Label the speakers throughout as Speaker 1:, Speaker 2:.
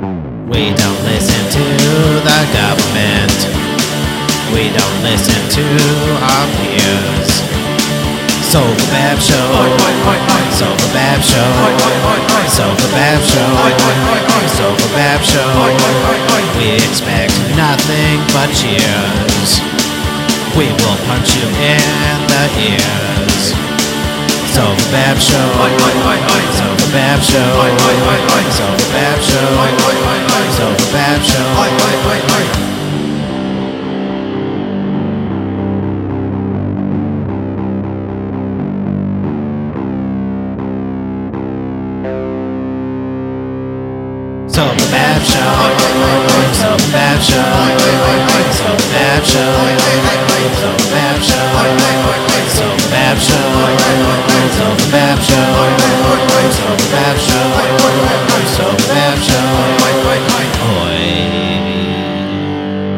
Speaker 1: We don't listen to the government. We don't listen to our peers. Sofa Bab Show. Sofa Bab Show. Sofa Bab Show. Sofa Bab Show. We expect nothing but cheers. We will punch you in the ears. Sofa Bab Show. Sofa Bab Show. Sofa Bab Show. Sofa Bab Show. Sofa Bab Show. Sofa Bab Show. Sofa Bab Show. Sofa Bab Show. Sofa Bab Show. Sofa Bab Show. Sofa Bab Show. Sofa Bab Show.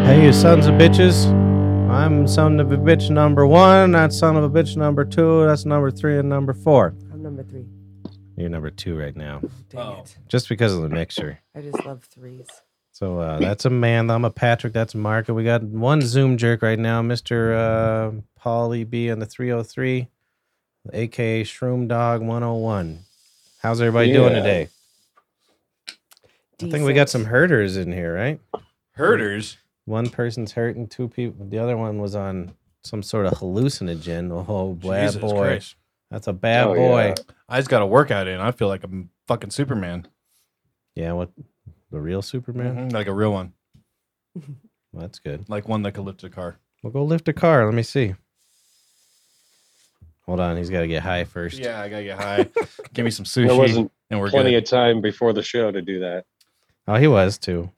Speaker 1: Oi.
Speaker 2: Hey, you sons of bitches. I'm son of a bitch number one. That's son of a bitch number two. That's number three and number four.
Speaker 3: I'm number three.
Speaker 2: You're number two right now,
Speaker 3: Dang
Speaker 4: Oh.
Speaker 3: it.
Speaker 2: just because of the mixture.
Speaker 3: I just love threes.
Speaker 2: So uh, that's Amanda. I'm a Patrick. That's Mark. And we got one Zoom jerk right now, Mr. Uh, Paulie B on the 303, aka Shroom Dog 101. How's everybody doing
Speaker 5: Yeah.
Speaker 2: today? I think we got some
Speaker 3: Decent.
Speaker 2: herders in here, right?
Speaker 5: Herders.
Speaker 2: One person's hurting, two people. The other one was on some sort of hallucinogen. Oh, bad
Speaker 5: Jesus
Speaker 2: boy.
Speaker 5: Christ.
Speaker 2: That's a bad
Speaker 5: Oh,
Speaker 2: boy.
Speaker 5: I just got a workout in. I feel like I'm fucking Superman.
Speaker 2: Yeah, what the real
Speaker 6: Mm-hmm.
Speaker 2: Superman?
Speaker 5: Mhm, Like a real one.
Speaker 2: Well, that's good.
Speaker 5: Like one that could lift a car.
Speaker 2: We'll go lift a car. Let me see. Hold on, he's got to get high first.
Speaker 5: Yeah, I gotta get high. Give me some sushi.
Speaker 6: There wasn't
Speaker 5: and we're
Speaker 6: plenty
Speaker 5: good.
Speaker 6: of time before the show to do that.
Speaker 2: Oh, he was too.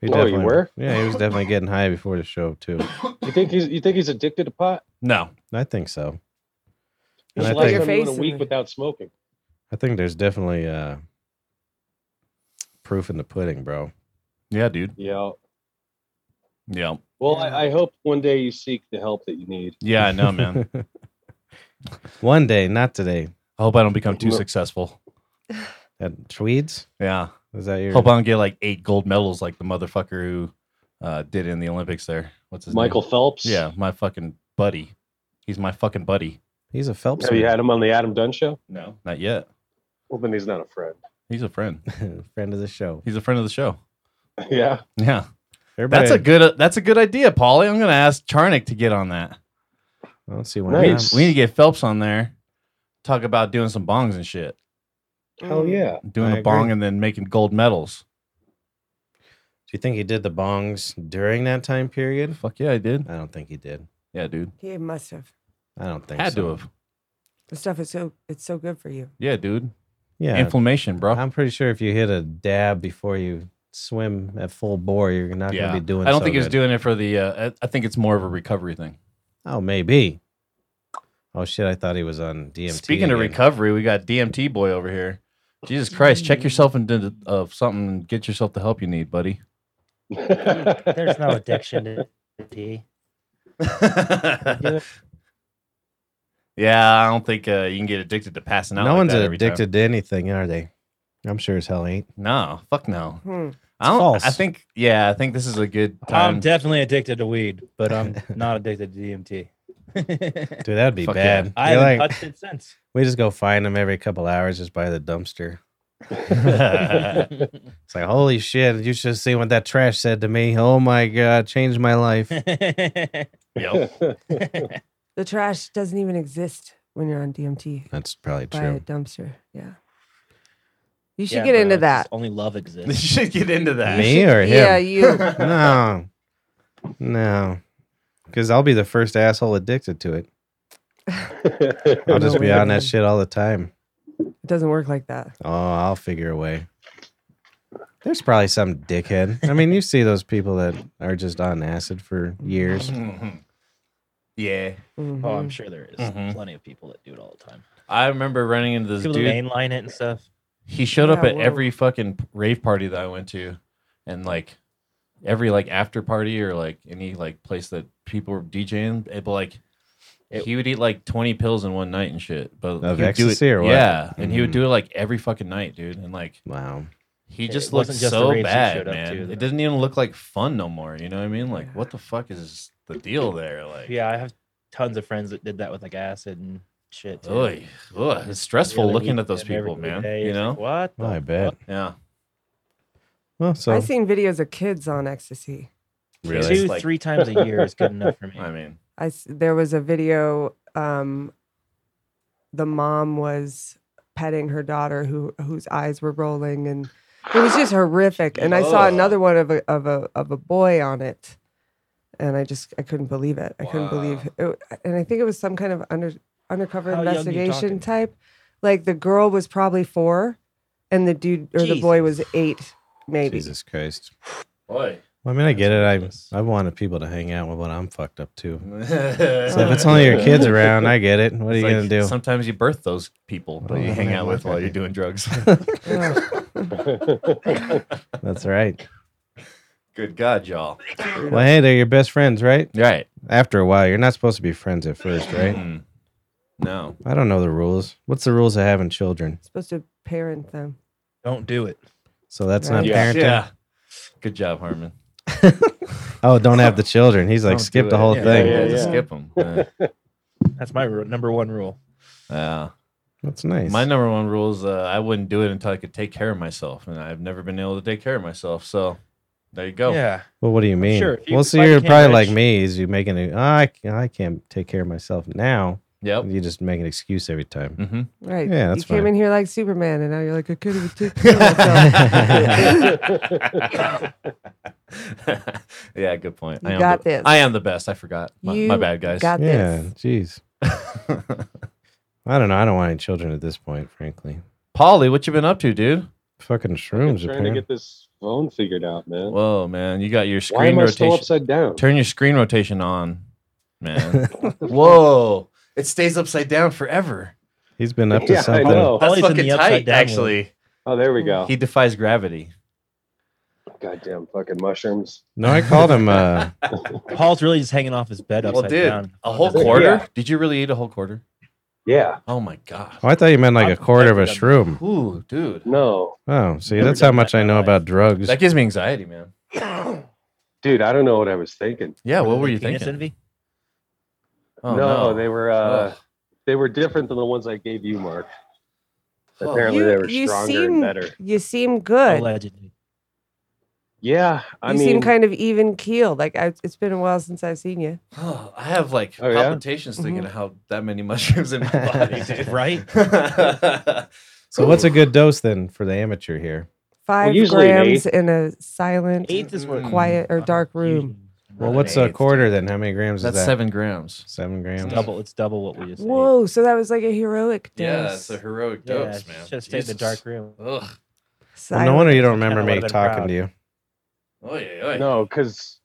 Speaker 2: He
Speaker 6: Oh, you
Speaker 2: definitely-
Speaker 6: were?
Speaker 2: Yeah, he was definitely getting high before the show too.
Speaker 6: You think he's you think he's addicted to pot?
Speaker 5: no.
Speaker 2: I think so.
Speaker 6: He's
Speaker 2: And I
Speaker 6: like
Speaker 2: think-
Speaker 6: him in
Speaker 3: Your
Speaker 6: a
Speaker 3: face
Speaker 6: week
Speaker 3: in it.
Speaker 6: without smoking.
Speaker 2: I think there's definitely uh proof in the pudding, bro.
Speaker 5: Yeah, dude.
Speaker 6: Yeah.
Speaker 5: Yeah.
Speaker 6: Well, I, I hope one day you seek the help that you need.
Speaker 5: Yeah, I know, man.
Speaker 2: One day, not today.
Speaker 5: I hope I don't become too
Speaker 6: Look.
Speaker 5: successful.
Speaker 2: At Tweeds?
Speaker 5: Yeah.
Speaker 2: Is that your
Speaker 5: Hope I don't get like eight gold medals like the motherfucker who uh, did in the Olympics there. What's his
Speaker 6: Michael Phelps.
Speaker 5: name? Yeah, my fucking buddy. He's my fucking buddy.
Speaker 2: He's a Phelps.
Speaker 6: Have you had him on the Adam Dunn show?
Speaker 5: No. Not yet.
Speaker 6: Well, then he's not a friend.
Speaker 5: He's a friend.
Speaker 2: friend of the show.
Speaker 5: He's a friend of the show.
Speaker 6: yeah.
Speaker 5: Yeah.
Speaker 2: Everybody,
Speaker 5: That's a good that's a good idea, Paulie. I'm gonna ask Charnick to get on that.
Speaker 2: I don't see why
Speaker 6: Nice.
Speaker 2: not.
Speaker 5: We need to get Phelps on there. Talk about doing some bongs and shit.
Speaker 6: Hell
Speaker 3: Mm.
Speaker 6: yeah.
Speaker 5: Doing
Speaker 2: I
Speaker 5: a bong
Speaker 2: agree.
Speaker 5: and then making gold medals.
Speaker 2: Do you think he did the bongs during that time period?
Speaker 5: Fuck yeah, I did.
Speaker 2: I don't think he did.
Speaker 5: Yeah, dude.
Speaker 3: Mm. He must have.
Speaker 2: I don't think
Speaker 5: Had
Speaker 2: so.
Speaker 5: to have.
Speaker 3: The stuff is so it's so good for you.
Speaker 5: Yeah, dude.
Speaker 2: Yeah,
Speaker 5: Inflammation, bro.
Speaker 2: I'm pretty sure if you hit a dab before you swim at full bore, you're not
Speaker 5: yeah.
Speaker 2: going to be doing.
Speaker 5: I don't
Speaker 2: so
Speaker 5: think he was
Speaker 2: good.
Speaker 5: doing it for the uh, I- I think it's more of a recovery thing.
Speaker 2: Oh, maybe. Oh shit! I thought he was on DMT.
Speaker 5: Speaking of
Speaker 2: again.
Speaker 5: recovery, we got DMT boy over here. Jesus Christ, check yourself into the- of something and get yourself the help you need, buddy.
Speaker 4: There's no addiction to tea.
Speaker 5: yeah, I don't think uh, you can get addicted to passing out.
Speaker 2: no
Speaker 5: like
Speaker 2: one's
Speaker 5: that every time.
Speaker 2: addicted to anything, are they? I'm sure as hell ain't.
Speaker 5: No, fuck no.
Speaker 3: Hmm.
Speaker 5: I don't.
Speaker 2: false.
Speaker 5: I think. Yeah, I think this is a good time.
Speaker 4: I'm definitely addicted to weed, but I'm not addicted to DMT.
Speaker 2: Dude, that'd be
Speaker 5: Fuck yeah.
Speaker 2: bad.
Speaker 4: I
Speaker 2: You're
Speaker 4: haven't
Speaker 2: like-
Speaker 4: touched it since.
Speaker 2: we just go find him every couple hours just by the dumpster. It's like, holy shit! You should see what that trash said to me. Oh my god, changed my life.
Speaker 5: Yep.
Speaker 3: The trash doesn't even exist when you're on DMT
Speaker 2: That's probably
Speaker 3: by
Speaker 2: true.
Speaker 3: a dumpster. Yeah. You should
Speaker 4: Yeah,
Speaker 3: get
Speaker 4: bro,
Speaker 3: into
Speaker 4: it's just
Speaker 3: that.
Speaker 4: Only love
Speaker 5: you
Speaker 4: exists.
Speaker 5: should get into that.
Speaker 2: Me or him?
Speaker 3: Yeah, you.
Speaker 2: no, no, because I'll be the first asshole addicted to it. I'll just be on that shit all the time.
Speaker 3: It doesn't work like that.
Speaker 2: Oh, I'll figure a way. There's probably some dickhead. I mean, you see those people that are just on acid for years.
Speaker 5: yeah,
Speaker 4: Oh, I'm
Speaker 3: Mhm.
Speaker 4: sure there is
Speaker 5: Mhm.
Speaker 4: plenty of people that do it all the time.
Speaker 5: I remember running into this
Speaker 4: People
Speaker 5: dude.
Speaker 4: mainline it and stuff.
Speaker 5: He showed up
Speaker 3: Yeah,
Speaker 5: at
Speaker 3: whoa.
Speaker 5: every fucking rave party that I went to, and like every like after party or like any like place that people were DJing. It, but like
Speaker 4: It-
Speaker 5: he would eat like twenty pills in one night and shit. But
Speaker 2: Of
Speaker 5: he would do it-
Speaker 2: ecstasy or what?
Speaker 5: Yeah, and he would
Speaker 2: Mhm.
Speaker 5: do it like every fucking night, dude. And like
Speaker 2: Wow.
Speaker 5: He
Speaker 4: It
Speaker 5: just looked
Speaker 4: wasn't just the
Speaker 5: so
Speaker 4: rage he
Speaker 5: bad,
Speaker 4: showed up
Speaker 5: man.
Speaker 4: to, though.
Speaker 5: it doesn't even look like fun no more. You know what I mean? Like, what the fuck is the deal there? Like,
Speaker 4: Yeah, I have tons of friends that did that with like acid and shit. too.
Speaker 5: Oy, ugh, it's stressful
Speaker 4: Every other
Speaker 5: looking at
Speaker 4: weekend,
Speaker 5: those
Speaker 4: every
Speaker 5: people, man.
Speaker 4: day,
Speaker 5: You
Speaker 4: it's
Speaker 5: know?
Speaker 4: like, what? the
Speaker 2: I bet.
Speaker 4: fuck?
Speaker 5: Yeah.
Speaker 2: Well, so
Speaker 3: I've seen videos of kids on ecstasy.
Speaker 5: Really?
Speaker 4: Two,
Speaker 5: Like-
Speaker 4: three times a year is good enough for me.
Speaker 5: I mean,
Speaker 3: I s- there was a video. Um, the mom was petting her daughter, who whose eyes were rolling, and it was just horrific. And I saw
Speaker 5: Ugh.
Speaker 3: another one of a of a of a boy on it, and I just I couldn't believe it. I couldn't believe it. And I think it was some kind of under undercover
Speaker 4: How young you
Speaker 3: investigation
Speaker 4: talking?
Speaker 3: type. Like the girl was probably four, and the dude or the boy was eight, maybe.
Speaker 2: Jesus Christ.
Speaker 5: boy.
Speaker 2: Well, I mean, I get it.
Speaker 5: That's-
Speaker 2: I I wanted people to hang out with when I'm fucked up too. So if it's only your kids around, I get it. What are you gonna do?
Speaker 5: Sometimes you birth those people that
Speaker 2: Oh,
Speaker 5: you hang
Speaker 2: man,
Speaker 5: out with
Speaker 2: what
Speaker 5: while
Speaker 2: I
Speaker 5: you're
Speaker 2: do.
Speaker 5: doing drugs.
Speaker 3: Ugh.
Speaker 2: That's right.
Speaker 5: Good God, y'all.
Speaker 2: Well, hey, they're your best friends, right?
Speaker 5: Right.
Speaker 2: After a while, you're not supposed to be friends at first, right?
Speaker 5: Mm. No.
Speaker 2: I don't know the rules. What's the rules of having children?
Speaker 3: supposed to parent them.
Speaker 4: Don't do it.
Speaker 2: So that's not
Speaker 3: Right.
Speaker 2: parenting.
Speaker 5: Yeah. Good job, Harmon.
Speaker 2: Oh, don't have the children. He's
Speaker 5: Don't
Speaker 2: like, skip
Speaker 5: do
Speaker 2: the
Speaker 5: it.
Speaker 2: whole
Speaker 5: Yeah,
Speaker 2: thing.
Speaker 5: yeah,
Speaker 6: Yeah,
Speaker 5: just
Speaker 6: yeah.
Speaker 5: Skip them. Yeah.
Speaker 4: That's my ru- number one rule.
Speaker 5: Yeah.
Speaker 2: That's nice.
Speaker 5: My number one rule is uh, I wouldn't do it until I could take care of myself, and I've never been able to take care of myself. So there you go.
Speaker 4: Yeah.
Speaker 2: well, what do you mean?
Speaker 4: sure, if you-
Speaker 2: well,
Speaker 4: if
Speaker 2: so
Speaker 4: I
Speaker 2: you're
Speaker 4: can't
Speaker 2: probably
Speaker 4: manage-
Speaker 2: like me. Is you making a, oh, I, I can't take care of myself now.
Speaker 5: Yep.
Speaker 2: You just make an excuse every time.
Speaker 5: Mm-hmm.
Speaker 3: Right.
Speaker 2: Yeah, that's
Speaker 3: you came
Speaker 2: fine.
Speaker 3: in here like Superman, and now you're like, I could have taken care of myself.
Speaker 5: yeah, good point.
Speaker 3: You
Speaker 5: I am
Speaker 3: got
Speaker 5: the,
Speaker 3: this.
Speaker 5: I am the best. I forgot. My, my
Speaker 3: You
Speaker 5: bad, guys.
Speaker 3: got
Speaker 2: Yeah,
Speaker 3: this.
Speaker 2: jeez. I don't know. I don't want any children at this point, frankly.
Speaker 5: Polly, what you been up to, dude?
Speaker 2: Fucking
Speaker 6: I'm
Speaker 2: shrooms,
Speaker 6: trying to
Speaker 2: apparently.
Speaker 6: get this phone figured out, man.
Speaker 5: Whoa, man, you got your
Speaker 6: Why
Speaker 5: screen
Speaker 6: am I still
Speaker 5: rotation.
Speaker 6: upside down?
Speaker 5: Turn your screen rotation on, man. Whoa, it stays upside down forever.
Speaker 2: He's been up to
Speaker 6: Yeah, I
Speaker 2: something.
Speaker 6: know.
Speaker 4: Polly's in the upside down
Speaker 5: actually.
Speaker 6: Oh, there we go.
Speaker 5: He defies gravity.
Speaker 6: Goddamn fucking mushrooms.
Speaker 2: No, I called him. Uh,
Speaker 4: Paul's really just hanging off his bed upside
Speaker 5: Well, dude,
Speaker 4: down.
Speaker 5: a whole
Speaker 6: Yeah.
Speaker 5: quarter? Did you really eat a whole quarter?
Speaker 6: Yeah.
Speaker 5: Oh my god.
Speaker 2: oh, I thought you meant like a
Speaker 4: I've
Speaker 2: quarter of a
Speaker 4: never
Speaker 2: shroom.
Speaker 5: Ooh, dude,
Speaker 6: No,
Speaker 2: Oh, see,
Speaker 4: Never
Speaker 2: that's how
Speaker 4: done that
Speaker 2: much
Speaker 4: in
Speaker 2: I
Speaker 4: my
Speaker 2: know
Speaker 4: life.
Speaker 2: about drugs.
Speaker 5: that gives me anxiety, man.
Speaker 6: dude, I don't know what I was thinking.
Speaker 5: Yeah, what were you
Speaker 4: Penis
Speaker 5: thinking?
Speaker 4: envy?
Speaker 5: Oh,
Speaker 6: no, they were uh,
Speaker 5: Ugh.
Speaker 6: they were different than the ones I gave you, Mark.
Speaker 5: Oh.
Speaker 6: Apparently,
Speaker 3: You-
Speaker 6: they were
Speaker 3: you
Speaker 6: stronger
Speaker 3: seem-
Speaker 6: and better.
Speaker 3: You seem good.
Speaker 4: Allegedly.
Speaker 6: Yeah, I
Speaker 3: you
Speaker 6: mean,
Speaker 3: seem kind of even keeled. Like I, it's been a while since I've seen you.
Speaker 5: Oh, I have like
Speaker 6: Oh, yeah?
Speaker 5: palpitations thinking of how that many mushrooms in my body, dude.
Speaker 4: Right?
Speaker 2: so, what's a good dose then for the amateur here?
Speaker 3: Five
Speaker 6: usually an
Speaker 3: grams in a silent,
Speaker 4: Eighth is
Speaker 5: Mm.
Speaker 4: what
Speaker 3: quiet, or dark room.
Speaker 2: Well, what's a quarter then? How many grams
Speaker 5: That's
Speaker 2: is that?
Speaker 5: seven grams.
Speaker 2: Seven
Speaker 4: It's
Speaker 2: grams.
Speaker 4: double. It's double what we just. ate.
Speaker 3: Whoa! So that was like a heroic dose.
Speaker 5: Yeah, it's a heroic
Speaker 4: Yeah,
Speaker 5: dose,
Speaker 4: it's
Speaker 5: man.
Speaker 4: Just take the
Speaker 5: Jesus.
Speaker 4: dark room.
Speaker 5: Ugh.
Speaker 2: Well, no wonder you don't remember
Speaker 4: Kinda
Speaker 2: me
Speaker 4: would've been
Speaker 2: talking
Speaker 4: proud.
Speaker 2: to you.
Speaker 5: Oh yeah. Oh,
Speaker 6: no, because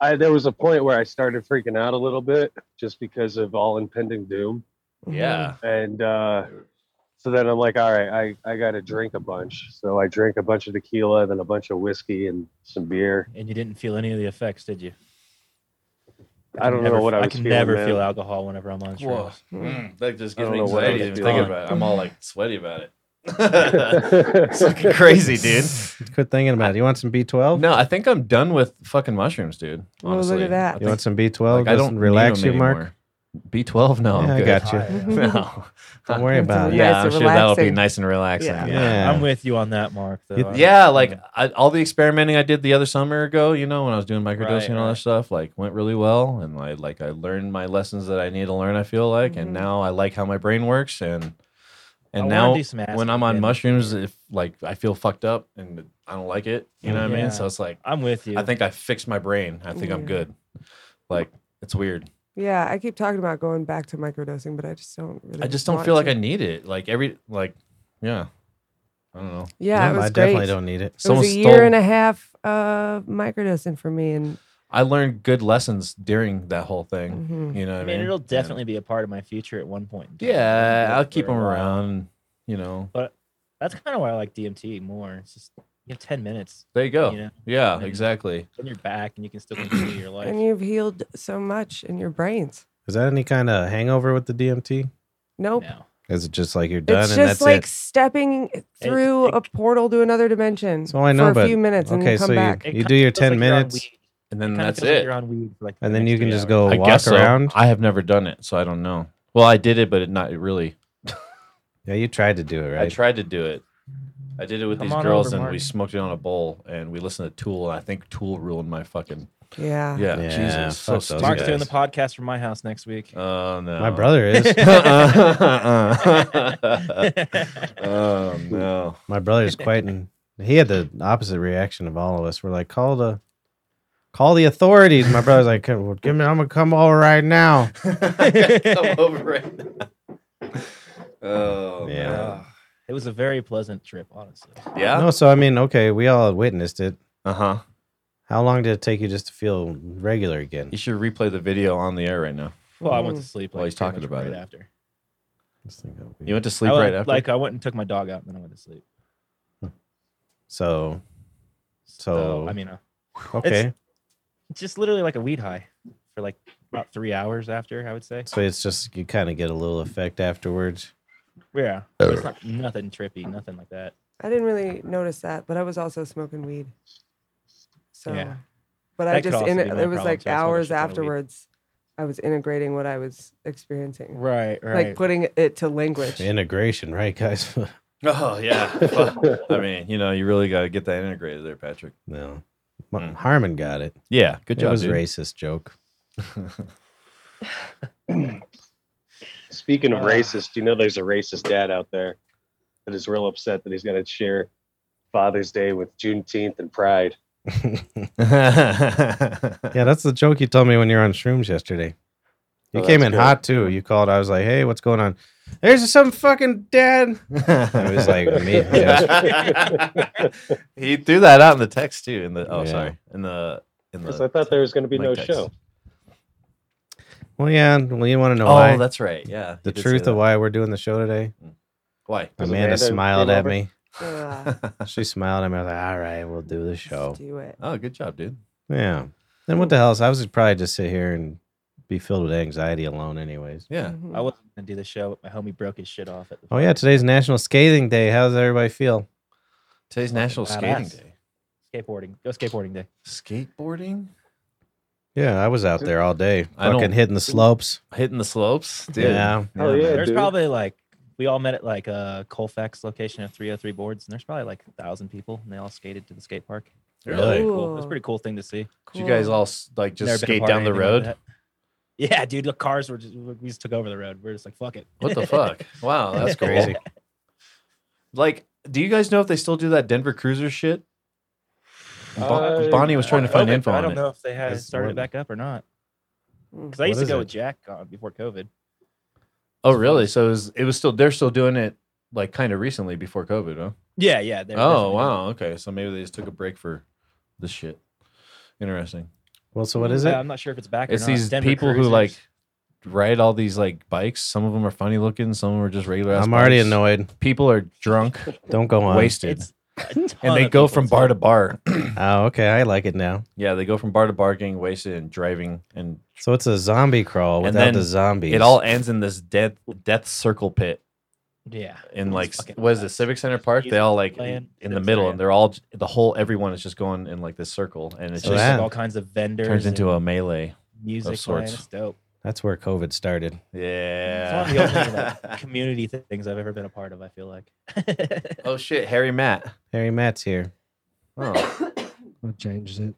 Speaker 6: I there was a point where I started freaking out a little bit just because of all impending doom,
Speaker 3: Mm-hmm.
Speaker 5: Yeah.
Speaker 6: and uh, so then I'm like, all right, I I got to drink a bunch. So I drank a bunch of tequila, then a bunch of whiskey and some beer.
Speaker 4: And you didn't feel any of the effects, did you?
Speaker 6: I don't
Speaker 4: never,
Speaker 6: know what I was
Speaker 4: I can
Speaker 6: feeling.
Speaker 4: never
Speaker 6: man.
Speaker 4: feel alcohol whenever I'm on
Speaker 5: Whoa.
Speaker 4: shrooms.
Speaker 5: Mm, that just
Speaker 6: I
Speaker 5: gives
Speaker 6: don't
Speaker 5: me
Speaker 6: know what
Speaker 5: anxiety
Speaker 6: I was
Speaker 5: even
Speaker 6: feeling.
Speaker 5: thinking about it. I'm all like sweaty about it. it's fucking crazy, dude.
Speaker 2: Quit thinking about it. You want some B12?
Speaker 5: No, I think I'm done with fucking mushrooms, dude.
Speaker 3: Well, look
Speaker 5: Honestly.
Speaker 3: at that.
Speaker 5: I
Speaker 2: You
Speaker 5: think-
Speaker 2: want some B12?
Speaker 5: like, I
Speaker 2: Doesn't
Speaker 5: don't
Speaker 2: relax
Speaker 5: need
Speaker 2: you,
Speaker 5: 'em
Speaker 2: Mark.
Speaker 5: anymore. B12? No,
Speaker 2: Yeah,
Speaker 5: I'm
Speaker 2: I
Speaker 5: good.
Speaker 2: got you.
Speaker 5: No.
Speaker 2: Don't worry about it.
Speaker 3: Nice
Speaker 5: yeah, I'm
Speaker 3: and
Speaker 5: sure that'll be
Speaker 3: relaxing.
Speaker 5: nice and relaxing.
Speaker 3: Yeah.
Speaker 2: Yeah.
Speaker 4: I'm with you on that, Mark. Though.
Speaker 2: You-
Speaker 4: I-
Speaker 5: Yeah, like I, all the experimenting I did the other summer ago, you know, when I was doing microdosing
Speaker 4: Right,
Speaker 5: and all
Speaker 4: right.
Speaker 5: that stuff, like went really well, and I like I learned my lessons that I need to learn. I feel like,
Speaker 3: Mhm.
Speaker 5: and now I like how my brain works, and
Speaker 4: Mm-hmm. I
Speaker 5: and
Speaker 4: wanna
Speaker 5: now
Speaker 4: do some
Speaker 5: when
Speaker 4: acid
Speaker 5: I'm on
Speaker 4: again.
Speaker 5: mushrooms, if like I feel fucked up and I don't like it, you know what I
Speaker 4: Oh, Yeah.
Speaker 5: mean? So it's like
Speaker 4: I'm with you.
Speaker 5: I think I fixed my brain. I think I'm
Speaker 3: Yeah.
Speaker 5: good. Like it's weird.
Speaker 3: Yeah, I keep talking about going back to microdosing, but I just don't. Really
Speaker 5: I just don't
Speaker 3: want
Speaker 5: feel like
Speaker 3: to.
Speaker 5: I need it. Like every like, yeah, I don't know.
Speaker 3: Yeah,
Speaker 2: No,
Speaker 3: it was
Speaker 2: I
Speaker 3: great.
Speaker 2: definitely don't need it.
Speaker 3: It was a year and a half of microdosing for me, and
Speaker 5: I learned good lessons during that whole thing.
Speaker 3: mhm.
Speaker 5: You know what
Speaker 4: I
Speaker 5: I
Speaker 4: mean,
Speaker 5: mean?
Speaker 4: Mm-hmm. it'll
Speaker 5: And-
Speaker 4: definitely be a part of my future at one point. in time.
Speaker 5: Yeah,
Speaker 4: do it
Speaker 5: I'll
Speaker 4: for
Speaker 5: keep
Speaker 4: a
Speaker 5: them
Speaker 4: while.
Speaker 5: around. You know,
Speaker 4: That's kind of why I like DMT more. It's just you have ten minutes,
Speaker 5: there you go.
Speaker 4: you know,
Speaker 5: Yeah,
Speaker 4: And-
Speaker 5: exactly.
Speaker 4: then you're back, and you can still continue your life.
Speaker 3: and you've healed so much in your brains.
Speaker 2: Is that any kind of hangover with the DMT?
Speaker 3: Nope.
Speaker 4: now.
Speaker 2: Is it just like you're done
Speaker 3: It's
Speaker 2: and that's
Speaker 3: just like
Speaker 2: it?
Speaker 3: stepping through a portal to another dimension
Speaker 2: That's all I know,
Speaker 3: for a
Speaker 2: but-
Speaker 3: few minutes and
Speaker 2: okay,
Speaker 3: then come
Speaker 2: so you-
Speaker 3: back.
Speaker 2: It do your 10 minutes,
Speaker 5: and then
Speaker 4: and
Speaker 5: that's it.
Speaker 4: You're on weed for like the
Speaker 2: and then
Speaker 4: next
Speaker 2: you can
Speaker 4: three
Speaker 2: just
Speaker 4: hours.
Speaker 2: go
Speaker 5: I
Speaker 2: walk
Speaker 5: guess so.
Speaker 2: around.
Speaker 5: I have never done it, so I don't know. Well, I did it, but it not really.
Speaker 2: Yeah, you tried to do it,
Speaker 5: I
Speaker 2: right?
Speaker 5: tried to do it. I did it with
Speaker 4: Come
Speaker 5: these
Speaker 4: on
Speaker 5: girls,
Speaker 4: over,
Speaker 5: and we
Speaker 4: Mark.
Speaker 5: smoked it on a bowl, and we listened to Tool, and I think Tool ruined my fucking
Speaker 3: Ah, Yeah.
Speaker 5: yeah.
Speaker 2: Yeah,
Speaker 5: Jesus, so
Speaker 2: fuck those
Speaker 5: stupid.
Speaker 4: Mark's
Speaker 2: guys.
Speaker 4: doing the podcast from my house next week.
Speaker 5: Oh no,
Speaker 2: My brother is.
Speaker 5: oh no.
Speaker 2: My brother's quite and he had the opposite reaction of all of us. We're like, call the call the authorities. My brother's like, "Come- well, give me I'm gonna come over right now.
Speaker 5: Come over right now. Oh
Speaker 2: Yeah.
Speaker 5: no.
Speaker 4: it was a very pleasant trip, honestly.
Speaker 5: yeah.
Speaker 2: No, so I mean, okay, we all witnessed it.
Speaker 5: Uh huh.
Speaker 2: How long did it take you just to feel regular again?
Speaker 5: You should replay the video on the air right now.
Speaker 4: Well, I went to sleep.
Speaker 5: While
Speaker 4: like,
Speaker 5: he's
Speaker 4: pretty
Speaker 5: talking
Speaker 4: much
Speaker 5: about
Speaker 4: right
Speaker 5: it.
Speaker 4: after.
Speaker 2: This thing got weird.
Speaker 5: You went to sleep
Speaker 4: I
Speaker 5: right
Speaker 4: went-
Speaker 5: after.
Speaker 4: Like I went and took my dog out, and then I went to sleep.
Speaker 2: so So-
Speaker 4: I mean, uh,
Speaker 2: okay.
Speaker 4: it's just literally like a weed high for like about three hours after. I would say.
Speaker 2: so it's just you kind of get a little effect afterwards.
Speaker 4: Yeah, it's not nothing trippy, nothing like that.
Speaker 3: I didn't really notice that, but I was also smoking weed. So,
Speaker 4: Yeah.
Speaker 3: but I
Speaker 4: That could
Speaker 3: just
Speaker 4: also
Speaker 3: in
Speaker 4: be
Speaker 3: it.
Speaker 4: my
Speaker 3: It was
Speaker 4: problem,
Speaker 3: like
Speaker 4: too. I smoke a
Speaker 3: hours
Speaker 4: shit ton of weed.
Speaker 3: afterwards. I was integrating what I was experiencing,
Speaker 4: Right,
Speaker 3: like putting it to language.
Speaker 2: Integration, right, guys?
Speaker 5: oh yeah. Fuck. I mean, you know, you really got to get that integrated there, Patrick.
Speaker 2: no. Ma- Harmon got it.
Speaker 5: Yeah. Mm. Good job.
Speaker 2: it was
Speaker 5: dude.
Speaker 2: racist joke.
Speaker 6: Speaking of
Speaker 4: Uh.
Speaker 6: racist, you know there's a racist dad out there that is real upset that he's got to share Father's Day with Juneteenth and Pride.
Speaker 2: Yeah, that's the joke you told me when you were on shrooms yesterday. You
Speaker 6: Oh,
Speaker 2: came
Speaker 6: that's
Speaker 2: in
Speaker 6: good.
Speaker 2: hot too. You called. I was like, "Hey, what's going on?" There's some fucking dad. It was like me. yeah.
Speaker 5: he threw that out in the text too. In the oh
Speaker 2: Yeah.
Speaker 5: sorry in the in the.
Speaker 6: Because I thought there was going to be no
Speaker 5: Mike Tyson.
Speaker 6: show.
Speaker 2: Well, yeah. Well, you want to know
Speaker 5: oh,
Speaker 2: why?
Speaker 5: that's right. Yeah.
Speaker 2: the truth of
Speaker 5: why.
Speaker 2: why we're doing the show today.
Speaker 5: Why?
Speaker 6: Was
Speaker 2: Amanda,
Speaker 6: Amanda
Speaker 2: smiled
Speaker 6: came
Speaker 2: at
Speaker 6: over?
Speaker 2: me.
Speaker 3: Ugh,
Speaker 2: She smiled at me. I was like, "All right, we'll do the
Speaker 3: just
Speaker 2: show."
Speaker 3: do it.
Speaker 5: oh, good job, dude.
Speaker 2: Yeah. Then what the hell? Is, I was just probably just sit here and be filled with anxiety alone, anyways.
Speaker 5: Yeah.
Speaker 4: I
Speaker 3: Mhm.
Speaker 4: wasn't gonna do the show, but my homie broke his shit off at the.
Speaker 2: Oh yeah, today's National Scathing Day. How does everybody feel?
Speaker 5: Today's National Skating
Speaker 4: badass.
Speaker 5: Day.
Speaker 4: skateboarding. Go skateboarding day.
Speaker 5: Skateboarding,
Speaker 2: Yeah, I was out there all day,
Speaker 5: I don't-
Speaker 2: fucking hitting the slopes.
Speaker 5: hitting the slopes. Dude.
Speaker 2: Yeah.
Speaker 6: Hell yeah,
Speaker 5: man.
Speaker 4: There's
Speaker 6: dude.
Speaker 4: probably like we all met at like a Colfax location of 303 boards, and there's probably like a thousand people, and they all skated to the skate park.
Speaker 3: Mm-hmm.
Speaker 4: It was
Speaker 5: Really?
Speaker 4: pretty cool. It was a
Speaker 3: Cool.
Speaker 4: pretty cool thing to see.
Speaker 5: Did you guys
Speaker 3: Cool.
Speaker 5: all s- like
Speaker 4: Never
Speaker 5: just
Speaker 4: been a
Speaker 5: skate
Speaker 4: part of
Speaker 5: down the
Speaker 4: anything
Speaker 5: road?
Speaker 4: like that. yeah, dude. The cars were just we just took over the road. We're just like fuck it.
Speaker 5: What the fuck? Wow, that's
Speaker 2: That's
Speaker 5: cool.
Speaker 2: crazy.
Speaker 5: Like, do you guys know if they still do that Denver Cruiser shit? Bon-
Speaker 6: Uh,
Speaker 5: Bonnie was trying to find
Speaker 4: COVID,
Speaker 5: info
Speaker 4: I
Speaker 5: on
Speaker 4: don't
Speaker 5: it.
Speaker 4: know if they had
Speaker 2: That's
Speaker 4: started
Speaker 2: one-
Speaker 4: it back up or not. Because
Speaker 2: What
Speaker 4: I used to
Speaker 2: is
Speaker 4: go
Speaker 2: it?
Speaker 4: with Jack uh, before COVID.
Speaker 5: Oh, really? So it was, it was still they're still doing it like kind of recently before COVID, huh?
Speaker 4: Yeah, yeah. they were
Speaker 5: Oh,
Speaker 4: definitely-
Speaker 5: wow. Okay, so maybe they just took a break for this shit. Interesting.
Speaker 2: Well, so what is it?
Speaker 4: Uh, I'm not sure if it's back.
Speaker 5: It's
Speaker 4: or not.
Speaker 5: these
Speaker 4: Denver
Speaker 5: people who
Speaker 4: Cruisers.
Speaker 5: like ride all these like bikes. Some of them are funny looking. Some of them are just regular. ass
Speaker 2: I'm already
Speaker 5: bikes.
Speaker 2: annoyed.
Speaker 5: People are drunk,
Speaker 2: Don't go on.
Speaker 5: wasted,
Speaker 4: It's a ton
Speaker 5: and they
Speaker 4: of
Speaker 5: go
Speaker 4: people.
Speaker 5: from
Speaker 4: It's
Speaker 5: bar
Speaker 4: like-
Speaker 5: to bar.
Speaker 2: Oh, okay. I like it now.
Speaker 5: yeah, they go from bar to bar, getting wasted and driving and
Speaker 2: So it's a zombie crawl
Speaker 5: And
Speaker 2: without the
Speaker 5: then
Speaker 2: zombies.
Speaker 5: It all ends in this death death circle pit
Speaker 4: Yeah.
Speaker 5: in
Speaker 4: It's
Speaker 5: like
Speaker 4: fucking
Speaker 5: what is it
Speaker 4: nuts.
Speaker 5: Civic Center Park?
Speaker 4: Music
Speaker 5: They all like
Speaker 4: playing,
Speaker 5: in the
Speaker 4: Civic
Speaker 5: middle,
Speaker 4: Center.
Speaker 5: and they're all j- the whole everyone is just going in like this circle, and it's
Speaker 2: So
Speaker 5: just
Speaker 4: There's
Speaker 2: that
Speaker 4: like all kinds of vendors.
Speaker 5: turns into
Speaker 4: and
Speaker 5: a melee.
Speaker 4: music
Speaker 5: of
Speaker 4: playing.
Speaker 5: sorts.
Speaker 4: It's dope.
Speaker 2: That's where COVID started.
Speaker 4: It's one of the only like,
Speaker 5: Yeah.
Speaker 4: community th- things I've ever been a part of. I feel like.
Speaker 5: oh shit, Harry Matt.
Speaker 2: Harry Matt's here.
Speaker 5: Oh.
Speaker 7: changed it.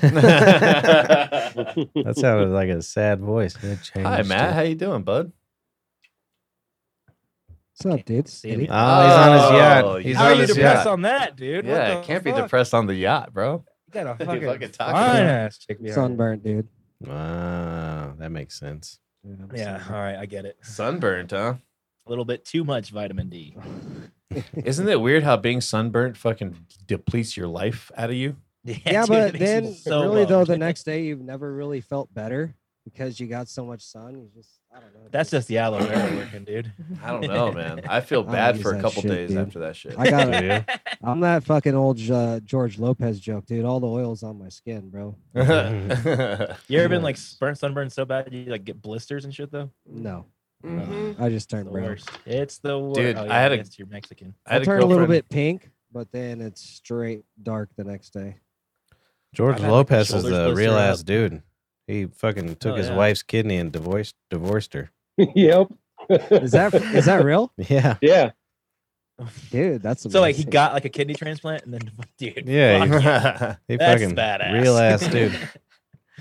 Speaker 2: that sounded like a sad voice.
Speaker 5: Hi Matt, how you doing, bud?
Speaker 7: What's up, dude?
Speaker 4: see me.
Speaker 5: Uh,
Speaker 2: Oh, he's on his
Speaker 5: Oh,
Speaker 2: yacht. He's
Speaker 4: How are
Speaker 2: on
Speaker 4: you
Speaker 2: his
Speaker 4: depressed
Speaker 2: yacht.
Speaker 4: on that, dude? What
Speaker 5: yeah,
Speaker 4: the
Speaker 5: it can't be
Speaker 4: fuck?
Speaker 5: depressed on the yacht, bro.
Speaker 4: You got a
Speaker 5: You're
Speaker 4: fucking,
Speaker 5: fucking talking about
Speaker 4: fine
Speaker 5: it.
Speaker 4: ass chick behind you.
Speaker 7: Sunburned, dude.
Speaker 2: Wow, that makes sense.
Speaker 4: Yeah. All right, I get it.
Speaker 5: Sunburnt, huh?
Speaker 4: A little bit too much vitamin D.
Speaker 5: Isn't it weird how being sunburnt fucking depletes your life out of you?
Speaker 4: Yeah,
Speaker 7: Yeah,
Speaker 4: dude,
Speaker 7: but
Speaker 4: it makes you
Speaker 7: then
Speaker 4: so
Speaker 7: really though, the
Speaker 4: bummed.
Speaker 7: next day you've never really felt better because you got so much sun. You just I don't know. it
Speaker 4: That's just the aloe vera working, dude.
Speaker 5: I don't know, man. I feel
Speaker 7: don't
Speaker 5: bad
Speaker 7: use
Speaker 5: for a
Speaker 7: that
Speaker 5: couple
Speaker 7: shit,
Speaker 5: days
Speaker 7: dude.
Speaker 5: after that shit.
Speaker 7: I got
Speaker 2: Do
Speaker 7: it.
Speaker 2: you?
Speaker 7: I'm that fucking old uh, George Lopez joke, dude. All the oil's on my skin, bro.
Speaker 5: yeah,
Speaker 4: You ever been like spur- sunburned so bad you like get blisters and shit though?
Speaker 7: No,
Speaker 3: hmm
Speaker 7: I
Speaker 4: It's
Speaker 7: just turned
Speaker 4: the
Speaker 7: brown.
Speaker 4: worst. It's the worst.
Speaker 5: Dude,
Speaker 4: oh,
Speaker 5: I
Speaker 4: yeah,
Speaker 5: had a-
Speaker 4: guess you're Mexican.
Speaker 5: I
Speaker 7: I
Speaker 5: had a
Speaker 7: turned a little
Speaker 5: girlfriend-
Speaker 7: bit pink, but then it's straight dark the next day.
Speaker 2: George
Speaker 4: I've had, like, a
Speaker 2: Lopez is
Speaker 4: shoulders
Speaker 2: the
Speaker 4: blister
Speaker 2: real
Speaker 4: up.
Speaker 2: ass dude. He fucking took
Speaker 4: Oh,
Speaker 2: his
Speaker 4: yeah.
Speaker 2: wife's kidney and divorced divorced her.
Speaker 6: yep.
Speaker 7: Is that is that real,
Speaker 2: Yeah.
Speaker 6: yeah.
Speaker 7: dude? That's amazing.
Speaker 4: So like he got like a kidney transplant and then dude.
Speaker 2: Yeah,
Speaker 4: fuck
Speaker 2: He
Speaker 4: That's
Speaker 2: fucking
Speaker 4: badass.
Speaker 2: real ass dude.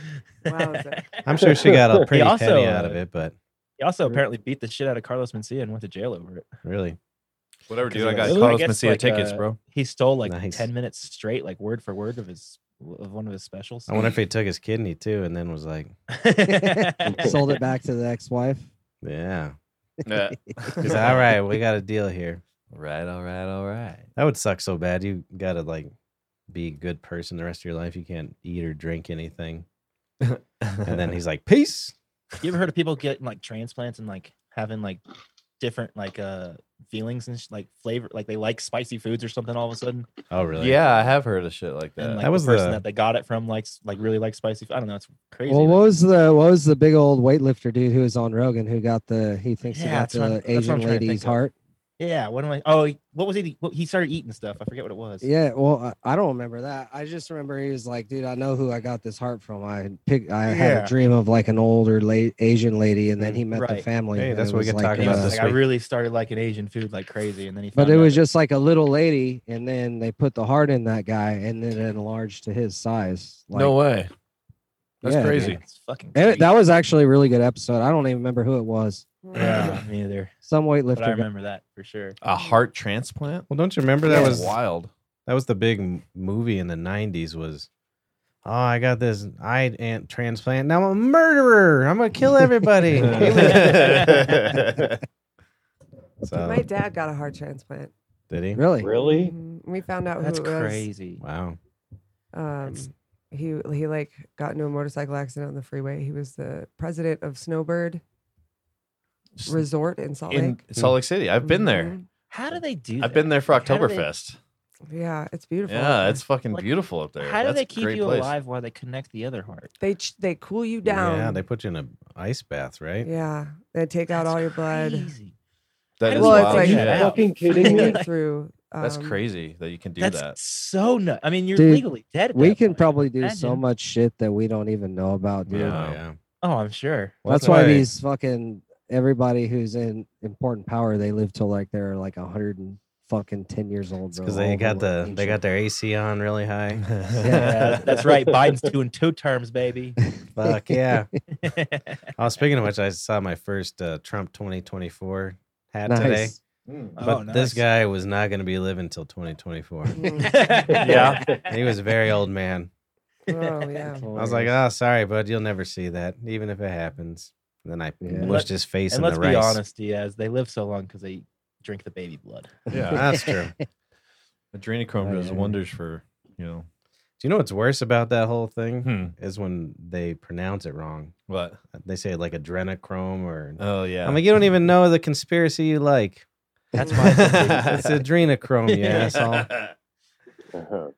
Speaker 3: Wowza.
Speaker 2: I'm sure she got a pretty
Speaker 4: also,
Speaker 2: penny out of
Speaker 4: uh,
Speaker 2: it, but
Speaker 4: he also apparently beat the shit out of Carlos Mencia and went to jail over it.
Speaker 2: really,
Speaker 5: Whatever, dude. I
Speaker 4: Because he
Speaker 5: got
Speaker 4: was-
Speaker 5: Carlos
Speaker 4: I guess,
Speaker 5: Mencia
Speaker 4: like,
Speaker 5: tickets,
Speaker 4: uh,
Speaker 5: bro.
Speaker 4: He stole like
Speaker 2: Nice.
Speaker 4: ten minutes straight, like word for word of his of one of his specials.
Speaker 2: I wonder if he took his kidney too and then was like,
Speaker 7: sold it back to the ex-wife.
Speaker 2: yeah,
Speaker 5: Yeah.
Speaker 2: He's like, all right, we got a deal here.
Speaker 5: right, all right, all right.
Speaker 2: That would suck so bad. You gotta like be a good person the rest of your life. You can't eat or drink anything. And then he's like, peace.
Speaker 4: You ever heard of people getting like transplants and like having like different like uh feelings and sh- like flavor, like they like spicy foods or something all of a sudden?
Speaker 2: Oh really?
Speaker 5: Yeah, I have heard of shit like that.
Speaker 4: And like
Speaker 2: That was
Speaker 4: the person
Speaker 2: the-
Speaker 4: that they got it from likes like really likes spicy. Food. I don't know, it's crazy.
Speaker 7: Well,
Speaker 4: but-
Speaker 7: what was the what was the big old weightlifter dude who was on Rogan who got the he thinks
Speaker 4: Yeah,
Speaker 7: he got
Speaker 4: that's what I'm-
Speaker 7: the
Speaker 4: that's what I'm
Speaker 7: Asian
Speaker 4: trying to
Speaker 7: lady's
Speaker 4: think of.
Speaker 7: heart?
Speaker 4: yeah, what am I? Oh, he- what was he? What, he started eating stuff. I forget what it was.
Speaker 7: Yeah, well, I, I don't remember that. I just remember he was like, "Dude, I know who I got this heart from. I pick. I had
Speaker 4: Yeah.
Speaker 7: a dream of like an older late Asian lady, and then he met the
Speaker 4: Right.
Speaker 7: family.
Speaker 2: Hey,
Speaker 7: and
Speaker 2: that's
Speaker 7: it
Speaker 2: what we
Speaker 7: was uh,
Speaker 2: get talking
Speaker 4: And he
Speaker 2: about
Speaker 4: was
Speaker 2: this
Speaker 4: like, I
Speaker 2: week.
Speaker 4: really started liking Asian food like crazy, and then he.
Speaker 7: But
Speaker 4: found
Speaker 7: it
Speaker 4: out
Speaker 7: was
Speaker 4: that-
Speaker 7: just like a little lady, and then they put the heart in that guy, and then it enlarged to his size. Like,
Speaker 5: no way. That's
Speaker 7: Yeah, dude.
Speaker 5: crazy.
Speaker 4: It's fucking.
Speaker 7: Eh,
Speaker 4: crazy.
Speaker 7: that was actually a really good episode. I don't even remember who it was.
Speaker 4: Yeah, me either.
Speaker 7: Some
Speaker 4: But I
Speaker 7: weightlifter. guy.
Speaker 4: remember that for sure.
Speaker 5: A heart transplant?
Speaker 2: Well, don't you remember that
Speaker 7: Yeah.
Speaker 2: was
Speaker 5: wild.
Speaker 2: that was the big m- movie in the 90s was oh i got this eye ant transplant now i'm a murderer i'm gonna kill everybody
Speaker 3: My
Speaker 2: so,
Speaker 3: dad got a heart transplant.
Speaker 2: did he
Speaker 7: Really?
Speaker 6: Really?
Speaker 3: Mhm. We found out
Speaker 4: That's
Speaker 3: who it was.
Speaker 4: crazy.
Speaker 2: wow
Speaker 3: Um,
Speaker 4: That's-
Speaker 3: he he like got into a motorcycle accident on the freeway. He was the president of Snowbird
Speaker 5: S-
Speaker 3: Resort in Salt
Speaker 5: In
Speaker 3: Lake.
Speaker 5: Salt Lake City. I've been there.
Speaker 3: Mhm.
Speaker 4: How do they do?
Speaker 5: I've
Speaker 4: that?
Speaker 5: been there for
Speaker 4: Like, how do they-
Speaker 5: Oktoberfest.
Speaker 3: Yeah, it's beautiful. up
Speaker 5: Yeah,
Speaker 3: there.
Speaker 5: it's fucking
Speaker 4: Like,
Speaker 5: beautiful up there.
Speaker 4: How do
Speaker 5: That's
Speaker 4: they
Speaker 5: a
Speaker 4: keep
Speaker 5: great
Speaker 4: you
Speaker 5: place.
Speaker 4: alive while they connect the other heart?
Speaker 3: they ch- they cool you down.
Speaker 2: yeah they put you in an ice bath right
Speaker 3: Yeah, they take out
Speaker 4: That's
Speaker 3: all your blood.
Speaker 4: crazy.
Speaker 5: That
Speaker 4: How
Speaker 5: is
Speaker 4: do you
Speaker 3: Well, it's
Speaker 5: wild.
Speaker 3: like-
Speaker 5: shit.
Speaker 4: Yeah.
Speaker 6: Fucking
Speaker 3: They
Speaker 6: kidding me.
Speaker 3: leak through.
Speaker 5: That's
Speaker 3: um,
Speaker 5: crazy that you can do
Speaker 4: That's
Speaker 5: that.
Speaker 4: so nuts. I mean, you're
Speaker 7: Dude,
Speaker 4: legally dead. At
Speaker 7: We
Speaker 4: that
Speaker 7: can
Speaker 4: point.
Speaker 7: probably do so
Speaker 4: Imagine.
Speaker 7: much shit that we don't even know about, dude.
Speaker 5: Yeah.
Speaker 2: Oh, yeah
Speaker 4: Oh, I'm sure.
Speaker 2: Well,
Speaker 7: that's why
Speaker 2: why-
Speaker 7: these fucking everybody who's in important power they live till like they're like a hundred and fucking ten years old.
Speaker 2: because they got the they got their ac on really high
Speaker 4: Yeah, that's right. Biden's doing two terms, baby.
Speaker 2: fuck yeah oh speaking of which i saw my first uh, trump 2024 hat today
Speaker 7: nice.
Speaker 5: Mm.
Speaker 2: but
Speaker 4: Oh,
Speaker 2: this
Speaker 4: nice.
Speaker 2: guy was not going to be living till 2024
Speaker 3: mm,
Speaker 5: Yeah.
Speaker 2: he was a very old man
Speaker 3: oh yeah.
Speaker 2: I was like, oh, sorry, bud. You'll never see that, even if it happens. And then I
Speaker 7: Yeah.
Speaker 2: pushed
Speaker 4: Let-
Speaker 2: his face
Speaker 4: and
Speaker 2: in
Speaker 4: let's
Speaker 2: the
Speaker 4: be
Speaker 2: rice.
Speaker 4: honest, Diaz. They live so long because they drink the baby blood.
Speaker 5: Yeah.
Speaker 2: That's true. Do
Speaker 5: Adrenochrome does
Speaker 7: Yeah.
Speaker 5: wonders for, you know.
Speaker 2: you know what's worse about that whole thing?
Speaker 5: Hmm.
Speaker 2: Is when they pronounce it wrong.
Speaker 5: What?
Speaker 2: They say like adrenochrome or.
Speaker 5: Oh, yeah.
Speaker 2: I'm like, you don't even know the conspiracy you like.
Speaker 4: That's
Speaker 3: why
Speaker 2: It's adrenochrome, you asshole.
Speaker 6: Uh-huh.
Speaker 2: "Ah."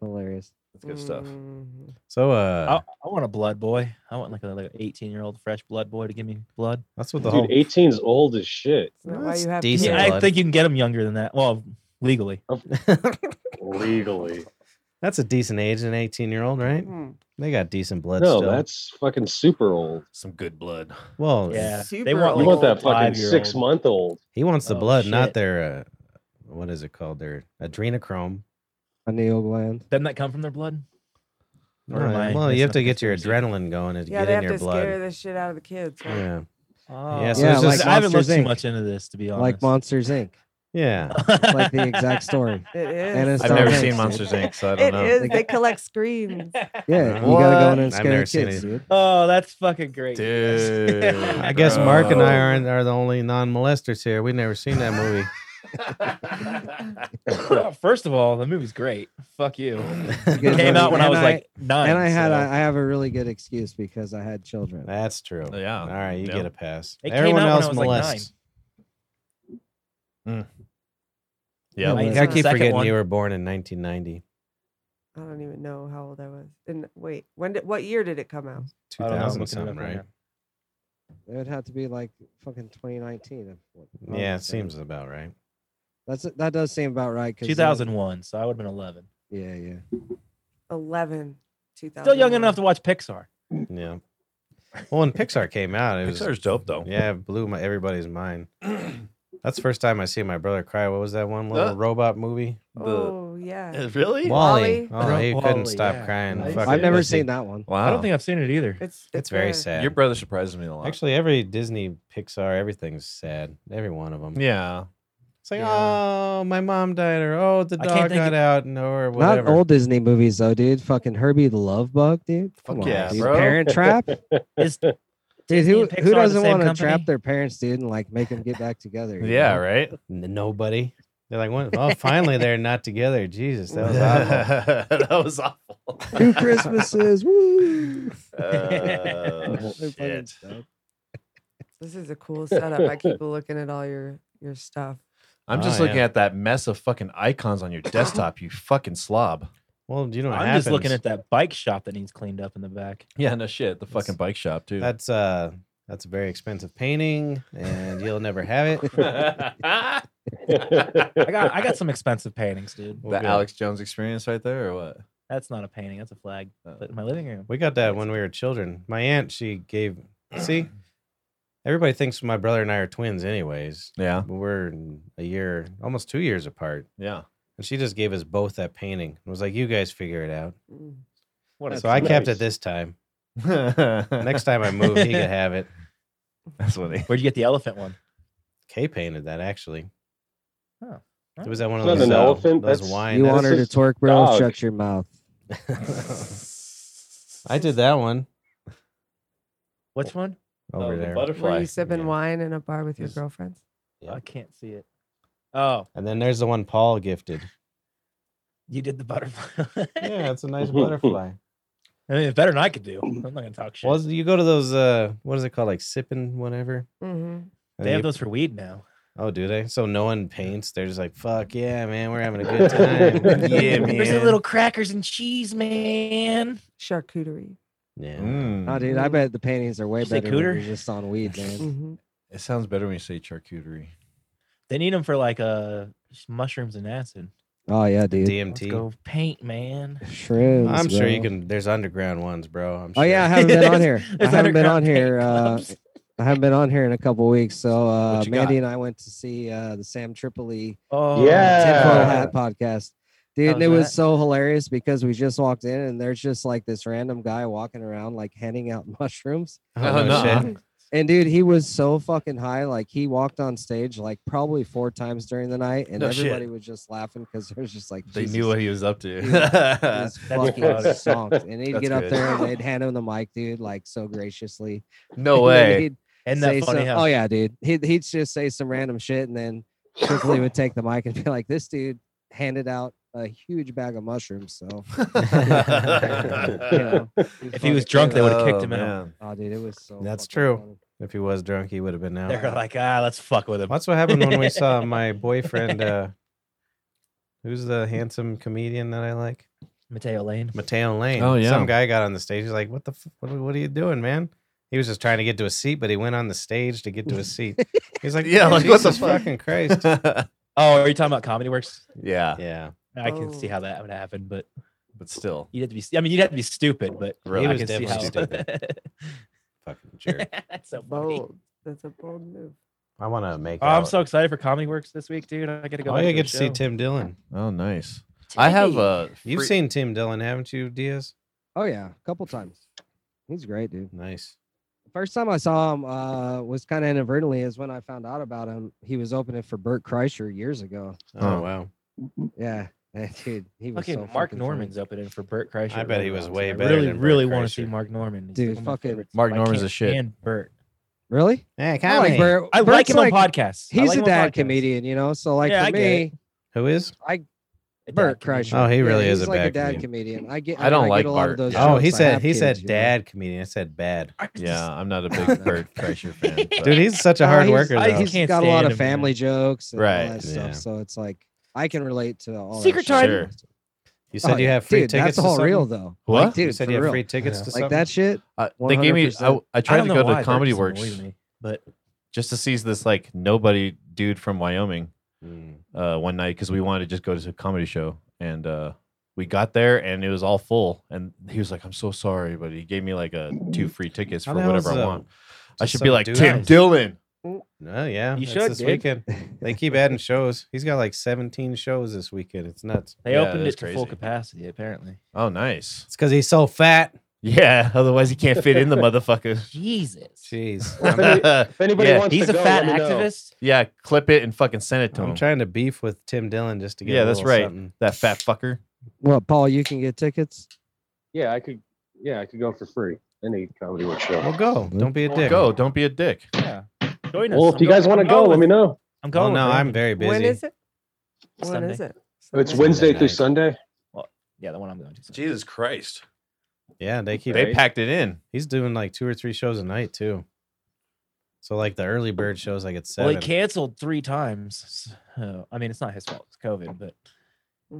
Speaker 7: hilarious.
Speaker 5: That's good stuff.
Speaker 3: Mhm.
Speaker 2: So
Speaker 4: I,
Speaker 2: uh,
Speaker 4: I want a blood boy. I want like a like 18 year old fresh blood boy to give me blood.
Speaker 2: that's what the whole.
Speaker 6: Dude, 18's old as shit.
Speaker 3: Isn't that why
Speaker 2: That's
Speaker 3: you have
Speaker 2: decent.
Speaker 4: Yeah,
Speaker 3: kids?
Speaker 2: Decent
Speaker 4: I
Speaker 2: blood.
Speaker 4: think you can get them younger than that. Well, legally.
Speaker 2: Oh,
Speaker 6: Legally.
Speaker 2: that's a decent age, an 18 year old, right?
Speaker 3: Mm,
Speaker 2: They got decent blood
Speaker 6: no,
Speaker 2: still.
Speaker 6: that's fucking super old.
Speaker 5: Some good blood.
Speaker 2: well,
Speaker 4: Yeah, they
Speaker 3: super
Speaker 4: want
Speaker 6: You
Speaker 4: like
Speaker 6: want that fucking
Speaker 4: five-year-old.
Speaker 6: six month old.
Speaker 2: he wants the
Speaker 4: Oh,
Speaker 2: blood, not
Speaker 4: shit.
Speaker 2: their. Uh, what is it called? Their adrenochrome.
Speaker 7: A nail gland.
Speaker 4: Doesn't that come from their blood? Or
Speaker 2: No,
Speaker 4: am I
Speaker 2: well, you have to
Speaker 4: missing a
Speaker 2: get your
Speaker 4: conspiracy?
Speaker 2: adrenaline going to
Speaker 3: Yeah,
Speaker 2: get in
Speaker 3: they have
Speaker 2: your
Speaker 3: to scare
Speaker 2: blood.
Speaker 3: the shit out of the kids. right?
Speaker 2: Yeah,
Speaker 4: Oh.
Speaker 2: Yeah, so
Speaker 7: Yeah,
Speaker 2: it's
Speaker 7: like
Speaker 2: just
Speaker 4: I haven't looked
Speaker 7: Monsters,
Speaker 4: too
Speaker 7: Inc.
Speaker 4: much into this to be honest.
Speaker 7: Like Monsters Inc.
Speaker 2: yeah.
Speaker 7: It's like the exact story.
Speaker 3: It is.
Speaker 7: And it's
Speaker 5: I've
Speaker 7: Tom
Speaker 5: never
Speaker 7: Hanks,
Speaker 5: seen
Speaker 7: dude.
Speaker 5: Monsters Inc., so I don't
Speaker 3: It
Speaker 5: know.
Speaker 3: is.
Speaker 7: Like-
Speaker 3: They collect screams.
Speaker 7: Yeah,
Speaker 2: Wow.
Speaker 7: you gotta go in
Speaker 2: What?
Speaker 7: and
Speaker 2: I've
Speaker 7: scare
Speaker 2: never
Speaker 7: the
Speaker 2: seen
Speaker 7: kids,
Speaker 2: it.
Speaker 7: dude.
Speaker 4: Oh, that's fucking great.
Speaker 5: Dude.
Speaker 2: I guess
Speaker 5: bro.
Speaker 2: Mark and I aren't are the only non molesters here. We've never seen that movie.
Speaker 4: First of all, the movie's great. Fuck you.
Speaker 7: You
Speaker 4: It
Speaker 7: guys
Speaker 4: came
Speaker 7: are-
Speaker 4: out when I
Speaker 7: and
Speaker 4: was like nine.
Speaker 7: and I had
Speaker 4: so-
Speaker 7: a, I have a really good excuse because I had children.
Speaker 2: That's true.
Speaker 5: Yeah.
Speaker 2: All right, you
Speaker 5: Yep.
Speaker 2: get a pass.
Speaker 4: It came
Speaker 2: Everyone
Speaker 4: out when I
Speaker 2: else
Speaker 4: was, like,
Speaker 2: molests.
Speaker 5: Yeah.
Speaker 7: Like,
Speaker 2: I,
Speaker 7: It's on
Speaker 2: keep
Speaker 4: the second
Speaker 2: forgetting
Speaker 4: one.
Speaker 2: you were born in 1990.
Speaker 3: I don't even know how old I was. And wait, when did what year did it come out?
Speaker 4: I don't know, I'm
Speaker 2: 2000
Speaker 4: looking it
Speaker 2: something,
Speaker 4: up right
Speaker 2: right?
Speaker 4: now.
Speaker 7: It would have to be like fucking 2019. if- what-
Speaker 2: Yeah,
Speaker 7: um,
Speaker 2: it seems about right.
Speaker 7: That's that does seem about right. 'cause that-
Speaker 4: 2001, so I would have been 11.
Speaker 7: Yeah, yeah.
Speaker 3: 11, 2000.
Speaker 4: Still young enough to watch Pixar.
Speaker 2: Yeah. Well, when Pixar came out, it was
Speaker 5: Pixar's dope though.
Speaker 2: yeah, it blew my everybody's mind. That's the first time I see my brother cry. What was that one little
Speaker 5: Uh,
Speaker 2: robot movie?
Speaker 3: Oh, yeah.
Speaker 5: Uh, really?
Speaker 2: Wally.
Speaker 3: Wally.
Speaker 2: Oh, he couldn't
Speaker 4: Wally,
Speaker 2: stop
Speaker 4: yeah.
Speaker 2: crying.
Speaker 4: Nice.
Speaker 2: Fucking-
Speaker 7: I've never
Speaker 2: that's-
Speaker 7: seen that one.
Speaker 5: Wow.
Speaker 2: Oh.
Speaker 4: I don't think I've seen it either.
Speaker 3: It's,
Speaker 2: It's very
Speaker 3: sad.
Speaker 2: sad.
Speaker 5: your brother surprises me a lot.
Speaker 2: Actually, every Disney, Pixar, everything's sad. Every one of them.
Speaker 5: yeah.
Speaker 2: It's like,
Speaker 4: Yeah.
Speaker 2: oh, my mom died, or oh, the
Speaker 4: I can't
Speaker 2: dog
Speaker 4: think
Speaker 2: got
Speaker 4: of-
Speaker 2: out, and or whatever.
Speaker 7: Not old Disney movies though, dude. Fucking Herbie the Love Bug, dude. Come
Speaker 5: Fuck
Speaker 7: on,
Speaker 5: yeah,
Speaker 7: dude.
Speaker 5: bro.
Speaker 7: Parent Trap,
Speaker 4: Is
Speaker 7: dude.
Speaker 4: Disney
Speaker 7: Who,
Speaker 4: and Pixar
Speaker 7: who
Speaker 4: the
Speaker 7: doesn't
Speaker 4: same
Speaker 7: want to
Speaker 4: company?
Speaker 7: trap their parents, dude, and like make them get back together? you
Speaker 5: Yeah.
Speaker 7: know?
Speaker 5: Right.
Speaker 2: N- nobody. They're like, "What- oh, finally they're not together. Jesus, that was awful.
Speaker 5: that was awful.
Speaker 7: Two Christmases. Woo.
Speaker 5: Uh,
Speaker 7: They're fucking
Speaker 5: Oh, shit.
Speaker 7: stoked.
Speaker 3: This is a cool setup. I keep looking at all your your stuff.
Speaker 5: I'm just
Speaker 2: Oh,
Speaker 5: looking
Speaker 2: yeah.
Speaker 5: at that mess of fucking icons on your desktop, you fucking slob.
Speaker 2: Well, you know, what
Speaker 4: I'm
Speaker 2: happens?
Speaker 4: just looking at that bike shop that needs cleaned up in the back.
Speaker 5: Yeah, no shit. The fucking bike shop too.
Speaker 2: that's uh, that's a very expensive painting, and you'll never have it.
Speaker 5: the
Speaker 4: I got I got some expensive paintings, dude.
Speaker 2: We'll be-
Speaker 5: Alex Jones experience right there, or what?
Speaker 4: That's not a painting. That's a flag.
Speaker 5: Uh,
Speaker 4: But in my living room.
Speaker 2: We got that when we were children. My aunt, she gave. See, everybody thinks my brother and I are twins, anyways.
Speaker 5: Yeah,
Speaker 2: But We're a year, almost two years apart,
Speaker 5: yeah.
Speaker 2: and she just gave us both that painting. and was like, "You guys figure it out."
Speaker 3: Mm.
Speaker 5: What
Speaker 2: so I kept
Speaker 6: nice.
Speaker 2: it this time.
Speaker 5: Next,
Speaker 2: Next time I move, he could have it.
Speaker 5: that's funny.
Speaker 4: Where'd you get the elephant one?
Speaker 2: Kay painted that actually.
Speaker 4: Oh,
Speaker 2: It was that one of
Speaker 6: It's not
Speaker 2: those,
Speaker 6: an
Speaker 2: uh,
Speaker 6: elephant,
Speaker 2: those
Speaker 6: that's-
Speaker 2: wine.
Speaker 7: You
Speaker 6: that's
Speaker 7: want her to
Speaker 6: just
Speaker 7: twerk, bro?
Speaker 6: dog.
Speaker 7: Shut your mouth.
Speaker 2: I did that one
Speaker 4: Which one?
Speaker 2: over
Speaker 5: Oh, the
Speaker 2: there.
Speaker 3: Were
Speaker 5: Butterfly.
Speaker 3: you sipping
Speaker 2: Yeah.
Speaker 3: wine in a bar with your
Speaker 2: Yes.
Speaker 3: girlfriends?
Speaker 2: Yeah.
Speaker 4: I can't see it. Oh,
Speaker 2: And then there's the one Paul gifted.
Speaker 4: you did the butterfly.
Speaker 2: Yeah, it's a nice butterfly.
Speaker 4: I mean, it's better than I could do. I'm not gonna talk shit.
Speaker 2: Well, you go to those uh what is it called? Like sipping whatever.
Speaker 3: Mm-hmm.
Speaker 2: And
Speaker 4: they
Speaker 2: you-
Speaker 4: have those for weed now.
Speaker 2: oh, do they? So no one paints. They're just like, fuck yeah, man, we're having a good time.
Speaker 5: Yeah,
Speaker 4: There's the
Speaker 5: man.
Speaker 4: little crackers and cheese, man.
Speaker 3: Charcuterie.
Speaker 2: yeah.
Speaker 5: Mm.
Speaker 7: Oh, dude, I bet the paintings are way
Speaker 4: Did you say
Speaker 7: better when
Speaker 4: cooter?
Speaker 7: you're just on weed, man.
Speaker 3: Mm-hmm.
Speaker 5: It sounds better when you say charcuterie.
Speaker 4: They need them for like uh mushrooms and acid.
Speaker 7: Oh yeah, dude.
Speaker 4: Let's
Speaker 2: DMT.
Speaker 4: go paint, man.
Speaker 7: Shrooms.
Speaker 2: I'm sure you
Speaker 7: bro.
Speaker 2: can there's underground ones, bro. I'm
Speaker 7: Oh
Speaker 2: sure.
Speaker 7: yeah, I haven't been on here.
Speaker 4: There's-
Speaker 7: I
Speaker 4: there's
Speaker 7: haven't been on
Speaker 4: underground paint
Speaker 7: here. Uh,
Speaker 4: clubs.
Speaker 7: I haven't been on here in a couple weeks. So uh,
Speaker 5: What you got?
Speaker 7: Mandy and I went to see uh, the Sam Tripoli
Speaker 4: Oh,
Speaker 7: Tinfoil
Speaker 6: Yeah.
Speaker 7: Hat podcast. Dude,
Speaker 4: How
Speaker 7: and it
Speaker 4: was
Speaker 7: was
Speaker 4: that?
Speaker 7: so hilarious because we just walked in and there's just like this random guy walking around like handing out mushrooms.
Speaker 2: Oh,
Speaker 5: Oh,
Speaker 2: no
Speaker 5: nuh-uh.
Speaker 2: shit.
Speaker 7: And dude, he was so fucking high. Like he walked on stage like probably four times during the night, and
Speaker 5: No shit.
Speaker 7: everybody was just laughing because it was just like
Speaker 5: They
Speaker 7: Jesus,
Speaker 5: knew what he was up
Speaker 7: Dude,
Speaker 5: to.
Speaker 7: was
Speaker 4: That's
Speaker 7: fucking
Speaker 4: wild.
Speaker 7: stonked. And he'd
Speaker 5: That's
Speaker 7: get up
Speaker 5: good.
Speaker 7: there and they'd hand him the mic, dude, like so graciously.
Speaker 5: no
Speaker 7: And then
Speaker 5: way.
Speaker 7: he'd
Speaker 4: and that
Speaker 7: say
Speaker 4: funny
Speaker 7: some-
Speaker 4: house.
Speaker 7: Oh yeah, dude. He'd he'd just say some random shit and then Tripoli would take the mic and be like, This dude handed out a huge bag of mushrooms. So you know,
Speaker 4: If he was drunk, they would have kicked him out.
Speaker 5: man.
Speaker 7: Oh dude, it was so
Speaker 2: That's
Speaker 7: fucking
Speaker 2: true.
Speaker 7: funny.
Speaker 2: If he was drunk, he would have been out.
Speaker 4: They're like, ah, let's fuck with him.
Speaker 2: That's what happened when we saw my boyfriend. Uh, who's the handsome comedian that I like?
Speaker 4: Mateo Lane.
Speaker 2: Mateo Lane.
Speaker 5: Oh, yeah.
Speaker 2: Some guy got on the stage. He's like, "What the? F- what, what are you doing, man?" He was just trying to get to a seat, but he went on the stage to get to a seat. He's like,
Speaker 5: Yeah,
Speaker 2: "Man,
Speaker 5: like, what the
Speaker 2: Jesus
Speaker 5: fuck?"
Speaker 2: fucking Christ!"
Speaker 4: Oh, are you talking about Comedy Works?
Speaker 5: yeah,
Speaker 2: yeah,
Speaker 4: I can see
Speaker 3: Oh.
Speaker 4: how that would happen, but
Speaker 5: but still.
Speaker 4: you'd have to be. I mean, you'd have to be stupid, but
Speaker 5: Really?
Speaker 4: I
Speaker 2: He
Speaker 4: can
Speaker 2: was
Speaker 4: see how.
Speaker 2: definitely fucking jerk.
Speaker 4: That's so funny.
Speaker 3: Bold. That's a bold move.
Speaker 2: I want to make.
Speaker 4: Oh, I'm
Speaker 2: out.
Speaker 4: so excited for Comedy Works this week, dude. I gotta go.
Speaker 2: Oh,
Speaker 4: back
Speaker 2: yeah, I
Speaker 4: to
Speaker 2: get
Speaker 4: the
Speaker 2: to see
Speaker 4: show.
Speaker 2: Tim Dillon.
Speaker 5: Oh, nice. I have a.
Speaker 2: You've
Speaker 5: free-
Speaker 2: seen Tim Dillon, haven't you, Diaz?
Speaker 7: Oh yeah, a couple times. He's great, dude.
Speaker 2: Nice.
Speaker 7: First time I saw him uh, was kind of inadvertently is when I found out about him. He was opening for Burt Kreischer years ago.
Speaker 2: Oh
Speaker 5: Oh.
Speaker 2: wow.
Speaker 7: Yeah, that dude, he was
Speaker 4: Fucking
Speaker 7: so
Speaker 4: Mark
Speaker 7: fucking funny.
Speaker 4: Norman's opening for Burt Kreischer.
Speaker 2: I bet he was
Speaker 4: Roadhouse,
Speaker 2: way
Speaker 4: and I
Speaker 2: better
Speaker 4: really,
Speaker 2: than Burt
Speaker 4: really want to see
Speaker 2: Kreischer.
Speaker 4: Mark Norman. He's
Speaker 7: Dude,
Speaker 4: one of my
Speaker 7: fucking-
Speaker 4: favorites,
Speaker 5: Mark
Speaker 4: but I
Speaker 5: Norman's
Speaker 4: can't
Speaker 5: a shit.
Speaker 4: stand Burt.
Speaker 7: Really?
Speaker 2: Hey,
Speaker 7: I like Burt.
Speaker 4: I like
Speaker 7: Burt's
Speaker 4: him on podcasts. I
Speaker 7: He's
Speaker 4: like
Speaker 7: a
Speaker 4: him on
Speaker 7: dad
Speaker 4: podcasts.
Speaker 7: comedian, you know. So like
Speaker 4: Yeah,
Speaker 7: for
Speaker 4: I get
Speaker 7: me,
Speaker 4: it.
Speaker 2: Who is?
Speaker 4: A dad
Speaker 7: Burt
Speaker 4: comedian.
Speaker 7: Kreischer.
Speaker 2: Oh, he
Speaker 7: yeah,
Speaker 2: really is
Speaker 7: he's
Speaker 2: a
Speaker 7: like
Speaker 2: bad
Speaker 7: a dad
Speaker 2: comedian.
Speaker 7: comedian. I get.
Speaker 5: I don't
Speaker 7: mean,
Speaker 5: like
Speaker 7: get a lot
Speaker 5: Bart.
Speaker 7: of those.
Speaker 5: Yeah.
Speaker 2: Oh, he
Speaker 7: jokes. I
Speaker 2: said
Speaker 7: have
Speaker 2: he
Speaker 7: kids,
Speaker 2: said
Speaker 7: you know?
Speaker 2: dad comedian. I said bad.
Speaker 5: Yeah, I'm not a big Bert Kreischer fan. but-
Speaker 2: Dude, he's such a
Speaker 7: No,
Speaker 2: hard
Speaker 7: Oh, he's-
Speaker 2: worker.
Speaker 4: I-
Speaker 2: though.
Speaker 4: Oh, he's-
Speaker 7: He's
Speaker 4: Can't
Speaker 7: got a lot
Speaker 4: stand
Speaker 7: of
Speaker 4: him, man.
Speaker 7: family jokes and
Speaker 5: Right,
Speaker 7: all that
Speaker 2: yeah.
Speaker 7: stuff. So it's like I can relate to all. that
Speaker 4: Secret
Speaker 7: shit.
Speaker 4: Time.
Speaker 5: Sure.
Speaker 2: You said
Speaker 7: Oh,
Speaker 2: you have free
Speaker 7: dude,
Speaker 2: tickets.
Speaker 7: That's
Speaker 2: to
Speaker 7: all
Speaker 2: something?
Speaker 7: real though.
Speaker 5: What?
Speaker 7: Like, dude,
Speaker 2: you said
Speaker 7: for
Speaker 2: you have
Speaker 7: real.
Speaker 2: free tickets to
Speaker 7: like
Speaker 2: something?
Speaker 7: that shit.
Speaker 5: Uh, they gave me. I,
Speaker 7: 100%.
Speaker 5: I
Speaker 4: I
Speaker 5: tried
Speaker 4: don't
Speaker 5: to
Speaker 4: know
Speaker 5: go
Speaker 4: why,
Speaker 5: to
Speaker 4: that
Speaker 5: Comedy
Speaker 4: doesn't
Speaker 5: Works
Speaker 4: believe me, but
Speaker 5: just to see this like nobody dude from Wyoming
Speaker 2: Hmm.
Speaker 5: uh, one night because we wanted to just go to a comedy show and uh, we got there and it was all full and he was like, "I'm so sorry," but he gave me like a two free tickets
Speaker 2: How
Speaker 5: for
Speaker 2: the hell's
Speaker 5: whatever I
Speaker 2: a-
Speaker 5: want. I
Speaker 2: just
Speaker 5: should
Speaker 2: some
Speaker 5: be like
Speaker 2: dude
Speaker 5: Tim
Speaker 2: on-
Speaker 5: Dillon.
Speaker 2: No, Oh, yeah,
Speaker 4: You
Speaker 2: that's
Speaker 4: should,
Speaker 2: this
Speaker 4: dude.
Speaker 2: weekend. They keep adding shows. He's got like 17 shows this weekend. It's nuts.
Speaker 4: they
Speaker 5: Yeah,
Speaker 4: opened
Speaker 5: that's
Speaker 4: it to full
Speaker 5: crazy.
Speaker 4: capacity apparently.
Speaker 5: Oh, nice.
Speaker 2: It's because he's so fat.
Speaker 5: Yeah, otherwise he can't fit in the motherfucker.
Speaker 4: Jesus.
Speaker 2: Jeez,
Speaker 6: If any-
Speaker 5: I'm-
Speaker 6: if anybody
Speaker 5: Yeah,
Speaker 6: wants
Speaker 4: He's
Speaker 6: to
Speaker 4: a
Speaker 6: go,
Speaker 4: fat
Speaker 6: let me know.
Speaker 4: activist.
Speaker 5: yeah, clip it and fucking send it to
Speaker 2: I'm
Speaker 5: him.
Speaker 2: trying to beef with Tim Dillon just to get.
Speaker 5: Yeah,
Speaker 2: a
Speaker 5: that's
Speaker 2: little
Speaker 5: right.
Speaker 2: something.
Speaker 5: that fat fucker.
Speaker 7: Well, Paul, you can get tickets.
Speaker 6: Yeah, I could. Yeah, I could go for free. Any comedy work
Speaker 2: Well,
Speaker 6: show.
Speaker 2: go. Don't be a dick.
Speaker 5: Go, don't be a dick.
Speaker 4: Yeah. Join us.
Speaker 6: Well,
Speaker 4: I'm
Speaker 6: if you guys
Speaker 4: going-
Speaker 6: want to
Speaker 4: I'm
Speaker 6: go,
Speaker 4: going
Speaker 6: let me
Speaker 4: with-
Speaker 6: know.
Speaker 4: I'm
Speaker 2: Oh
Speaker 4: going.
Speaker 2: no,
Speaker 4: with
Speaker 2: I'm
Speaker 4: him.
Speaker 2: very busy.
Speaker 3: When is it? When
Speaker 4: Sunday.
Speaker 3: is it?
Speaker 6: It's
Speaker 3: Sunday.
Speaker 6: Wednesday
Speaker 2: night.
Speaker 6: through Sunday.
Speaker 4: Yeah, the one I'm going to.
Speaker 5: Jesus Christ.
Speaker 2: Yeah, they keep.
Speaker 5: They
Speaker 6: Right?
Speaker 5: packed it in.
Speaker 2: He's doing like two or three shows a night too. So like the early bird shows, like at
Speaker 4: Well,
Speaker 2: seven.
Speaker 4: he canceled three times. So, I mean, it's not his fault. It's COVID, but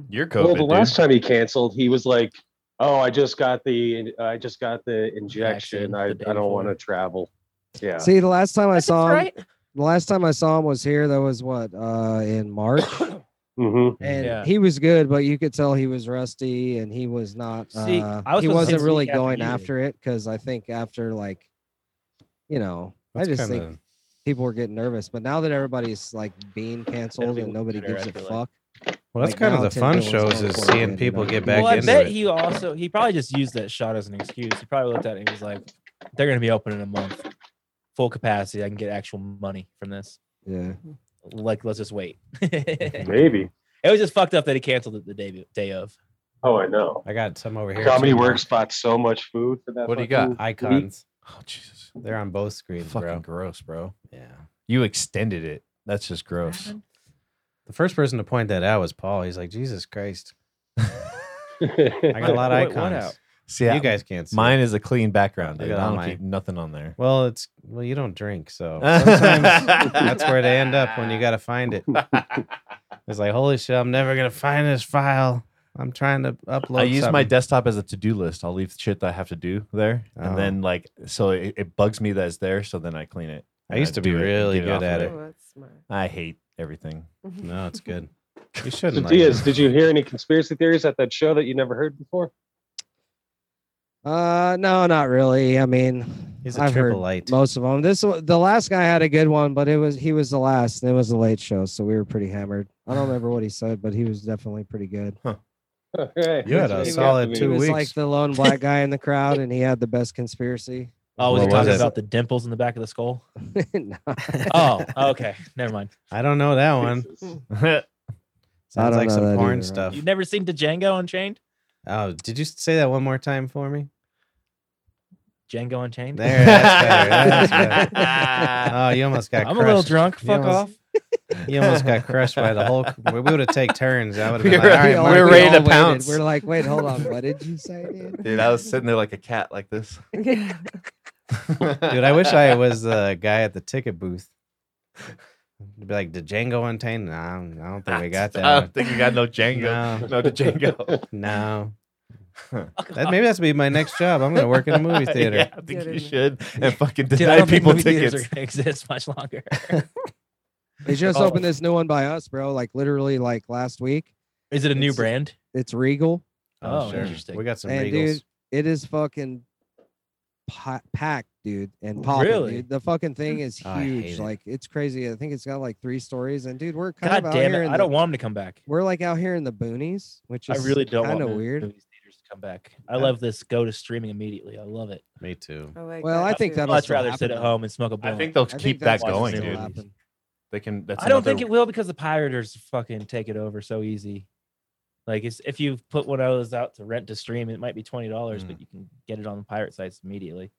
Speaker 5: You're COVID.
Speaker 6: Well, the
Speaker 5: dude.
Speaker 6: last time he canceled, he was like, "Oh, I just got the, I just got the injection.
Speaker 4: Vaccine
Speaker 6: I,
Speaker 4: the day
Speaker 6: I don't want to
Speaker 4: before.
Speaker 6: travel." Yeah.
Speaker 7: See, the last time I
Speaker 4: That's
Speaker 7: saw him,
Speaker 4: right.
Speaker 7: the last time I saw him was here. That was what uh, in March,
Speaker 6: hmm
Speaker 7: and
Speaker 4: Yeah.
Speaker 7: he was good, but you could tell he was rusty, and he was not.
Speaker 4: See,
Speaker 7: uh,
Speaker 4: I was supposed
Speaker 7: he
Speaker 4: to
Speaker 7: wasn't
Speaker 4: see
Speaker 7: really
Speaker 4: after
Speaker 7: going
Speaker 4: you.
Speaker 7: after it because I think after like, you know,
Speaker 2: That's
Speaker 7: I just think
Speaker 2: kinda-
Speaker 7: people were getting nervous. But now that everybody's like being canceled
Speaker 4: be
Speaker 7: and nobody
Speaker 4: better,
Speaker 7: gives
Speaker 4: I
Speaker 7: a
Speaker 4: feel like.
Speaker 7: fuck.
Speaker 2: Well, that's
Speaker 7: like,
Speaker 2: kind
Speaker 7: now
Speaker 2: of the
Speaker 7: Tim
Speaker 2: fun
Speaker 7: Dillon's
Speaker 2: shows
Speaker 7: going
Speaker 2: is
Speaker 7: forward,
Speaker 2: seeing
Speaker 7: you
Speaker 2: people
Speaker 7: know?
Speaker 2: get back
Speaker 4: Well, I
Speaker 2: into
Speaker 4: bet
Speaker 2: it.
Speaker 4: he also he probably just used that shot as an excuse. He probably looked at it and he was like, "They're going to be open in a month, full capacity. I can get actual money from this.
Speaker 7: Yeah.
Speaker 4: Like, let's just wait." it
Speaker 6: Maybe.
Speaker 4: was just fucked up that he canceled it the day day of.
Speaker 6: Oh, I know.
Speaker 2: I got some over here.
Speaker 6: Comedy
Speaker 2: too, man.
Speaker 6: Works bought so much food for that.
Speaker 5: What do you got?
Speaker 6: fucking week.
Speaker 2: Icons.
Speaker 5: Oh, Jesus.
Speaker 2: They're on both screens,
Speaker 5: Fucking
Speaker 2: bro.
Speaker 5: gross, bro.
Speaker 2: Yeah.
Speaker 5: You extended it. That's just gross.
Speaker 2: The first person to point that out was Paul. He's like, Jesus Christ. I got a lot of
Speaker 4: What- what
Speaker 2: icons.
Speaker 4: out?
Speaker 5: See, I-
Speaker 2: You guys can't see.
Speaker 5: mine is a clean background,
Speaker 2: I
Speaker 5: dude.
Speaker 2: got
Speaker 5: I
Speaker 2: all
Speaker 5: don't
Speaker 2: my-
Speaker 5: keep nothing on there.
Speaker 2: Well, it's well, you don't drink, so sometimes that's where they end up when you gotta find it. It's like, holy shit, I'm never gonna find this file. I'm trying to upload.
Speaker 5: I use my
Speaker 2: something."
Speaker 5: desktop as a to-do list. I'll leave shit that I have to do there,
Speaker 2: Oh.
Speaker 5: and then like, so it, it bugs me that it's there. So then I clean it.
Speaker 2: I
Speaker 5: and
Speaker 2: used to be
Speaker 5: do it and
Speaker 2: really
Speaker 5: get
Speaker 2: good
Speaker 5: off of
Speaker 2: at it.
Speaker 5: there.
Speaker 3: Oh, that's smart.
Speaker 5: I hate everything.
Speaker 2: No, it's good. You
Speaker 6: So
Speaker 2: shouldn't. like
Speaker 6: Diaz,
Speaker 2: it.
Speaker 6: did you hear any conspiracy theories at that show that you never heard before?
Speaker 7: Uh, no, not really. I mean,
Speaker 2: He's a
Speaker 7: I've heard
Speaker 2: triple light.
Speaker 7: most of them. This o- the last guy had a good one, but it was he was the last. And it was a late show, so we were pretty hammered. I don't remember what he said, but he was definitely pretty good.
Speaker 6: Okay.
Speaker 2: You had a
Speaker 6: That's what
Speaker 2: solid
Speaker 6: happened to
Speaker 7: He
Speaker 2: Two
Speaker 6: me.
Speaker 7: was like
Speaker 2: weeks.
Speaker 7: the lone black guy in the crowd, and he had the best conspiracy.
Speaker 4: Oh, was
Speaker 2: What
Speaker 4: he
Speaker 2: was
Speaker 4: talking
Speaker 2: it?
Speaker 4: about the dimples in the back of the skull?
Speaker 7: No,
Speaker 4: Oh, okay. Never mind.
Speaker 2: I don't know that one.
Speaker 6: Jesus.
Speaker 7: I
Speaker 2: Sounds
Speaker 7: don't
Speaker 2: like
Speaker 7: know
Speaker 2: some
Speaker 7: that
Speaker 2: porn
Speaker 7: either,
Speaker 2: stuff.
Speaker 4: You've never seen Django Unchained?
Speaker 2: Oh, did you say that one more time for me?
Speaker 4: Django Unchained.
Speaker 2: There, that's better. That's better.
Speaker 5: better.
Speaker 2: Oh, you almost got.
Speaker 4: I'm a
Speaker 2: crushed.
Speaker 4: little drunk.
Speaker 2: You
Speaker 4: Fuck
Speaker 2: almost-
Speaker 4: off.
Speaker 2: You almost got crushed by the whole. We would have take turns. I would have
Speaker 5: We
Speaker 2: been
Speaker 5: were-
Speaker 2: like, all right,
Speaker 7: all-
Speaker 2: Mark,
Speaker 5: we're ready to
Speaker 7: all waited.
Speaker 5: pounce.
Speaker 7: We're like, wait, hold on. What did you say, dude?
Speaker 5: Dude, I was sitting there like a cat, like this.
Speaker 3: Yeah.
Speaker 2: Dude, I wish I was the guy at the ticket booth. Be like, did Django Untamed? No, I don't- I don't think we got
Speaker 5: I
Speaker 2: that.
Speaker 5: don't think we got no Django.
Speaker 2: one.
Speaker 5: No, Django.
Speaker 2: No, no.
Speaker 4: Fuck
Speaker 2: That,
Speaker 4: off.
Speaker 2: maybe that's be my next job. I'm gonna work in a movie theater.
Speaker 5: yeah, I think
Speaker 3: Get
Speaker 5: you
Speaker 3: in
Speaker 5: should. And fucking
Speaker 4: Dude, I
Speaker 5: deny
Speaker 4: don't think
Speaker 5: people
Speaker 4: movie theaters
Speaker 5: tickets.
Speaker 4: are gonna exist much longer.
Speaker 7: They just
Speaker 4: Oh.
Speaker 7: opened this new one by us, bro. Like literally, like last week.
Speaker 4: Is it a new
Speaker 7: It's-
Speaker 4: brand?
Speaker 7: It's Regal.
Speaker 4: Oh, interesting.
Speaker 2: We got some
Speaker 7: and
Speaker 2: regals.
Speaker 7: dude, it is fucking pa- packed, dude, and popping.
Speaker 4: Really?
Speaker 7: Dude. The fucking thing is
Speaker 2: I hate
Speaker 7: huge.
Speaker 2: it.
Speaker 7: like it's crazy. I think it's got like three stories. And dude, we're kind
Speaker 4: God
Speaker 7: of out
Speaker 4: damn
Speaker 7: here.
Speaker 4: it!
Speaker 7: In
Speaker 4: I
Speaker 7: the,
Speaker 4: don't want him to come back.
Speaker 7: We're like out here in the boonies, which
Speaker 4: I
Speaker 7: is
Speaker 4: really don't
Speaker 7: kind
Speaker 4: want
Speaker 7: of
Speaker 4: mo-
Speaker 7: weird.
Speaker 4: movies theaters to come back. I love this. Go to streaming immediately. I love it.
Speaker 2: Me too.
Speaker 3: I like
Speaker 7: Well,
Speaker 3: that
Speaker 7: I think
Speaker 3: too.
Speaker 4: I'd
Speaker 7: that'll
Speaker 4: much
Speaker 7: still
Speaker 4: rather sit
Speaker 7: happen,
Speaker 4: at
Speaker 7: though.
Speaker 4: home and smoke a
Speaker 5: I
Speaker 4: blunt.
Speaker 5: think they'll
Speaker 7: I think
Speaker 5: keep that
Speaker 7: that's
Speaker 4: why
Speaker 5: going,
Speaker 7: still
Speaker 5: dude.
Speaker 7: happen.
Speaker 5: They can. That's
Speaker 4: I don't think
Speaker 5: another-
Speaker 4: it will because the pirates fucking take it over so easy. Like it's, if you put one of those out to rent to stream, it might be twenty dollars,
Speaker 7: Hmm.
Speaker 4: but you can get it on the pirate sites immediately.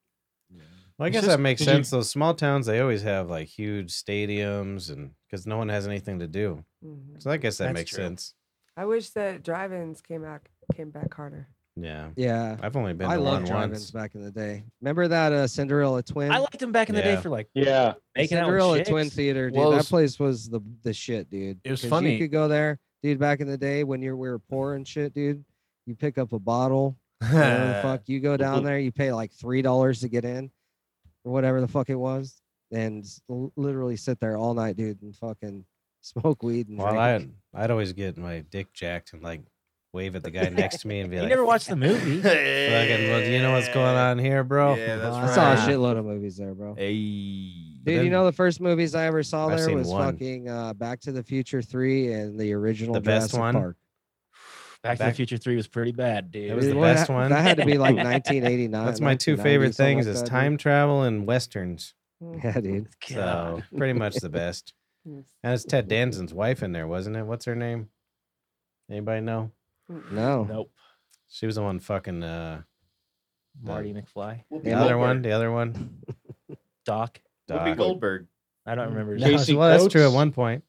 Speaker 2: Well, I
Speaker 6: It's
Speaker 2: guess
Speaker 6: just-
Speaker 2: that makes
Speaker 6: did you-
Speaker 2: sense. Those small towns, they always have like huge stadiums, and because no one has anything to do.
Speaker 3: Mhm.
Speaker 2: So I guess that
Speaker 4: That's
Speaker 2: makes
Speaker 4: true.
Speaker 2: sense.
Speaker 3: I wish that drive-ins came back came back harder.
Speaker 2: Yeah,
Speaker 7: Yeah.
Speaker 2: I've only been
Speaker 7: I
Speaker 2: to
Speaker 7: love
Speaker 2: one
Speaker 7: drive-ins
Speaker 2: once.
Speaker 7: back in the day. Remember that uh, Cinderella Twin?
Speaker 4: I liked them back in the
Speaker 2: Yeah.
Speaker 4: day for like
Speaker 6: Yeah.
Speaker 4: making out
Speaker 7: Cinderella
Speaker 4: with chicks.
Speaker 7: Twin Theater, dude.
Speaker 5: Well, it
Speaker 7: that
Speaker 5: was-
Speaker 7: place was the the shit, dude.
Speaker 5: it was
Speaker 7: 'Cause
Speaker 5: funny.
Speaker 7: You could go there, dude. Back in the day when you we were poor and shit, dude. You pick up a bottle. Whatever the fuck. You go down there. You pay like three dollars to get in, or whatever the fuck it was, and s- l- literally sit there all night, dude, and fucking smoke weed and
Speaker 2: Well, I
Speaker 7: drink.
Speaker 2: I'd always get my dick jacked and like wave at the guy next to me and be
Speaker 4: You
Speaker 2: like,
Speaker 4: never watched the movie.
Speaker 2: "Fucking, well, do you know what's going on here, bro?"
Speaker 1: Yeah,
Speaker 7: Well,
Speaker 1: that's
Speaker 7: I
Speaker 1: right.
Speaker 7: saw a shitload of movies there, bro.
Speaker 5: Hey.
Speaker 7: Dude, you know the first movies I ever saw
Speaker 2: I've
Speaker 7: there
Speaker 2: seen
Speaker 7: was
Speaker 2: one.
Speaker 7: fucking uh, Back to the Future three and the original
Speaker 2: The best
Speaker 7: Jurassic
Speaker 2: one?
Speaker 7: Park.
Speaker 4: Back, to the
Speaker 2: Back-
Speaker 4: Future Three was pretty bad, dude.
Speaker 2: It was the
Speaker 7: Dude,
Speaker 2: best.
Speaker 7: what ha-
Speaker 2: one.
Speaker 7: That had to be like 1989.
Speaker 2: That's my two
Speaker 7: 1990,
Speaker 2: favorite
Speaker 7: something
Speaker 2: things:
Speaker 7: like
Speaker 2: is
Speaker 7: that,
Speaker 2: time travel and westerns.
Speaker 3: Mm.
Speaker 7: dude. Yeah, dude.
Speaker 2: So pretty much the best. And it's Ted Danson's wife in there, wasn't it? What's her name? Anybody know?
Speaker 7: No.
Speaker 4: Nope.
Speaker 2: She was the one fucking uh
Speaker 4: Marty McFly.
Speaker 2: the other one, the other one.
Speaker 4: Doc.
Speaker 2: Doc.
Speaker 5: Goldberg.
Speaker 4: I don't remember. his
Speaker 2: No,
Speaker 4: name.
Speaker 6: Casey
Speaker 2: well, that's true at
Speaker 6: Coates?
Speaker 2: one point.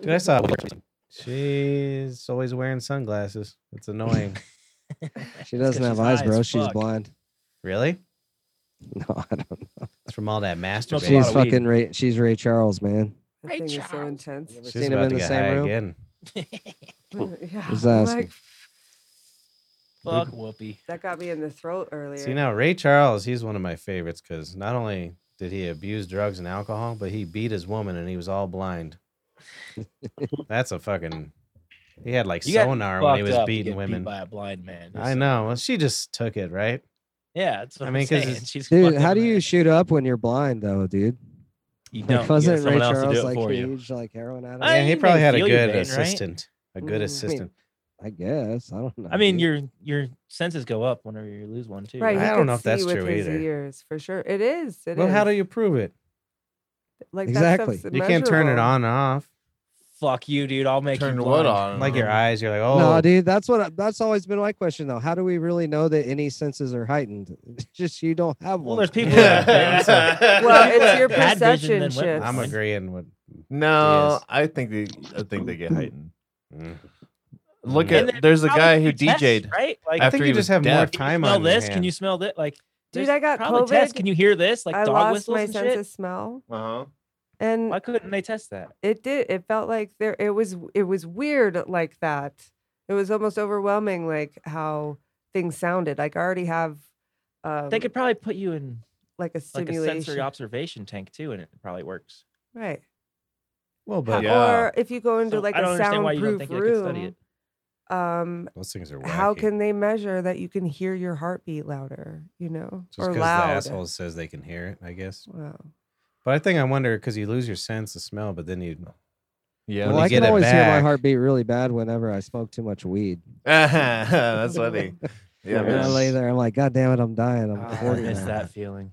Speaker 2: Dude, I saw She's always wearing sunglasses. It's annoying.
Speaker 7: She doesn't
Speaker 4: 'cause
Speaker 7: have
Speaker 4: she's
Speaker 7: eyes,
Speaker 4: high
Speaker 7: bro.
Speaker 4: as
Speaker 7: She's
Speaker 4: fuck.
Speaker 7: blind.
Speaker 2: really?
Speaker 7: No, I don't.
Speaker 2: It's from all that
Speaker 4: Smokes a lot
Speaker 2: masturbating.
Speaker 7: She's
Speaker 4: of weed.
Speaker 7: fucking Ray. She's Ray Charles, man.
Speaker 3: That thing is so intense.
Speaker 7: You ever
Speaker 2: She's
Speaker 7: seen him
Speaker 2: about
Speaker 7: in
Speaker 2: to
Speaker 7: the
Speaker 2: get
Speaker 7: same
Speaker 2: high
Speaker 7: room?
Speaker 2: again.
Speaker 3: yeah,
Speaker 7: Just
Speaker 3: I'm
Speaker 7: asking.
Speaker 3: like,
Speaker 4: Fuck Whoopi.
Speaker 3: that got me in the throat earlier.
Speaker 2: See now, Ray Charles, he's one of my favorites because not only did he abuse drugs and alcohol, but he beat his woman and he was all blind. That's a fucking. He had like
Speaker 4: You got
Speaker 2: sonar when he
Speaker 4: fucked
Speaker 2: was
Speaker 4: up to get
Speaker 2: beating
Speaker 4: beat
Speaker 2: women.
Speaker 4: by a blind man.
Speaker 2: I know. Well, she just took it, right?
Speaker 4: Yeah, that's what
Speaker 2: I
Speaker 4: I
Speaker 2: mean,
Speaker 4: mean.
Speaker 2: 'cause
Speaker 4: Saying.
Speaker 2: it's-
Speaker 4: She's
Speaker 7: Dude,
Speaker 4: fucked
Speaker 7: how
Speaker 4: up
Speaker 7: do
Speaker 4: in
Speaker 7: you
Speaker 4: it.
Speaker 7: shoot up when you're blind, though, dude?
Speaker 4: You
Speaker 7: Like,
Speaker 4: don't. You get
Speaker 7: wasn't Ray
Speaker 4: someone else to
Speaker 7: Charles
Speaker 4: do it
Speaker 7: like
Speaker 4: for
Speaker 7: a
Speaker 4: you.
Speaker 7: huge like heroin addict?
Speaker 4: I
Speaker 2: yeah, he
Speaker 4: mean,
Speaker 2: probably
Speaker 4: they
Speaker 2: had a
Speaker 4: feel you,
Speaker 2: good
Speaker 4: Bane, right?
Speaker 2: assistant. A
Speaker 3: Mm, I
Speaker 2: good
Speaker 3: mean,
Speaker 2: assistant.
Speaker 7: I guess. I don't know.
Speaker 4: I mean,
Speaker 7: dude.
Speaker 4: your your senses go up whenever you lose one too.
Speaker 3: Right,
Speaker 2: I
Speaker 3: he
Speaker 2: don't
Speaker 3: could
Speaker 2: know if that's
Speaker 3: see with
Speaker 2: true
Speaker 3: his
Speaker 2: either.
Speaker 3: Ears, for sure, it is. It is.
Speaker 2: well, how do you prove it?
Speaker 3: like
Speaker 7: Exactly.
Speaker 3: That stuff's
Speaker 2: You can't turn it
Speaker 3: measurable.
Speaker 2: on and off.
Speaker 4: Fuck you, dude. I'll make
Speaker 5: Turn
Speaker 4: you
Speaker 5: what
Speaker 4: blind.
Speaker 5: on?
Speaker 2: Like
Speaker 4: Uh-huh.
Speaker 2: your eyes, you're like, oh,
Speaker 7: No, dude, that's what I, that's always been my question though. How do we really know that any senses are heightened? It's just you don't have
Speaker 4: Well,
Speaker 7: one.
Speaker 4: there's people that have
Speaker 5: well,
Speaker 4: bad-
Speaker 3: Well, it's your
Speaker 4: Bad vision
Speaker 3: perception
Speaker 4: than
Speaker 3: shifts.
Speaker 2: I'm
Speaker 4: witness.
Speaker 2: agreeing with.
Speaker 5: No,
Speaker 2: Yes.
Speaker 5: I think they. I think they get heightened.
Speaker 2: Mm.
Speaker 5: Look
Speaker 2: Mhm.
Speaker 4: And
Speaker 5: at
Speaker 4: then
Speaker 5: there's a
Speaker 4: probably
Speaker 5: guy who
Speaker 4: do tests,
Speaker 5: DJ'd.
Speaker 4: right? Like,
Speaker 2: I
Speaker 5: After
Speaker 2: think
Speaker 5: he
Speaker 2: you
Speaker 5: was
Speaker 2: just have more
Speaker 5: deaf.
Speaker 2: time
Speaker 4: smell
Speaker 2: on your
Speaker 4: this? Can
Speaker 2: hand.
Speaker 4: you smell that? Like,
Speaker 3: Dude,
Speaker 4: there's
Speaker 3: I got
Speaker 4: probably tests.
Speaker 3: COVID.
Speaker 4: Can you hear this? Like
Speaker 3: I
Speaker 4: dog
Speaker 3: lost
Speaker 4: whistles
Speaker 3: my
Speaker 4: and
Speaker 3: sense
Speaker 4: shit.
Speaker 3: of smell,
Speaker 5: Uh huh.
Speaker 3: and
Speaker 4: Why couldn't they test that?
Speaker 3: it did. It felt like there. It was. It was weird like that. It was almost overwhelming, like how things sounded. Like I already have. Um,
Speaker 4: They could probably put you in
Speaker 3: like a
Speaker 4: like a
Speaker 3: stimulation,
Speaker 4: sensory observation tank too, and it probably works.
Speaker 3: right?
Speaker 2: Well,
Speaker 3: How-
Speaker 2: but
Speaker 5: Yeah.
Speaker 3: Or if you go into
Speaker 4: So
Speaker 3: like
Speaker 4: I don't
Speaker 3: a
Speaker 4: understand why you don't
Speaker 3: soundproof
Speaker 4: think they could study
Speaker 3: room,
Speaker 4: it.
Speaker 3: um,
Speaker 2: those things are wacky.
Speaker 3: how can they measure that you can hear your heartbeat louder? You know,
Speaker 2: Just
Speaker 3: or
Speaker 2: because the
Speaker 3: loud.
Speaker 2: asshole says they can hear it, I guess.
Speaker 3: Wow.
Speaker 2: But I think I wonder because you lose your sense of smell, but then you
Speaker 5: Yeah.
Speaker 2: when
Speaker 7: well,
Speaker 2: you
Speaker 7: I
Speaker 2: get
Speaker 7: can
Speaker 2: it
Speaker 7: always hear my
Speaker 2: back-
Speaker 7: heartbeat really bad whenever I smoke too much weed.
Speaker 5: That's funny. Yeah.
Speaker 7: And I
Speaker 5: man.
Speaker 7: lay there, I'm like, God damn it, I'm dying. I'm
Speaker 4: Ah, I
Speaker 7: 40
Speaker 4: miss
Speaker 7: now."
Speaker 4: that feeling.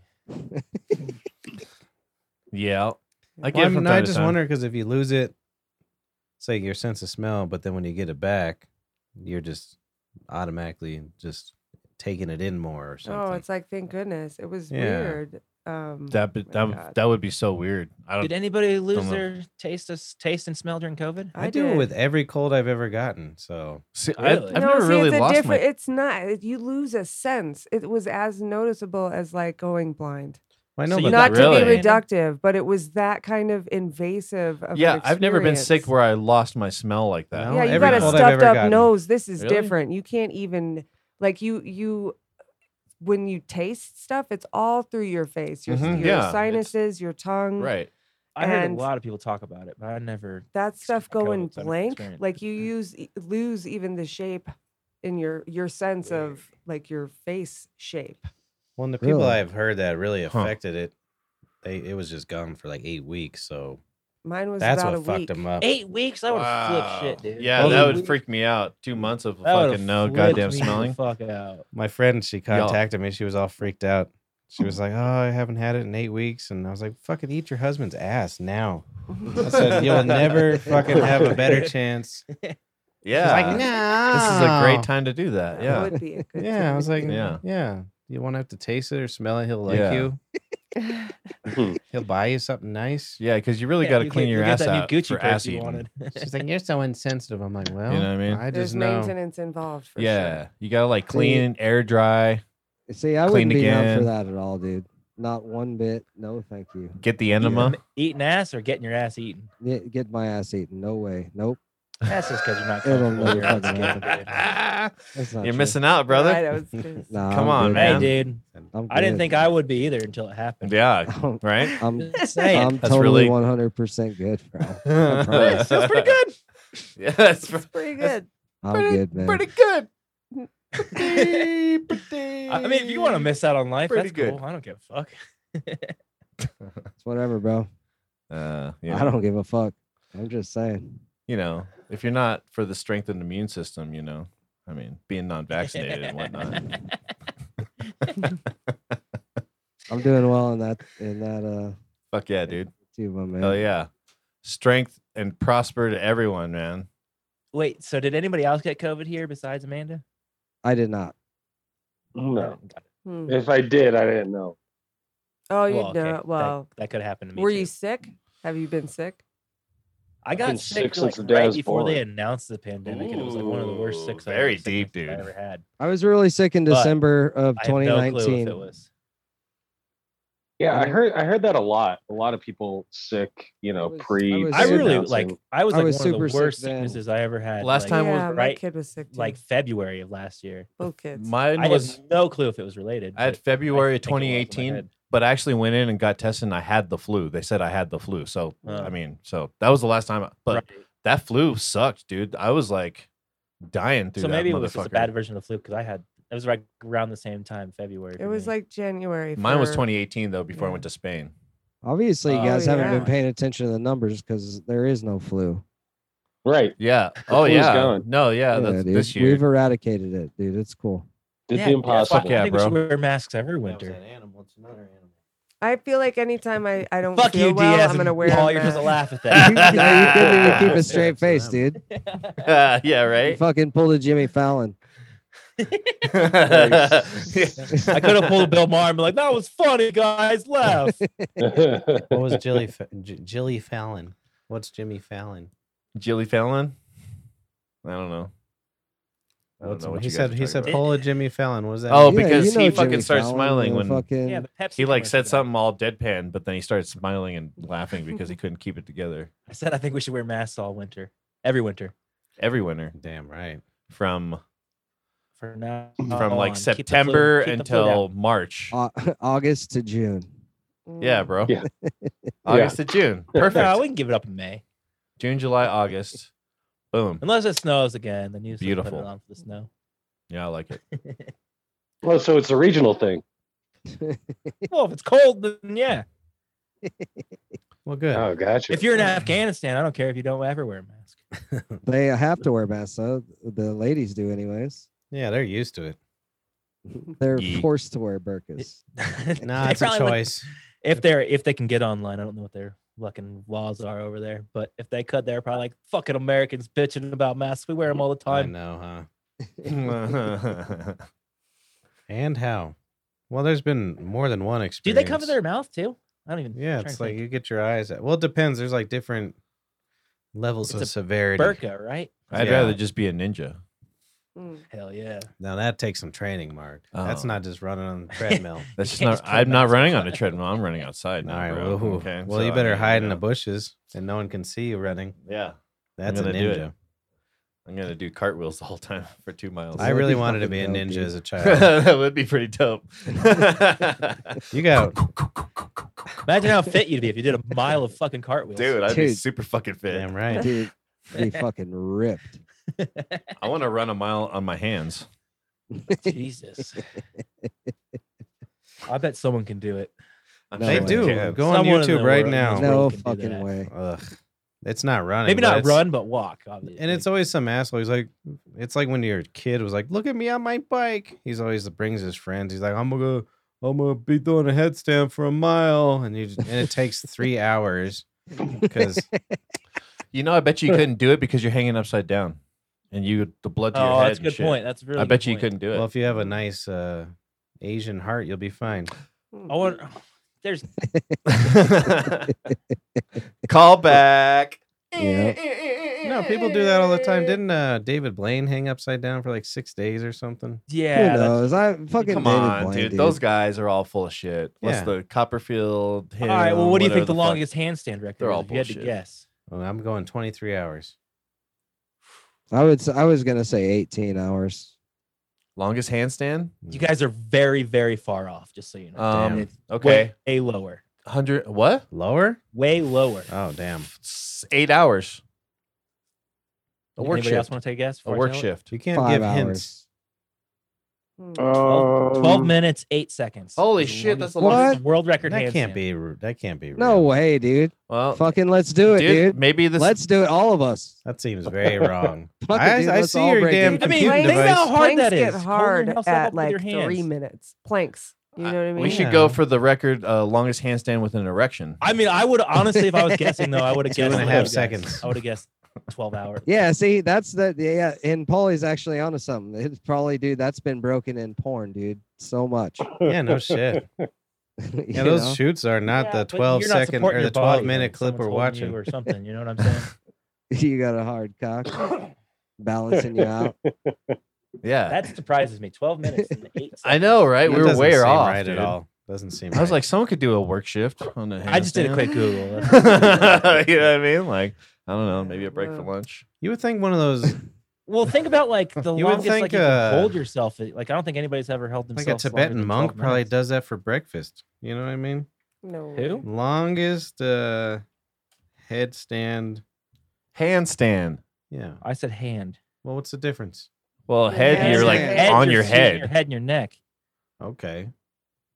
Speaker 5: Yeah. I
Speaker 2: Well,
Speaker 5: get
Speaker 2: I,
Speaker 5: it from
Speaker 2: mean,
Speaker 5: time
Speaker 2: I
Speaker 5: to
Speaker 2: just
Speaker 5: time.
Speaker 2: wonder because if you lose it, say your sense of smell, but then when you get it back, you're just automatically just taking it in more or something.
Speaker 3: Oh, it's like thank goodness it was
Speaker 2: Yeah.
Speaker 3: weird. Um,
Speaker 5: That be-
Speaker 3: my
Speaker 5: that
Speaker 3: God.
Speaker 5: that would be so weird. I
Speaker 4: Did
Speaker 5: don't.
Speaker 4: anybody lose
Speaker 5: know.
Speaker 4: their taste of s- taste and smell during COVID?
Speaker 2: I, do it
Speaker 3: did.
Speaker 2: with every cold I've ever gotten. So
Speaker 5: See,
Speaker 4: Really?
Speaker 5: I, I've
Speaker 3: no,
Speaker 5: never
Speaker 3: see,
Speaker 5: really
Speaker 3: it's a
Speaker 5: lost
Speaker 3: different. e-
Speaker 5: my.
Speaker 3: It's not. it- You lose a sense. It was as noticeable as like going blind.
Speaker 2: I know,
Speaker 4: So
Speaker 2: but
Speaker 4: you
Speaker 2: that-
Speaker 3: Not
Speaker 5: got
Speaker 3: to
Speaker 5: really?
Speaker 3: be reductive, but it was that kind of invasive. Of an
Speaker 5: Yeah, I've never been sick
Speaker 3: experience.
Speaker 5: where I lost my smell like that.
Speaker 2: No,
Speaker 3: yeah, you
Speaker 2: Oh, every
Speaker 3: got a
Speaker 2: cold I've
Speaker 3: stuffed
Speaker 2: ever
Speaker 3: up
Speaker 2: gotten.
Speaker 3: nose. This is
Speaker 5: Really?
Speaker 3: different. You can't even like you you when you taste stuff, it's all through your face, your,
Speaker 2: Mm-hmm.
Speaker 5: Mhm,
Speaker 3: your
Speaker 5: yeah, it's-
Speaker 3: sinuses, your tongue.
Speaker 5: Right.
Speaker 4: I heard a
Speaker 3: and-
Speaker 4: lot of people talk about it, but I never.
Speaker 3: That stuff
Speaker 4: I've got
Speaker 3: going
Speaker 4: it, I've
Speaker 3: blank.
Speaker 4: experienced
Speaker 3: Like
Speaker 4: it.
Speaker 3: you
Speaker 2: Mm-hmm.
Speaker 3: use e- lose even the shape in your your sense of like your face shape.
Speaker 2: when the people
Speaker 7: Really?
Speaker 2: I've heard that really
Speaker 5: Huh.
Speaker 2: affected it, they it was just gone for like eight weeks. So
Speaker 3: Mine was
Speaker 2: that's
Speaker 3: about
Speaker 2: what
Speaker 3: a
Speaker 2: fucked
Speaker 3: week.
Speaker 2: them up.
Speaker 4: Eight weeks, I would
Speaker 5: Wow.
Speaker 4: flip shit, dude.
Speaker 5: Yeah,
Speaker 2: Well,
Speaker 5: that
Speaker 2: the-
Speaker 5: would freak me out. Two months of
Speaker 4: That would've
Speaker 5: fucking no
Speaker 4: flipped
Speaker 5: goddamn
Speaker 4: me the
Speaker 5: smelling.
Speaker 4: Fuck out.
Speaker 2: my friend, she
Speaker 5: Yeah.
Speaker 2: contacted me. She was all freaked out. She was like, "Oh, I haven't had it in eight weeks," and I was like, "Fucking eat your husband's ass now." I said, "You'll never fucking have a better chance." She's
Speaker 5: Yeah.
Speaker 2: like, "No,
Speaker 5: This is a great time to do that.
Speaker 3: That
Speaker 5: Yeah.
Speaker 3: would be a good
Speaker 2: Yeah, I was like,
Speaker 5: Yeah.
Speaker 2: "Yeah, yeah." You won't have to taste it or smell it. He'll like
Speaker 5: Yeah.
Speaker 2: you.
Speaker 3: time.
Speaker 2: He'll buy you something nice.
Speaker 5: Yeah, because you really
Speaker 4: Yeah,
Speaker 5: got to
Speaker 4: you
Speaker 5: clean
Speaker 4: get-
Speaker 5: your
Speaker 4: you get
Speaker 5: ass
Speaker 4: that new
Speaker 5: out
Speaker 4: Gucci
Speaker 5: for
Speaker 4: purse
Speaker 5: ass
Speaker 4: you
Speaker 5: eating.
Speaker 4: wanted.
Speaker 2: She's like, "You're so insensitive." I'm like, "Well,
Speaker 5: what I mean?
Speaker 2: I
Speaker 3: There's
Speaker 2: just know."
Speaker 3: maintenance involved for
Speaker 5: Yeah,
Speaker 3: sure.
Speaker 5: you got to like clean, air dry,
Speaker 7: See, I
Speaker 5: Clean
Speaker 7: wouldn't be down
Speaker 5: again.
Speaker 7: for that at all, dude. Not one bit. No, thank you.
Speaker 5: get the enema.
Speaker 4: Eating ass or getting your ass eaten?
Speaker 7: Get, get my ass eaten. No way. Nope.
Speaker 4: That's just because you're not
Speaker 7: It'll
Speaker 4: comfortable.
Speaker 7: never
Speaker 4: with your own
Speaker 7: fucking
Speaker 4: skin, dude.
Speaker 7: That's not
Speaker 5: You're
Speaker 7: true.
Speaker 5: missing out, brother.
Speaker 3: Right, I was just-
Speaker 7: Nah,
Speaker 5: Come
Speaker 7: I'm
Speaker 5: on,
Speaker 7: good,
Speaker 5: man.
Speaker 4: Hey,
Speaker 7: man.
Speaker 4: dude.
Speaker 7: I'm
Speaker 4: I didn't
Speaker 7: good.
Speaker 4: think I would be either until it happened.
Speaker 5: Yeah,
Speaker 7: I'm,
Speaker 5: right.
Speaker 7: I'm,
Speaker 4: Just saying.
Speaker 7: I'm
Speaker 5: That's
Speaker 7: totally
Speaker 5: really-
Speaker 7: 100% good, bro.
Speaker 5: That's
Speaker 4: Feels pretty good.
Speaker 5: Yeah, that's
Speaker 3: It's pretty
Speaker 5: That's-
Speaker 3: good.
Speaker 7: I'm
Speaker 5: Pretty-
Speaker 7: good, man.
Speaker 5: pretty good.
Speaker 4: I mean, if you want to miss out on life,
Speaker 5: Pretty
Speaker 4: that's
Speaker 5: good.
Speaker 4: cool. I don't give a fuck.
Speaker 7: It's whatever, bro.
Speaker 5: uh, yeah.
Speaker 7: I don't give a fuck. I'm just saying.
Speaker 5: you know, if you're not for the strengthened immune system, you know, I mean, being non-vaccinated and whatnot.
Speaker 7: I'm doing well in that in that uh
Speaker 5: Fuck yeah, dude.
Speaker 7: too, my man.
Speaker 5: Hell yeah. Strength and prosper to everyone, man.
Speaker 4: Wait, so did anybody else get COVID here besides Amanda?
Speaker 7: I did not.
Speaker 6: No.
Speaker 3: Hmm.
Speaker 6: If I did, I didn't know.
Speaker 3: Oh, you
Speaker 4: Well, okay,
Speaker 3: know.
Speaker 4: that-
Speaker 3: Well,
Speaker 4: That could happen to me.
Speaker 3: were
Speaker 4: too.
Speaker 3: you sick? Have you been sick?
Speaker 4: I
Speaker 6: been
Speaker 4: got
Speaker 6: sick
Speaker 4: sick,
Speaker 6: since
Speaker 4: like,
Speaker 6: the day I
Speaker 4: right
Speaker 6: was
Speaker 4: before they
Speaker 6: born.
Speaker 4: announced the pandemic, and it was like one of the worst
Speaker 5: Ooh,
Speaker 4: six.
Speaker 5: very
Speaker 4: sicknesses
Speaker 5: deep, dude.
Speaker 4: I ever had.
Speaker 7: I was really sick in
Speaker 4: But
Speaker 7: December of
Speaker 4: I have no clue
Speaker 7: 2019.
Speaker 4: if it was.
Speaker 6: Yeah, I
Speaker 7: Mhm.
Speaker 6: heard I heard that a lot. A lot of people sick, you know,
Speaker 7: was- I
Speaker 6: pre.
Speaker 7: was
Speaker 6: they
Speaker 4: I
Speaker 7: sick
Speaker 4: really
Speaker 6: announced
Speaker 4: like.
Speaker 6: it.
Speaker 4: I was
Speaker 7: I
Speaker 4: like
Speaker 7: was
Speaker 4: one of
Speaker 7: super
Speaker 4: the
Speaker 7: sick
Speaker 4: worst
Speaker 7: then.
Speaker 4: sicknesses I ever had.
Speaker 5: Last
Speaker 4: like,
Speaker 5: time was-
Speaker 3: yeah, my
Speaker 4: right,
Speaker 3: kid was sick too.
Speaker 4: like February of last year.
Speaker 3: both kids.
Speaker 5: Mine
Speaker 4: I
Speaker 5: was
Speaker 4: have no clue if it was related.
Speaker 5: I had
Speaker 4: but
Speaker 5: February
Speaker 4: think it was in my
Speaker 5: 2018,
Speaker 4: head.
Speaker 5: but I actually went in and got tested and I had the flu. They said I had the flu. So,
Speaker 4: Oh.
Speaker 5: I mean, so that was the last time. I- but
Speaker 4: Right.
Speaker 5: that flu sucked, dude. I was like dying through
Speaker 4: so
Speaker 5: that
Speaker 4: maybe it
Speaker 5: motherfucker.
Speaker 4: was just a bad version of the flu because I had it was like around the same time, February.
Speaker 3: it was like January.
Speaker 5: Mine was
Speaker 3: for-
Speaker 5: 2018 though before I
Speaker 3: Yeah.
Speaker 5: went to Spain.
Speaker 7: Obviously, you
Speaker 4: Oh,
Speaker 7: guys haven't
Speaker 3: yeah.
Speaker 7: been paying attention to the numbers because there is no flu.
Speaker 6: right.
Speaker 5: Yeah. Oh
Speaker 6: flu's
Speaker 5: yeah.
Speaker 6: gone.
Speaker 5: No, yeah, that's
Speaker 7: dude.
Speaker 5: this year.
Speaker 7: We've eradicated it, dude. It's cool.
Speaker 6: Did the impossible.
Speaker 5: fuck yeah,
Speaker 4: I think we should
Speaker 5: bro.
Speaker 4: wear masks every winter.
Speaker 2: animal. It's another animal.
Speaker 3: I feel like anytime I, I don't
Speaker 4: Fuck
Speaker 3: feel
Speaker 4: you,
Speaker 3: well,
Speaker 4: Diaz.
Speaker 3: I'm gonna
Speaker 4: and
Speaker 3: wear.
Speaker 4: Paul,
Speaker 3: a
Speaker 4: you're supposed to
Speaker 3: mask.
Speaker 4: laugh at
Speaker 7: you, yeah, you couldn't even
Speaker 4: that.
Speaker 7: keep a straight face, dude.
Speaker 5: yeah,
Speaker 7: You
Speaker 5: right.
Speaker 7: fucking pulled a Jimmy Fallon.
Speaker 4: I could have pulled Bill Maher and been like, "That was funny, guys. Laugh."
Speaker 2: What was Jilly Fa- J- Jilly Fallon? What's Jimmy Fallon?
Speaker 5: Jilly Fallon. I don't know. I don't
Speaker 2: What's
Speaker 5: know what
Speaker 2: he
Speaker 5: you guys
Speaker 2: said.
Speaker 5: are
Speaker 2: He
Speaker 5: talking
Speaker 2: said,
Speaker 5: about.
Speaker 2: "Pull a Jimmy Fallon." What was that?
Speaker 5: Oh,
Speaker 2: mean?
Speaker 7: Yeah,
Speaker 5: because
Speaker 7: you know
Speaker 5: he fucking
Speaker 7: Jimmy
Speaker 5: starts
Speaker 7: Fallon,
Speaker 5: smiling
Speaker 7: the
Speaker 5: when-
Speaker 7: fucking,
Speaker 4: yeah, the Pepsi.
Speaker 5: he like
Speaker 4: commercial.
Speaker 5: said something all deadpan, but then he started smiling and laughing because he couldn't keep it together.
Speaker 4: I said I think we should wear masks all winter, every winter
Speaker 5: Every winter
Speaker 2: damn right.
Speaker 5: from
Speaker 4: for now.
Speaker 5: from like
Speaker 4: on. Keep the flu-
Speaker 5: September
Speaker 4: keep the flu down.
Speaker 5: until March.
Speaker 7: Au- August to June.
Speaker 5: Yeah,
Speaker 3: Mm.
Speaker 5: bro.
Speaker 6: Yeah.
Speaker 5: August to June. Perfect.
Speaker 4: No, we can give it up in May
Speaker 5: June, July, August. Boom.
Speaker 4: unless it snows again. Then you just put it
Speaker 5: Beautiful.
Speaker 4: on for the snow.
Speaker 5: Yeah, I like it.
Speaker 6: well, so it's a regional thing.
Speaker 4: well, if it's cold, then yeah.
Speaker 2: Well, good.
Speaker 6: Oh, gotcha.
Speaker 4: If you're in Afghanistan, I don't care if you don't ever wear a mask.
Speaker 7: They have to wear masks, though. The ladies do, anyways.
Speaker 2: Yeah, they're used to it.
Speaker 7: They're
Speaker 5: Ye-
Speaker 7: forced to wear burkas.
Speaker 4: They
Speaker 2: Nah, it's a
Speaker 4: probably wouldn't-
Speaker 2: choice.
Speaker 4: if they're if they can get online, I don't know what their fucking laws are over there, but if they could, they're probably like fucking Americans bitching about masks. We wear them all the
Speaker 2: I
Speaker 4: time.
Speaker 2: know, huh?
Speaker 5: yeah,
Speaker 2: And how? Well, there's been more than one
Speaker 4: Do
Speaker 2: experience.
Speaker 4: they cover their mouth too? I don't even. I'm
Speaker 2: Yeah,
Speaker 4: trying
Speaker 2: it's
Speaker 4: to
Speaker 2: like
Speaker 4: think.
Speaker 2: you get your eyes. At, well, it depends. There's like different levels
Speaker 4: It's
Speaker 2: of
Speaker 4: a
Speaker 2: severity.
Speaker 4: burqa, right?
Speaker 5: I'd
Speaker 2: Yeah.
Speaker 5: rather just be a ninja.
Speaker 3: Mm.
Speaker 4: Hell yeah.
Speaker 2: Now that takes some training, Mark. That's
Speaker 5: Oh.
Speaker 2: not just running on the treadmill.
Speaker 5: That's just
Speaker 4: Yeah,
Speaker 5: not.
Speaker 4: just
Speaker 5: I'm
Speaker 4: treadmill,
Speaker 5: not
Speaker 4: it's
Speaker 5: running on
Speaker 4: fine.
Speaker 5: a treadmill. I'm running outside
Speaker 2: All
Speaker 5: now.
Speaker 2: right.
Speaker 5: bro.
Speaker 2: Well, who-
Speaker 5: Okay,
Speaker 2: well
Speaker 5: so,
Speaker 2: you
Speaker 5: I
Speaker 2: better
Speaker 5: mean,
Speaker 2: hide
Speaker 5: you
Speaker 2: in the
Speaker 5: know.
Speaker 2: bushes and no one can see you running.
Speaker 5: Yeah,
Speaker 2: That's a
Speaker 5: gonna do it.
Speaker 2: ninja.
Speaker 5: I'm gonna do cartwheels the whole time for two miles.
Speaker 2: I uh,
Speaker 7: That'd
Speaker 2: really
Speaker 7: be
Speaker 2: wanted to
Speaker 7: fucking
Speaker 2: be a
Speaker 7: dope,
Speaker 2: ninja
Speaker 7: dude.
Speaker 2: as a child.
Speaker 5: that would be pretty dope.
Speaker 2: you got
Speaker 4: Imagine how fit you'd be if you did a mile of fucking cartwheels.
Speaker 5: Dude, I'd be
Speaker 7: Dude.
Speaker 5: super fucking fit.
Speaker 2: damn right.
Speaker 7: Dude, pretty fucking ripped.
Speaker 5: I want to run a mile on my hands.
Speaker 4: Jesus. I bet someone can do it.
Speaker 5: I'm
Speaker 7: No
Speaker 5: sure
Speaker 2: They
Speaker 5: I
Speaker 7: way.
Speaker 2: do.
Speaker 5: can.
Speaker 2: Go on
Speaker 4: Someone in
Speaker 2: YouTube
Speaker 4: the
Speaker 2: right
Speaker 4: world-
Speaker 2: now.
Speaker 4: world
Speaker 7: No
Speaker 4: can do
Speaker 7: fucking
Speaker 4: that.
Speaker 7: way.
Speaker 2: Ugh. It's not running.
Speaker 4: Maybe
Speaker 2: but
Speaker 4: not
Speaker 2: it's-
Speaker 4: run, but walk. Obviously.
Speaker 2: And it's always some asshole. He's like, it's like when your kid was like, "Look at me on my bike." He's always brings his friends. He's like, "I'm gonna, I'm gonna be doing a headstand for a mile," and you and it takes three hours because
Speaker 5: You know, I bet you couldn't do it because you're hanging upside down, and you the blood to your
Speaker 4: oh,
Speaker 5: head.
Speaker 4: that's a
Speaker 5: and
Speaker 4: good
Speaker 5: shit.
Speaker 4: point. That's a really.
Speaker 5: I
Speaker 4: good
Speaker 5: bet you
Speaker 4: point.
Speaker 5: couldn't do it.
Speaker 2: well, if you have a nice uh, Asian heart, you'll be fine.
Speaker 3: Mm.
Speaker 4: I wonder. There's
Speaker 5: Call back.
Speaker 7: Yeah.
Speaker 2: No, people do that all the time. Didn't uh, David Blaine hang upside down for like six days or something?
Speaker 4: yeah.
Speaker 7: Who
Speaker 4: that's-
Speaker 7: knows? I fucking
Speaker 5: Come
Speaker 7: David
Speaker 5: on,
Speaker 7: Blaine,
Speaker 5: dude. Those guys are all full of shit. What's
Speaker 2: Yeah.
Speaker 5: the Copperfield?
Speaker 4: All right. Well, what do you think the
Speaker 5: longest?
Speaker 4: longest handstand record?
Speaker 5: They're
Speaker 4: is,
Speaker 5: all
Speaker 4: if You had to
Speaker 5: bullshit.
Speaker 4: guess.
Speaker 2: Well, I'm going 23 hours.
Speaker 7: I would. s- I was gonna say 18 hours.
Speaker 5: Longest handstand?
Speaker 4: You guys are very, very far off, just so you know.
Speaker 5: Um,
Speaker 4: It's
Speaker 5: okay.
Speaker 4: Way, way lower.
Speaker 5: 100 what?
Speaker 2: Lower?
Speaker 4: Way lower.
Speaker 2: Oh damn.
Speaker 5: S- 8 hours. A work
Speaker 4: Anybody else
Speaker 5: shift.
Speaker 4: want to take a guess?
Speaker 5: A
Speaker 4: before I
Speaker 5: work
Speaker 4: tell it?
Speaker 5: shift.
Speaker 2: You can't
Speaker 7: Five
Speaker 2: give
Speaker 7: hours.
Speaker 2: hints.
Speaker 3: Mm.
Speaker 2: Oh,
Speaker 4: Twelve- 12
Speaker 6: Um,
Speaker 4: minutes, eight seconds.
Speaker 5: Holy
Speaker 4: It's the
Speaker 5: shit, that's
Speaker 4: longest-
Speaker 5: the
Speaker 7: What?
Speaker 4: longest World record
Speaker 2: That can't
Speaker 4: handstand.
Speaker 2: be. r- That can't be. Real.
Speaker 7: No way, dude.
Speaker 5: Well,
Speaker 7: Fucking let's do it,
Speaker 5: Oh, dude,
Speaker 7: dude.
Speaker 5: maybe this
Speaker 7: Let's do it, all of us.
Speaker 2: That seems very wrong.
Speaker 7: Fuck it,
Speaker 2: I-
Speaker 7: dude,
Speaker 2: I
Speaker 7: let's
Speaker 2: see
Speaker 7: all
Speaker 2: your
Speaker 7: break
Speaker 2: damn
Speaker 7: in.
Speaker 4: I mean,
Speaker 2: Computer
Speaker 4: think
Speaker 2: device.
Speaker 4: how hard
Speaker 3: planks
Speaker 4: that is.
Speaker 3: get
Speaker 4: Holding
Speaker 3: hard
Speaker 4: yourself up
Speaker 3: at
Speaker 4: with your
Speaker 3: like three
Speaker 4: hands.
Speaker 3: minutes. Planks. You know what I mean?
Speaker 5: we should
Speaker 2: Yeah.
Speaker 5: go for the record uh, longest handstand with an erection.
Speaker 4: I mean, I would honestly, if I was guessing, though, I would have
Speaker 2: Two
Speaker 4: guessed
Speaker 2: and a
Speaker 4: like
Speaker 2: half
Speaker 4: you guys.
Speaker 2: seconds.
Speaker 4: I would have guessed 12 hours.
Speaker 7: Yeah, see, that's the yeah, and Paulie's actually onto something. It's probably, dude, that's been broken in porn, dude, so much.
Speaker 2: Yeah, no shit.
Speaker 7: You
Speaker 2: Yeah, those
Speaker 7: know?
Speaker 2: shoots are not the 12 second or the 12 minute clip we're watching.
Speaker 4: or something. You know what I'm saying?
Speaker 7: you got a hard cock balancing you out.
Speaker 5: yeah.
Speaker 4: That surprises me. 12 minutes and eight. Seconds.
Speaker 5: I know, right?
Speaker 2: That
Speaker 5: We were
Speaker 2: doesn't
Speaker 5: way
Speaker 2: seem
Speaker 5: off.
Speaker 2: right
Speaker 5: dude.
Speaker 2: at all. Doesn't seem.
Speaker 5: I was
Speaker 2: right.
Speaker 5: like, someone could do a work shift on the.
Speaker 4: I just did a
Speaker 5: handstand.
Speaker 4: quick Google.
Speaker 5: you know what I mean? Like, I don't know, maybe a break for
Speaker 3: Yeah.
Speaker 5: lunch.
Speaker 2: you would think one of those
Speaker 4: Well, think about like the
Speaker 2: You would
Speaker 4: longest
Speaker 2: think,
Speaker 4: like you can
Speaker 2: uh,
Speaker 4: hold yourself. eh, Like I don't think anybody's ever held
Speaker 2: like
Speaker 4: themselves.
Speaker 2: a
Speaker 4: longer
Speaker 2: Tibetan
Speaker 4: than
Speaker 2: monk
Speaker 4: 12
Speaker 2: probably
Speaker 4: minutes.
Speaker 2: does that for breakfast. You know what I mean?
Speaker 3: No.
Speaker 4: Who?
Speaker 2: Longest uh headstand.
Speaker 5: Handstand.
Speaker 2: Yeah.
Speaker 4: I said hand.
Speaker 2: Well, what's the difference?
Speaker 5: Well, head,
Speaker 7: Yeah,
Speaker 5: you're like
Speaker 7: handstand.
Speaker 4: Head,
Speaker 5: on your
Speaker 4: sitting
Speaker 5: head.
Speaker 4: your head and your neck,
Speaker 2: Okay.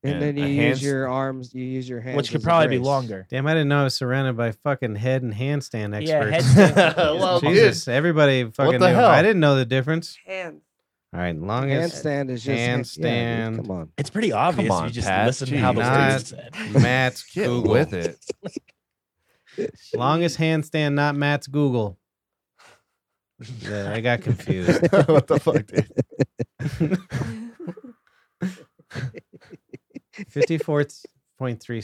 Speaker 7: And
Speaker 5: And
Speaker 7: then
Speaker 5: a
Speaker 7: you
Speaker 5: hands-
Speaker 7: use your arms, you use your hands.
Speaker 4: which
Speaker 7: as
Speaker 4: could
Speaker 7: a
Speaker 4: probably be
Speaker 7: brace.
Speaker 4: longer.
Speaker 2: Damn, I didn't know I was surrounded by fucking head and handstand
Speaker 4: Yeah,
Speaker 2: experts.
Speaker 4: headstand.
Speaker 5: Well, dude.
Speaker 2: Jesus, everybody fucking
Speaker 5: the
Speaker 2: knew.
Speaker 5: hell?
Speaker 2: I didn't know the difference.
Speaker 3: Hands.
Speaker 2: All right, longest
Speaker 7: Handstand is just yeah, dude,
Speaker 2: Handstand.
Speaker 7: come on.
Speaker 4: It's pretty obvious
Speaker 5: Come on,
Speaker 4: if you just
Speaker 5: Pat.
Speaker 4: listen to how
Speaker 5: Jeez.
Speaker 4: those
Speaker 2: Not-
Speaker 4: things said.
Speaker 2: Matt's
Speaker 5: Get
Speaker 2: Google.
Speaker 5: with it.
Speaker 2: Longest handstand, not Matt's Google. Yeah, I got confused.
Speaker 5: what the fuck, dude?
Speaker 2: 54.3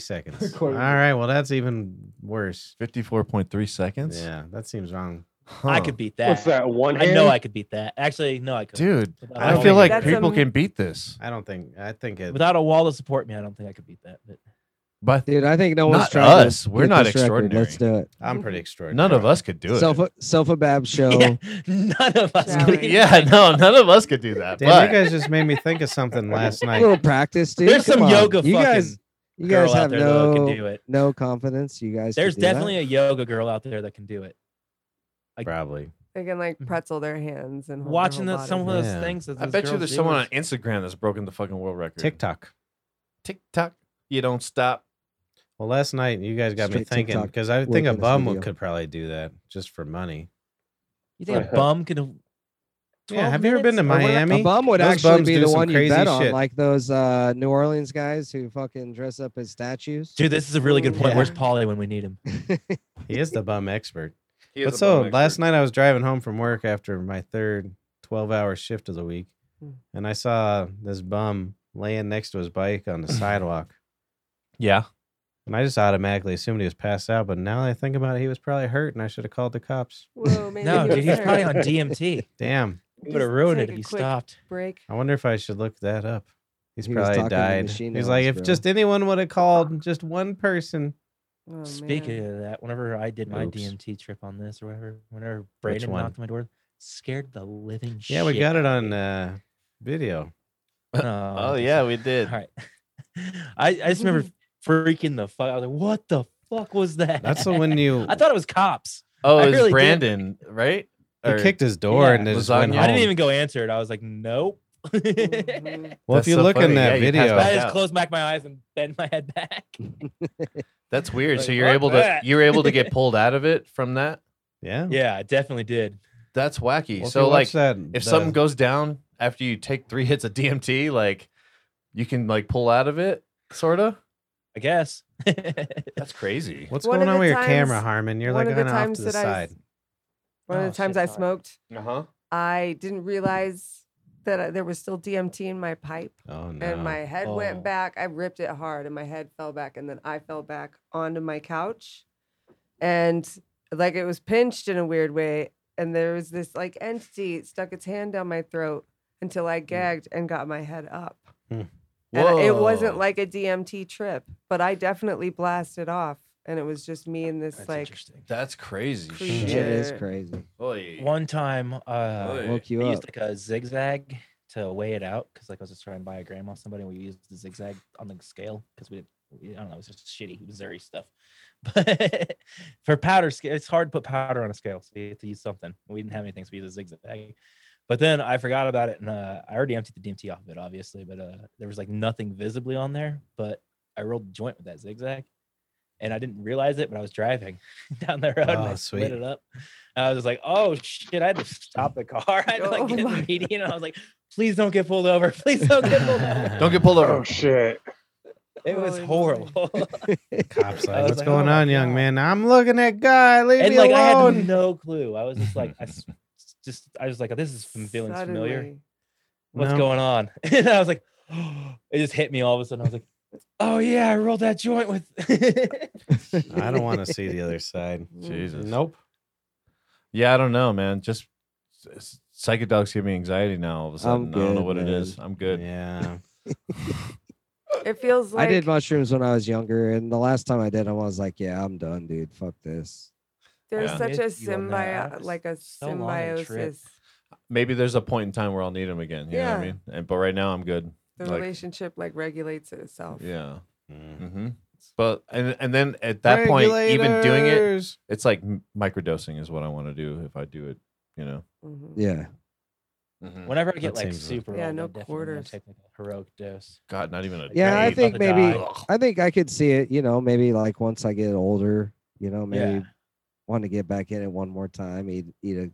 Speaker 2: seconds. All
Speaker 6: Quarter.
Speaker 2: right, well, that's even worse.
Speaker 5: 54.3 seconds?
Speaker 2: Yeah, that seems wrong.
Speaker 4: I
Speaker 5: Huh.
Speaker 4: could beat that.
Speaker 6: What's that? One
Speaker 4: I
Speaker 6: hand?
Speaker 4: know I could beat that. Actually, no, I could.
Speaker 5: Dude,
Speaker 4: Without
Speaker 5: I
Speaker 4: a-
Speaker 5: feel like
Speaker 3: That's
Speaker 5: people
Speaker 3: a-
Speaker 5: can beat this,
Speaker 2: I don't think. I think it.
Speaker 4: without a wall to support me, I don't think I could beat that. But
Speaker 5: but
Speaker 7: Dude, I think no one's
Speaker 5: Not
Speaker 7: trying to
Speaker 5: us. We're
Speaker 7: get
Speaker 5: not
Speaker 7: this record. Let's do it.
Speaker 2: I'm pretty extraordinary.
Speaker 5: none of us could do it.
Speaker 7: Sofa Sofa Bab show.
Speaker 4: yeah, none of us.
Speaker 3: Shall
Speaker 4: could
Speaker 3: we?
Speaker 4: beat
Speaker 5: Yeah, no, none of us could do that.
Speaker 2: Damn,
Speaker 5: but
Speaker 2: you guys just made me think of something last
Speaker 7: A
Speaker 2: night.
Speaker 7: little practice, dude.
Speaker 4: There's some
Speaker 7: come on.
Speaker 4: yoga
Speaker 7: You guys,
Speaker 4: fucking
Speaker 7: you guys
Speaker 4: girl out
Speaker 7: have
Speaker 4: there though that
Speaker 7: no
Speaker 4: can do it.
Speaker 7: no confidence. You guys.
Speaker 4: There's definitely a yoga girl out there that can do it.
Speaker 2: Probably.
Speaker 3: They can like pretzel their hands and hold their
Speaker 4: Mm-hmm. Watching
Speaker 3: whole
Speaker 4: the,
Speaker 3: body.
Speaker 4: some of those
Speaker 2: Yeah.
Speaker 4: things. That
Speaker 5: I
Speaker 4: those
Speaker 5: bet you
Speaker 4: girls
Speaker 5: there's
Speaker 4: do
Speaker 5: someone
Speaker 4: is-
Speaker 5: on Instagram that's broken the fucking world record.
Speaker 2: TikTok.
Speaker 5: TikTok. You don't stop.
Speaker 2: Well, last night you guys got me
Speaker 7: Straight
Speaker 2: thinking
Speaker 7: TikTok
Speaker 2: because I
Speaker 7: work
Speaker 2: think a
Speaker 7: in this
Speaker 2: bum would,
Speaker 7: video.
Speaker 2: could probably do that just for money.
Speaker 4: You think a
Speaker 6: Right.
Speaker 4: bum can?
Speaker 2: Yeah.
Speaker 4: 12
Speaker 2: Have you ever been to
Speaker 4: minutes? Or what-
Speaker 2: Miami?
Speaker 7: A bum would
Speaker 2: Those
Speaker 7: actually
Speaker 2: bums
Speaker 7: be
Speaker 2: do
Speaker 7: the
Speaker 2: some
Speaker 7: one you
Speaker 2: crazy
Speaker 7: bet on,
Speaker 2: shit.
Speaker 7: like those uh, New Orleans guys who fucking dress up as statues.
Speaker 4: Dude, this is a really good point.
Speaker 7: Yeah.
Speaker 4: Where's Polly when we need him?
Speaker 2: He is the bum expert.
Speaker 5: He is
Speaker 2: But
Speaker 5: a
Speaker 2: so
Speaker 5: bum
Speaker 2: last
Speaker 5: expert.
Speaker 2: night I was driving home from work after my third 12 hour shift of the week,
Speaker 4: Hmm.
Speaker 3: Mm.
Speaker 2: and I saw this bum laying next to his bike on the sidewalk.
Speaker 5: Yeah.
Speaker 2: And I just automatically assumed he was passed out, but now that I think about it, he was probably hurt and I should have called the cops.
Speaker 3: Whoa, maybe
Speaker 4: No,
Speaker 3: he
Speaker 4: dude,
Speaker 3: was
Speaker 4: he's probably
Speaker 3: hurt.
Speaker 4: on DMT.
Speaker 2: Damn.
Speaker 4: He would have
Speaker 3: Just
Speaker 4: ruined
Speaker 3: take
Speaker 4: it if
Speaker 3: a
Speaker 4: he
Speaker 3: quick
Speaker 4: stopped.
Speaker 3: Break.
Speaker 2: I wonder if I should look that up. He's
Speaker 7: He was
Speaker 2: probably
Speaker 7: talking to
Speaker 2: died.
Speaker 7: machine
Speaker 2: He's like,
Speaker 7: elves,
Speaker 2: if
Speaker 7: bro.
Speaker 2: just anyone would have called, just one person.
Speaker 3: Oh,
Speaker 4: Speaking
Speaker 3: man.
Speaker 4: of that, whenever I did my
Speaker 2: Oops.
Speaker 4: DMT trip on this or whatever, whenever Braden
Speaker 2: one?
Speaker 4: knocked on my door, scared the living shit.
Speaker 2: Yeah, we got it
Speaker 4: out of
Speaker 2: on
Speaker 4: me.
Speaker 2: uh, video.
Speaker 4: No, I don't
Speaker 5: Oh
Speaker 4: think
Speaker 5: yeah,
Speaker 4: so.
Speaker 5: we did.
Speaker 4: All right. I, I just remember freaking the fuck. I was like, what the fuck was that?
Speaker 2: That's the one you.
Speaker 4: I thought it was cops.
Speaker 5: Oh,
Speaker 4: I
Speaker 5: it was
Speaker 4: really did.
Speaker 5: Brandon, right?
Speaker 2: he
Speaker 5: Or-
Speaker 2: kicked his door
Speaker 4: Yeah.
Speaker 2: and it just went
Speaker 5: Lasagna.
Speaker 2: home.
Speaker 4: I didn't even go answer it. I was like, nope. I
Speaker 3: Mhm.
Speaker 2: well, if
Speaker 5: That's
Speaker 2: you
Speaker 5: so
Speaker 2: look
Speaker 5: funny.
Speaker 2: in
Speaker 5: Yeah,
Speaker 2: that
Speaker 5: you passed
Speaker 2: video,
Speaker 5: back
Speaker 4: just
Speaker 5: out.
Speaker 4: closed back my eyes and bent my head back.
Speaker 5: That's weird. so
Speaker 4: Like,
Speaker 5: you're
Speaker 4: fuck
Speaker 5: able
Speaker 4: that.
Speaker 5: to you're able to get pulled out of it from that.
Speaker 2: yeah.
Speaker 4: yeah, I definitely did.
Speaker 5: That's wacky.
Speaker 2: Well, if
Speaker 5: so
Speaker 2: you
Speaker 5: like,
Speaker 2: watch that,
Speaker 5: if
Speaker 2: the-
Speaker 5: something goes down after you take three hits of DMT, like you can like pull out of it, sorta.
Speaker 4: I guess.
Speaker 5: That's crazy.
Speaker 2: what's
Speaker 3: One
Speaker 2: going on
Speaker 3: of the
Speaker 2: with your camera,
Speaker 3: times-
Speaker 2: Harmon? You're
Speaker 3: one
Speaker 2: like
Speaker 3: of the
Speaker 2: on off
Speaker 3: times
Speaker 2: to the
Speaker 3: that I s-
Speaker 2: side.
Speaker 3: One
Speaker 4: Oh,
Speaker 3: of the times
Speaker 4: shit, Uh-huh.
Speaker 3: I
Speaker 4: sorry.
Speaker 3: smoked,
Speaker 5: Uh huh.
Speaker 3: I didn't realize that I, there was still DMT in my pipe,
Speaker 2: Oh no!
Speaker 3: and my head
Speaker 4: Oh.
Speaker 3: went back. I ripped it hard, and my head fell back, and then I fell back onto my couch, and like it was pinched in a weird way, and there was this like entity it stuck its hand down my throat until
Speaker 4: Mm.
Speaker 3: I gagged and got my head up.
Speaker 2: Hmm.
Speaker 3: And it wasn't
Speaker 5: Whoa.
Speaker 3: like a DMT trip, but I definitely blasted off and it was just me and this
Speaker 4: That's
Speaker 3: like
Speaker 4: interesting.
Speaker 5: That's crazy.
Speaker 3: Creature.
Speaker 7: It
Speaker 5: Shit.
Speaker 7: is
Speaker 3: Sure.
Speaker 7: crazy.
Speaker 5: Oy.
Speaker 4: One time, uh,
Speaker 5: Oy.
Speaker 7: Woke you
Speaker 4: we
Speaker 7: up.
Speaker 4: used like a zigzag to weigh it out because like I was just trying to buy a grandma somebody and we used the zigzag on the scale because we didn't we- I don't know, it was just shitty Missouri stuff. But for powder scale, it's hard to put powder on a scale. So we had to use something. We didn't have anything, so we used a zigzag. But then I forgot about it and uh, I already emptied the DMT off of it, obviously, but uh, there was like nothing visibly on there. But I rolled the joint with that zigzag and I didn't realize it, but I was driving down the road and I
Speaker 7: Ah,
Speaker 2: Oh,
Speaker 4: split
Speaker 2: sweet.
Speaker 4: it up. And I was just like, oh shit, I had to stop the car. I had to like
Speaker 3: Oh
Speaker 4: get in
Speaker 3: my-
Speaker 4: the median. And I was like, please don't get pulled over. Please don't get pulled over.
Speaker 5: Don't get pulled
Speaker 6: Oh
Speaker 5: over.
Speaker 6: shit!
Speaker 4: It was
Speaker 3: Holy moly.
Speaker 4: horrible.
Speaker 2: Cops like,
Speaker 4: I was
Speaker 2: what's
Speaker 4: like,
Speaker 2: going
Speaker 4: "Oh my
Speaker 2: on, young
Speaker 4: God."
Speaker 2: man? I'm looking at guy. Leave
Speaker 4: and
Speaker 2: me
Speaker 4: like I
Speaker 2: alone.
Speaker 4: had no clue. I was just like, I s- just I was like, this is fam- feeling familiar.
Speaker 3: suddenly-
Speaker 4: What's
Speaker 2: No.
Speaker 4: going on? And I was like, it just hit me all of a sudden. I was like, oh yeah, I rolled that joint with.
Speaker 2: I don't want to see the other side.
Speaker 5: Jesus.
Speaker 2: Nope.
Speaker 5: Yeah, I don't know, man. Just s- psychedelics give me anxiety now. All of a sudden, I don't know
Speaker 7: good,
Speaker 5: what it
Speaker 7: man.
Speaker 5: is. I'm good.
Speaker 2: Yeah.
Speaker 3: Mm. It feels like
Speaker 7: I did mushrooms when I was younger, and the last time I did them, I was like, "Yeah, I'm done, dude. Fuck this."
Speaker 3: there's
Speaker 5: Yeah.
Speaker 3: such a
Speaker 4: With you on that, I
Speaker 3: symbio
Speaker 4: was
Speaker 3: like a
Speaker 4: so long a trip.
Speaker 3: symbiosis.
Speaker 5: Maybe there's a point in time where I'll need them again. You know what I
Speaker 3: Yeah.
Speaker 5: mean? And but right now, I'm good.
Speaker 3: The
Speaker 5: Like-
Speaker 3: relationship like regulates itself.
Speaker 5: Yeah.
Speaker 2: Mm.
Speaker 5: hmm But and and then at that point, even doing it,
Speaker 2: Regulators.
Speaker 5: it's like m- microdosing is what I want to do if I do it. You know.
Speaker 3: Mhm.
Speaker 7: Yeah,
Speaker 4: Whenever I
Speaker 2: That
Speaker 4: get like
Speaker 2: seems like-
Speaker 4: super,
Speaker 3: Yeah,
Speaker 4: old,
Speaker 3: no
Speaker 4: I'll definitely wanna
Speaker 3: quarters.
Speaker 4: Take like a heroic dose.
Speaker 5: God, not even a.
Speaker 7: Yeah, I
Speaker 5: drop.
Speaker 4: Right,
Speaker 7: think
Speaker 4: about to
Speaker 7: maybe-
Speaker 4: die.
Speaker 7: I think I could see it. You know, maybe like once I get older, you know, maybe want to get back in it one more time, eat, eat a,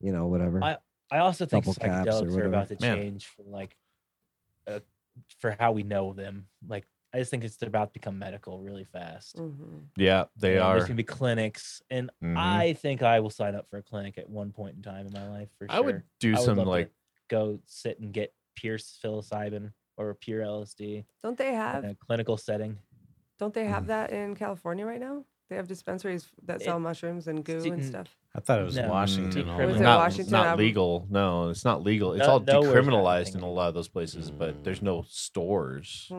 Speaker 7: you know, whatever.
Speaker 4: I also think
Speaker 7: Double caps or
Speaker 4: psychedelics are about to
Speaker 5: Man.
Speaker 7: whatever.
Speaker 4: change from like uh, for how we know them. Like I just think it's about to become medical really fast.
Speaker 3: Mhm.
Speaker 5: Yeah, they
Speaker 4: You know,
Speaker 5: are.
Speaker 4: There's gonna be clinics, and
Speaker 5: Mhm.
Speaker 4: I think I will sign up for a clinic at one point in time in my life for sure.
Speaker 5: I would do
Speaker 4: I would
Speaker 5: some
Speaker 4: love to
Speaker 5: like
Speaker 4: go sit and get pure psilocybin or pure LSD
Speaker 3: Don't they have
Speaker 4: in a clinical setting.
Speaker 3: don't they
Speaker 4: Mm-hmm.
Speaker 3: have that in California right now? They have dispensaries that
Speaker 4: It-
Speaker 3: sell mushrooms and goo and
Speaker 4: didn't-
Speaker 3: stuff.
Speaker 2: I thought it was
Speaker 4: No.
Speaker 2: Washington.
Speaker 4: Mm.
Speaker 2: only.
Speaker 3: Was it
Speaker 5: not,
Speaker 3: Washington
Speaker 5: not
Speaker 3: Avenue?
Speaker 5: legal. No, it's not legal. It's
Speaker 4: No-
Speaker 5: all
Speaker 4: nowhere's not, I
Speaker 5: decriminalized in
Speaker 4: think.
Speaker 5: a lot of those places,
Speaker 4: Mm.
Speaker 5: but there's no stores.
Speaker 3: Hmm.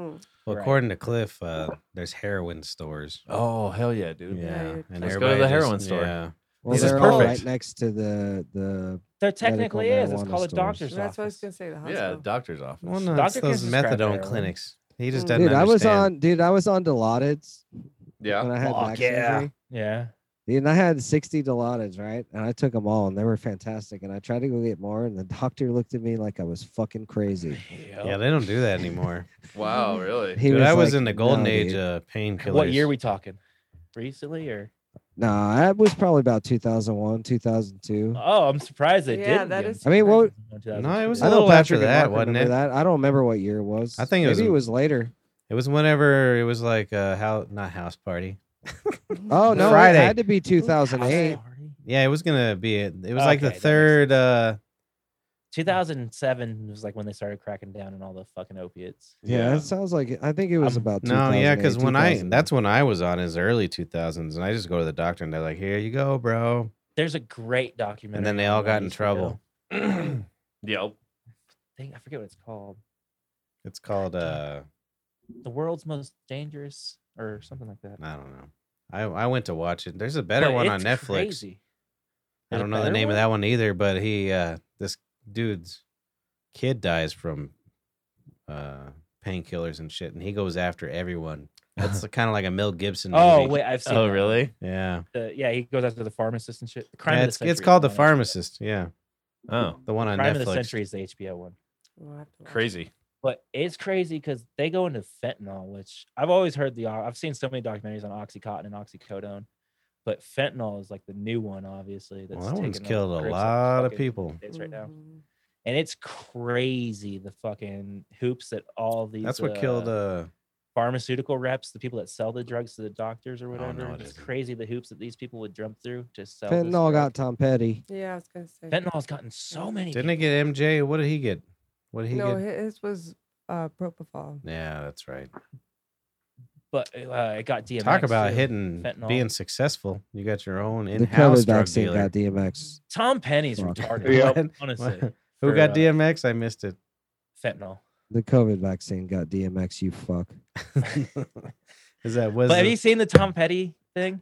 Speaker 2: Well,
Speaker 4: Right.
Speaker 2: according to Cliff, uh, there's heroin stores.
Speaker 5: Oh hell yeah, dude!
Speaker 3: Yeah,
Speaker 2: Yeah,
Speaker 3: you're-
Speaker 2: and
Speaker 5: Let's go to
Speaker 2: everybody
Speaker 5: the
Speaker 2: just-
Speaker 5: heroin store.
Speaker 2: Yeah,
Speaker 7: well,
Speaker 5: this is
Speaker 7: they're all right
Speaker 5: perfect.
Speaker 7: next to the the.
Speaker 4: There technically is. It's
Speaker 7: marijuana
Speaker 4: called a
Speaker 7: stores.
Speaker 4: doctor's
Speaker 3: That's what I was
Speaker 4: office.
Speaker 3: gonna say. The
Speaker 5: Yeah,
Speaker 3: hospital.
Speaker 5: doctor's office.
Speaker 2: well, no, it's
Speaker 4: Dr.
Speaker 2: those
Speaker 4: Kiss described
Speaker 2: methadone
Speaker 4: heroin.
Speaker 2: clinics. He just
Speaker 3: Mm.
Speaker 2: doesn't
Speaker 7: Dude, I was
Speaker 2: understand. Oh,
Speaker 7: on. Dude, I was on Dilaudid's
Speaker 5: Yeah.
Speaker 7: when I had
Speaker 4: Fuck
Speaker 7: back
Speaker 4: yeah.
Speaker 7: surgery.
Speaker 4: Yeah.
Speaker 7: Dude, and I had 60 Dilaudids, right? And I took them all, and they were fantastic. And I tried to go get more, and the doctor looked at me like I was fucking crazy.
Speaker 2: Yeah, they don't do that anymore.
Speaker 5: Wow, really?
Speaker 7: He
Speaker 2: Dude, I was
Speaker 7: like,
Speaker 2: in the golden
Speaker 7: "No,
Speaker 2: age
Speaker 7: dude."
Speaker 2: of painkillers.
Speaker 4: What year are we talking? Recently or?
Speaker 7: No, that was probably about 2001, 2002.
Speaker 4: Oh, I'm surprised they
Speaker 3: Yeah,
Speaker 4: didn't.
Speaker 3: that
Speaker 4: give
Speaker 3: is
Speaker 4: him
Speaker 7: I mean, what-
Speaker 4: something.
Speaker 2: No, it was a
Speaker 7: I
Speaker 2: little-
Speaker 7: know
Speaker 2: after
Speaker 7: Patrick and
Speaker 2: that,
Speaker 7: Mark
Speaker 2: wasn't
Speaker 7: remember
Speaker 2: it?
Speaker 7: That I don't remember what year it was.
Speaker 2: I think it was
Speaker 7: maybe
Speaker 2: in-
Speaker 7: it was later.
Speaker 2: It was whenever it was like a house, not house party.
Speaker 7: Oh no,
Speaker 2: Friday.
Speaker 7: it had to be 2008.
Speaker 4: 2008.
Speaker 2: Yeah, it was gonna be. It, it was like the
Speaker 4: Okay, that makes
Speaker 2: third. uh
Speaker 4: 2007 was like when they started cracking down on all the fucking opiates.
Speaker 7: Yeah, that sounds like it. I think it was
Speaker 4: Um,
Speaker 7: about
Speaker 2: No, yeah,
Speaker 7: 2008,
Speaker 2: because when I
Speaker 7: 2009.
Speaker 2: that's when I was on his early 2000s, and I just go to the doctor and they're like, "Here you go, bro,"
Speaker 4: There's a great documentary.
Speaker 2: and then they all
Speaker 4: on
Speaker 2: got in
Speaker 4: East Hill.
Speaker 2: trouble.
Speaker 5: yep.
Speaker 4: Dang, I forget what it's called.
Speaker 2: It's called uh,
Speaker 4: The world's most dangerous, or something like that.
Speaker 2: I don't know. I I went to watch it. There's a better
Speaker 4: But
Speaker 2: one on
Speaker 4: it's
Speaker 2: Netflix.
Speaker 4: crazy.
Speaker 2: I
Speaker 4: There's a
Speaker 2: don't know the
Speaker 4: better
Speaker 2: name
Speaker 4: one?
Speaker 2: of that one either, but he uh this dude's kid dies from uh painkillers and shit, and he goes after everyone. That's kind of like a Mel Gibson. Movie.
Speaker 4: Oh wait, I've seen.
Speaker 5: Oh
Speaker 4: that.
Speaker 5: really?
Speaker 2: yeah,
Speaker 4: The- yeah, he goes after the pharmacist and shit. The crime
Speaker 2: yeah
Speaker 4: of
Speaker 2: it's,
Speaker 4: the
Speaker 2: it's
Speaker 4: Century is
Speaker 2: called the
Speaker 4: one I actually-
Speaker 2: pharmacist. Yeah,
Speaker 5: Oh,
Speaker 2: the one on
Speaker 4: Crime of the
Speaker 2: Netflix.
Speaker 4: Century is the HBO one.
Speaker 3: We'll have to watch it.
Speaker 5: crazy.
Speaker 4: But it's crazy because they go into fentanyl, which I've always heard the. I've seen so many documentaries on OxyContin and oxycodone, but fentanyl is like the new one, obviously. That's
Speaker 2: Well, that one's
Speaker 4: taken up
Speaker 2: killed a
Speaker 4: critics of
Speaker 2: lot of
Speaker 4: fucking
Speaker 2: people.
Speaker 4: States right now,
Speaker 3: Mhm.
Speaker 4: and it's crazy the fucking hoops that all these.
Speaker 2: That's what killed.
Speaker 4: uh,
Speaker 2: Uh,
Speaker 4: pharmaceutical reps, the people that sell the drugs to the doctors or
Speaker 5: no,
Speaker 4: whatever.
Speaker 5: it
Speaker 4: it's
Speaker 5: isn't.
Speaker 4: crazy the hoops that these people would jump through to sell. this
Speaker 7: fentanyl
Speaker 4: drug.
Speaker 7: got Tom Petty.
Speaker 3: Yeah, I was gonna say.
Speaker 4: fentanyl's gotten so many.
Speaker 2: Didn't it get MJ? What did he get? What did he
Speaker 3: no,
Speaker 2: get?
Speaker 3: hi- his was uh, propofol.
Speaker 2: Yeah, that's right.
Speaker 4: people, but uh, it got DMX.
Speaker 2: Talk about
Speaker 4: too.
Speaker 2: hitting,
Speaker 4: Fentanyl.
Speaker 2: being successful. You got your own
Speaker 7: The
Speaker 2: in-house
Speaker 7: COVID
Speaker 2: drug
Speaker 7: vaccine
Speaker 2: dealer.
Speaker 7: got DMX.
Speaker 4: Tom Penny's
Speaker 7: Fuck.
Speaker 4: retarded.
Speaker 2: Yep.
Speaker 4: Honestly,
Speaker 2: Who
Speaker 4: for,
Speaker 2: got
Speaker 4: uh,
Speaker 2: DMX? I missed it.
Speaker 4: fentanyl.
Speaker 7: The COVID vaccine got DMX. You fuck.
Speaker 2: Is that was
Speaker 4: But have
Speaker 2: it-
Speaker 4: you seen the Tom Petty thing?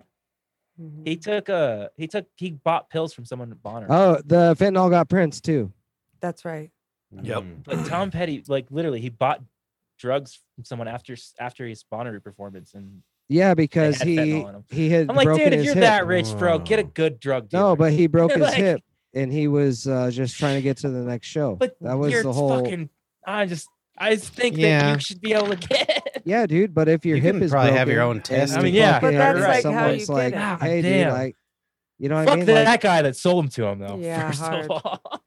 Speaker 3: Mm-hmm.
Speaker 4: He took uh he took he bought pills from someone at Bonner.
Speaker 7: Oh, the fentanyl got Prince too.
Speaker 3: That's right.
Speaker 7: Mm.
Speaker 5: Yep.
Speaker 4: Like Tom Petty, like literally, he bought drugs from someone after s- after his Bonnery performance, and
Speaker 7: Yeah, because
Speaker 4: had
Speaker 7: he
Speaker 4: fentanyl in 'em.
Speaker 7: he had
Speaker 4: I'm like,
Speaker 7: broken
Speaker 4: dude, if
Speaker 7: his
Speaker 4: you're
Speaker 7: hip.
Speaker 4: that rich, bro, get a
Speaker 2: Wow.
Speaker 4: good drug dealer.
Speaker 7: no, but he broke his
Speaker 4: Like-
Speaker 7: hip and he was uh, just trying to get to the next show.
Speaker 4: but
Speaker 7: that was
Speaker 4: you're
Speaker 7: the whole.
Speaker 4: Fucking, I just I just think that
Speaker 2: Yeah.
Speaker 4: you should be able to get.
Speaker 7: Yeah, dude. But if your
Speaker 2: You
Speaker 7: hip
Speaker 2: can
Speaker 7: is
Speaker 2: probably
Speaker 7: broken,
Speaker 2: have your own
Speaker 7: and
Speaker 2: test.
Speaker 4: I mean,
Speaker 7: you
Speaker 4: yeah,
Speaker 7: fucking-
Speaker 3: But that's
Speaker 7: and
Speaker 3: like how
Speaker 7: someone's
Speaker 3: you get
Speaker 7: like,
Speaker 3: it. Ah,
Speaker 7: hey, dude,
Speaker 4: damn.
Speaker 7: like, you know what
Speaker 4: Fuck
Speaker 7: I mean?
Speaker 4: the,
Speaker 7: like,
Speaker 4: that guy that sold him to him though.
Speaker 3: Yeah,
Speaker 4: first
Speaker 3: hard.
Speaker 4: of all,
Speaker 7: but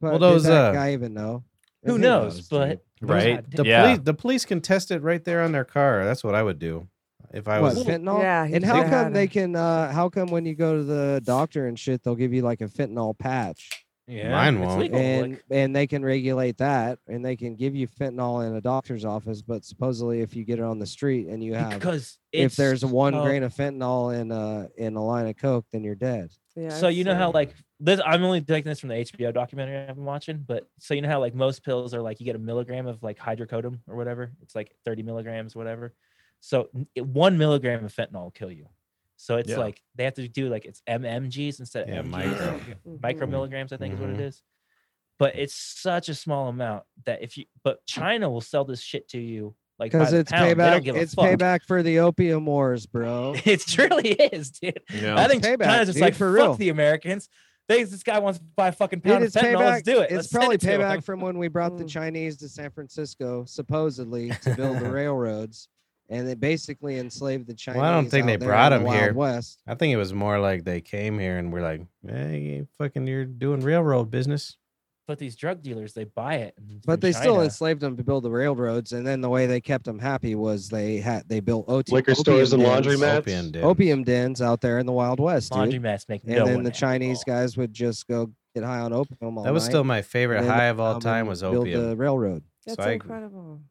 Speaker 2: Well,
Speaker 7: did
Speaker 2: those,
Speaker 7: that
Speaker 2: uh,
Speaker 7: guy even know?
Speaker 4: who
Speaker 7: He
Speaker 4: knows?
Speaker 7: dude.
Speaker 4: but
Speaker 5: Right?
Speaker 2: The
Speaker 5: Yeah.
Speaker 2: police the police can test it right there on their car. That's what I would do if I
Speaker 7: what
Speaker 2: was.
Speaker 7: fentanyl?
Speaker 3: Yeah, he
Speaker 7: And how
Speaker 3: should've
Speaker 7: come
Speaker 3: had
Speaker 7: they
Speaker 3: it.
Speaker 7: can? uh How come when you go to the doctor and shit, they'll give you like a fentanyl patch,
Speaker 4: yeah,
Speaker 2: Mine
Speaker 4: it's
Speaker 2: won't.
Speaker 4: legal,
Speaker 7: and
Speaker 4: Oh, like-
Speaker 7: and they can regulate that, and they can give you fentanyl in a doctor's office, but supposedly if you get it on the street and you have,
Speaker 4: because
Speaker 7: if
Speaker 4: it's
Speaker 7: there's one
Speaker 4: so-
Speaker 7: grain of fentanyl in a in a line of coke, then you're dead.
Speaker 3: Yeah,
Speaker 4: so you know how
Speaker 2: so-
Speaker 4: like this i'm only taking this from the hbo documentary i've been watching but so you know how like most pills are like you get a milligram of like hydrocodone or whatever it's like 30 milligrams whatever so n- it- one milligram of fentanyl will kill you so it's
Speaker 5: Yeah.
Speaker 4: like they have to do like it's mmgs instead of
Speaker 2: Yeah,
Speaker 4: mgs,
Speaker 2: micro.
Speaker 3: Mhm.
Speaker 4: micro milligrams i think is what
Speaker 2: Mhm.
Speaker 4: it is but it's such a small amount that if you but china will sell this shit to you like by
Speaker 7: Because
Speaker 4: the
Speaker 7: it's
Speaker 4: pound. They don't
Speaker 7: payback.
Speaker 4: give a
Speaker 7: It's
Speaker 4: fuck.
Speaker 7: payback for the opium wars, bro.
Speaker 4: it really is dude
Speaker 5: Yeah.
Speaker 4: I think
Speaker 7: It's payback,
Speaker 4: China's just
Speaker 7: dude,
Speaker 4: like
Speaker 7: for
Speaker 4: fuck
Speaker 7: real.
Speaker 4: the Americans. They, this guy wants to buy a fucking
Speaker 7: Dude,
Speaker 4: pound
Speaker 7: it's
Speaker 4: of fentanyl.
Speaker 7: payback.
Speaker 4: Let's do it.
Speaker 7: It's
Speaker 4: Let's send
Speaker 7: probably
Speaker 4: it to
Speaker 7: payback
Speaker 4: him.
Speaker 7: from when we brought
Speaker 2: Hmm.
Speaker 7: the
Speaker 3: Mm.
Speaker 7: Chinese to San Francisco, supposedly to build the railroads, and they basically enslaved the Chinese.
Speaker 2: Well, I don't think
Speaker 7: out
Speaker 2: they
Speaker 7: there
Speaker 2: brought
Speaker 7: in
Speaker 2: 'em
Speaker 7: the Wild
Speaker 2: here.
Speaker 7: West.
Speaker 2: I think it was more like they came here and were like, "Hey, fucking, you're doing railroad business."
Speaker 4: But these drug dealers, they buy it. and it's
Speaker 7: But
Speaker 4: from
Speaker 7: they still
Speaker 4: China.
Speaker 7: enslaved them to build the railroads, and then the way they kept them happy was they had they built OT,
Speaker 6: Liquor stores and
Speaker 7: opium
Speaker 6: laundry
Speaker 7: dens,
Speaker 6: Laundromats?
Speaker 2: Opium dens.
Speaker 7: opium dens out there in the Wild West, dude.
Speaker 4: laundromats make
Speaker 7: And
Speaker 4: no
Speaker 7: then
Speaker 4: one Oh.
Speaker 7: the
Speaker 4: happy.
Speaker 7: Chinese guys would just go get high on opium. All
Speaker 2: That was
Speaker 7: night,
Speaker 2: still my favorite
Speaker 7: and then
Speaker 2: high of all
Speaker 7: come
Speaker 2: time
Speaker 7: and
Speaker 2: was
Speaker 7: build the
Speaker 2: opium.
Speaker 7: railroad.
Speaker 3: That's
Speaker 2: So I-
Speaker 3: incredible.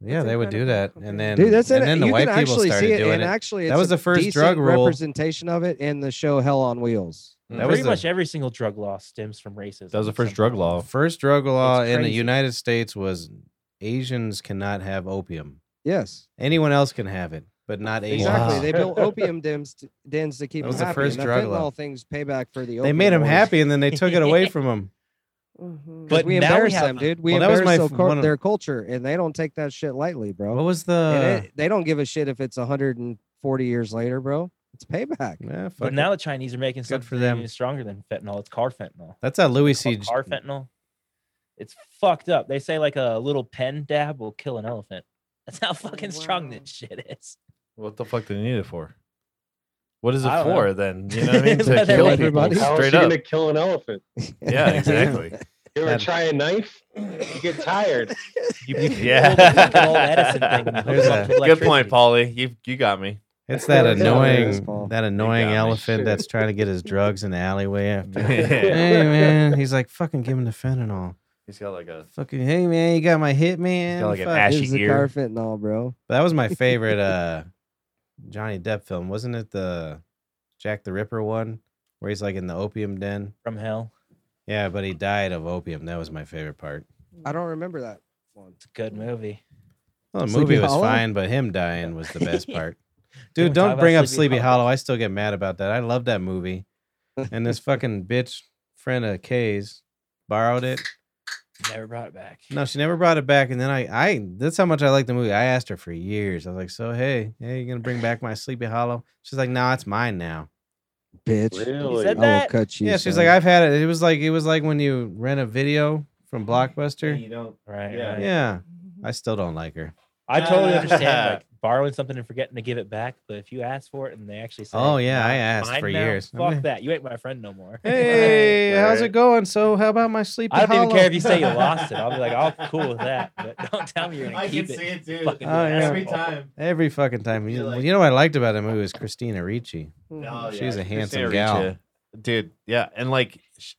Speaker 2: Yeah,
Speaker 3: that's
Speaker 2: they would do that,
Speaker 3: incredible.
Speaker 2: and then
Speaker 7: Dude, that's
Speaker 2: and
Speaker 7: it.
Speaker 2: then the
Speaker 7: you
Speaker 2: white
Speaker 7: can
Speaker 2: people
Speaker 7: actually
Speaker 2: started
Speaker 7: see it,
Speaker 2: doing
Speaker 7: and
Speaker 2: it.
Speaker 7: actually,
Speaker 2: That
Speaker 7: it's
Speaker 2: was
Speaker 7: a
Speaker 2: the first
Speaker 7: decent
Speaker 2: drug rule.
Speaker 7: representation of it in the show Hell on Wheels.
Speaker 2: That was
Speaker 4: Mm. Pretty
Speaker 2: the-
Speaker 4: much every single drug law stems from racism.
Speaker 5: That was the
Speaker 4: at
Speaker 5: first
Speaker 4: some
Speaker 5: drug
Speaker 4: point.
Speaker 5: law.
Speaker 2: First drug law
Speaker 4: It's
Speaker 2: in the
Speaker 4: crazy.
Speaker 2: United States was Asians cannot have opium.
Speaker 7: Yes,
Speaker 2: Anyone else can have it, but not Asians.
Speaker 7: exactly.
Speaker 5: Wow.
Speaker 7: They built opium dens to, dens to keep
Speaker 2: That was
Speaker 7: them
Speaker 2: the
Speaker 7: happy.
Speaker 2: first
Speaker 7: and
Speaker 2: drug
Speaker 7: the
Speaker 2: law.
Speaker 7: fentanyl things pay back for the.
Speaker 2: They
Speaker 7: opium
Speaker 2: made them
Speaker 7: wars.
Speaker 2: happy, and then they took it away from them.
Speaker 3: Mhm.
Speaker 7: 'Cause
Speaker 4: But now
Speaker 7: we
Speaker 4: we
Speaker 7: embarrass
Speaker 4: have
Speaker 7: them, dude. We
Speaker 2: Well, that was my
Speaker 7: embarrass their,
Speaker 2: f-
Speaker 7: cul-
Speaker 2: one of-
Speaker 7: their culture, and they don't take that shit lightly, bro.
Speaker 2: What was
Speaker 7: and
Speaker 2: the?
Speaker 7: it, they don't give a shit if it's 140 years later, bro. It's payback.
Speaker 2: Yeah, fuck
Speaker 4: But
Speaker 2: it.
Speaker 4: now the Chinese are making something
Speaker 2: for them.
Speaker 4: even stronger than fentanyl. It's carfentanyl.
Speaker 2: that's how Louis C.
Speaker 4: Car carfentanyl. It's fucked up. They say like a little pen dab will kill an elephant. That's how fucking strong
Speaker 3: wow.
Speaker 4: this shit is.
Speaker 5: What the fuck do they need it for? What is it
Speaker 4: I don't know.
Speaker 5: for then? You know what I mean?
Speaker 4: They're
Speaker 5: To kill
Speaker 4: like-
Speaker 5: people
Speaker 7: Everybody-
Speaker 6: How is
Speaker 5: straight
Speaker 6: she
Speaker 5: up.
Speaker 6: gonna kill an elephant?
Speaker 5: Yeah, exactly.
Speaker 6: You ever
Speaker 2: That-
Speaker 6: try a knife? You get tired.
Speaker 4: You,
Speaker 5: yeah.
Speaker 2: There's a-
Speaker 5: Good point, Paulie. You you got me.
Speaker 2: It's that
Speaker 7: Yeah, it is,
Speaker 2: annoying,
Speaker 7: Paul.
Speaker 2: that annoying
Speaker 5: got me.
Speaker 2: elephant that's trying to get his drugs in the alleyway. After.
Speaker 5: He's
Speaker 2: hey man, he's like fucking give him the fentanyl.
Speaker 5: got like a
Speaker 2: Fucking hey man, you got my hit man.
Speaker 5: got like an
Speaker 2: Fuck.
Speaker 5: ash-
Speaker 7: Gives the
Speaker 5: ear.
Speaker 7: car fentanyl, bro.
Speaker 2: That was my favorite uh Johnny Depp film, wasn't it? The Jack the Ripper one where he's like in the opium den.
Speaker 4: From hell.
Speaker 2: Yeah, but he died of opium. That was my favorite part.
Speaker 7: I don't remember that one.
Speaker 4: It's a good movie.
Speaker 2: Well, the
Speaker 7: Sleepy
Speaker 2: movie was
Speaker 7: Hollow?
Speaker 2: fine, but him dying was the best part.
Speaker 4: Can
Speaker 2: Dude,
Speaker 4: we talk
Speaker 2: don't
Speaker 4: about
Speaker 2: bring up
Speaker 4: Sleepy
Speaker 2: Sleepy
Speaker 4: Hollow?
Speaker 2: Hollow. I still get mad about that. I love that movie. And this fucking bitch friend of Kay's borrowed it.
Speaker 4: Never brought it back.
Speaker 2: No, she never brought it back. And then I, I that's how much I like the movie. I asked her for years. I was like, so hey, hey, you gonna bring back my Sleepy Hollow? She's like, nah, it's mine now.
Speaker 7: Bitch.
Speaker 6: Really?
Speaker 4: said
Speaker 7: I
Speaker 4: that?
Speaker 7: will cut you.
Speaker 2: yeah, she's
Speaker 7: son.
Speaker 2: like, I've had it. It was like it was like when you rent a video from Blockbuster.
Speaker 5: don't.
Speaker 4: Right.
Speaker 5: Yeah.
Speaker 4: right.
Speaker 2: Yeah. I still don't like her.
Speaker 4: I totally understand like borrowing something and forgetting to give it back, but if you ask for it and they actually say,
Speaker 2: Oh, yeah,
Speaker 4: "Nah,
Speaker 2: I
Speaker 4: it's
Speaker 2: asked
Speaker 4: mine
Speaker 2: for
Speaker 4: now,"
Speaker 2: years. I'm
Speaker 4: Fuck
Speaker 2: like-
Speaker 4: that. You ain't my friend no more.
Speaker 2: Hey, how's
Speaker 6: Right.
Speaker 2: it going? So how about my Sleepy
Speaker 4: I don't
Speaker 2: Hollow?
Speaker 4: even care if you say you lost it. I'll be like, "I'll cool with that," but don't tell me you're gonna keep it.
Speaker 5: it too.
Speaker 4: Fucking
Speaker 2: Oh, yeah.
Speaker 4: asshole.
Speaker 2: Every Every fucking time. You, you know what I liked about that movie was Christina Ricci.
Speaker 5: Oh,
Speaker 3: Mhm.
Speaker 2: She's a handsome gal.
Speaker 5: dude. Yeah, and like sh-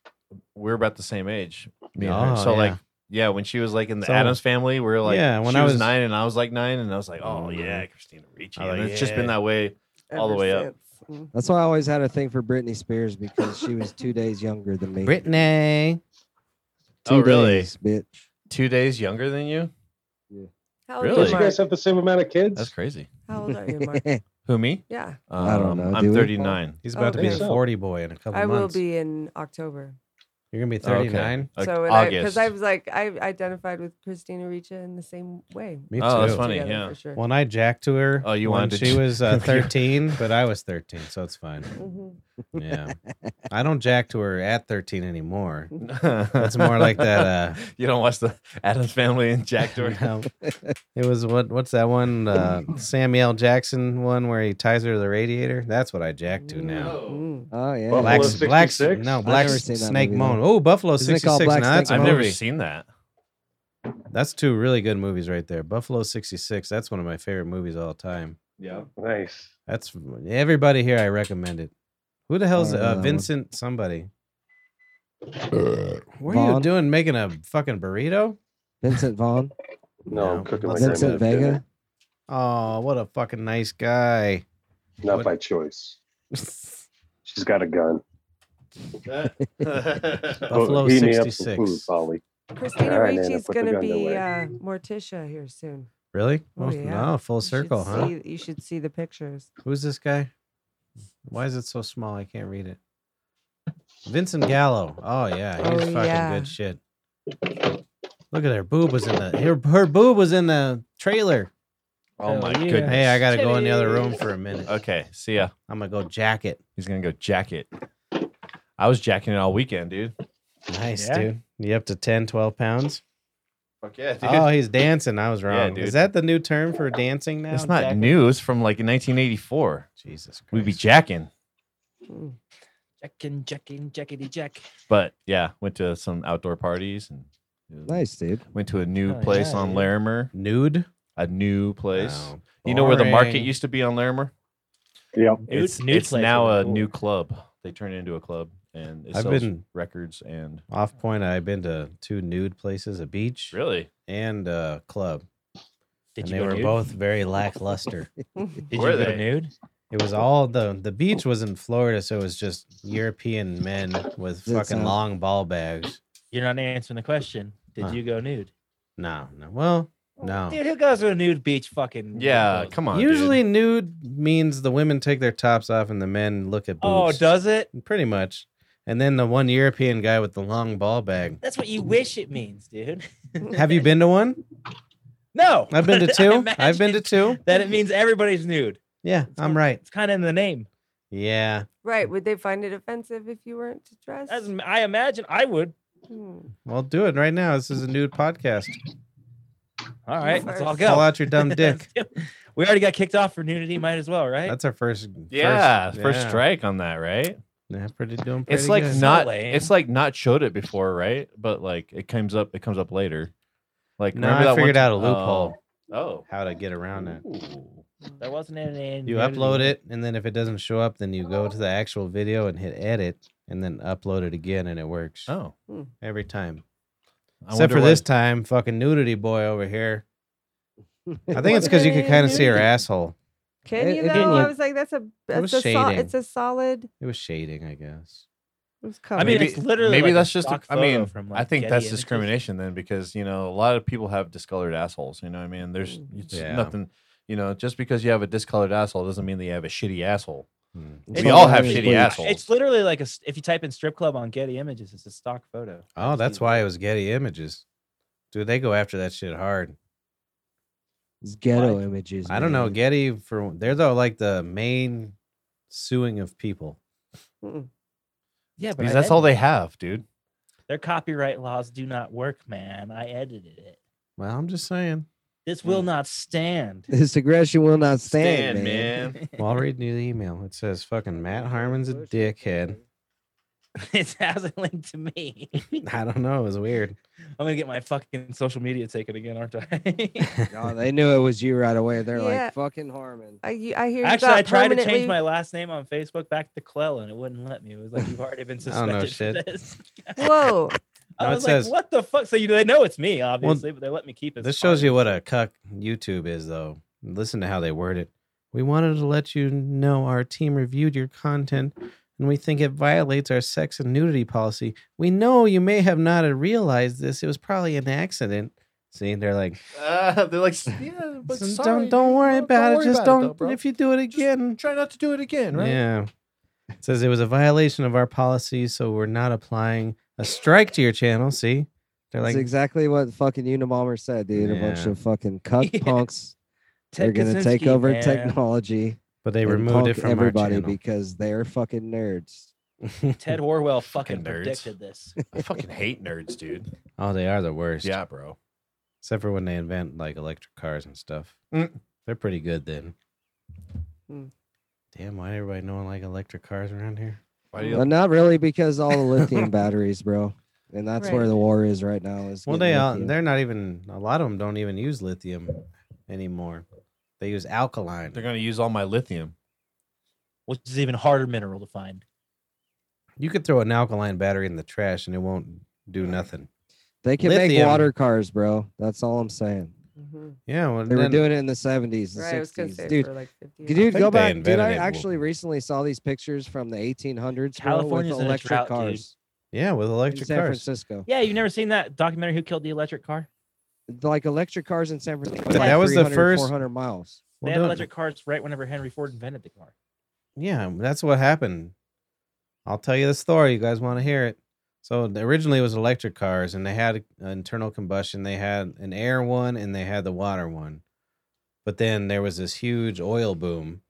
Speaker 5: we're about the same age. Me and her.
Speaker 2: Oh,
Speaker 5: So
Speaker 2: yeah.
Speaker 5: like, yeah, when she was like in the
Speaker 2: So-
Speaker 5: Adams Family, we were like,
Speaker 2: Yeah, when
Speaker 5: she
Speaker 2: I
Speaker 5: was,
Speaker 2: was-
Speaker 5: nine, and I was like nine, and I was like, oh
Speaker 2: Mhm.
Speaker 5: yeah, Christina Ricci.
Speaker 2: I was
Speaker 5: and
Speaker 2: like,
Speaker 5: it's just been
Speaker 2: yeah.
Speaker 5: that way. all the
Speaker 3: Ever
Speaker 5: way up.
Speaker 3: since.
Speaker 6: Mm-hmm.
Speaker 3: Mhm.
Speaker 7: That's why I always had a thing for Britney Spears because she was two days younger than me.
Speaker 2: Brittany.
Speaker 7: Two
Speaker 5: oh really?
Speaker 7: days, bitch.
Speaker 5: Two days younger than you?
Speaker 3: How old
Speaker 5: Really?
Speaker 3: are
Speaker 6: Don't
Speaker 3: you,
Speaker 6: you
Speaker 3: Mark?
Speaker 6: guys have the same amount of kids?
Speaker 5: That's crazy.
Speaker 3: How old are you, Mark?
Speaker 5: Who me?
Speaker 3: Yeah,
Speaker 5: Um,
Speaker 7: I don't know, do
Speaker 5: I'm
Speaker 7: we?
Speaker 5: 39.
Speaker 2: He's
Speaker 3: Oh,
Speaker 2: about to be
Speaker 3: okay.
Speaker 2: a 40 boy in a couple
Speaker 3: I will
Speaker 2: months.
Speaker 3: be in October.
Speaker 2: You're going to be
Speaker 5: Oh, okay.
Speaker 2: 39?
Speaker 5: Like
Speaker 3: so
Speaker 5: August.
Speaker 3: because I, was like, I identified with Christina Richa in the same way.
Speaker 2: Me
Speaker 5: Oh, that's
Speaker 2: too.
Speaker 5: funny,
Speaker 3: Together,
Speaker 5: yeah.
Speaker 3: For sure.
Speaker 2: When I jacked to her,
Speaker 5: Oh, you
Speaker 2: when
Speaker 5: wanted to
Speaker 2: she
Speaker 5: j-
Speaker 2: was uh, 13, but I was 13, so it's fine.
Speaker 3: Mhm.
Speaker 2: Yeah. I don't jack to her at 13 anymore.
Speaker 5: That's
Speaker 2: It's more like that. Uh,
Speaker 5: you don't watch the Adams Family and Jack Dory.
Speaker 2: no. It was what? What's that one? Uh, Samuel L. Jackson one where he ties her to the radiator. That's what I jack to now.
Speaker 6: Mm-hmm.
Speaker 3: Mm.
Speaker 7: Oh yeah.
Speaker 6: Buffalo
Speaker 2: Black,
Speaker 6: Buffalo's-
Speaker 2: Black,
Speaker 6: 66?
Speaker 2: no,
Speaker 6: I've
Speaker 2: Black
Speaker 7: never seen that
Speaker 2: Snake
Speaker 7: movie, though.
Speaker 2: Moan. Oh, Buffalo
Speaker 7: Isn't it
Speaker 2: sixty
Speaker 7: called
Speaker 2: six.
Speaker 7: Black
Speaker 2: No, that's
Speaker 7: Snake
Speaker 5: I've
Speaker 2: a
Speaker 5: never
Speaker 2: movie.
Speaker 5: seen that.
Speaker 2: That's two really good movies right there. Buffalo sixty six. That's one of my favorite movies of all time.
Speaker 5: Yeah.
Speaker 6: Nice.
Speaker 2: That's everybody here. I recommend it. Who the hell's
Speaker 7: don't know that
Speaker 2: uh,
Speaker 7: one.
Speaker 2: Vincent? Somebody. What are you
Speaker 7: Vaughn?
Speaker 2: doing? Making a fucking burrito?
Speaker 7: Vincent Vaughn.
Speaker 6: No,
Speaker 2: No.
Speaker 6: I'm cooking my
Speaker 2: Vincent
Speaker 6: grandma's
Speaker 7: Vincent
Speaker 6: dinner.
Speaker 7: Vega.
Speaker 2: Oh, what a fucking nice guy.
Speaker 6: Not
Speaker 2: What-
Speaker 6: by choice. She's got a gun.
Speaker 2: Buffalo
Speaker 6: Oh, heat me up some
Speaker 2: 66.
Speaker 6: Food, Polly.
Speaker 3: Christina
Speaker 6: All right, Nana,
Speaker 3: Ricci's
Speaker 6: put the
Speaker 3: going to
Speaker 6: gun
Speaker 3: be
Speaker 6: away.
Speaker 3: uh, Morticia here soon.
Speaker 2: Really?
Speaker 3: Oh,
Speaker 2: Oh,
Speaker 3: yeah.
Speaker 2: No, full
Speaker 3: You should
Speaker 2: circle, huh?
Speaker 3: see- you should see the pictures.
Speaker 2: Who's this guy? Why is it so small? I can't read it. Vincent Gallo. Oh yeah, he's
Speaker 3: Oh,
Speaker 2: fucking
Speaker 3: yeah.
Speaker 2: good shit. Look at her boob was in the her, her boob was in the trailer.
Speaker 5: oh my
Speaker 2: Hell yeah.
Speaker 5: goodness.
Speaker 2: Hey, I gotta go in the other room for a minute.
Speaker 5: Okay, see ya.
Speaker 2: I'm gonna go jacket.
Speaker 5: He's gonna go jack it. I was jacking it all weekend, dude.
Speaker 2: Nice,
Speaker 4: Yeah.
Speaker 2: dude. You up to 10, 12 pounds?
Speaker 5: Fuck yeah, dude.
Speaker 2: Oh, he's dancing. I was
Speaker 5: Yeah,
Speaker 2: wrong.
Speaker 5: dude.
Speaker 2: Is that the new term for dancing now?
Speaker 5: it's not
Speaker 2: Jacket?
Speaker 5: new. It's from like 1984.
Speaker 2: Jesus Christ.
Speaker 5: We'd be jacking,
Speaker 3: Mm.
Speaker 4: Jackin, jackin, jackety jack.
Speaker 5: but yeah, went to some outdoor parties and
Speaker 7: Nice dude.
Speaker 5: Went to a new
Speaker 4: Oh,
Speaker 5: place
Speaker 4: yeah,
Speaker 5: on
Speaker 4: dude.
Speaker 5: Larimer.
Speaker 2: nude.
Speaker 5: A new place.
Speaker 2: Oh,
Speaker 5: You know where the market
Speaker 2: boring.
Speaker 5: used to be on Larimer?
Speaker 6: Yep.
Speaker 4: Nude-
Speaker 5: it's
Speaker 4: nude
Speaker 5: it's
Speaker 4: place
Speaker 5: now
Speaker 4: would be
Speaker 5: a
Speaker 4: cool.
Speaker 5: new club. They turned it into a club, and it
Speaker 2: I've
Speaker 5: sells
Speaker 2: been-
Speaker 5: records and
Speaker 2: Off point. I've been to two nude places, a beach
Speaker 5: really.
Speaker 2: and a club,
Speaker 4: Did
Speaker 2: and
Speaker 4: you
Speaker 2: they
Speaker 4: go
Speaker 2: were
Speaker 4: nude?
Speaker 2: both very lackluster.
Speaker 4: Did
Speaker 5: Were
Speaker 4: you
Speaker 5: they?
Speaker 4: go nude?
Speaker 2: it was all the the beach was in Florida, so it was just European men with
Speaker 7: Does it
Speaker 2: fucking
Speaker 7: sound-
Speaker 2: long ball bags.
Speaker 4: You're not answering the question. Did
Speaker 2: Huh.
Speaker 4: you go nude?
Speaker 2: No, no. Well, no.
Speaker 4: Dude, who goes to a nude beach? Fucking
Speaker 5: Yeah,
Speaker 4: clothes?
Speaker 5: come Oh, on. dude.
Speaker 2: Usually, nude means the women take their tops off and the men look at
Speaker 4: Oh,
Speaker 2: boobs.
Speaker 4: does it?
Speaker 2: Pretty much. And then the one European guy with the long ball bag.
Speaker 4: That's what you wish it means, dude.
Speaker 2: Have you been to one?
Speaker 4: No,
Speaker 2: I've been to
Speaker 4: but I
Speaker 2: two. I've been to
Speaker 4: imagine
Speaker 2: two.
Speaker 4: That it means everybody's nude.
Speaker 2: Yeah, I'm right.
Speaker 4: It's kind of in the name.
Speaker 2: Yeah.
Speaker 3: Right. Would they find it offensive if you weren't dressed?
Speaker 4: As I imagine, I would.
Speaker 3: Hmm.
Speaker 2: Well, do it right now. This is a nude podcast.
Speaker 4: All right, let's all
Speaker 2: Pull
Speaker 4: go.
Speaker 2: out your dumb dick.
Speaker 4: we already got kicked off for nudity. Might as well, right?
Speaker 2: That's our first.
Speaker 5: Yeah, first,
Speaker 2: yeah.
Speaker 5: strike on that, right?
Speaker 2: Yeah, pretty doing. Pretty
Speaker 5: It's like
Speaker 2: good.
Speaker 5: not.
Speaker 4: lame.
Speaker 5: It's like not showed it before, right? But like it comes up. It comes up later. Like
Speaker 2: No,
Speaker 5: remember
Speaker 2: I
Speaker 5: that one
Speaker 2: figured
Speaker 5: ti-
Speaker 2: out a loophole.
Speaker 5: Oh,
Speaker 2: how to get around that.
Speaker 5: Ooh.
Speaker 4: There wasn't any.
Speaker 2: You
Speaker 4: nudity.
Speaker 2: upload it, and then if it doesn't show up, then you go to the actual video and hit edit, and then upload it again, and it works
Speaker 5: oh.
Speaker 2: every time.
Speaker 5: I
Speaker 2: Except
Speaker 5: wonder
Speaker 2: for
Speaker 5: why-
Speaker 2: this time, fucking nudity boy over here. I think it's because you could kind of see her asshole.
Speaker 3: Can
Speaker 7: It-
Speaker 3: you
Speaker 7: it
Speaker 3: though?
Speaker 7: didn't
Speaker 3: I
Speaker 7: look-
Speaker 3: was like, that's a
Speaker 2: was
Speaker 3: that's a sol-
Speaker 2: shading.
Speaker 3: it's a solid.
Speaker 2: It was shading, I guess.
Speaker 3: It was
Speaker 4: I
Speaker 3: covered.
Speaker 4: mean,
Speaker 5: Maybe-
Speaker 4: it's literally.
Speaker 5: maybe
Speaker 4: like a
Speaker 5: that's just.
Speaker 4: stock
Speaker 5: I
Speaker 4: photo
Speaker 5: mean,
Speaker 4: from
Speaker 5: I
Speaker 4: like
Speaker 5: think
Speaker 4: Getty
Speaker 5: that's
Speaker 4: Images.
Speaker 5: discrimination then, because you know a lot of people have discolored assholes. You know, what I mean, there's it's
Speaker 2: Yeah.
Speaker 5: nothing. You know, just because you have a discolored asshole doesn't mean that you have a shitty asshole. we
Speaker 7: It's like
Speaker 5: all
Speaker 7: one
Speaker 5: have
Speaker 7: of those
Speaker 5: shitty
Speaker 7: bleach.
Speaker 5: assholes.
Speaker 4: It's literally like a. s- If you type in strip club on Getty Images, it's a stock photo.
Speaker 2: Oh, that's
Speaker 4: Jeez.
Speaker 2: why it was Getty Images. Dude, they go after that shit hard.
Speaker 7: It's ghetto images.
Speaker 2: I don't know.
Speaker 7: man.
Speaker 2: Getty for they're the like the main suing of people.
Speaker 4: Yeah, but
Speaker 5: Because that's all they have, dude.
Speaker 4: Their copyright laws do not work, man. I edited it.
Speaker 2: Well, I'm just saying.
Speaker 4: This will not stand.
Speaker 7: His aggression will not stand, man.
Speaker 2: Well, I'll read you the email. It says fucking Matt Harmon's a dickhead.
Speaker 4: it hasn't linked to me. I'm
Speaker 2: I don't know. It was weird.
Speaker 4: gonna get my fucking social media taken again, aren't I?
Speaker 7: Oh, they knew it was you right away. They're
Speaker 3: Yeah.
Speaker 7: like fucking Harmon.
Speaker 3: I, you- I hear you
Speaker 4: Actually,
Speaker 3: got
Speaker 4: I tried to change
Speaker 3: permanently-
Speaker 4: my last name on Facebook back to Clell, and it wouldn't let me. It was like you've already been
Speaker 2: I don't
Speaker 4: suspended.
Speaker 2: know
Speaker 4: for this.
Speaker 3: Whoa!
Speaker 4: I
Speaker 2: No, it
Speaker 4: was
Speaker 2: says-
Speaker 4: like, what the fuck? So you they know it's me, obviously, but they let me keep it.
Speaker 2: This shows you what a cuck YouTube is, though. Listen to how they word it. We wanted to let you know our team reviewed your content and we think it violates our sex and nudity policy. We know you may have not realized this. It was probably an accident. See, they're like,
Speaker 5: Uh, they're like, yeah, but
Speaker 2: "Don't-
Speaker 5: sorry,
Speaker 2: don't don't worry
Speaker 5: don't-
Speaker 2: about
Speaker 5: don't
Speaker 2: it.
Speaker 5: worry
Speaker 2: Just
Speaker 5: about it, though,
Speaker 2: don't.
Speaker 5: bro.
Speaker 2: if you do it
Speaker 5: Just
Speaker 2: again,
Speaker 5: try not to do it again, right?
Speaker 2: Yeah. It says it was a violation of our policy, so we're not applying a strike to your channel. See, they're
Speaker 7: That's
Speaker 2: like,
Speaker 7: exactly what fucking Unabomber said, dude. A bunch
Speaker 2: Yeah.
Speaker 7: of fucking cuck
Speaker 4: Yeah.
Speaker 7: punks.
Speaker 4: Ted
Speaker 7: They're gonna take
Speaker 4: Kaczynski,
Speaker 7: over
Speaker 4: man.
Speaker 7: technology.
Speaker 2: but they
Speaker 7: and
Speaker 2: removed it
Speaker 7: punk
Speaker 2: from
Speaker 7: everybody
Speaker 2: our channel.
Speaker 7: because they're fucking nerds.
Speaker 4: Ted Orwell fucking
Speaker 5: Fucking nerds.
Speaker 4: predicted this.
Speaker 5: I fucking hate nerds, dude.
Speaker 2: oh, they are the worst.
Speaker 5: Yeah, bro.
Speaker 2: Except for when they invent like electric cars and stuff.
Speaker 5: Mm.
Speaker 2: They're pretty good then.
Speaker 3: Mm.
Speaker 2: Damn, why everybody knowing like electric cars around here?
Speaker 5: Why do you?
Speaker 7: Well, not really because all the lithium batteries, bro. And that's where
Speaker 3: Right.
Speaker 7: the war is right now. Is
Speaker 2: Well,
Speaker 7: getting
Speaker 2: they all,
Speaker 7: lithium.
Speaker 2: they're not even. A lot of them don't even use lithium anymore. They use alkaline.
Speaker 5: They're gonna use all my lithium.
Speaker 4: Which is even harder mineral to find.
Speaker 2: You could throw an alkaline battery in the trash and it won't do nothing.
Speaker 7: They can make
Speaker 2: Lithium.
Speaker 7: water cars, bro. That's all I'm saying.
Speaker 3: hmm
Speaker 2: Yeah, well,
Speaker 7: They were
Speaker 2: then-
Speaker 7: doing it in the 70s, the
Speaker 3: Right, I was gonna
Speaker 7: 60s,
Speaker 3: say
Speaker 7: dude.
Speaker 3: for like 50 years.
Speaker 7: Dude,
Speaker 2: think
Speaker 7: go
Speaker 2: they
Speaker 7: back. Dude, I
Speaker 2: invented it.
Speaker 7: actually recently saw these pictures from the 1800s. bro, with
Speaker 4: California's in a
Speaker 7: electric
Speaker 4: drought, dude.
Speaker 7: cars
Speaker 2: Yeah, with
Speaker 7: in
Speaker 2: electric
Speaker 7: San
Speaker 2: cars.
Speaker 7: Francisco.
Speaker 4: Yeah, you've never seen that documentary Who Killed the Electric Car?
Speaker 7: Like electric cars in San Francisco.
Speaker 2: That
Speaker 7: like
Speaker 2: was the
Speaker 7: 300,
Speaker 2: first-
Speaker 7: 400 miles.
Speaker 4: They
Speaker 2: Well
Speaker 4: had
Speaker 2: done.
Speaker 4: electric cars right whenever Henry Ford invented the car.
Speaker 2: Yeah, that's what happened. I'll tell you the story. You guys want to hear it? So the- originally it was electric cars, and they had uh, internal combustion. They had an air one, and they had the water one. But then there was this huge oil boom,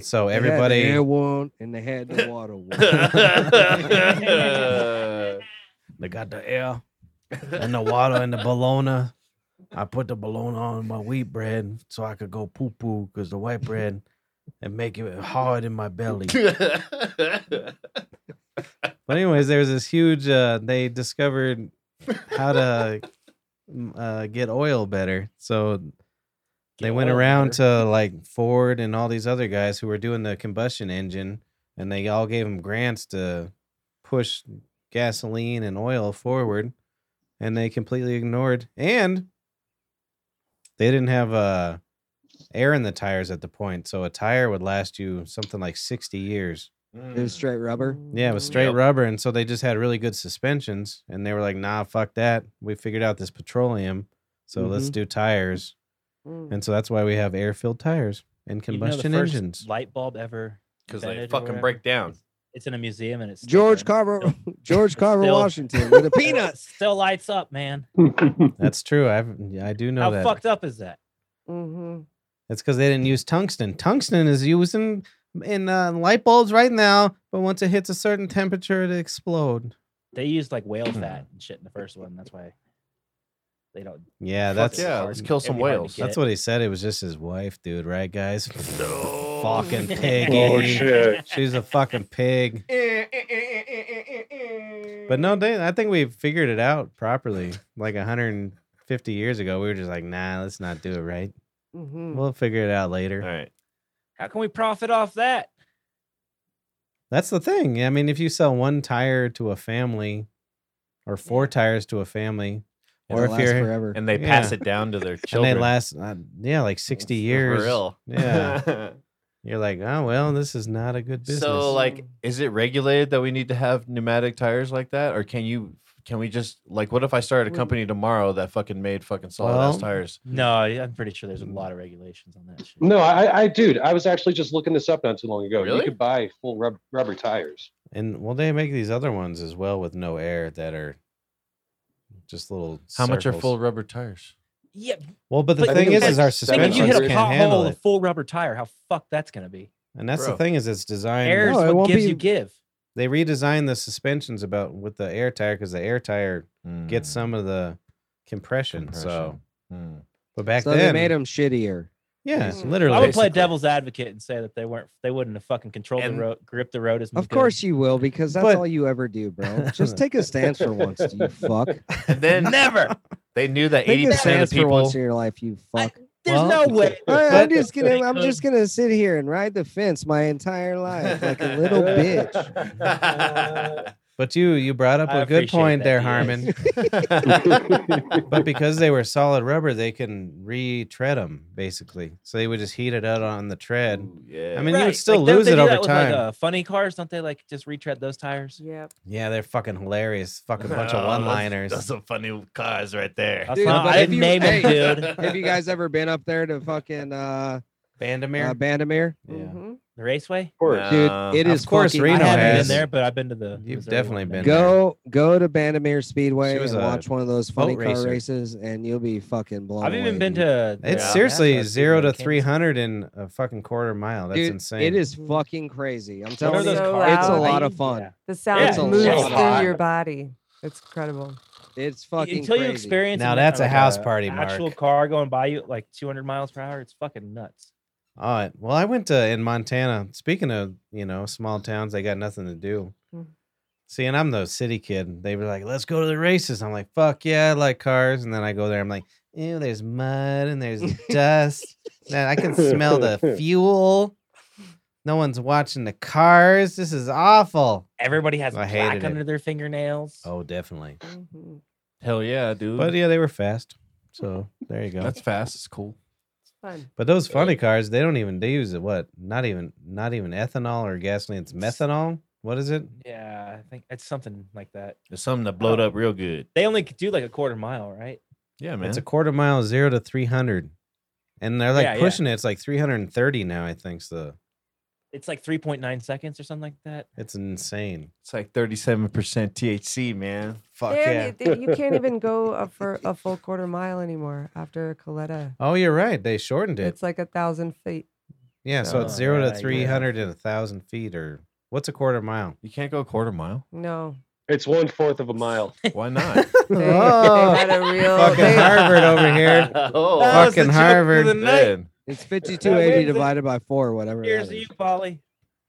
Speaker 2: so
Speaker 7: They had the air
Speaker 2: everybody
Speaker 7: one and they had the water one.
Speaker 5: That's
Speaker 2: they got the air and the water and the bologna. I put the bologna on my wheat bread so I could go poo poo because the white bread and make it hard in my belly. But anyways, there was this huge. Uh, they discovered how to m- uh, get oil better. So they
Speaker 4: Get
Speaker 2: went
Speaker 4: oil
Speaker 2: around
Speaker 4: better.
Speaker 2: to like Ford and all these other guys who were doing the combustion engine, and they all gave them grants to push gasoline and oil forward, and they completely ignored and they didn't have uh, air in the tires at the point, so a tire would last you something like sixty years.
Speaker 7: it was straight rubber.
Speaker 2: Yeah, it was
Speaker 3: Mhm.
Speaker 2: straight
Speaker 5: Yep.
Speaker 2: rubber, and so they just had really good suspensions, and they were like, "Nah, fuck that. We figured out this petroleum, so
Speaker 4: Mm-hmm.
Speaker 2: let's do tires."
Speaker 3: Mm.
Speaker 2: And so that's why we have air-filled tires and
Speaker 4: You know,
Speaker 2: combustion
Speaker 4: the first
Speaker 2: engines.
Speaker 4: Light bulb ever.
Speaker 5: because
Speaker 4: invented
Speaker 5: they
Speaker 4: or
Speaker 5: fucking
Speaker 4: whatever.
Speaker 5: break down.
Speaker 4: It's in a museum and it's still
Speaker 7: George
Speaker 4: burning.
Speaker 7: Carver, George Carver
Speaker 4: Still-
Speaker 7: Washington with a
Speaker 4: Still-
Speaker 7: peanut.
Speaker 4: still lights up, man.
Speaker 2: That's true. I have I do know
Speaker 4: How
Speaker 2: that.
Speaker 4: fucked up is that?
Speaker 3: Mm-hmm.
Speaker 2: It's because they didn't use tungsten. Tungsten is used in in uh, light bulbs right now, but once it hits a certain temperature, it explode.
Speaker 4: They used like whale
Speaker 2: Hmm.
Speaker 4: fat and shit in the first one. That's why they don't.
Speaker 2: Yeah,
Speaker 4: Fuck
Speaker 2: that's
Speaker 5: yeah.
Speaker 4: hard-
Speaker 5: Let's kill some
Speaker 4: it'd be hard to
Speaker 5: whales.
Speaker 2: that's
Speaker 4: get.
Speaker 2: what he said. It was just his wife, dude. Right, guys? fucking pig.
Speaker 6: Oh, shit.
Speaker 2: She's a fucking pig. But no, they, I think we figured it out properly. Like 150 years ago, we were just like, nah, let's not do it right.
Speaker 3: Mm-hmm.
Speaker 2: We'll figure it out
Speaker 5: All
Speaker 2: later.
Speaker 5: Hmm. right.
Speaker 4: How can we profit off that?
Speaker 2: That's the thing. I mean, if you sell one tire to a family or four tires to a family,
Speaker 7: It'll
Speaker 2: or if
Speaker 7: last
Speaker 2: you're
Speaker 7: forever.
Speaker 5: And they pass
Speaker 2: Yeah.
Speaker 5: it down to their
Speaker 2: and
Speaker 5: children.
Speaker 2: they last, uh, yeah, like 60
Speaker 5: For
Speaker 2: years,
Speaker 5: real.
Speaker 2: Yeah. you're like, oh, well, this is not a good business.
Speaker 5: so like is it regulated that we need to have pneumatic tires like that or can you can we just like what if I started a
Speaker 3: We-
Speaker 5: company tomorrow that fucking made fucking solid
Speaker 2: Well-
Speaker 5: ass tires?
Speaker 2: Hmm.
Speaker 4: No, I- I'm pretty sure there's a lot of regulations on that shit.
Speaker 6: no, I, I, dude, I was actually just looking this up not too long ago.
Speaker 5: Really?
Speaker 6: You could buy full rub- rubber tires.
Speaker 2: and well, they make these other ones as well with no air that are just little.
Speaker 5: How much are
Speaker 2: circles.
Speaker 5: full rubber tires?
Speaker 4: Yeah,
Speaker 2: Well, but the
Speaker 6: But
Speaker 2: thing
Speaker 6: you
Speaker 2: is,
Speaker 6: had-
Speaker 2: is our
Speaker 6: like,
Speaker 4: think if you
Speaker 2: suspension
Speaker 4: hit a
Speaker 6: Suspensions
Speaker 2: can't handle
Speaker 4: pothole with
Speaker 2: it,
Speaker 4: a full rubber tire, how fucked that's gonna be.
Speaker 2: and that's the
Speaker 5: Bro.
Speaker 2: thing is, it's designed.
Speaker 4: Air is
Speaker 7: No, it
Speaker 4: what
Speaker 7: won't
Speaker 4: gives
Speaker 7: be-
Speaker 4: you give.
Speaker 2: They redesigned the suspensions about with the air tire because the air tire
Speaker 5: Hmm.
Speaker 2: gets some of the compression. So,
Speaker 5: Hmm.
Speaker 2: but back
Speaker 7: so
Speaker 2: then,
Speaker 7: they made them shittier.
Speaker 2: yeah,
Speaker 3: Mm.
Speaker 2: literally,
Speaker 4: I would play
Speaker 5: basically.
Speaker 4: devil's advocate and say that they weren't, they wouldn't have fucking controlled
Speaker 5: And-
Speaker 4: the road, gripped the road as
Speaker 7: Of
Speaker 4: good.
Speaker 7: course you will, because that's
Speaker 2: But-
Speaker 7: all you ever do, bro. Just take a stance for once, you fuck.
Speaker 5: and then
Speaker 4: Never.
Speaker 5: they knew that
Speaker 7: Take
Speaker 5: eighty
Speaker 7: a
Speaker 5: percent of
Speaker 7: stance
Speaker 5: the
Speaker 7: for once
Speaker 5: people
Speaker 7: in your life, you
Speaker 4: I-
Speaker 7: fuck.
Speaker 4: There's
Speaker 2: Well-
Speaker 4: no way.
Speaker 7: I, am
Speaker 4: But-
Speaker 7: just gonna, I'm
Speaker 4: They
Speaker 7: just gonna sit here and ride the fence my entire life like a little bitch.
Speaker 5: bitch.
Speaker 2: But you you brought up
Speaker 4: I
Speaker 2: a good
Speaker 4: appreciate
Speaker 2: point
Speaker 4: that,
Speaker 2: there,
Speaker 4: yes.
Speaker 2: Harmon. but because they were solid rubber, they can retread them basically. So they would just heat it out on the tread.
Speaker 5: yeah.
Speaker 2: I mean, you would
Speaker 4: Right,
Speaker 2: still
Speaker 4: like, don't
Speaker 2: lose
Speaker 4: they
Speaker 2: it
Speaker 4: do
Speaker 2: over
Speaker 4: that with,
Speaker 2: time.
Speaker 4: Like, uh, funny cars, don't they like just retread those tires?
Speaker 3: Yep.
Speaker 2: Yeah, they're fucking hilarious. Fucking bunch
Speaker 5: Oh,
Speaker 2: of
Speaker 5: that's-
Speaker 2: one-liners.
Speaker 5: That's some funny cars right there.
Speaker 4: That's
Speaker 7: Dude,
Speaker 4: not-
Speaker 7: but
Speaker 4: I
Speaker 7: if
Speaker 4: didn't
Speaker 7: you-
Speaker 4: name them,
Speaker 7: hey.
Speaker 4: dude.
Speaker 7: Have you guys ever been up there to fucking uh,
Speaker 2: Bandamere.
Speaker 7: uh Bandamere?
Speaker 3: hmm
Speaker 4: The raceway?
Speaker 6: course.
Speaker 7: Dude,
Speaker 5: Nah.
Speaker 7: it
Speaker 2: Uh, of
Speaker 7: is
Speaker 2: course
Speaker 7: fucking-
Speaker 2: Reno
Speaker 4: I haven't
Speaker 2: has.
Speaker 4: been there, but I've been to the.
Speaker 2: You've
Speaker 4: Missouri
Speaker 2: definitely
Speaker 4: one.
Speaker 2: been there.
Speaker 7: Go go to Bandamere
Speaker 2: She
Speaker 7: Speedway
Speaker 2: was
Speaker 7: and
Speaker 2: a
Speaker 7: watch one of those funny
Speaker 2: boat
Speaker 7: car
Speaker 2: racer.
Speaker 7: races, and you'll be fucking blown.
Speaker 4: I've even
Speaker 7: away,
Speaker 4: been
Speaker 7: dude.
Speaker 4: to.
Speaker 2: It's
Speaker 5: Yeah.
Speaker 2: seriously
Speaker 4: NASCAR
Speaker 2: zero to
Speaker 4: Speedway in
Speaker 2: three
Speaker 4: Kansas.
Speaker 2: hundred in a fucking quarter mile. That's
Speaker 7: Dude,
Speaker 2: insane.
Speaker 7: It is fucking crazy. I'm
Speaker 4: What
Speaker 3: They're
Speaker 4: are
Speaker 7: telling you,
Speaker 3: those
Speaker 4: those
Speaker 3: so
Speaker 4: cars?
Speaker 3: loud.
Speaker 7: It's a lot of fun.
Speaker 4: Yeah.
Speaker 3: The sound
Speaker 7: It's a
Speaker 3: moves
Speaker 7: lot.
Speaker 3: through your body. It's incredible.
Speaker 7: it's fucking
Speaker 4: Until you
Speaker 7: crazy.
Speaker 4: experience
Speaker 2: Now
Speaker 4: an-
Speaker 2: that's a
Speaker 4: like
Speaker 2: house party,
Speaker 4: Actual
Speaker 2: Mark.
Speaker 4: car going by you at like 200 miles per hour. It's fucking nuts.
Speaker 2: All right. Well, I went to in Montana. Speaking of, you know, small towns, they got nothing to do.
Speaker 3: Mm.
Speaker 2: See, and I'm the city kid. They were like, "Let's go to the races." I'm like, "Fuck yeah, I like cars." And then I go there. I'm like, "Ew, there's mud and there's dust. Man, I can smell the fuel. No one's watching the cars. This is awful."
Speaker 4: Everybody has
Speaker 2: I
Speaker 4: black
Speaker 2: hated it.
Speaker 4: under their fingernails.
Speaker 2: Oh, definitely.
Speaker 7: Mm-hmm.
Speaker 3: Mhm.
Speaker 5: Hell yeah, dude.
Speaker 2: But yeah, they were fast. So there you go.
Speaker 5: That's fast. It's cool.
Speaker 3: It's fun.
Speaker 2: But those funny cars, they don't even they use it. What? Not even not even ethanol or gasoline. It's methanol. What is it?
Speaker 4: Yeah, I think it's something like that.
Speaker 5: It's something that blowed up real good.
Speaker 4: They only could do like a quarter mile, right?
Speaker 5: Yeah, man.
Speaker 2: Uh, It's a quarter mile, zero to three hundred, and they're like
Speaker 4: Yeah, yeah.
Speaker 2: pushing it. It's like three hundred and thirty now. I think so.
Speaker 4: It's like 3.9 seconds or something like that.
Speaker 2: It's insane.
Speaker 5: it's like 37% THC, man.
Speaker 2: Fuck yeah.
Speaker 3: And it- you can't even go up for a full quarter mile anymore after Coletta.
Speaker 2: Oh, you're right. They shortened it.
Speaker 3: It's like a thousand feet.
Speaker 2: yeah, so it's
Speaker 4: Oh,
Speaker 2: zero
Speaker 4: yeah,
Speaker 2: to
Speaker 4: yeah.
Speaker 2: three hundred and a thousand feet, or what's a quarter mile?
Speaker 5: You can't go a quarter mile.
Speaker 3: No,
Speaker 6: It's one fourth of a mile.
Speaker 5: Why not?
Speaker 3: they, they
Speaker 2: Oh,
Speaker 3: had a real.
Speaker 2: fucking
Speaker 3: they-
Speaker 2: Harvard over here.
Speaker 5: oh,
Speaker 2: That was the Fucking joke of Harvard. the
Speaker 5: Man.
Speaker 7: It's 5280
Speaker 4: Where's the-
Speaker 7: divided by four, whatever.
Speaker 4: Here's
Speaker 7: that
Speaker 4: you,
Speaker 7: is.
Speaker 4: Polly.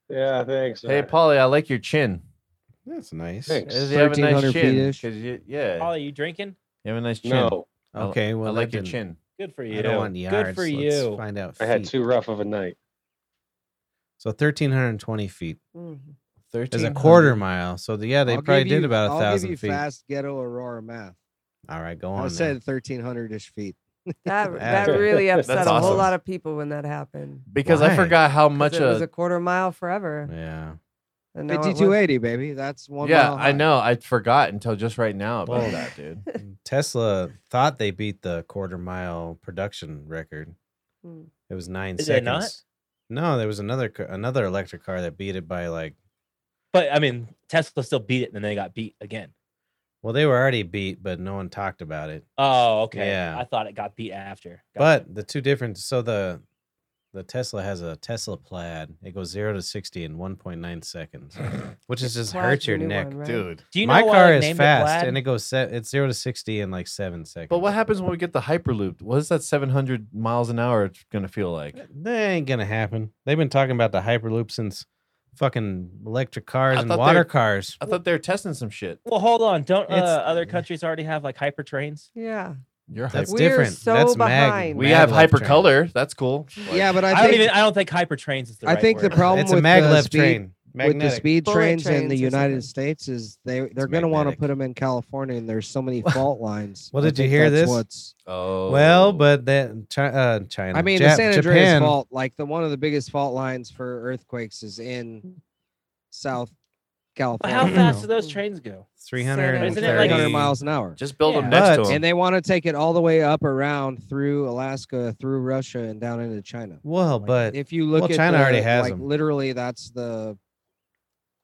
Speaker 6: Yeah, thanks.
Speaker 5: Hey,
Speaker 6: uh,
Speaker 5: Polly, I like your chin.
Speaker 2: That's nice.
Speaker 6: Thanks.
Speaker 5: Does you have a nice
Speaker 7: 1300
Speaker 5: chin?
Speaker 7: feet-ish.
Speaker 5: 'Cause you- yeah,
Speaker 4: Polly, you drinking?
Speaker 5: you have a nice chin.
Speaker 6: No,
Speaker 5: I-
Speaker 2: Okay, well,
Speaker 5: I
Speaker 2: that
Speaker 5: like your
Speaker 2: didn't-
Speaker 5: chin.
Speaker 4: Good for you.
Speaker 2: I don't want yards.
Speaker 4: Good for
Speaker 2: Let's
Speaker 4: you.
Speaker 2: Find out.
Speaker 6: I had
Speaker 2: feet.
Speaker 6: too rough of a night.
Speaker 2: So thirteen hundred and twenty feet
Speaker 3: Mhm.
Speaker 2: is a
Speaker 5: 1300.
Speaker 2: quarter mile. So the, yeah, they
Speaker 7: I'll
Speaker 2: probably
Speaker 7: give
Speaker 2: did
Speaker 7: you-
Speaker 2: about a
Speaker 7: I'll give you
Speaker 2: thousand feet.
Speaker 7: Fast ghetto Aurora math.
Speaker 2: All right, go on.
Speaker 7: I
Speaker 2: now.
Speaker 7: said 1300 ish feet.
Speaker 3: That that
Speaker 2: That's-
Speaker 3: really upset
Speaker 5: That's
Speaker 3: a whole
Speaker 5: awesome.
Speaker 3: lot of people when that happened. 'Cause
Speaker 5: Because
Speaker 2: Why?
Speaker 5: I forgot how much
Speaker 3: it was
Speaker 5: a.
Speaker 3: a quarter mile forever.
Speaker 2: yeah.
Speaker 3: and now it was-
Speaker 7: 5280, baby. That's one.
Speaker 5: yeah,
Speaker 7: mile
Speaker 5: I
Speaker 7: high.
Speaker 5: know. I forgot until just right now about
Speaker 2: Well-
Speaker 5: that, dude.
Speaker 2: Tesla thought they beat the quarter mile production record.
Speaker 3: Hmm.
Speaker 2: It was nine
Speaker 4: Did they
Speaker 2: seconds.
Speaker 4: not?
Speaker 2: No, there was another ca- another electric car that beat it by like.
Speaker 4: But I mean, Tesla still beat it, and then they got beat again.
Speaker 2: Well, they were already beat, but no one talked about it.
Speaker 4: Oh, okay.
Speaker 2: Yeah.
Speaker 4: I thought it got beat after. Gotcha.
Speaker 2: But the two different. So the the Tesla has a Tesla Plaid. It goes zero to sixty in one point nine seconds, which is just
Speaker 3: Plaid's
Speaker 2: hurt
Speaker 3: the
Speaker 2: your
Speaker 3: new
Speaker 2: neck.
Speaker 3: one, right?
Speaker 5: Dude.
Speaker 4: do you know
Speaker 2: My
Speaker 4: why
Speaker 2: car
Speaker 4: they
Speaker 2: is
Speaker 4: named it
Speaker 2: fast,
Speaker 4: Plaid?
Speaker 2: and it goes se- it's zero to sixty in like seven seconds.
Speaker 5: But what happens when we get the Hyperloop? What is that 700 miles an hour going to feel like?
Speaker 2: That ain't gonna happen. They've been talking about the hyperloop since fucking electric cars
Speaker 5: I
Speaker 2: and
Speaker 5: thought they
Speaker 2: water
Speaker 5: were-
Speaker 2: cars.
Speaker 5: I thought they were testing some shit.
Speaker 4: Well, hold on. Don't uh,
Speaker 2: It's-
Speaker 4: other countries already have like hyper trains?
Speaker 3: Yeah.
Speaker 5: You're
Speaker 2: That's
Speaker 3: We're
Speaker 2: different.
Speaker 3: so
Speaker 2: That's Mag.
Speaker 3: behind.
Speaker 5: We
Speaker 2: Mag
Speaker 5: have
Speaker 2: Left
Speaker 5: hyper
Speaker 2: train.
Speaker 5: color. That's cool.
Speaker 7: Yeah, but
Speaker 4: I,
Speaker 7: I, think
Speaker 4: don't even. I don't think hyper trains is the.
Speaker 7: I
Speaker 4: right
Speaker 7: think the
Speaker 4: word.
Speaker 7: problem
Speaker 2: It's a
Speaker 7: with
Speaker 2: mag
Speaker 7: the
Speaker 2: left
Speaker 7: speed,
Speaker 2: train. Magnetic.
Speaker 7: with the speed
Speaker 3: Bullet
Speaker 7: trains, in
Speaker 3: trains
Speaker 7: the
Speaker 3: or something.
Speaker 7: United States is they they're going to want to
Speaker 2: magnetic.
Speaker 7: put them in California, and there's so many fault lines.
Speaker 2: Well,
Speaker 7: I
Speaker 2: did you
Speaker 7: think
Speaker 2: hear
Speaker 7: that's
Speaker 2: this?
Speaker 7: What's,
Speaker 5: Oh.
Speaker 2: Well, but that China, uh, China.
Speaker 7: I mean,
Speaker 2: Jap-
Speaker 7: the San Andreas
Speaker 2: Japan,
Speaker 7: fault, like the one of the biggest fault lines for earthquakes, is in South
Speaker 4: But
Speaker 7: California.
Speaker 4: how fast do
Speaker 7: now.
Speaker 4: those trains go?
Speaker 2: three hundred.
Speaker 3: Isn't it like-
Speaker 7: 300 miles an hour.
Speaker 5: just build them
Speaker 4: Yeah.
Speaker 5: next
Speaker 2: But-
Speaker 5: to
Speaker 7: and
Speaker 5: him.
Speaker 7: they want to take it all the way up around through Alaska, through Russia, and down into China.
Speaker 2: Well,
Speaker 4: Like,
Speaker 2: but
Speaker 7: If you look
Speaker 2: Well,
Speaker 7: at
Speaker 2: China already
Speaker 7: the-
Speaker 2: has
Speaker 7: like,
Speaker 2: 'em.
Speaker 7: literally that's the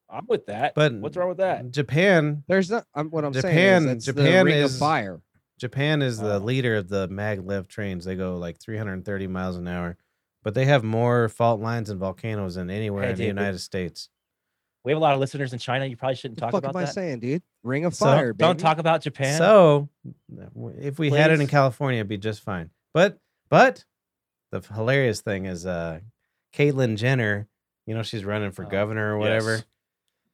Speaker 4: I'm with that.
Speaker 2: But-
Speaker 4: what's wrong with that?
Speaker 2: Japan,
Speaker 7: there's not um, what I'm
Speaker 2: Japan-
Speaker 7: saying is that's
Speaker 2: Japan
Speaker 7: the ring
Speaker 2: is-
Speaker 7: of fire.
Speaker 2: Japan is the
Speaker 4: Oh.
Speaker 2: leader of the maglev trains. They go like three hundred and thirty miles an hour, but they have more fault lines and volcanoes than anywhere
Speaker 4: Hey,
Speaker 2: in the
Speaker 4: dude.
Speaker 2: United States.
Speaker 4: We have a lot of listeners in China. You probably shouldn't
Speaker 7: What
Speaker 4: talk
Speaker 7: the fuck
Speaker 4: about
Speaker 7: am I
Speaker 4: that.
Speaker 7: saying, dude? Ring of
Speaker 2: So,
Speaker 7: fire.
Speaker 4: Don't
Speaker 7: baby.
Speaker 4: talk about Japan.
Speaker 2: So, w- if we had it in
Speaker 4: Please.
Speaker 2: California, it'd be just fine. But, but the f- hilarious thing is, uh, Caitlyn Jenner, you know, she's running for
Speaker 4: Oh,
Speaker 2: governor or whatever.
Speaker 5: yes.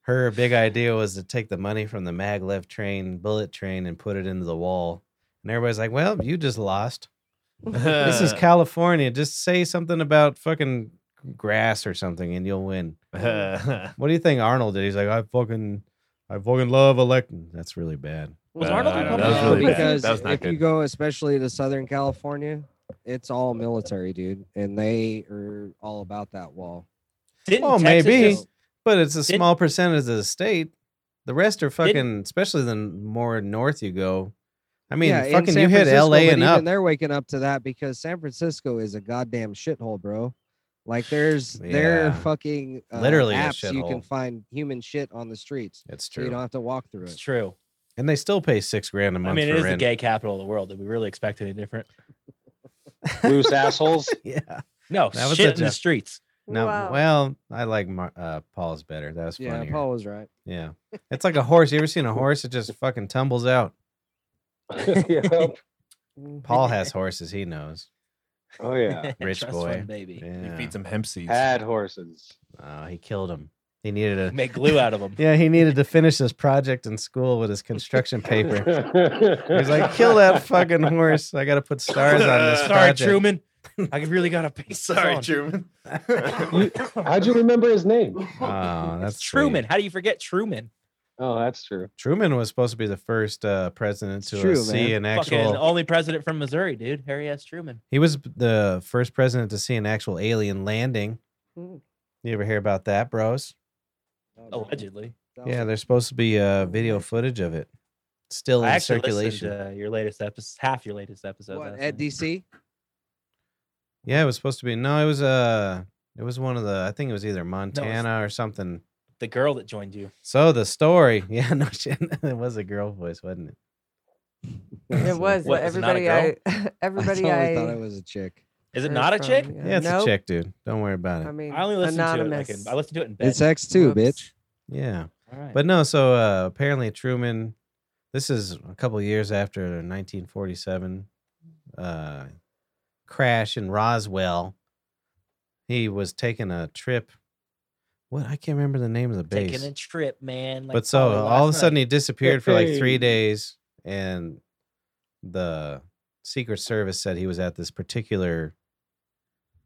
Speaker 2: Her big idea was to take the money from the maglev train, bullet train, and put it into the wall. And everybody's like, "Well, you just lost. This is California. Just say something about fucking grass or something, and you'll win." What do you think Arnold did? He's like, "I fucking." I fucking love electing. That's really bad.
Speaker 4: Was
Speaker 5: Uh,
Speaker 4: Arnold
Speaker 5: I don't know.
Speaker 4: Republican?
Speaker 5: That was really bad.
Speaker 7: because
Speaker 5: That was not
Speaker 7: if you
Speaker 5: good.
Speaker 7: go especially to Southern California, it's all military, dude, and they are all about that wall.
Speaker 4: Didn't
Speaker 2: Well,
Speaker 4: Texas
Speaker 2: maybe.
Speaker 4: just-
Speaker 2: But it's a
Speaker 4: Did-
Speaker 2: small percentage of the state. The rest are
Speaker 4: Did-
Speaker 2: fucking, especially the more north you go. I mean,
Speaker 7: Yeah, in
Speaker 2: fucking
Speaker 7: San
Speaker 2: you hit
Speaker 7: Francisco,
Speaker 2: L.A.
Speaker 7: but
Speaker 2: and
Speaker 7: even
Speaker 2: up.
Speaker 7: They're waking up to that because San Francisco is a goddamn shithole, bro. Like there's there are
Speaker 2: Yeah.
Speaker 7: fucking uh,
Speaker 2: Literally a
Speaker 7: apps you can
Speaker 2: shithole.
Speaker 7: find human shit on the streets,
Speaker 2: It's
Speaker 7: so you don't
Speaker 2: true.
Speaker 7: have to walk through
Speaker 4: It's
Speaker 7: it.
Speaker 4: true.
Speaker 2: And they still pay six grand a month
Speaker 4: I mean,
Speaker 2: for
Speaker 4: it is the
Speaker 2: rent.
Speaker 4: gay capital of the world. Did we really expect any different?
Speaker 6: Loose assholes.
Speaker 2: yeah.
Speaker 4: No,
Speaker 2: That was
Speaker 4: shit
Speaker 2: a
Speaker 4: in the
Speaker 2: joke.
Speaker 4: streets.
Speaker 2: No.
Speaker 3: Wow.
Speaker 2: Well, I like Mar- uh, Paul's better. That was
Speaker 7: Yeah,
Speaker 2: funnier.
Speaker 7: Paul was right.
Speaker 2: Yeah. It's like a horse. You ever seen a horse? It just fucking tumbles out.
Speaker 6: Yep.
Speaker 2: Paul has horses. He knows.
Speaker 6: Oh yeah.
Speaker 2: Rich
Speaker 4: Trust
Speaker 2: boy.
Speaker 4: fund baby.
Speaker 2: Yeah.
Speaker 5: He feeds him hemp seeds.
Speaker 4: Ah,
Speaker 6: Had horses.
Speaker 2: Oh, he killed him. He needed a.
Speaker 4: Make glue out of them.
Speaker 2: Yeah, he needed to finish this project in school with his construction paper. He's like, kill that fucking horse. I got to put stars on this.
Speaker 4: Sorry,
Speaker 2: project.
Speaker 4: Truman. I really got to pay.
Speaker 5: Sorry,
Speaker 4: Truman.
Speaker 5: Truman.
Speaker 6: How'd you remember his name?
Speaker 2: Oh, that's sweet.
Speaker 4: Truman. How do you forget Truman?
Speaker 6: Oh, that's true.
Speaker 2: Truman was supposed to be the first uh, president
Speaker 7: It's
Speaker 2: to uh,
Speaker 7: true,
Speaker 2: see an
Speaker 4: Fucking
Speaker 2: actual.
Speaker 4: only president from Missouri, dude. Harry S. Truman.
Speaker 2: He was the first president to see an actual alien landing.
Speaker 3: Mm.
Speaker 2: You ever hear about that, bros?
Speaker 7: Oh,
Speaker 4: Allegedly.
Speaker 7: that was
Speaker 2: Yeah,
Speaker 7: a- Oh,
Speaker 2: there's supposed to be uh, video footage of it still
Speaker 4: I
Speaker 2: in
Speaker 4: actually
Speaker 2: circulation.
Speaker 4: listened to your latest episode, half your latest episode.
Speaker 7: what,
Speaker 4: last night.
Speaker 7: at DC.
Speaker 2: Yeah, it was supposed to be. No, it was uh it was one of the I think it was either Montana or something.
Speaker 4: the girl that joined you.
Speaker 2: So the story, yeah, no shit, it was a girl voice, wasn't it?
Speaker 3: It was
Speaker 4: What,
Speaker 3: but
Speaker 4: was it not a
Speaker 3: everybody. I everybody.
Speaker 7: I
Speaker 3: I,
Speaker 7: totally thought it was a chick.
Speaker 4: Is it
Speaker 3: heard
Speaker 4: not a
Speaker 3: from,
Speaker 4: chick?
Speaker 2: Yeah, it's
Speaker 3: Nope.
Speaker 2: a chick, dude. Don't worry about it.
Speaker 3: I mean,
Speaker 4: I only listened
Speaker 3: anonymous.
Speaker 4: to it. Like in, I listened to it in bed.
Speaker 7: It's X two, bitch.
Speaker 3: Whoops.
Speaker 2: yeah,
Speaker 4: All right.
Speaker 2: but no. So uh, apparently Truman, this is a couple years after 1947 uh, crash in Roswell. He was taking a trip. What I can't remember the name of the base.
Speaker 4: taking a trip, man. like
Speaker 2: but so
Speaker 4: Paula
Speaker 2: all of a
Speaker 4: last
Speaker 2: sudden
Speaker 4: night.
Speaker 2: he disappeared for like three
Speaker 6: Hey.
Speaker 2: days, and the Secret Service said he was at this particular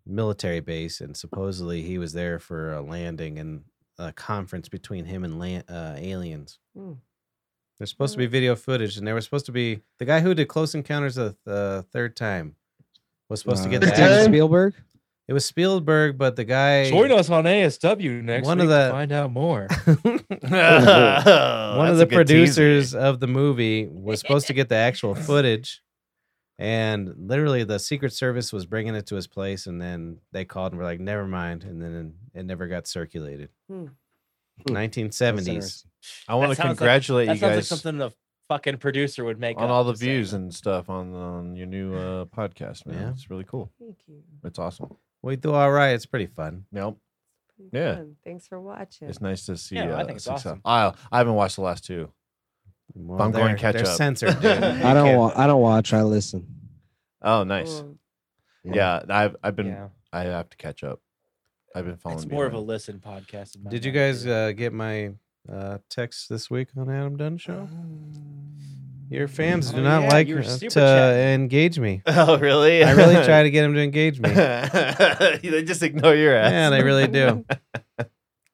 Speaker 2: military base, and supposedly he was there for a landing and a conference between him and land, uh, aliens.
Speaker 3: Hmm.
Speaker 2: There's supposed to be video footage, and there was supposed to be the guy who did Close Encounters of the Third Time was supposed to
Speaker 7: Uh,
Speaker 2: get
Speaker 6: Third
Speaker 2: the
Speaker 7: Steven
Speaker 6: Time?
Speaker 2: act-
Speaker 7: Spielberg.
Speaker 2: It was Spielberg, but the guy
Speaker 4: Join us on ASW next
Speaker 2: One
Speaker 4: one
Speaker 2: of
Speaker 4: week to
Speaker 2: the-
Speaker 4: find out more.
Speaker 2: one
Speaker 4: Oh,
Speaker 5: One
Speaker 2: of the producers of the movie was supposed to get the actual footage and literally the secret service was bringing it to his place and then they called and were like never mind and then it never got circulated
Speaker 3: Hmm.
Speaker 7: Hmm. That's
Speaker 2: 1970s
Speaker 7: interesting.
Speaker 5: I want
Speaker 4: That
Speaker 5: to
Speaker 4: sounds like-
Speaker 5: congratulate
Speaker 4: that
Speaker 5: you
Speaker 4: sounds like
Speaker 5: guys
Speaker 4: something a fucking producer would make
Speaker 5: on
Speaker 4: up,
Speaker 5: all the
Speaker 4: just saying.
Speaker 5: views and stuff on, on your new uh, podcast, man.
Speaker 2: Yeah.
Speaker 5: It's really cool.
Speaker 3: Thank you.
Speaker 5: It's awesome.
Speaker 2: we do all right it's pretty fun
Speaker 5: Nope.
Speaker 3: Pretty
Speaker 5: Yeah.
Speaker 3: fun. Thanks for watching.
Speaker 5: It's nice to see.
Speaker 4: Yeah, I
Speaker 5: uh,
Speaker 4: think it's
Speaker 5: success.
Speaker 4: awesome.
Speaker 5: I I haven't watched the last two.
Speaker 2: Well,
Speaker 5: I'm going
Speaker 2: they're-
Speaker 5: catch
Speaker 2: they're
Speaker 5: up.
Speaker 2: censored dude.
Speaker 7: I don't.
Speaker 5: can't-
Speaker 7: Wa- I don't watch. I listen.
Speaker 5: Oh, nice.
Speaker 3: Cool.
Speaker 5: Yeah, I've I've been.
Speaker 4: Yeah.
Speaker 5: I have to catch up. I've been following.
Speaker 4: It's more of a
Speaker 5: behind.
Speaker 4: listen podcast. in my
Speaker 2: did you
Speaker 4: mind,
Speaker 2: guys
Speaker 4: dude.
Speaker 2: uh, get my uh, text this week on adam dunn show your fans do
Speaker 4: Oh,
Speaker 2: not
Speaker 4: yeah,
Speaker 2: like
Speaker 4: your
Speaker 2: uh,
Speaker 4: super
Speaker 2: to
Speaker 4: chat.
Speaker 2: engage me
Speaker 5: Oh, really?
Speaker 2: i really try to get them to engage me
Speaker 5: they just ignore your ass.
Speaker 2: yeah they really do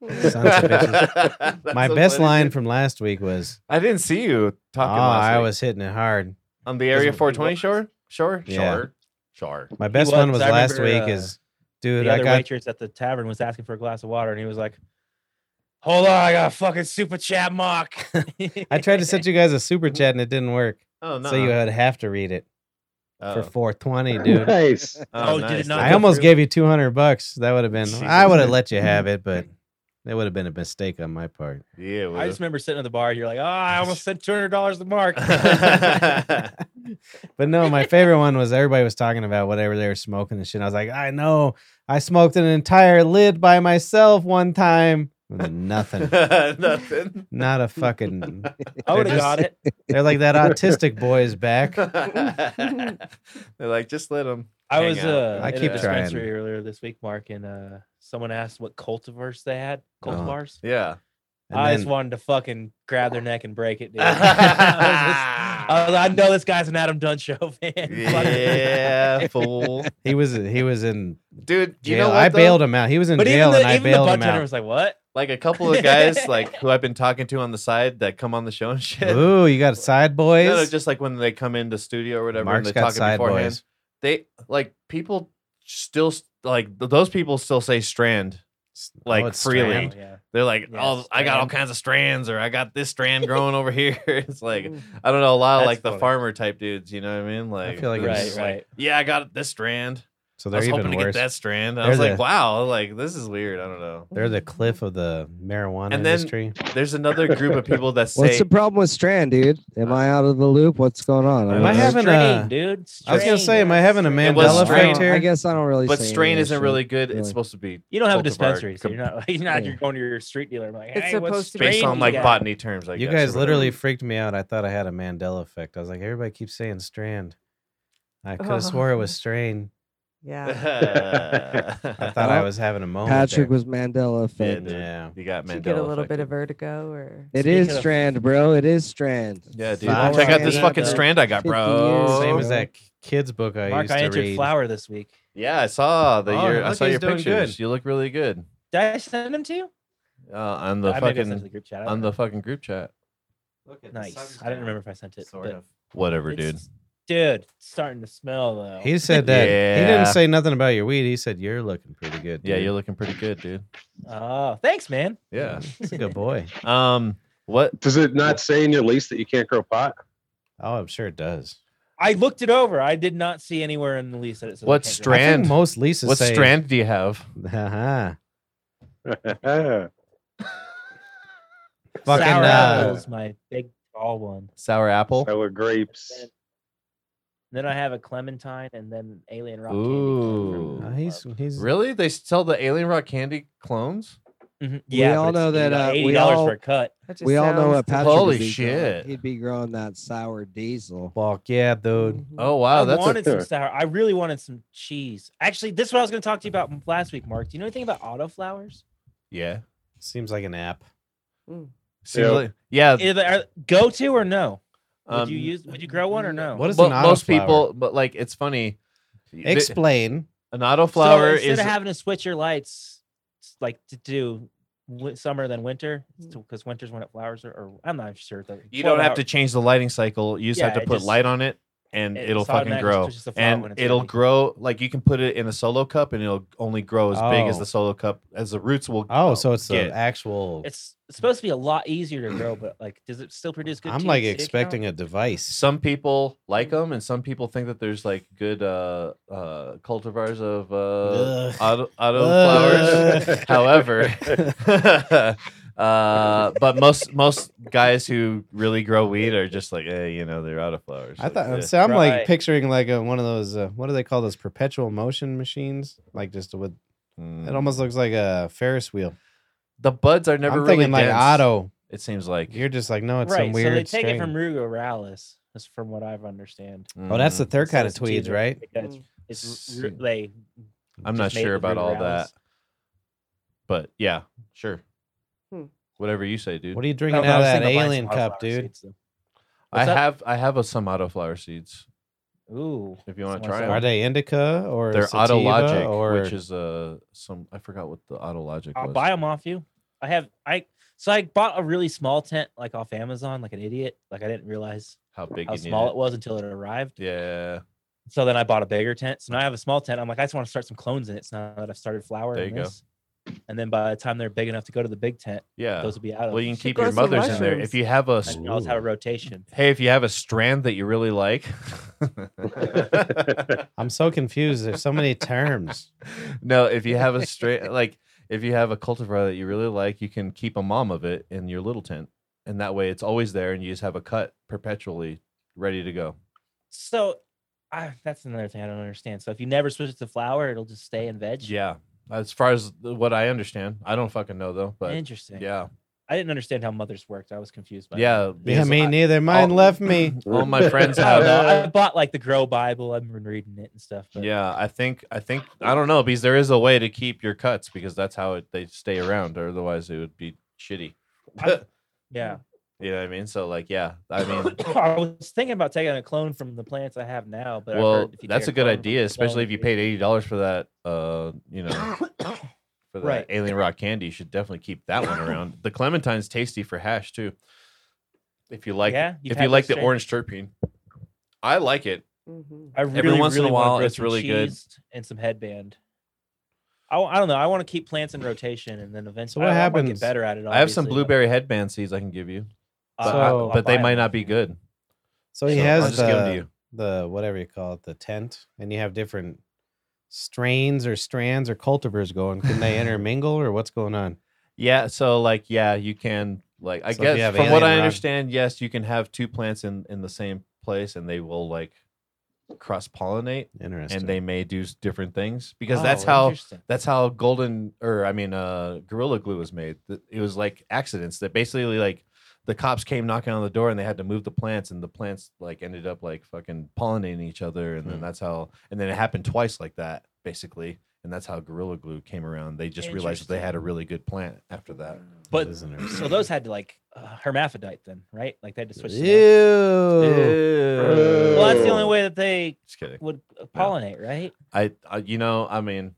Speaker 3: Mm.
Speaker 2: Sons of bitches.
Speaker 5: That's
Speaker 2: My
Speaker 5: so
Speaker 2: best
Speaker 5: funny,
Speaker 2: line
Speaker 5: dude.
Speaker 2: from last week was,
Speaker 5: I didn't see you
Speaker 2: "Oh,
Speaker 5: talking. last
Speaker 2: I
Speaker 5: week.
Speaker 2: was hitting it hard."
Speaker 5: on the Area
Speaker 4: what-
Speaker 5: 420 shore. Shore.
Speaker 2: Yeah.
Speaker 5: Shore. Shore.
Speaker 2: My best one
Speaker 4: was,
Speaker 2: was
Speaker 4: I
Speaker 2: last
Speaker 4: remember,
Speaker 2: week
Speaker 4: uh,
Speaker 2: is, dude,
Speaker 4: the
Speaker 2: I
Speaker 4: other
Speaker 2: got
Speaker 4: waitress at the tavern was asking for a glass of water, and he was like, "Hold on, I got a fucking super chat mock."
Speaker 2: I tried to send you guys a super chat and it didn't work,
Speaker 5: Oh no.
Speaker 2: so you would have to read it for
Speaker 5: oh.
Speaker 2: 420, dude.
Speaker 6: Nice.
Speaker 4: Oh, did it
Speaker 5: nice.
Speaker 4: not
Speaker 2: I
Speaker 4: go
Speaker 2: almost
Speaker 4: through?
Speaker 2: gave you 200 bucks. That would have been, I
Speaker 5: Jesus.
Speaker 2: would have let you have it, but it would have been a mistake on my part.
Speaker 5: Yeah.
Speaker 4: I just remember sitting at the bar. You're like, "Oh, I almost sent two hundred dollars to Mark."
Speaker 2: But no, my favorite one was everybody was talking about whatever they were smoking and shit. and I was like, I know, I smoked an entire lid by myself one time. And then nothing,
Speaker 5: Nothing.
Speaker 2: not a fucking
Speaker 4: I
Speaker 2: They're
Speaker 4: would have
Speaker 2: just-
Speaker 4: got it.
Speaker 2: They're like that autistic boy is back.
Speaker 5: They're like, just let them.
Speaker 4: I was uh,
Speaker 2: I
Speaker 4: at
Speaker 2: keep
Speaker 4: a
Speaker 2: trying.
Speaker 4: dispensary earlier this week, Mark, and uh, someone asked what cultivars they had. Cultivars.
Speaker 5: Yeah.
Speaker 2: Oh, And
Speaker 4: I
Speaker 2: then,
Speaker 4: just wanted to fucking grab their neck and break it, dude. I, was just-
Speaker 2: Ah.
Speaker 4: I was like, "I know this guy's an Adam Dunn show fan. Fuck it.
Speaker 5: Yeah, fool,
Speaker 2: he was he was in
Speaker 5: dude. You
Speaker 2: jail.
Speaker 5: know what,
Speaker 2: I
Speaker 5: though?
Speaker 2: bailed him out. He was in
Speaker 4: But even
Speaker 2: jail
Speaker 4: the,
Speaker 2: and I
Speaker 4: even the
Speaker 2: bailed him
Speaker 4: bartender
Speaker 2: out.
Speaker 4: was like, "What?"
Speaker 5: like a couple of guys like who I've been talking to on the side that come on the show and shit.
Speaker 2: Ooh, you got side boys.
Speaker 5: No, no, just like when they come into studio or whatever, and
Speaker 2: Mark's
Speaker 5: they're
Speaker 2: got
Speaker 5: talking
Speaker 2: side
Speaker 5: beforehand.
Speaker 2: boys.
Speaker 5: They like people still s- like th- those people still say strand. Like,
Speaker 2: it's
Speaker 5: freely.
Speaker 4: Oh,
Speaker 2: strand.
Speaker 4: yeah.
Speaker 5: They're like,
Speaker 4: Yeah,
Speaker 5: oh, I got all
Speaker 4: strand.
Speaker 5: kinds of strands, or I got this strand growing over here. It's like I don't know a lot of
Speaker 4: That's
Speaker 5: like the
Speaker 4: funny.
Speaker 5: farmer type dudes. You know what I mean? Like,
Speaker 2: feel like
Speaker 5: they're
Speaker 2: it's-
Speaker 5: just
Speaker 4: Right,
Speaker 5: like,
Speaker 4: right.
Speaker 5: Yeah, I got this strand.
Speaker 2: So
Speaker 5: I
Speaker 2: they're
Speaker 5: was
Speaker 2: even
Speaker 5: hoping to
Speaker 2: worse.
Speaker 5: get that strand. I
Speaker 2: They're
Speaker 5: was like,
Speaker 2: the-
Speaker 5: wow, like this is weird. I don't know.
Speaker 2: They're the cliff of the marijuana
Speaker 5: And then-
Speaker 2: industry.
Speaker 5: There's another group of people that say
Speaker 7: What's the problem with Strand, dude? Am I out of the loop? What's going on?
Speaker 5: Am
Speaker 7: don't
Speaker 2: I
Speaker 7: know.
Speaker 2: having
Speaker 4: strain,
Speaker 2: a-
Speaker 4: dude.
Speaker 2: I was gonna
Speaker 4: strain.
Speaker 2: say, am I having a
Speaker 5: was
Speaker 2: Mandela
Speaker 7: I don't-
Speaker 2: effect
Speaker 5: strained.
Speaker 2: here?
Speaker 7: I guess I don't really.
Speaker 5: but
Speaker 7: say any
Speaker 5: strain
Speaker 7: of that
Speaker 5: isn't
Speaker 7: shit.
Speaker 5: really good.
Speaker 7: really.
Speaker 5: It's supposed to be
Speaker 4: You don't have a
Speaker 5: cultivar
Speaker 4: dispensary, so you're
Speaker 5: com-
Speaker 4: not. You're not.
Speaker 7: Yeah.
Speaker 4: You're going to your street dealer. and like,
Speaker 3: It's
Speaker 4: hey, what
Speaker 3: supposed to be
Speaker 5: based
Speaker 4: strain
Speaker 5: on
Speaker 4: you
Speaker 5: like
Speaker 4: got?"
Speaker 5: botany terms. I
Speaker 2: You
Speaker 5: guess,
Speaker 2: guys
Speaker 5: or
Speaker 2: literally
Speaker 5: whatever.
Speaker 2: freaked me out. I thought I had a Mandela effect. I was like, everybody keeps saying strand. I could have
Speaker 3: Oh.
Speaker 2: swore it was strain.
Speaker 3: Yeah.
Speaker 2: I thought I
Speaker 7: Well,
Speaker 2: was having a moment.
Speaker 7: Patrick
Speaker 2: there.
Speaker 7: was Mandela effect.
Speaker 5: dude.
Speaker 2: Yeah.
Speaker 5: You got
Speaker 3: Did you
Speaker 5: Mandela.
Speaker 3: get a little
Speaker 5: effect,
Speaker 3: bit of
Speaker 5: dude.
Speaker 3: vertigo or
Speaker 7: It
Speaker 4: Speaking
Speaker 7: is
Speaker 4: of-
Speaker 7: Strand, bro. It is Strand.
Speaker 5: Yeah, dude.
Speaker 2: Flower
Speaker 5: Check out this
Speaker 2: and,
Speaker 5: fucking
Speaker 2: uh,
Speaker 5: strand I got,
Speaker 7: 50 years.
Speaker 5: bro.
Speaker 2: Same
Speaker 7: Oh,
Speaker 2: as
Speaker 7: yeah.
Speaker 2: that kid's book I
Speaker 4: Mark,
Speaker 2: used
Speaker 4: I
Speaker 2: to
Speaker 4: entered
Speaker 2: read.
Speaker 4: flower this week.
Speaker 5: Yeah, I saw the
Speaker 2: Oh,
Speaker 5: your.
Speaker 2: look
Speaker 5: I saw
Speaker 2: who's
Speaker 5: your
Speaker 2: doing good.
Speaker 5: pictures. You look really good.
Speaker 4: Did I send them to you?
Speaker 5: Uh, on the
Speaker 4: I maybe I sent it
Speaker 5: fucking
Speaker 4: to the group chat. I don't
Speaker 5: on
Speaker 4: know.
Speaker 5: the fucking group chat.
Speaker 4: nice. I didn't remember if I sent it.
Speaker 5: Sort
Speaker 4: but
Speaker 5: of. Whatever, dude.
Speaker 4: it's- Dude, it's starting to smell though.
Speaker 2: He said that he
Speaker 5: Yeah.
Speaker 2: didn't say nothing about your weed. He said you're looking pretty good.
Speaker 5: Yeah,
Speaker 2: dude.
Speaker 5: you're looking pretty good, dude.
Speaker 4: Oh, thanks, man.
Speaker 5: Yeah.
Speaker 2: That's a good boy.
Speaker 5: Um. What?
Speaker 6: Does it not say in your lease that you can't grow pot?
Speaker 2: Oh, I'm sure it does.
Speaker 4: I looked it over. I did not see anywhere in the lease that it said. I
Speaker 5: What
Speaker 4: can't grow-
Speaker 2: I think
Speaker 5: Strand.
Speaker 2: most leases
Speaker 5: What
Speaker 2: say,
Speaker 5: strand do you have?
Speaker 2: Uh-huh.
Speaker 6: That's
Speaker 2: Fucking
Speaker 4: Sour
Speaker 2: uh,
Speaker 4: apples, my big tall one.
Speaker 5: Sour apple.
Speaker 6: Sour grapes.
Speaker 4: Then I have a clementine and then alien rock
Speaker 5: Ooh.
Speaker 2: uh,
Speaker 4: candy.
Speaker 2: he's he's
Speaker 5: Really? They sell the Alien Rock candy clones?
Speaker 4: Mm-hmm.
Speaker 7: We all know that, uh, we
Speaker 4: eighty dollars
Speaker 7: all-
Speaker 4: for a cut.
Speaker 3: That just
Speaker 7: We all know
Speaker 3: sounds
Speaker 7: what Patrick.
Speaker 5: Holy
Speaker 7: would be growing.
Speaker 5: shit.
Speaker 7: He'd be growing that sour diesel.
Speaker 2: fuck yeah, dude.
Speaker 3: Mhm.
Speaker 5: Oh wow,
Speaker 4: I
Speaker 5: that's
Speaker 4: wanted
Speaker 5: a,
Speaker 4: some sour. I really wanted some cheese. Actually, this is what I was going to talk to you about last week, Mark. Do you know anything about auto flowers?
Speaker 5: yeah.
Speaker 2: Seems like an app.
Speaker 5: Seems
Speaker 6: Yeah.
Speaker 5: like- yeah.
Speaker 4: Either are- go to or no? Would
Speaker 5: Uh, um,
Speaker 4: you use? Would you grow one or no?
Speaker 2: What is
Speaker 5: mo-
Speaker 2: an
Speaker 5: most
Speaker 2: autoflower?
Speaker 5: people? But like, it's funny. The-
Speaker 2: Explain.
Speaker 5: an autoflower
Speaker 4: so instead
Speaker 5: is
Speaker 4: of having to switch your lights, s- like to do wi- summer than winter,
Speaker 7: Mm.
Speaker 4: because winter's when it flowers are. Or I'm not sure. The
Speaker 5: you
Speaker 4: 12
Speaker 5: don't have
Speaker 4: hour-
Speaker 5: to change the lighting cycle. You just
Speaker 4: Yeah,
Speaker 5: have to
Speaker 4: it
Speaker 5: put
Speaker 4: just-
Speaker 5: light on it, and
Speaker 4: it
Speaker 5: it'll
Speaker 4: just
Speaker 5: fucking
Speaker 4: automatically
Speaker 5: grow.
Speaker 4: switches the flower when
Speaker 5: And
Speaker 4: it's
Speaker 5: it'll
Speaker 4: ready.
Speaker 5: grow like you can put it in a solo cup, and it'll only grow as big as
Speaker 2: Oh.
Speaker 5: the solo cup as the roots will.
Speaker 2: Oh, so it's
Speaker 5: get.
Speaker 2: the actual.
Speaker 4: It's it's supposed to be a lot easier to grow, but like, does it still produce good?
Speaker 2: I'm
Speaker 4: THC
Speaker 2: like
Speaker 4: count?
Speaker 2: expecting a device.
Speaker 5: some people like them, and some people think that there's like good uh, uh, cultivars of uh,
Speaker 2: Ugh.
Speaker 5: auto, auto
Speaker 2: Ugh.
Speaker 5: flowers. However, uh, but most most guys who really grow weed are just like, hey, you know, they're out of flowers.
Speaker 2: I
Speaker 5: Like,
Speaker 2: thought
Speaker 5: eh.
Speaker 2: so. I'm like
Speaker 4: Right.
Speaker 2: picturing like a, one of those. Uh, what do they call those perpetual motion machines? Like just with it
Speaker 5: Mm.
Speaker 2: almost looks like a Ferris wheel.
Speaker 5: the buds are never
Speaker 2: I'm
Speaker 5: really
Speaker 2: thinking like
Speaker 5: dense,
Speaker 2: auto.
Speaker 5: It seems like.
Speaker 2: You're just like no, it's
Speaker 4: right,
Speaker 2: some weird.
Speaker 4: so they take it
Speaker 2: string.
Speaker 4: from rugularis. That's from what I've understand.
Speaker 2: Oh, that's the
Speaker 5: Mm.
Speaker 2: third
Speaker 4: So
Speaker 2: kind of
Speaker 4: it's either-
Speaker 2: tweeds, right?
Speaker 4: It's,
Speaker 3: Mm.
Speaker 4: it's
Speaker 5: S-
Speaker 4: ru- they.
Speaker 5: I'm not
Speaker 4: just made
Speaker 5: sure
Speaker 4: with
Speaker 5: about all
Speaker 4: ruderalis.
Speaker 5: that, but yeah, sure.
Speaker 3: Hmm.
Speaker 5: Whatever you say, dude.
Speaker 2: What are you
Speaker 4: No,
Speaker 2: drinking
Speaker 4: no,
Speaker 2: out
Speaker 4: I
Speaker 2: of
Speaker 4: was
Speaker 2: that
Speaker 4: thinking about buying
Speaker 2: alien
Speaker 4: some
Speaker 2: cup,
Speaker 4: autoflower
Speaker 2: dude?
Speaker 4: seeds, though.
Speaker 5: I
Speaker 4: What's up?
Speaker 5: have I have a, some autoflower seeds.
Speaker 4: Ooh.
Speaker 5: If you want to
Speaker 4: Someone
Speaker 5: try
Speaker 4: said-
Speaker 5: them,
Speaker 2: Are they indica or
Speaker 5: They're
Speaker 2: sativa
Speaker 5: Autologic,
Speaker 2: or
Speaker 5: which is uh some I forgot what the Autologic
Speaker 4: I'll
Speaker 5: was.
Speaker 4: buy them off you. I have I so I bought a really small tent like off Amazon like an idiot. Like I didn't realize
Speaker 5: how big
Speaker 4: how
Speaker 5: you need
Speaker 4: small it
Speaker 5: it.
Speaker 4: was until it arrived.
Speaker 5: Yeah,
Speaker 4: So then I bought a bigger tent. So now I have a small tent. I'm like I just want to start some clones in it. So now that I've started flower
Speaker 5: There
Speaker 4: in
Speaker 5: you go.
Speaker 4: this. And then by the time they're big enough to go to the big tent,
Speaker 5: yeah.
Speaker 4: those will be out
Speaker 2: uh,
Speaker 4: of.
Speaker 5: well, you can keep
Speaker 3: grow
Speaker 5: your
Speaker 3: some
Speaker 5: mothers in there. If
Speaker 3: mushrooms.
Speaker 5: you have a
Speaker 4: I
Speaker 5: s-
Speaker 4: can always have a rotation.
Speaker 5: hey, if you have a strand that you really like.
Speaker 2: I'm so confused. There's so many terms.
Speaker 5: no, if you have a strand like if you have a cultivar that you really like, you can keep a mom of it in your little tent, and that way it's always there, and you just have a cut perpetually ready to go.
Speaker 4: So I, that's another thing I don't understand. So if you never switch it to flower, it'll just stay in veg.
Speaker 5: Yeah, as far as the- what I understand, I don't fucking know though, but
Speaker 4: Interesting.
Speaker 5: yeah,
Speaker 4: I didn't understand how mothers worked. I was confused by that.
Speaker 5: yeah,
Speaker 2: Yeah,
Speaker 5: because
Speaker 2: me
Speaker 5: I-
Speaker 2: neither. Mine
Speaker 5: all-
Speaker 2: left me.
Speaker 5: All my friends
Speaker 4: I don't
Speaker 5: have.
Speaker 4: know. I bought like the Grow Bible. I've been reading it and stuff. But
Speaker 5: Yeah, I think I think I don't know because there is a way to keep your cuts because that's how it, they stay around. Or otherwise, it would be shitty.
Speaker 4: I- yeah.
Speaker 5: You know what I mean? So like, yeah, I mean,
Speaker 4: I was thinking about taking a clone from the plants I have now, but I've
Speaker 5: well,
Speaker 4: heard if you
Speaker 5: that's a
Speaker 4: take
Speaker 5: good
Speaker 4: clone from
Speaker 5: idea,
Speaker 4: the
Speaker 5: especially if you
Speaker 4: clone,
Speaker 5: paid eighty dollars for that. Uh, you know, for the
Speaker 4: Right.
Speaker 5: alien rock candy. You should definitely keep that one around. The clementine's tasty for hash too. If you like,
Speaker 4: Yeah, you've
Speaker 5: if
Speaker 4: had
Speaker 5: you like the
Speaker 4: those, Jay?
Speaker 5: orange terpine, I like it.
Speaker 3: Mm-hmm.
Speaker 4: I really,
Speaker 5: Every once in a
Speaker 4: really wanna
Speaker 5: while,
Speaker 4: grow
Speaker 5: it's
Speaker 4: some
Speaker 5: really good.
Speaker 4: cheese And some headband. I, w- I don't know. I want to keep plants in rotation, and then eventually,
Speaker 2: what
Speaker 4: I, I wanna
Speaker 2: happens-
Speaker 4: get better at it.
Speaker 5: I have some
Speaker 4: obviously, but
Speaker 5: blueberry headband seeds I can give you, but,
Speaker 4: I'll-
Speaker 2: So-
Speaker 5: I-
Speaker 4: I'll
Speaker 5: but they
Speaker 4: buy
Speaker 5: might
Speaker 4: them.
Speaker 5: not be good.
Speaker 2: So he
Speaker 5: So
Speaker 2: has uh,
Speaker 5: I'll just
Speaker 2: the,
Speaker 5: give 'em to you.
Speaker 2: the whatever you call it, the tent, and you have different strains or strands or cultivars going. Can they intermingle or what's going on?
Speaker 5: Yeah, so like yeah, you can like I
Speaker 2: So if you
Speaker 5: guess
Speaker 2: have
Speaker 5: from what
Speaker 2: alien
Speaker 5: I
Speaker 2: rock-
Speaker 5: understand, yes, you can have two plants in in the same place and they will like cross pollinate
Speaker 2: Interesting.
Speaker 5: and they may do s- different things because
Speaker 4: Oh,
Speaker 5: that's how
Speaker 4: interesting.
Speaker 5: that's how golden or I mean uh gorilla glue was made. Th- It was like accidents that basically like the cops came knocking on the door and they had to move the plants and the plants like ended up like fucking pollinating each other and then
Speaker 2: Hmm.
Speaker 5: that's how and then it happened twice like that basically and that's how gorilla glue came around. They just realized that they
Speaker 4: Interesting.
Speaker 5: had a really good plant after that.
Speaker 4: But
Speaker 2: This is
Speaker 4: so
Speaker 2: interesting.
Speaker 4: those had to like uh, hermaphrodite then, right? Like they had to switch.
Speaker 2: Ew.
Speaker 4: it up.
Speaker 5: Ew.
Speaker 4: Well, that's the
Speaker 6: Oh.
Speaker 4: only way that they
Speaker 5: Just kidding.
Speaker 4: would uh, pollinate, right?
Speaker 5: I, I, you know, I mean,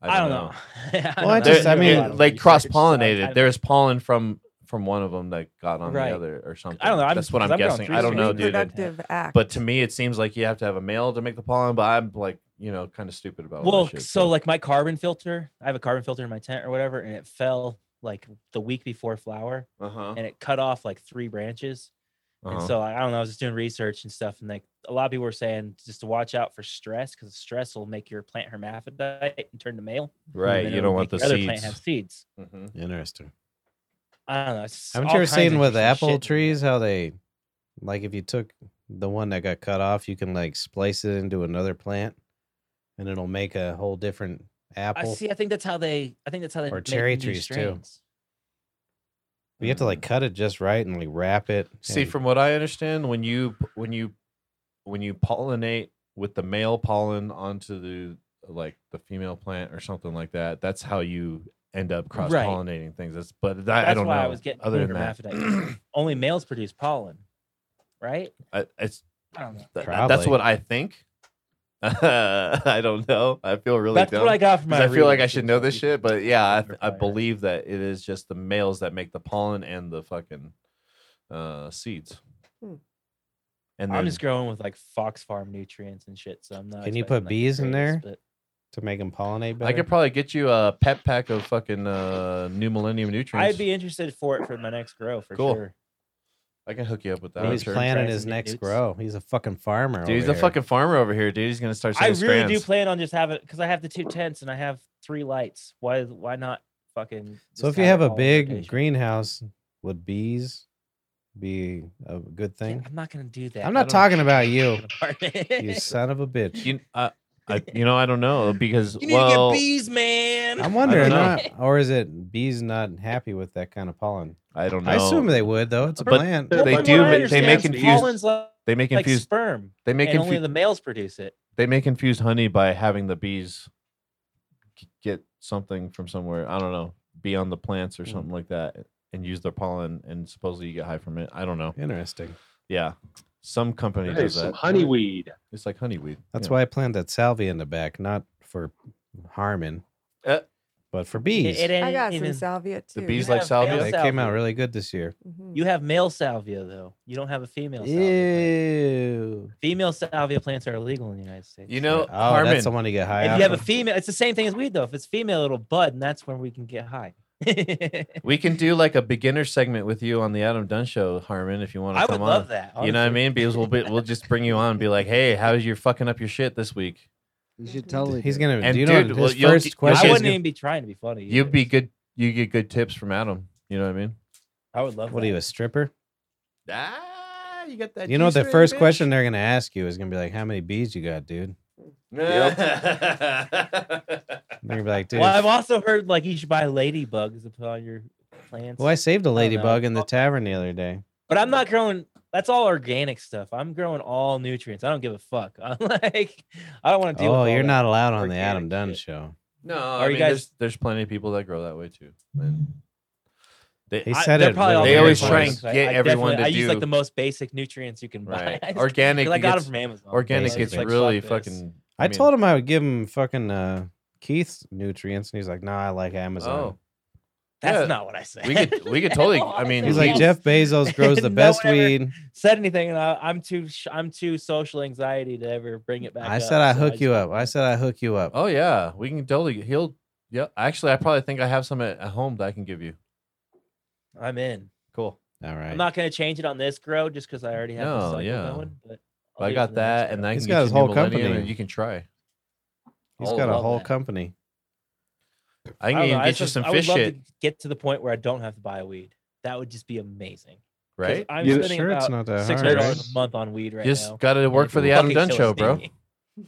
Speaker 5: I don't, know.
Speaker 2: Well, I
Speaker 4: don't
Speaker 2: just-
Speaker 4: know.
Speaker 2: I
Speaker 4: do a
Speaker 2: mean,
Speaker 4: lot of
Speaker 5: like
Speaker 4: research, so I'm
Speaker 5: cross pollinated.
Speaker 4: kind of-
Speaker 5: There's pollen from from one of them that got on
Speaker 4: Right.
Speaker 5: the other or something.
Speaker 4: I don't know. I'm-
Speaker 5: that's what
Speaker 4: 'cause
Speaker 5: I'm
Speaker 4: I'm going
Speaker 5: guessing.
Speaker 4: through
Speaker 5: I don't
Speaker 4: some
Speaker 5: know, dude.
Speaker 4: reproductive-
Speaker 3: Reproductive act.
Speaker 5: But to me, it seems like you have to have a male to make the pollen. But I'm like, you know, kind of stupid about. all that
Speaker 4: Well,
Speaker 5: shit,
Speaker 4: so like my carbon filter, I have a carbon filter in my tent or whatever, and it fell like the week before flower,
Speaker 5: uh-huh,
Speaker 4: and it cut off like three branches.
Speaker 5: uh-huh.
Speaker 4: And so like, I don't know, I was just doing research and stuff, and like a lot of people were saying just to watch out for stress because stress will make your plant hermaphrodite and turn to male. and
Speaker 5: right,
Speaker 4: then
Speaker 5: you
Speaker 4: it'll
Speaker 5: don't want the
Speaker 4: make your Other plant
Speaker 5: seeds.
Speaker 4: have seeds.
Speaker 5: Mhm.
Speaker 2: Interesting.
Speaker 4: I don't know. it's
Speaker 2: Haven't
Speaker 4: all
Speaker 2: you ever
Speaker 4: kinds
Speaker 2: seen
Speaker 4: of
Speaker 2: with
Speaker 4: interesting
Speaker 2: apple
Speaker 4: shit.
Speaker 2: trees how they, like, if you took the one that got cut off, you can like splice it into another plant, and it'll make a whole different
Speaker 4: I
Speaker 2: apple.
Speaker 4: see. I think that's how they. I think that's how they.
Speaker 2: Or
Speaker 4: make
Speaker 2: cherry
Speaker 4: new
Speaker 2: trees, too.
Speaker 4: strains.
Speaker 2: You have to like cut it just right and like wrap it.
Speaker 5: See,
Speaker 2: and-
Speaker 5: from what I understand, when you when you when you pollinate with the male pollen onto the like the female plant or something like that, that's how you end up
Speaker 4: Right.
Speaker 5: cross pollinating things. That's but that,
Speaker 4: That's
Speaker 5: I don't
Speaker 4: why
Speaker 5: know.
Speaker 4: I was getting
Speaker 5: other
Speaker 4: other
Speaker 5: than that,
Speaker 4: hermaphrodite. Only males produce pollen, right?
Speaker 5: I, it's
Speaker 4: I don't know.
Speaker 5: th- that's
Speaker 2: Probably.
Speaker 5: what I think. I don't know. I feel really
Speaker 4: that's
Speaker 5: dumb.
Speaker 4: what I got from
Speaker 5: 'cause
Speaker 4: my.
Speaker 5: I feel like I
Speaker 4: research
Speaker 5: should
Speaker 4: is
Speaker 5: know
Speaker 4: what
Speaker 5: this
Speaker 4: people
Speaker 5: shit, but yeah, I, th- I
Speaker 4: verify, right?
Speaker 5: believe that it is just the males that make the pollen and the fucking uh, seeds.
Speaker 3: Hmm.
Speaker 5: And
Speaker 4: I'm
Speaker 5: then
Speaker 4: just growing with like fox farm nutrients and shit, so I'm not.
Speaker 2: Can you
Speaker 4: expecting,
Speaker 2: put
Speaker 4: like, the
Speaker 2: bees in there?
Speaker 4: greatest,
Speaker 2: to make them pollinate better.
Speaker 5: I could probably get you a pet pack of fucking uh, new millennium
Speaker 4: But
Speaker 5: nutrients.
Speaker 4: I'd be interested for it for my next grow for
Speaker 5: Cool.
Speaker 4: sure.
Speaker 5: I can hook you up with that.
Speaker 2: Dude,
Speaker 5: I'm
Speaker 2: he's
Speaker 5: sure.
Speaker 2: planning
Speaker 4: Try
Speaker 2: his
Speaker 4: some new
Speaker 2: next
Speaker 4: newts.
Speaker 2: grow. He's a fucking farmer.
Speaker 5: Dude, he's
Speaker 2: over
Speaker 5: a
Speaker 2: here.
Speaker 5: fucking farmer over here, dude. He's gonna start.
Speaker 4: I
Speaker 5: selling
Speaker 4: really do
Speaker 5: strands.
Speaker 4: plan on just having because I have the two tents and I have three lights. Why? Why not fucking?
Speaker 2: So
Speaker 4: just
Speaker 2: if you
Speaker 4: it
Speaker 2: have a
Speaker 4: all on
Speaker 2: big
Speaker 4: rotation?
Speaker 2: greenhouse, would bees be a good
Speaker 4: Yeah,
Speaker 2: thing?
Speaker 4: I'm not gonna do that.
Speaker 2: I'm
Speaker 4: I
Speaker 2: not
Speaker 4: don't-
Speaker 2: talking about you,
Speaker 4: Apartment.
Speaker 2: you son of a bitch.
Speaker 5: You, uh, I, you know, I don't know because
Speaker 4: You need
Speaker 5: well,
Speaker 4: to get bees, man.
Speaker 2: I'm wondering,
Speaker 5: know.
Speaker 2: uh, or is it bees not happy with that kind of pollen?
Speaker 5: I don't know.
Speaker 2: I assume they would, though. It's a
Speaker 5: But-
Speaker 2: plant.
Speaker 6: Well,
Speaker 5: they
Speaker 6: from
Speaker 5: do.
Speaker 6: what I
Speaker 5: They, they may
Speaker 6: understand,
Speaker 5: confuse.
Speaker 4: Pollen's like,
Speaker 5: They may
Speaker 4: like
Speaker 5: confuse.
Speaker 4: sperm,
Speaker 5: They may
Speaker 4: and only
Speaker 5: confuse.
Speaker 4: the males produce it.
Speaker 5: They may confuse honey by having the bees g- get something from somewhere. I don't know. Be on the plants or
Speaker 2: Mm.
Speaker 5: something like that, and use their pollen, and supposedly you get high from it. I don't know.
Speaker 2: Interesting.
Speaker 5: Yeah, some company
Speaker 6: Hey,
Speaker 5: does
Speaker 6: some
Speaker 5: that.
Speaker 6: honeyweed.
Speaker 5: It's like honeyweed.
Speaker 2: That's
Speaker 5: yeah.
Speaker 2: why I planted that salvia in the back, not for harming,
Speaker 5: Uh,
Speaker 2: but for
Speaker 4: It-
Speaker 2: bees.
Speaker 4: it ain't
Speaker 3: I got
Speaker 4: even-
Speaker 3: some salvia too.
Speaker 5: The bees
Speaker 4: You
Speaker 5: like
Speaker 4: have
Speaker 5: salvia.
Speaker 4: male
Speaker 2: they came out
Speaker 4: salvia.
Speaker 2: really good this year.
Speaker 3: Mhm.
Speaker 4: You have male salvia though. You don't have a female. Salvia plant.
Speaker 2: Ew.
Speaker 4: Female salvia plants are illegal in the United States.
Speaker 5: You know,
Speaker 2: oh,
Speaker 5: Harmon.
Speaker 2: that's someone to get high.
Speaker 4: if
Speaker 2: off
Speaker 4: you have a
Speaker 2: of.
Speaker 4: female, it's the same thing as weed though. If it's female, it'll bud, and that's when we can get high.
Speaker 5: we can do like a beginner segment with you on the Adam Dunn show, Harmon, if you want to
Speaker 4: I
Speaker 5: come
Speaker 4: would
Speaker 5: on.
Speaker 4: love that.
Speaker 5: You know what I
Speaker 4: honestly.
Speaker 5: mean? Because we'll be, we'll just bring you on and be like, "Hey, how's your fucking up your shit this week?"
Speaker 7: You should totally.
Speaker 2: He's
Speaker 7: do it.
Speaker 2: gonna.
Speaker 5: And
Speaker 2: do you know
Speaker 5: dude,
Speaker 2: his
Speaker 5: well, you'll-
Speaker 2: first
Speaker 5: you'll
Speaker 2: question?
Speaker 4: I
Speaker 5: She's
Speaker 4: wouldn't
Speaker 5: gonna-
Speaker 4: even be trying to be funny.
Speaker 5: You'd
Speaker 4: either.
Speaker 5: be good. You get good tips from Adam. You know what I mean?
Speaker 4: I would love.
Speaker 2: What
Speaker 4: that.
Speaker 2: are you, a stripper?
Speaker 5: Ah, you got that.
Speaker 2: You know, the first question they're gonna ask you is gonna be like, "How many bees you got, dude?" And they're gonna be like, "Dude."
Speaker 4: Well, I've also heard like you should buy ladybugs to put on your plants.
Speaker 2: well, I saved a
Speaker 4: I don't know.
Speaker 2: ladybug in the tavern the other day.
Speaker 4: but I'm not growing. That's all organic stuff. I'm growing all nutrients. I don't give a fuck. I'm like, I don't want to deal.
Speaker 2: Oh,
Speaker 4: with all
Speaker 2: you're
Speaker 4: that.
Speaker 2: not allowed on the Adam
Speaker 4: organic
Speaker 2: Dunn
Speaker 4: shit.
Speaker 2: show.
Speaker 5: no,
Speaker 4: Are
Speaker 5: I
Speaker 4: you
Speaker 5: mean,
Speaker 4: guys-
Speaker 5: there's there's plenty of people that grow that way too. And they,
Speaker 2: He
Speaker 4: I-
Speaker 2: said
Speaker 4: they're
Speaker 2: it.
Speaker 4: probably all
Speaker 2: really
Speaker 5: They always
Speaker 2: nice.
Speaker 4: organic
Speaker 5: try and
Speaker 4: ones, but I-
Speaker 5: get
Speaker 4: I
Speaker 5: everyone
Speaker 4: definitely-
Speaker 5: to
Speaker 4: I use like
Speaker 5: do-
Speaker 4: the most basic nutrients you can buy.
Speaker 5: right. organic.
Speaker 4: Because I got them
Speaker 5: gets-
Speaker 4: from Amazon.
Speaker 5: organic
Speaker 4: basically.
Speaker 5: gets
Speaker 4: It's like,
Speaker 5: really
Speaker 4: fuck this.
Speaker 5: fucking.
Speaker 2: I,
Speaker 5: mean,
Speaker 2: told him I would give him fucking uh, Keith's nutrients, and he's like, "Nah, I like Amazon."
Speaker 5: Oh,
Speaker 4: That's
Speaker 5: Yeah,
Speaker 4: not what I said.
Speaker 5: we could we could totally.
Speaker 4: No,
Speaker 5: I mean,
Speaker 2: he's
Speaker 4: he-
Speaker 2: like, "Jeff Bezos grows the
Speaker 4: No
Speaker 2: best
Speaker 4: one ever-
Speaker 2: weed."
Speaker 4: said anything, and I, I'm too sh- I'm too social anxiety to ever bring it back.
Speaker 2: I
Speaker 4: up,
Speaker 2: said, "I
Speaker 4: so
Speaker 2: hook
Speaker 4: just-
Speaker 2: you up." I said, "I hook you up."
Speaker 5: Oh yeah, we can totally. He'll. Yeah, actually, I probably think I have some at, at home that I can give you.
Speaker 4: I'm in.
Speaker 5: Cool.
Speaker 2: All right.
Speaker 4: I'm not gonna change it on this grow just because I already have
Speaker 5: No,
Speaker 4: the cycle
Speaker 5: yeah.
Speaker 4: going. But,
Speaker 5: But
Speaker 4: I'll
Speaker 5: I
Speaker 4: do it
Speaker 5: got
Speaker 4: for the next
Speaker 5: that, and
Speaker 4: grow.
Speaker 5: then I
Speaker 2: He's
Speaker 5: can
Speaker 2: got
Speaker 5: get
Speaker 2: his
Speaker 5: you
Speaker 2: whole
Speaker 5: new Millennium,
Speaker 2: company.
Speaker 5: and you can try.
Speaker 2: He's
Speaker 5: Oh,
Speaker 2: got a
Speaker 4: love
Speaker 2: whole
Speaker 4: that.
Speaker 2: company.
Speaker 5: I can
Speaker 4: don't
Speaker 5: even
Speaker 4: know, I
Speaker 5: get you
Speaker 4: just-
Speaker 5: some
Speaker 4: I would
Speaker 5: fish
Speaker 4: love
Speaker 5: shit,
Speaker 4: To get to the point where I don't have to buy weed. That would just be amazing. 'Cause
Speaker 5: right?
Speaker 4: I'm
Speaker 6: You-
Speaker 4: spending
Speaker 2: sure, it's
Speaker 4: about
Speaker 2: not that
Speaker 4: six
Speaker 2: hard.
Speaker 4: hundred
Speaker 2: right?
Speaker 4: dollars a month on weed right
Speaker 5: Just
Speaker 4: now.
Speaker 5: got to work for the Adam
Speaker 4: Fucking
Speaker 5: Dunn
Speaker 4: kill
Speaker 5: show,
Speaker 4: us,
Speaker 5: bro.
Speaker 4: baby.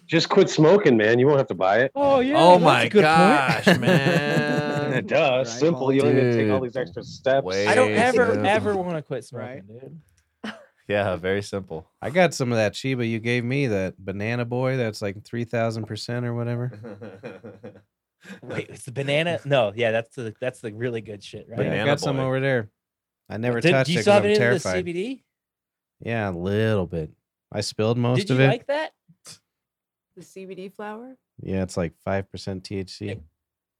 Speaker 6: Just quit smoking, man. You won't have to buy it.
Speaker 4: Oh yeah.
Speaker 5: oh
Speaker 4: that's a
Speaker 5: my
Speaker 4: good point.
Speaker 5: gosh, man!
Speaker 7: Right,
Speaker 6: Duh, simple. You don't need to take all
Speaker 5: Uh, Dude.
Speaker 6: these extra steps.
Speaker 5: Way
Speaker 4: I don't ever
Speaker 5: simple.
Speaker 4: ever want to quit smoking,
Speaker 7: Right.
Speaker 4: dude.
Speaker 5: Yeah, very simple.
Speaker 2: I got some of that Chiba you gave me, that banana boy. That's like three thousand percent or whatever.
Speaker 4: Wait, it's the banana? No, yeah, that's the that's the really good shit, right?
Speaker 2: But yeah, I
Speaker 5: Banana
Speaker 2: got some
Speaker 5: boy.
Speaker 2: over there. I never
Speaker 4: Did-
Speaker 2: touched it
Speaker 4: do you
Speaker 2: 'cause
Speaker 4: still have
Speaker 2: I'm
Speaker 4: any of the
Speaker 2: terrified.
Speaker 4: CBD?
Speaker 2: Yeah, a little bit. I spilled most
Speaker 4: Did you
Speaker 2: of it.
Speaker 4: like that?
Speaker 3: The CBD flower.
Speaker 2: yeah, it's like five percent THC.
Speaker 4: It-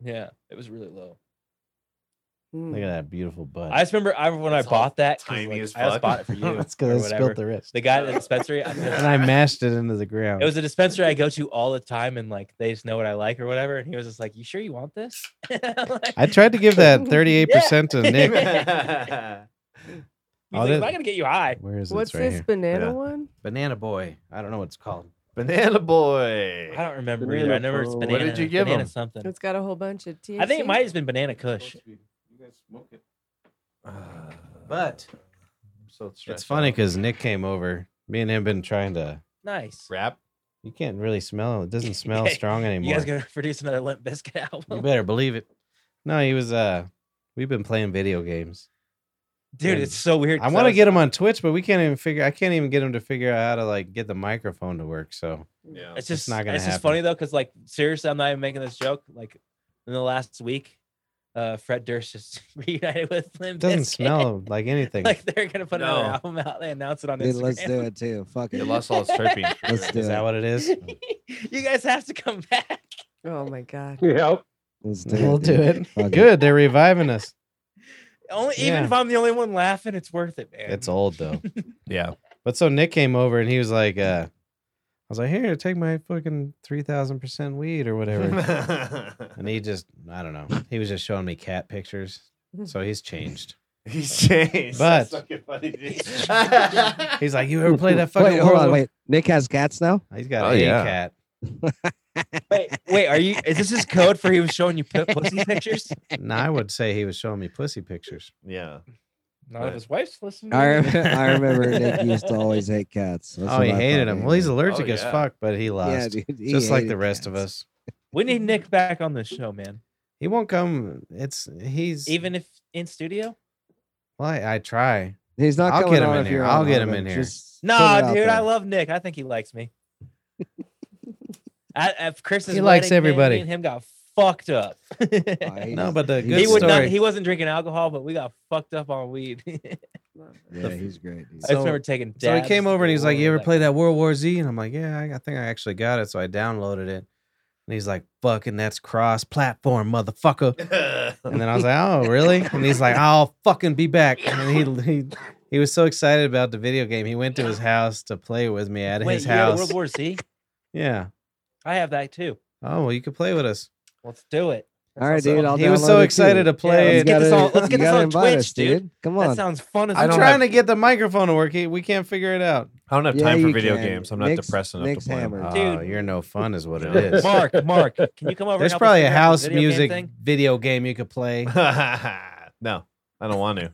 Speaker 4: Yeah, it was really low.
Speaker 3: Mm.
Speaker 2: Look at that beautiful butt.
Speaker 4: hmm. I just remember I remember when
Speaker 5: It's
Speaker 4: I
Speaker 5: all
Speaker 4: bought that. 'cause,
Speaker 5: tiny
Speaker 4: like,
Speaker 5: as
Speaker 4: I just
Speaker 5: fuck.
Speaker 4: bought it for you.
Speaker 2: That's
Speaker 4: or
Speaker 2: because I
Speaker 4: whatever.
Speaker 2: spilled the rest,
Speaker 4: The guy at the dispensary. I said,
Speaker 2: and I mashed it into the ground.
Speaker 4: it was a dispensary I go to all the time, and like they just know what I like or whatever. And he was just like, "You sure you want this?" I'm like-
Speaker 2: I tried to give that thirty-eight percent to Nick.
Speaker 4: He's
Speaker 2: Oh,
Speaker 4: like,
Speaker 2: that-
Speaker 4: "I'm not gonna get you high."
Speaker 2: Where is
Speaker 3: What's
Speaker 2: this right
Speaker 3: this
Speaker 2: here?
Speaker 3: banana
Speaker 5: Yeah.
Speaker 3: one?
Speaker 2: Banana boy. I don't know what it's called.
Speaker 5: Banana
Speaker 4: I
Speaker 5: boy.
Speaker 4: don't remember.
Speaker 6: Banana
Speaker 4: Either. I remember it's
Speaker 6: Pro. What
Speaker 4: banana.
Speaker 5: did you give
Speaker 4: banana
Speaker 5: him?
Speaker 4: Something.
Speaker 3: It's got a whole bunch of THC.
Speaker 4: I think it might have been banana Kush.
Speaker 2: But
Speaker 5: I'm so
Speaker 2: it's
Speaker 5: stressed
Speaker 2: funny
Speaker 5: out.
Speaker 2: because Nick came over. Me and him been trying to.
Speaker 4: Nice.
Speaker 5: rap.
Speaker 2: You can't really smell. It doesn't smell
Speaker 4: Yeah,
Speaker 2: strong anymore.
Speaker 4: You
Speaker 2: You,
Speaker 4: guys gonna produce another Limp Biscuit album?
Speaker 2: better believe it. No, he was. uh We've been playing video games.
Speaker 4: Dude, it's so weird.
Speaker 2: I
Speaker 4: 'cause
Speaker 2: want to
Speaker 4: was-
Speaker 2: get him on Twitch, but we can't even figure. I can't even get him to figure out how to like get the microphone to work. So
Speaker 5: Yeah.
Speaker 4: It's just
Speaker 2: not gonna
Speaker 4: It's just
Speaker 2: happen.
Speaker 4: funny though, because like seriously, I'm not even making this joke. Like in the last week, uh, Fred Durst just reunited with Limp
Speaker 2: it doesn't
Speaker 4: Bizkit.
Speaker 2: smell like anything.
Speaker 4: Like they're gonna put another
Speaker 5: No.
Speaker 4: album out. They announce it on
Speaker 7: Dude,
Speaker 4: Instagram.
Speaker 7: let's do it too. Fuck
Speaker 5: It
Speaker 7: it.
Speaker 5: lost all its terpenes. for
Speaker 7: Let's
Speaker 5: sure.
Speaker 7: do
Speaker 2: is that
Speaker 7: it.
Speaker 2: what it is?
Speaker 4: you guys have to come back.
Speaker 3: Oh my god.
Speaker 6: Yep.
Speaker 7: Let's do
Speaker 2: we'll
Speaker 7: it.
Speaker 2: do
Speaker 7: dude.
Speaker 2: it.
Speaker 7: Fuck it.
Speaker 2: Good. They're reviving us.
Speaker 4: Only
Speaker 2: Yeah.
Speaker 4: even if I'm the only one laughing, it's worth it, man.
Speaker 2: It's old though.
Speaker 5: Yeah.
Speaker 2: But so Nick came over and he was like, uh, I was like, here, take my fucking 3000% weed or whatever. and he just, I don't know. He was just showing me cat pictures. So he's changed.
Speaker 5: He's changed.
Speaker 2: But-
Speaker 5: That's fucking funny, dude. uh,
Speaker 2: He's like, you ever play that fucking
Speaker 7: wait, hold on,
Speaker 2: World-
Speaker 7: wait. Nick has cats now.
Speaker 2: He's got
Speaker 5: Oh,
Speaker 2: a
Speaker 5: yeah.
Speaker 2: cat.
Speaker 4: Wait, wait, are you? Is this his code for he was showing you p- pussy pictures?
Speaker 2: And I would say he was showing me pussy pictures.
Speaker 5: yeah.
Speaker 4: Not if his wife's listening.
Speaker 7: I, rem- I remember Nick used to always hate cats. That's
Speaker 2: oh,
Speaker 7: what
Speaker 2: he
Speaker 7: I
Speaker 2: hated
Speaker 7: thought,
Speaker 2: him. Well, he's
Speaker 7: anyway.
Speaker 2: allergic
Speaker 5: Oh,
Speaker 2: as
Speaker 5: yeah.
Speaker 2: fuck, but he lost.
Speaker 7: Yeah, dude, he
Speaker 2: just like
Speaker 7: hated
Speaker 2: the rest of
Speaker 7: cats.
Speaker 2: us.
Speaker 4: we need Nick back on the show, man.
Speaker 2: He won't come. It's, he's,
Speaker 4: Even if in studio.
Speaker 2: well, I, I try.
Speaker 7: He's not
Speaker 2: I'll
Speaker 7: coming
Speaker 2: get him
Speaker 7: on
Speaker 2: in
Speaker 7: if
Speaker 2: here.
Speaker 7: you're
Speaker 2: I'll
Speaker 7: on
Speaker 2: get
Speaker 7: of
Speaker 2: him
Speaker 7: it.
Speaker 2: in here.
Speaker 7: Just put
Speaker 4: No,
Speaker 7: it out
Speaker 4: dude, I
Speaker 7: there.
Speaker 4: love Nick. I think he likes me. At, at Chris's
Speaker 2: He likes
Speaker 4: wedding, man, me
Speaker 2: everybody.
Speaker 4: and him got fucked up.
Speaker 7: Oh, he
Speaker 2: No,
Speaker 7: is-
Speaker 2: but the
Speaker 7: he
Speaker 2: good
Speaker 4: he would not.
Speaker 2: story-
Speaker 4: He wasn't drinking alcohol, but we got fucked up on weed.
Speaker 7: Yeah, he's great.
Speaker 4: I
Speaker 7: Dude.
Speaker 4: just
Speaker 2: So-
Speaker 4: remember taking.
Speaker 2: So he
Speaker 4: dabs
Speaker 2: came
Speaker 4: to
Speaker 2: over and
Speaker 4: the
Speaker 2: he's like, "You
Speaker 4: wall,
Speaker 2: ever play that World War Z?" And I'm like, "Yeah, I, I think I actually got it." So I downloaded it, and he's like, "Fucking that's cross-platform, motherfucker." And then I was like, "Oh, really?" And he's like, "I'll fucking be back." And then he he he was so excited about the video game. He went to his house to play with me at
Speaker 4: Wait,
Speaker 2: his
Speaker 4: you got
Speaker 2: house.
Speaker 4: World War Z.
Speaker 2: yeah.
Speaker 4: I have that too.
Speaker 2: Oh well, you could play with us.
Speaker 4: Let's do it. That
Speaker 7: All right,
Speaker 4: sounds so-
Speaker 7: dude. I'll
Speaker 2: he was
Speaker 7: download
Speaker 2: so
Speaker 7: it,
Speaker 2: excited
Speaker 7: too.
Speaker 2: to play
Speaker 4: Yeah,
Speaker 2: it.
Speaker 4: let's get this on- let's
Speaker 7: You
Speaker 4: get this
Speaker 7: gotta
Speaker 4: on
Speaker 7: invite
Speaker 4: Twitch,
Speaker 7: us, dude. Come
Speaker 4: That
Speaker 7: on.
Speaker 4: sounds fun. As
Speaker 5: I
Speaker 2: I'm
Speaker 4: fuck.
Speaker 5: don't
Speaker 2: trying
Speaker 5: have-
Speaker 2: to get the microphone to work. He, we can't figure it out.
Speaker 5: I don't have
Speaker 7: Yeah,
Speaker 5: time for
Speaker 7: you
Speaker 5: video
Speaker 7: can.
Speaker 5: games. I'm not
Speaker 7: Nick's-
Speaker 5: depressed enough
Speaker 7: Nick's
Speaker 5: to play 'em.
Speaker 7: hammered.
Speaker 2: Oh,
Speaker 4: Dude.
Speaker 2: you're no fun, is what it
Speaker 5: Yeah.
Speaker 2: is.
Speaker 4: Mark, Mark, can you come over?
Speaker 2: There's
Speaker 4: and help us
Speaker 2: probably a
Speaker 4: figure out
Speaker 2: house
Speaker 4: this video game
Speaker 2: music
Speaker 4: thing?
Speaker 2: video game you could play.
Speaker 5: no, I don't want to.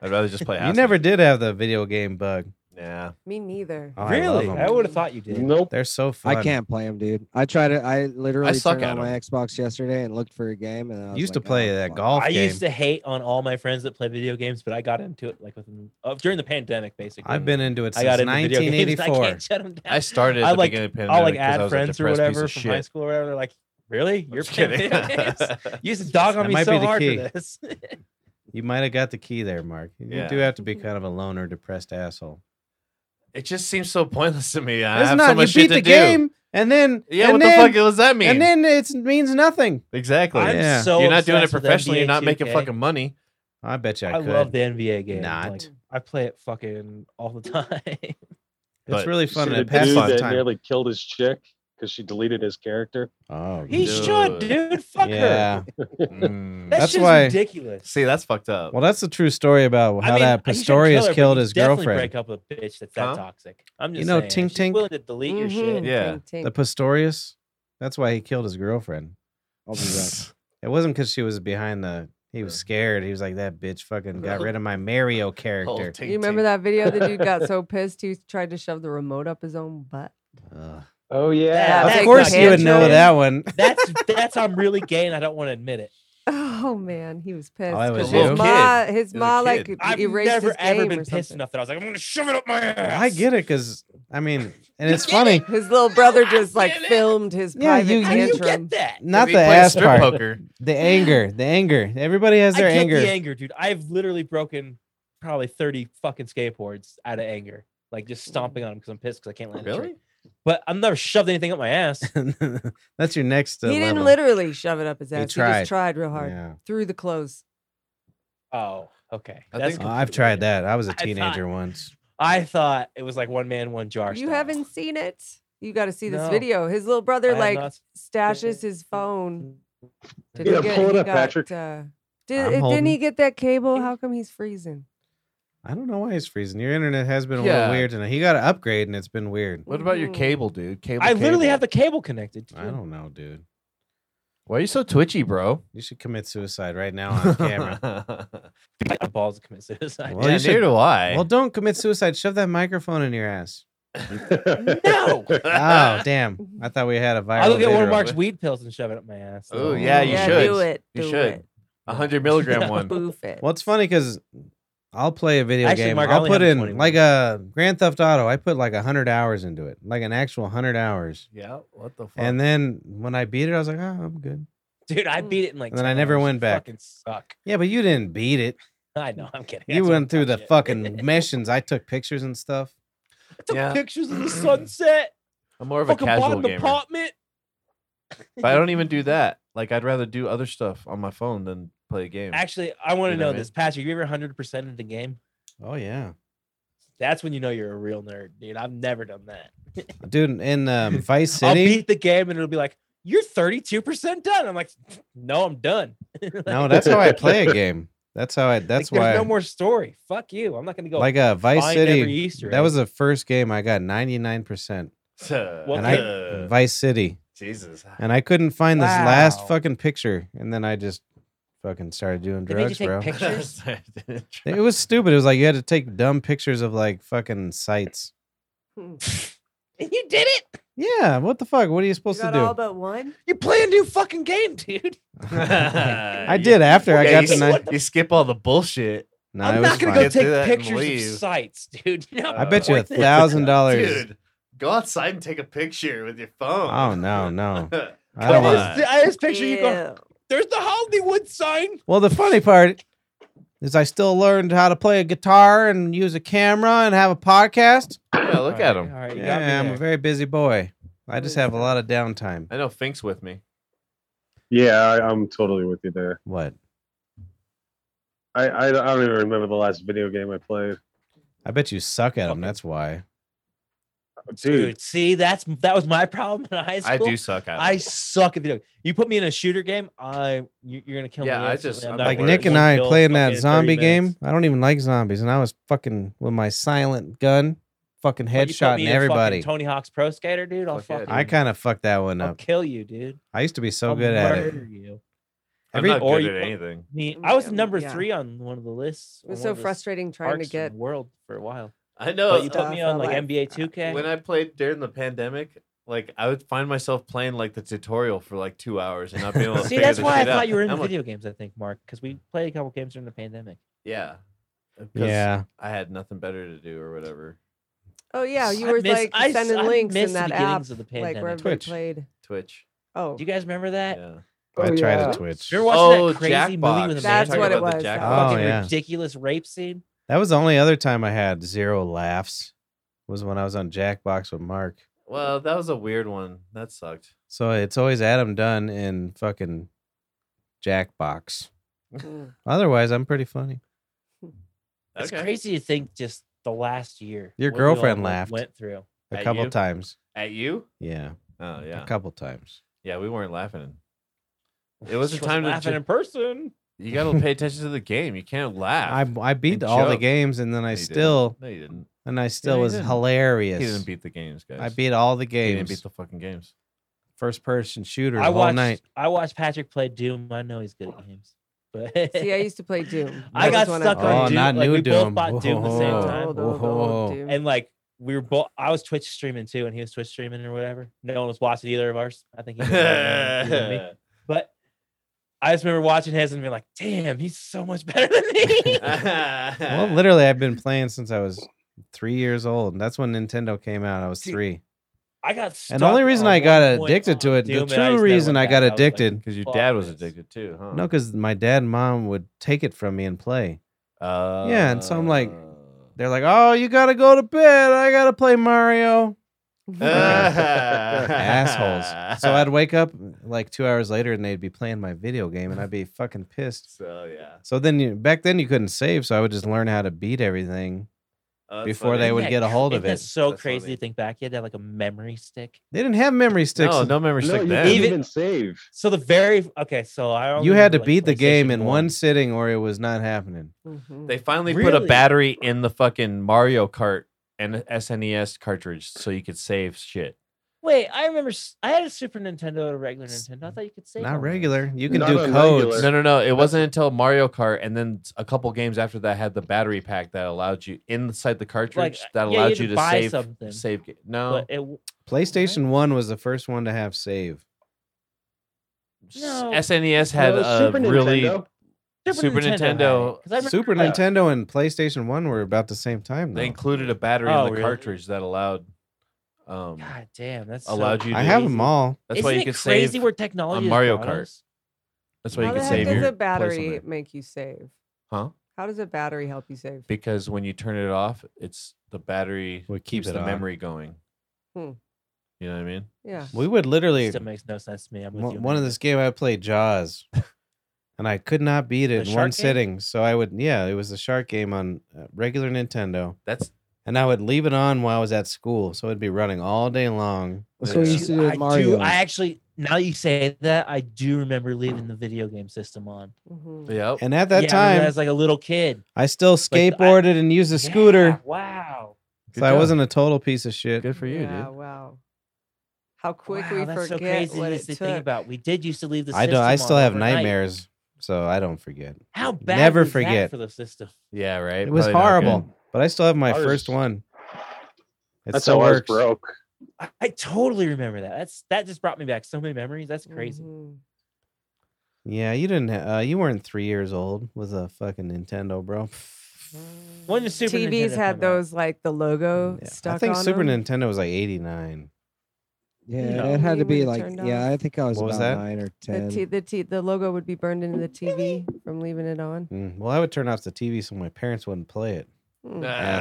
Speaker 5: I'd rather just play.
Speaker 2: You never did have the video game bug.
Speaker 5: Yeah.
Speaker 3: Me neither.
Speaker 2: Oh, I love
Speaker 4: Really?
Speaker 2: 'em.
Speaker 4: I, would have thought you did.
Speaker 6: Nope.
Speaker 2: They're so fun.
Speaker 7: I can't play him, dude. I tried to. I literally
Speaker 5: suck
Speaker 7: turned
Speaker 5: at
Speaker 7: on my Xbox yesterday and looked for a game, and I was
Speaker 2: used
Speaker 7: like,
Speaker 2: to play
Speaker 7: oh,
Speaker 2: that
Speaker 7: fuck.
Speaker 2: golf
Speaker 4: I
Speaker 2: game.
Speaker 4: used to hate on all my friends that play video games, but I got into it like within uh, during the pandemic, basically.
Speaker 2: I've been into it since
Speaker 4: I got into video games. I
Speaker 2: 1984.
Speaker 4: can't shut 'em down.
Speaker 5: I started at
Speaker 4: I
Speaker 5: the
Speaker 4: like-
Speaker 5: beginning of
Speaker 4: I'll
Speaker 5: pandemic
Speaker 4: like
Speaker 5: 'cause I
Speaker 4: add
Speaker 5: was a
Speaker 4: friends or
Speaker 5: depressed piece
Speaker 4: whatever
Speaker 5: of
Speaker 4: from
Speaker 5: shit.
Speaker 4: high school or whatever. They're like, really? You're
Speaker 5: just
Speaker 4: playing
Speaker 5: kidding.
Speaker 4: video games? You used to dog
Speaker 2: That
Speaker 4: on me
Speaker 2: might be
Speaker 4: so
Speaker 2: the
Speaker 4: hard
Speaker 2: key.
Speaker 4: for this.
Speaker 2: You might have got the key there, Mark. You
Speaker 5: Yeah.
Speaker 2: do have to be kind of a loner, depressed asshole.
Speaker 5: It just seems so pointless to me. I
Speaker 2: It's
Speaker 5: have
Speaker 2: not.
Speaker 5: so much
Speaker 2: you
Speaker 5: shit
Speaker 2: beat
Speaker 5: to
Speaker 2: the
Speaker 5: do.
Speaker 2: game, And then
Speaker 5: Yeah,
Speaker 2: and
Speaker 5: what
Speaker 2: then,
Speaker 5: the fuck does that mean?
Speaker 2: And then it means nothing.
Speaker 5: exactly.
Speaker 4: I'm
Speaker 2: Yeah.
Speaker 4: so
Speaker 5: you're not doing it
Speaker 4: obsessed with
Speaker 5: professionally. You're
Speaker 4: NBA
Speaker 5: not making
Speaker 4: 2K.
Speaker 5: fucking money.
Speaker 2: I bet you I,
Speaker 4: I,
Speaker 2: could.
Speaker 4: love the NBA game.
Speaker 2: Not.
Speaker 4: Like, I play it fucking all the time.
Speaker 2: It's
Speaker 5: but-
Speaker 2: really fun
Speaker 6: See
Speaker 2: and
Speaker 6: the
Speaker 2: it passes
Speaker 6: dude
Speaker 2: the
Speaker 6: that
Speaker 2: time.
Speaker 6: nearly killed his chick because she deleted his character.
Speaker 2: Oh,
Speaker 4: he
Speaker 5: Dude.
Speaker 4: should, dude. Fuck her.
Speaker 2: yeah.
Speaker 5: Mm.
Speaker 4: That's,
Speaker 2: That's
Speaker 4: just
Speaker 2: why-
Speaker 4: ridiculous.
Speaker 5: See, that's fucked up.
Speaker 2: Well, that's the true story about how
Speaker 4: I mean,
Speaker 2: that
Speaker 4: you should
Speaker 2: Pistorius
Speaker 4: kill her,
Speaker 2: killed
Speaker 4: but you
Speaker 2: his
Speaker 4: definitely
Speaker 2: girlfriend.
Speaker 4: Break up with a bitch that's
Speaker 5: Huh?
Speaker 4: that toxic. I'm just
Speaker 2: You know,
Speaker 4: saying,
Speaker 2: Tink
Speaker 4: if she's
Speaker 2: Tink?
Speaker 4: willing to delete your shit.
Speaker 3: Mhm,
Speaker 5: Yeah.
Speaker 3: tink,
Speaker 2: The
Speaker 3: tink.
Speaker 2: Pistorius. That's why he killed his girlfriend.
Speaker 7: I'll be back.
Speaker 2: It wasn't because she was behind the. He was scared. He was like, "That bitch fucking got rid of my Mario
Speaker 5: Oh,
Speaker 2: character."
Speaker 5: tink,
Speaker 3: You remember
Speaker 5: tink.
Speaker 3: that video the dude got so pissed he tried to shove the remote up his own butt?
Speaker 2: Ugh.
Speaker 6: Oh
Speaker 4: yeah.
Speaker 2: Of
Speaker 4: that
Speaker 2: course,
Speaker 4: got
Speaker 2: you would know
Speaker 4: handjob.
Speaker 2: that one.
Speaker 4: That's that's I'm really gay and I don't want to admit it.
Speaker 3: Oh man, he was pissed.
Speaker 2: that was
Speaker 3: 'cause
Speaker 2: you?
Speaker 3: his ma, his
Speaker 5: a
Speaker 3: ma like
Speaker 5: kid.
Speaker 4: I've
Speaker 3: erased
Speaker 4: never
Speaker 3: his
Speaker 4: ever
Speaker 3: game
Speaker 4: been
Speaker 3: or
Speaker 4: pissed
Speaker 3: something.
Speaker 4: enough that I was like, I'm gonna shove it up my ass.
Speaker 2: I get it because I mean, and it's funny.
Speaker 3: His little brother just like filmed his
Speaker 2: Yeah,
Speaker 3: private
Speaker 2: you-
Speaker 4: How do you
Speaker 3: tantrum.
Speaker 4: get that?
Speaker 5: If
Speaker 2: Not
Speaker 5: he
Speaker 2: the
Speaker 5: plays
Speaker 2: ass
Speaker 5: strip
Speaker 2: part.
Speaker 5: Poker.
Speaker 2: The anger. The anger. Everybody has their
Speaker 4: I get
Speaker 2: anger.
Speaker 4: the anger, dude. I've literally broken probably 30 fucking skateboards out of anger, like just stomping on them because I'm pissed because I can't land. a trick.
Speaker 5: Really?
Speaker 4: But I've never shoved anything up my ass.
Speaker 2: That's your next. Uh,
Speaker 3: he didn't
Speaker 2: level.
Speaker 3: literally shove it up his ass. He,
Speaker 2: tried.
Speaker 3: just tried real hard
Speaker 2: Yeah.
Speaker 3: through the clothes.
Speaker 4: Oh, okay.
Speaker 5: I
Speaker 4: That's
Speaker 5: think-
Speaker 2: Oh,
Speaker 4: com-
Speaker 2: I've tried that. I was a
Speaker 4: I thought-
Speaker 2: teenager once.
Speaker 4: I thought it was like one man, one jar.
Speaker 3: You
Speaker 4: style.
Speaker 3: haven't seen it. You got to see this
Speaker 4: No.
Speaker 3: video. His little brother
Speaker 4: I have
Speaker 3: like
Speaker 4: not seen
Speaker 3: stashes his phone. Did
Speaker 6: Yeah,
Speaker 3: he get,
Speaker 6: pull it
Speaker 3: he
Speaker 6: up,
Speaker 3: got,
Speaker 6: Patrick.
Speaker 3: Uh,
Speaker 2: I'm
Speaker 3: did, uh, didn't
Speaker 2: holding.
Speaker 3: he get that cable? How come he's freezing?
Speaker 2: I don't know why he's freezing. Your internet has been a
Speaker 5: Yeah.
Speaker 2: little weird tonight. He got an upgrade and it's been weird.
Speaker 5: What about your
Speaker 3: Mhm.
Speaker 5: cable, dude? Cable.
Speaker 4: I literally
Speaker 5: cable.
Speaker 4: have the cable connected.
Speaker 2: I don't know, dude.
Speaker 5: Why are you so twitchy, bro?
Speaker 2: You should commit suicide right now on camera.
Speaker 4: I have balls to commit suicide.
Speaker 2: Well,
Speaker 5: yeah, neither
Speaker 2: you should-
Speaker 5: do I.
Speaker 2: well, don't commit suicide. Shove that microphone in your ass.
Speaker 4: No!
Speaker 2: Oh, damn. I thought we had a viral.
Speaker 4: I'll go get one of
Speaker 2: video.
Speaker 4: Mark's weed pills and shove it up my ass.
Speaker 5: Ooh,
Speaker 4: Oh
Speaker 5: yeah, you
Speaker 3: yeah,
Speaker 5: should.
Speaker 3: do it.
Speaker 5: You
Speaker 3: do
Speaker 5: should.
Speaker 3: It.
Speaker 5: A hundred milligram one.
Speaker 3: Boof it.
Speaker 2: Well, it's funny because I'll play a video
Speaker 4: Actually,
Speaker 2: game.
Speaker 4: Mark, I
Speaker 2: I'll
Speaker 4: only
Speaker 2: put
Speaker 4: have
Speaker 2: in
Speaker 4: 21.
Speaker 2: like a Grand Theft Auto. I put like hundred hours into it, like an actual hundred hours.
Speaker 5: Yeah. What the fuck?
Speaker 2: And then when I beat it, I was like, oh, I'm good.
Speaker 4: Dude, I beat it in like.
Speaker 2: And then
Speaker 4: 10
Speaker 2: I never
Speaker 4: hours.
Speaker 2: went back.
Speaker 4: Fucking suck.
Speaker 2: Yeah, but you didn't beat it.
Speaker 4: I know. I'm kidding.
Speaker 2: you
Speaker 4: That's
Speaker 2: went
Speaker 4: what
Speaker 2: through
Speaker 4: I'm
Speaker 2: the
Speaker 4: shit.
Speaker 2: fucking missions. I took pictures and stuff.
Speaker 4: I took
Speaker 5: Yeah.
Speaker 4: pictures of the sunset.
Speaker 5: I'm more of a
Speaker 4: fucking bought
Speaker 5: casual
Speaker 4: an
Speaker 5: gamer.
Speaker 4: apartment.
Speaker 5: But I don't even do that. Like, I'd rather do other stuff on my phone than play a game.
Speaker 4: Actually, I want
Speaker 5: You
Speaker 4: to
Speaker 5: know
Speaker 4: know
Speaker 5: what I
Speaker 4: this, Patrick. You ever hundred percent of the game?
Speaker 2: Oh yeah,
Speaker 4: That's when you know you're a real nerd, dude. I've never done that.
Speaker 2: dude. In um, Vice
Speaker 4: I'll
Speaker 2: City.
Speaker 4: beat the game and it'll be like, you're 32% done. I'm like, no, I'm done. Like,
Speaker 2: No, that's how I play a game. That's how I. That's
Speaker 4: like,
Speaker 2: why.
Speaker 4: There's no more story. Fuck you. I'm not going to go
Speaker 2: like a Vice
Speaker 4: find every
Speaker 2: City.
Speaker 4: Easter.
Speaker 2: That
Speaker 4: egg.
Speaker 2: was the first game I got ninety nine percent.
Speaker 5: Well,
Speaker 2: And I-
Speaker 4: Uh.
Speaker 2: Vice City,
Speaker 5: uh, Jesus.
Speaker 2: and I couldn't find this last
Speaker 4: Wow.
Speaker 2: fucking picture, and then I just fucking started doing
Speaker 4: They made you
Speaker 2: drugs,
Speaker 4: take
Speaker 2: bro.
Speaker 4: pic- Pictures?
Speaker 2: it was stupid. It was like you had to take dumb pictures of like fucking sites.
Speaker 4: And you did it.
Speaker 2: Yeah, what the fuck? What are you supposed to
Speaker 3: got
Speaker 2: do?
Speaker 3: all but one.
Speaker 4: You play a new fucking game, dude.
Speaker 2: I did after I
Speaker 5: Yeah,
Speaker 2: got
Speaker 5: you
Speaker 2: to
Speaker 5: s-
Speaker 2: nine.
Speaker 5: You skip all the bullshit.
Speaker 2: No, it
Speaker 4: I'm
Speaker 2: was
Speaker 4: not going
Speaker 2: fine.
Speaker 5: fine.
Speaker 4: to go
Speaker 5: Get through
Speaker 4: take
Speaker 5: that and
Speaker 4: pictures
Speaker 5: leave.
Speaker 4: of sites, dude. No,
Speaker 2: I bet you a
Speaker 4: point.
Speaker 2: thousand dollars.
Speaker 5: Dude, go outside and take a picture with your
Speaker 2: Oh
Speaker 5: phone.
Speaker 2: no, no. I
Speaker 4: I,
Speaker 2: don't
Speaker 5: Come
Speaker 2: want.
Speaker 5: on.
Speaker 4: just, I just picture you going,
Speaker 3: Ew.
Speaker 4: there's the Hollywood sign.
Speaker 2: Well, the funny part is I still learned how to play a guitar and use a camera and have a podcast.
Speaker 5: Yeah, look at
Speaker 4: All
Speaker 5: him.
Speaker 4: right, you got me
Speaker 2: Yeah, I'm a
Speaker 4: there.
Speaker 2: very busy boy. I just have a lot of downtime.
Speaker 5: I know Fink's with me.
Speaker 6: yeah, I, I'm totally with you there.
Speaker 2: What?
Speaker 6: I, I I don't even remember the last video game I played.
Speaker 2: I bet you suck at them. That's why.
Speaker 6: Dude,
Speaker 4: Dude, see, that's that was my problem in high school.
Speaker 5: I do suck at
Speaker 4: I
Speaker 5: it.
Speaker 4: suck at video. You put me in a shooter game, I you, you're gonna kill
Speaker 5: Yeah,
Speaker 4: me.
Speaker 5: I
Speaker 4: instantly.
Speaker 5: just-
Speaker 4: I'm
Speaker 5: I'm
Speaker 4: not
Speaker 5: not
Speaker 2: Like
Speaker 5: worth
Speaker 4: worth
Speaker 5: it.
Speaker 2: Nick and
Speaker 4: one
Speaker 2: I
Speaker 4: kill
Speaker 2: playing
Speaker 4: fucking in
Speaker 2: that
Speaker 4: 30
Speaker 2: zombie game.
Speaker 4: minutes.
Speaker 2: I don't even like zombies, and I was fucking with my silent gun, fucking
Speaker 4: But you put me
Speaker 2: headshotting
Speaker 4: in fucking
Speaker 2: everybody.
Speaker 4: Tony Hawk's Pro Skater, dude. I'll
Speaker 5: Fuck yeah,
Speaker 4: fucking.
Speaker 2: I kind of fucked that one
Speaker 4: I'll
Speaker 2: up.
Speaker 4: kill you, dude.
Speaker 2: I used to be so
Speaker 4: I'll
Speaker 2: good at it.
Speaker 4: murder You.
Speaker 5: I'm
Speaker 4: every-
Speaker 5: not
Speaker 4: or
Speaker 5: good
Speaker 4: you-
Speaker 5: at anything.
Speaker 4: I mean,
Speaker 3: Mm,
Speaker 4: I was
Speaker 3: yeah,
Speaker 4: number
Speaker 3: yeah.
Speaker 4: three on one of the lists.
Speaker 3: It was
Speaker 4: on
Speaker 3: so
Speaker 4: one of those
Speaker 3: frustrating trying to
Speaker 4: arcs in
Speaker 3: get.
Speaker 4: the world for a while.
Speaker 5: I
Speaker 2: Oh,
Speaker 4: But
Speaker 5: know.
Speaker 4: you put me on like
Speaker 3: Life.
Speaker 4: NBA 2K.
Speaker 5: When I played during the pandemic, like I would find myself playing like the tutorial for like two hours and not being able to
Speaker 4: See,
Speaker 5: figure
Speaker 4: that's
Speaker 5: this
Speaker 4: why I
Speaker 5: shit out.
Speaker 4: thought you were in
Speaker 5: I'm like,
Speaker 4: video games. I think Mark, because we played a couple games during the pandemic.
Speaker 5: Yeah. 'Cause
Speaker 2: Yeah,
Speaker 5: I had nothing better to do or whatever.
Speaker 3: Oh yeah, you
Speaker 4: I
Speaker 3: were
Speaker 4: miss-
Speaker 3: like
Speaker 4: I s-
Speaker 3: sending
Speaker 4: I
Speaker 3: links
Speaker 4: miss
Speaker 3: in
Speaker 4: the
Speaker 3: that app,
Speaker 4: beginnings of the
Speaker 3: like where
Speaker 4: pandemic.
Speaker 3: everybody
Speaker 2: Twitch.
Speaker 3: played.
Speaker 5: Twitch.
Speaker 3: Oh,
Speaker 4: Do you guys remember that?
Speaker 5: Yeah. Oh,
Speaker 2: I
Speaker 6: Oh,
Speaker 2: tried
Speaker 6: yeah.
Speaker 2: to Twitch.
Speaker 4: You ever watching that crazy
Speaker 5: Jackbox.
Speaker 4: movie with
Speaker 3: That's
Speaker 4: Amanda
Speaker 3: what it
Speaker 4: Waller?
Speaker 3: was.
Speaker 5: Jackbox.
Speaker 2: Oh,
Speaker 4: uh, fucking
Speaker 2: yeah.
Speaker 4: ridiculous rape scene.
Speaker 2: That was the only other time I had zero laughs was when I was on Jackbox with Mark.
Speaker 5: Well, that was a weird one. That sucked.
Speaker 2: So it's always Adam Dunn and fucking Jackbox.
Speaker 3: Mm.
Speaker 2: Otherwise, I'm pretty funny.
Speaker 4: It's
Speaker 5: Okay.
Speaker 4: crazy to think just the last year.
Speaker 2: Your
Speaker 4: what we all
Speaker 2: girlfriend
Speaker 4: went-
Speaker 2: laughed.
Speaker 4: Went through.
Speaker 2: A
Speaker 5: At
Speaker 2: couple
Speaker 5: you?
Speaker 2: times.
Speaker 5: At you?
Speaker 2: Yeah,
Speaker 5: Oh yeah.
Speaker 2: A couple times.
Speaker 5: Yeah, we weren't laughing. It was
Speaker 4: She
Speaker 5: a time to
Speaker 4: laughing
Speaker 5: ju-
Speaker 4: in person.
Speaker 5: You gotta pay attention to the game. You can't laugh.
Speaker 2: I I beat
Speaker 5: And
Speaker 2: all the
Speaker 5: Ah, joke.
Speaker 2: games and then I
Speaker 5: No, you didn't.
Speaker 2: still
Speaker 5: No, you didn't.
Speaker 2: and I still
Speaker 5: you
Speaker 2: was
Speaker 5: didn't.
Speaker 2: hilarious.
Speaker 5: He didn't beat the games, guys.
Speaker 2: I beat all the
Speaker 5: He
Speaker 2: games.
Speaker 5: didn't beat the fucking games.
Speaker 2: First person shooter
Speaker 4: I
Speaker 2: all
Speaker 4: watched.
Speaker 2: night.
Speaker 4: I watched Patrick play Doom. I know he's good at games. But
Speaker 3: See, I used to play Doom.
Speaker 4: I
Speaker 3: That
Speaker 4: got
Speaker 3: was when
Speaker 4: stuck
Speaker 3: played.
Speaker 4: on
Speaker 2: Oh,
Speaker 4: Doom.
Speaker 2: not
Speaker 4: like,
Speaker 2: new
Speaker 4: we
Speaker 2: Doom.
Speaker 4: both bought Doom at the
Speaker 3: Oh,
Speaker 4: same
Speaker 2: Whoa.
Speaker 4: time,
Speaker 3: old, old, old
Speaker 2: Whoa.
Speaker 3: Doom.
Speaker 4: and like we were both. I was Twitch streaming too, and he was Twitch streaming or whatever. No one was watching either of ours. I think he. was watching you and me. But I just remember watching his and being like, "Damn, he's so much better than me."
Speaker 2: Well, literally, I've been playing since I was three years old. and That's when Nintendo came out. I was
Speaker 4: Dude,
Speaker 2: three.
Speaker 4: I got. Stuck
Speaker 2: And the only reason
Speaker 4: on
Speaker 2: I got
Speaker 4: one point
Speaker 2: addicted to
Speaker 4: on
Speaker 2: it, the
Speaker 4: Doom, and
Speaker 2: true
Speaker 4: just never
Speaker 2: reason
Speaker 4: went
Speaker 2: I got
Speaker 4: back. was like,
Speaker 2: addicted-
Speaker 5: Because your
Speaker 4: "Fuck
Speaker 5: dad was
Speaker 4: this."
Speaker 5: addicted too, huh?
Speaker 2: No, because my dad and mom would take it from me and play.
Speaker 5: Uh,
Speaker 2: yeah, and so I'm like- They're like, "Oh, you gotta go to bed. I gotta play Mario." Assholes. So I'd wake up like two hours later, and they'd be playing my video game, and I'd be fucking pissed.
Speaker 5: So yeah.
Speaker 2: So then, you, back then, you couldn't save, so I would just learn how to beat everything.
Speaker 5: Oh, that's
Speaker 2: Before
Speaker 5: funny.
Speaker 2: they
Speaker 4: Isn't
Speaker 2: would
Speaker 4: that
Speaker 2: get a
Speaker 4: cr-
Speaker 2: hold of
Speaker 4: isn't that
Speaker 2: it.
Speaker 4: so
Speaker 5: That's
Speaker 4: crazy
Speaker 5: funny.
Speaker 4: to think back. You had to have like a memory stick.
Speaker 2: They didn't have memory sticks.
Speaker 5: No, no memory
Speaker 6: No,
Speaker 5: stick
Speaker 6: you
Speaker 5: then.
Speaker 6: didn't
Speaker 4: Even-
Speaker 6: even save.
Speaker 4: So the very okay. So I only
Speaker 2: you had to
Speaker 4: remember, like,
Speaker 2: beat the game
Speaker 4: PlayStation
Speaker 2: in one sitting, or it was not happening.
Speaker 3: Mhm.
Speaker 5: They finally put a
Speaker 4: Really?
Speaker 5: battery in the fucking Mario Kart and a SNES cartridge so you could save shit.
Speaker 4: Wait, I remember. s- I had a Super Nintendo and a regular Nintendo. I thought you could save. all
Speaker 2: Not
Speaker 4: those.
Speaker 2: regular. You can
Speaker 6: Not
Speaker 2: do
Speaker 6: on
Speaker 2: codes.
Speaker 6: regular.
Speaker 5: No, no, no. It wasn't until Mario Kart and then a couple games after that had the battery pack that allowed you inside the cartridge
Speaker 4: uh, yeah,
Speaker 5: that
Speaker 4: you
Speaker 5: allowed
Speaker 4: had to
Speaker 5: you to
Speaker 4: buy
Speaker 5: save
Speaker 4: something,
Speaker 5: save ga- No.
Speaker 4: But it, w-
Speaker 2: PlayStation One was the first one to have save.
Speaker 5: S-
Speaker 4: No.
Speaker 5: SNES had
Speaker 6: No,
Speaker 5: a really
Speaker 6: Nintendo.
Speaker 5: Super Nintendo-
Speaker 4: had it, 'cause I remember-
Speaker 2: Super Nintendo and PlayStation One were about the same time. Though.
Speaker 5: they included a battery
Speaker 4: Oh,
Speaker 5: in the
Speaker 4: really?
Speaker 5: cartridge that allowed um
Speaker 4: God damn, that's
Speaker 5: allowed
Speaker 4: so
Speaker 5: you to
Speaker 2: I have
Speaker 4: crazy.
Speaker 2: them all.
Speaker 5: that's
Speaker 4: Isn't
Speaker 5: why you
Speaker 4: it
Speaker 5: could
Speaker 4: crazy
Speaker 5: save
Speaker 4: where technology
Speaker 5: on
Speaker 4: has
Speaker 5: Mario
Speaker 4: brought
Speaker 5: Kart.
Speaker 4: us?
Speaker 5: that's why
Speaker 3: How
Speaker 5: you
Speaker 3: the
Speaker 5: could
Speaker 3: heck
Speaker 5: save
Speaker 3: does
Speaker 5: your
Speaker 3: a
Speaker 5: place on
Speaker 3: battery
Speaker 5: there.
Speaker 3: make you save?
Speaker 5: Huh?
Speaker 3: How does a battery help you save?
Speaker 5: Because when you turn it off, it's the battery
Speaker 2: Would keep
Speaker 5: keeps
Speaker 2: it
Speaker 5: the
Speaker 2: on.
Speaker 5: memory going.
Speaker 3: Hmm.
Speaker 5: You know what I mean?
Speaker 3: Yeah.
Speaker 2: We would literally
Speaker 4: Still makes no sense to me. I'm with you
Speaker 2: one
Speaker 4: on
Speaker 2: one
Speaker 4: that.
Speaker 2: of this game I played Jaws, and I could not beat it
Speaker 4: The
Speaker 2: in one
Speaker 4: shark game?
Speaker 2: sitting. So I would yeah, it was the shark game on uh, regular Nintendo,
Speaker 5: That's
Speaker 2: and I would leave it on while I was at school. So it'd be running all day long.
Speaker 7: That's what we
Speaker 5: Yeah.
Speaker 7: used to
Speaker 4: Dude,
Speaker 7: do
Speaker 4: I
Speaker 7: with
Speaker 4: do-
Speaker 7: Mario.
Speaker 4: I actually now you say that I do remember leaving the video game system on.
Speaker 3: Mhm.
Speaker 5: yep.
Speaker 2: And at that
Speaker 4: Yeah, I remember
Speaker 2: time,
Speaker 4: as like a little kid.
Speaker 2: I still
Speaker 4: I-
Speaker 2: skateboarded and used a
Speaker 4: Yeah,
Speaker 2: scooter,
Speaker 4: wow.
Speaker 5: Good
Speaker 2: so I
Speaker 5: job.
Speaker 2: wasn't a total piece of shit.
Speaker 5: good for you,
Speaker 3: yeah,
Speaker 5: dude.
Speaker 3: Wow. How quick
Speaker 4: wow,
Speaker 3: we
Speaker 4: that's so
Speaker 3: forget
Speaker 4: crazy
Speaker 3: what it
Speaker 4: just to think
Speaker 3: took.
Speaker 4: about. We did used to leave the
Speaker 2: I
Speaker 4: system.
Speaker 2: don't. I
Speaker 4: on
Speaker 2: still have
Speaker 4: overnight.
Speaker 2: nightmares, so I don't forget.
Speaker 4: How bad
Speaker 2: Never
Speaker 4: was that
Speaker 2: forget.
Speaker 4: for the system.
Speaker 5: Yeah, right.
Speaker 2: It was
Speaker 5: Probably not good.
Speaker 2: horrible, but I still have my
Speaker 6: Ours-
Speaker 2: first one. It
Speaker 6: That's
Speaker 2: still
Speaker 6: how ours
Speaker 2: works.
Speaker 6: broke.
Speaker 4: I, I totally remember that. That's that just brought me back so many memories. That's crazy.
Speaker 3: Mhm.
Speaker 2: Yeah, you didn't. ha- Uh, you weren't three years old with a fucking Nintendo, bro.
Speaker 4: When the Super
Speaker 3: TVs
Speaker 4: Nintendo
Speaker 3: Mm-hmm. had
Speaker 4: come out.
Speaker 3: those like the logo
Speaker 2: Yeah,
Speaker 3: stuck
Speaker 2: I think
Speaker 3: on
Speaker 2: Super
Speaker 3: them.
Speaker 2: Nintendo was like eity nine.
Speaker 7: yeah,
Speaker 4: No.
Speaker 7: it had
Speaker 3: You
Speaker 7: to be
Speaker 3: would've
Speaker 7: like
Speaker 3: turned
Speaker 7: yeah.
Speaker 3: off.
Speaker 7: I think I was
Speaker 2: What was
Speaker 7: about
Speaker 2: that?
Speaker 7: nine or
Speaker 3: The
Speaker 7: ten.
Speaker 3: t- the t- the logo would be burned into the TV from leaving it on.
Speaker 2: Mm. Well, I would turn off the TV so my parents wouldn't play it.
Speaker 3: Mm.
Speaker 5: Ah,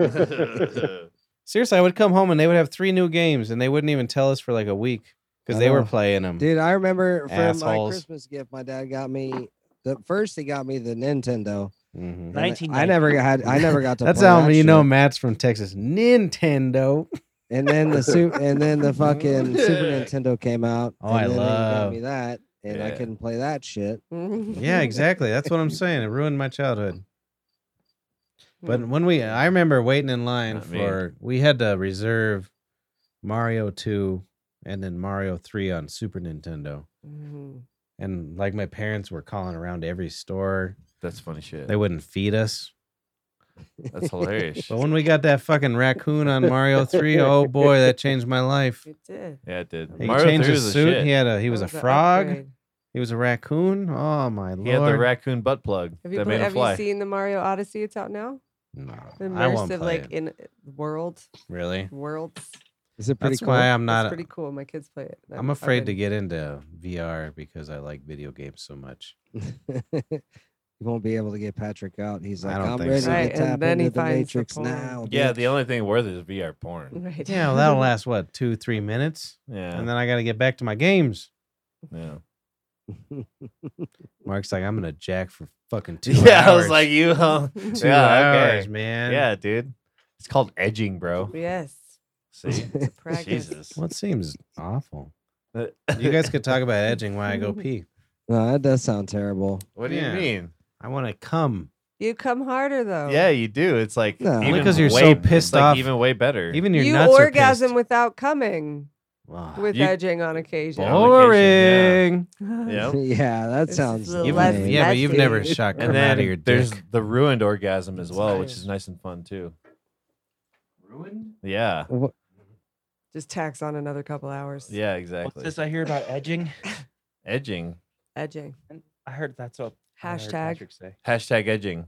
Speaker 2: Assholes. Seriously, I would come home and they would have three new games and they wouldn't even tell us for like a week because
Speaker 7: I
Speaker 2: they were
Speaker 7: know.
Speaker 2: playing them.
Speaker 7: Dude, I remember for my
Speaker 2: Assholes.
Speaker 7: Christmas gift, my dad got me. The first he got me the Nintendo.
Speaker 2: hmm
Speaker 7: and I-
Speaker 4: 1990.
Speaker 7: I never had. I never got to.
Speaker 2: That's
Speaker 7: play
Speaker 2: how
Speaker 7: that
Speaker 2: you know
Speaker 7: shit.
Speaker 2: Matt's from Texas. Nintendo.
Speaker 7: And then the soup, and then the fucking Super Nintendo came out.
Speaker 2: Oh,
Speaker 7: and
Speaker 2: I
Speaker 7: then he
Speaker 2: love-
Speaker 7: got me that, and I
Speaker 5: Yeah.
Speaker 7: couldn't play that shit.
Speaker 3: Mm-hmm.
Speaker 2: Yeah, exactly. That's what I'm saying. It ruined my childhood. But
Speaker 3: Mm.
Speaker 2: when we, I remember waiting in line
Speaker 5: Not me.
Speaker 2: for, we had to reserve Mario 2 and then Mario 3 on Super Nintendo.
Speaker 3: Mhm.
Speaker 2: And like my parents were calling around every store,
Speaker 5: That's funny shit.
Speaker 2: they wouldn't feed us.
Speaker 5: That's hilarious.
Speaker 2: But when we got that fucking raccoon on Mario 3, oh boy, that changed my life.
Speaker 3: It did.
Speaker 5: yeah, it did.
Speaker 2: He
Speaker 5: Mario
Speaker 2: changed
Speaker 5: 3
Speaker 2: his
Speaker 5: was
Speaker 2: suit.
Speaker 5: the shit.
Speaker 2: He had a he
Speaker 3: That
Speaker 2: was a
Speaker 3: an
Speaker 2: frog.
Speaker 3: upgrade.
Speaker 2: He was a raccoon. Oh my lord!
Speaker 5: He had the raccoon butt plug
Speaker 3: Have you,
Speaker 5: that
Speaker 3: pla-
Speaker 5: made him
Speaker 3: have
Speaker 5: fly.
Speaker 3: you seen the Mario Odyssey? It's out now.
Speaker 2: no, I won't play
Speaker 3: Immersive, like
Speaker 2: it.
Speaker 3: in uh, world
Speaker 2: Really?
Speaker 3: worlds.
Speaker 7: Is it pretty
Speaker 2: That's
Speaker 7: cool?
Speaker 2: why I'm
Speaker 3: That's
Speaker 2: not.
Speaker 3: pretty cool. My kids play it.
Speaker 2: I'm afraid to get into VR because I like video games so much.
Speaker 7: You won't be able to get Patrick out. He's
Speaker 2: I
Speaker 7: like,
Speaker 2: don't
Speaker 7: I'm
Speaker 2: think
Speaker 7: ready
Speaker 2: so.
Speaker 7: to
Speaker 3: Right,
Speaker 7: get
Speaker 3: and
Speaker 7: tap
Speaker 3: then he
Speaker 7: into the
Speaker 3: finds the
Speaker 7: Matrix
Speaker 3: porn.
Speaker 7: now.
Speaker 5: Yeah,
Speaker 7: bitch."
Speaker 5: the only thing worth it is VR porn.
Speaker 3: Right.
Speaker 2: Yeah, well, that'll last what two, three minutes,
Speaker 5: Yeah.
Speaker 2: and then I got to get back to my games.
Speaker 5: yeah.
Speaker 2: Mark's like, I'm gonna jack for fucking two
Speaker 5: Yeah,
Speaker 2: hours.
Speaker 5: I was like, you, huh?
Speaker 2: two
Speaker 5: yeah, okay.
Speaker 2: hours, man.
Speaker 5: Yeah, dude. It's called edging, bro.
Speaker 3: Yes.
Speaker 5: See?
Speaker 3: It's a practice.
Speaker 5: Jesus.
Speaker 2: Well, it seems awful.
Speaker 5: What
Speaker 2: You guys could talk about edging while I go
Speaker 3: Mm-hmm.
Speaker 2: pee.
Speaker 7: no, Oh, that does sound terrible.
Speaker 5: do
Speaker 2: Yeah.
Speaker 5: you mean?
Speaker 2: I want to come.
Speaker 3: You come harder though.
Speaker 5: Yeah, you do. It's like
Speaker 7: No. Only
Speaker 5: even
Speaker 2: 'cause you're
Speaker 5: way-
Speaker 2: so
Speaker 5: it's
Speaker 2: pissed
Speaker 5: like
Speaker 2: off.
Speaker 5: Even way better.
Speaker 2: Even your
Speaker 3: You
Speaker 2: nuts are
Speaker 3: orgasm
Speaker 2: pissed.
Speaker 3: without coming
Speaker 2: Ah,
Speaker 3: with
Speaker 5: You-
Speaker 3: edging on occasion.
Speaker 5: Yeah, on occasion,
Speaker 2: boring.
Speaker 5: yeah.
Speaker 7: yeah, that
Speaker 3: This
Speaker 7: sounds.
Speaker 3: is a
Speaker 2: You've-
Speaker 3: Less
Speaker 2: yeah, but you've never
Speaker 3: messy.
Speaker 2: shot
Speaker 5: And
Speaker 2: come out of your
Speaker 5: then there's
Speaker 2: dick.
Speaker 5: the ruined orgasm as well, which
Speaker 4: Nice.
Speaker 5: is nice and fun too. Ruined? Yeah.
Speaker 7: Wha-
Speaker 3: Just tax on another couple hours.
Speaker 5: Yeah,
Speaker 4: What's
Speaker 5: exactly.
Speaker 4: this I hear about edging?
Speaker 5: Edging.
Speaker 3: Edging.
Speaker 4: I heard that's what I heard
Speaker 3: Hashtag.
Speaker 4: Patrick say.
Speaker 5: Hashtag edging.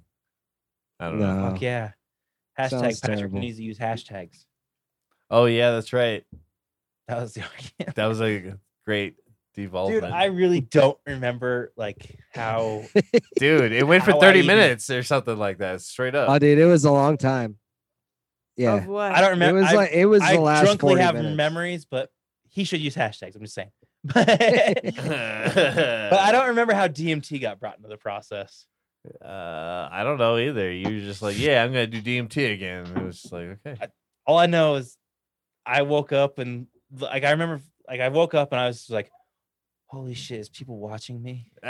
Speaker 5: I don't know.
Speaker 7: No.
Speaker 4: Fuck yeah.
Speaker 7: Oh. Sounds
Speaker 4: Hashtag Patrick
Speaker 7: terrible.
Speaker 4: needs to use hashtags.
Speaker 5: Oh yeah, that's right.
Speaker 4: That was the argument.
Speaker 5: That was a great devolvement.
Speaker 4: Dude, I really don't remember like how
Speaker 5: Dude, it went for
Speaker 4: How I
Speaker 5: 30
Speaker 4: even-
Speaker 5: minutes or something like that. Straight up.
Speaker 7: Oh, dude, it was a long time. Yeah,
Speaker 3: Of what?
Speaker 4: I don't
Speaker 7: it
Speaker 4: remember.
Speaker 7: was
Speaker 4: I,
Speaker 7: like it was
Speaker 4: I
Speaker 7: the last.
Speaker 4: drunkenly
Speaker 7: 40
Speaker 4: have
Speaker 7: minutes.
Speaker 4: memories, but he should use hashtags. I'm just saying. but I don't remember how DMT got brought into the process.
Speaker 5: Uh, I don't know either. You were just like, yeah, I'm gonna do DMT again. And it was just like, okay,
Speaker 4: All I know is I woke up and like I remember like I woke up and I was like, holy shit, is people watching me?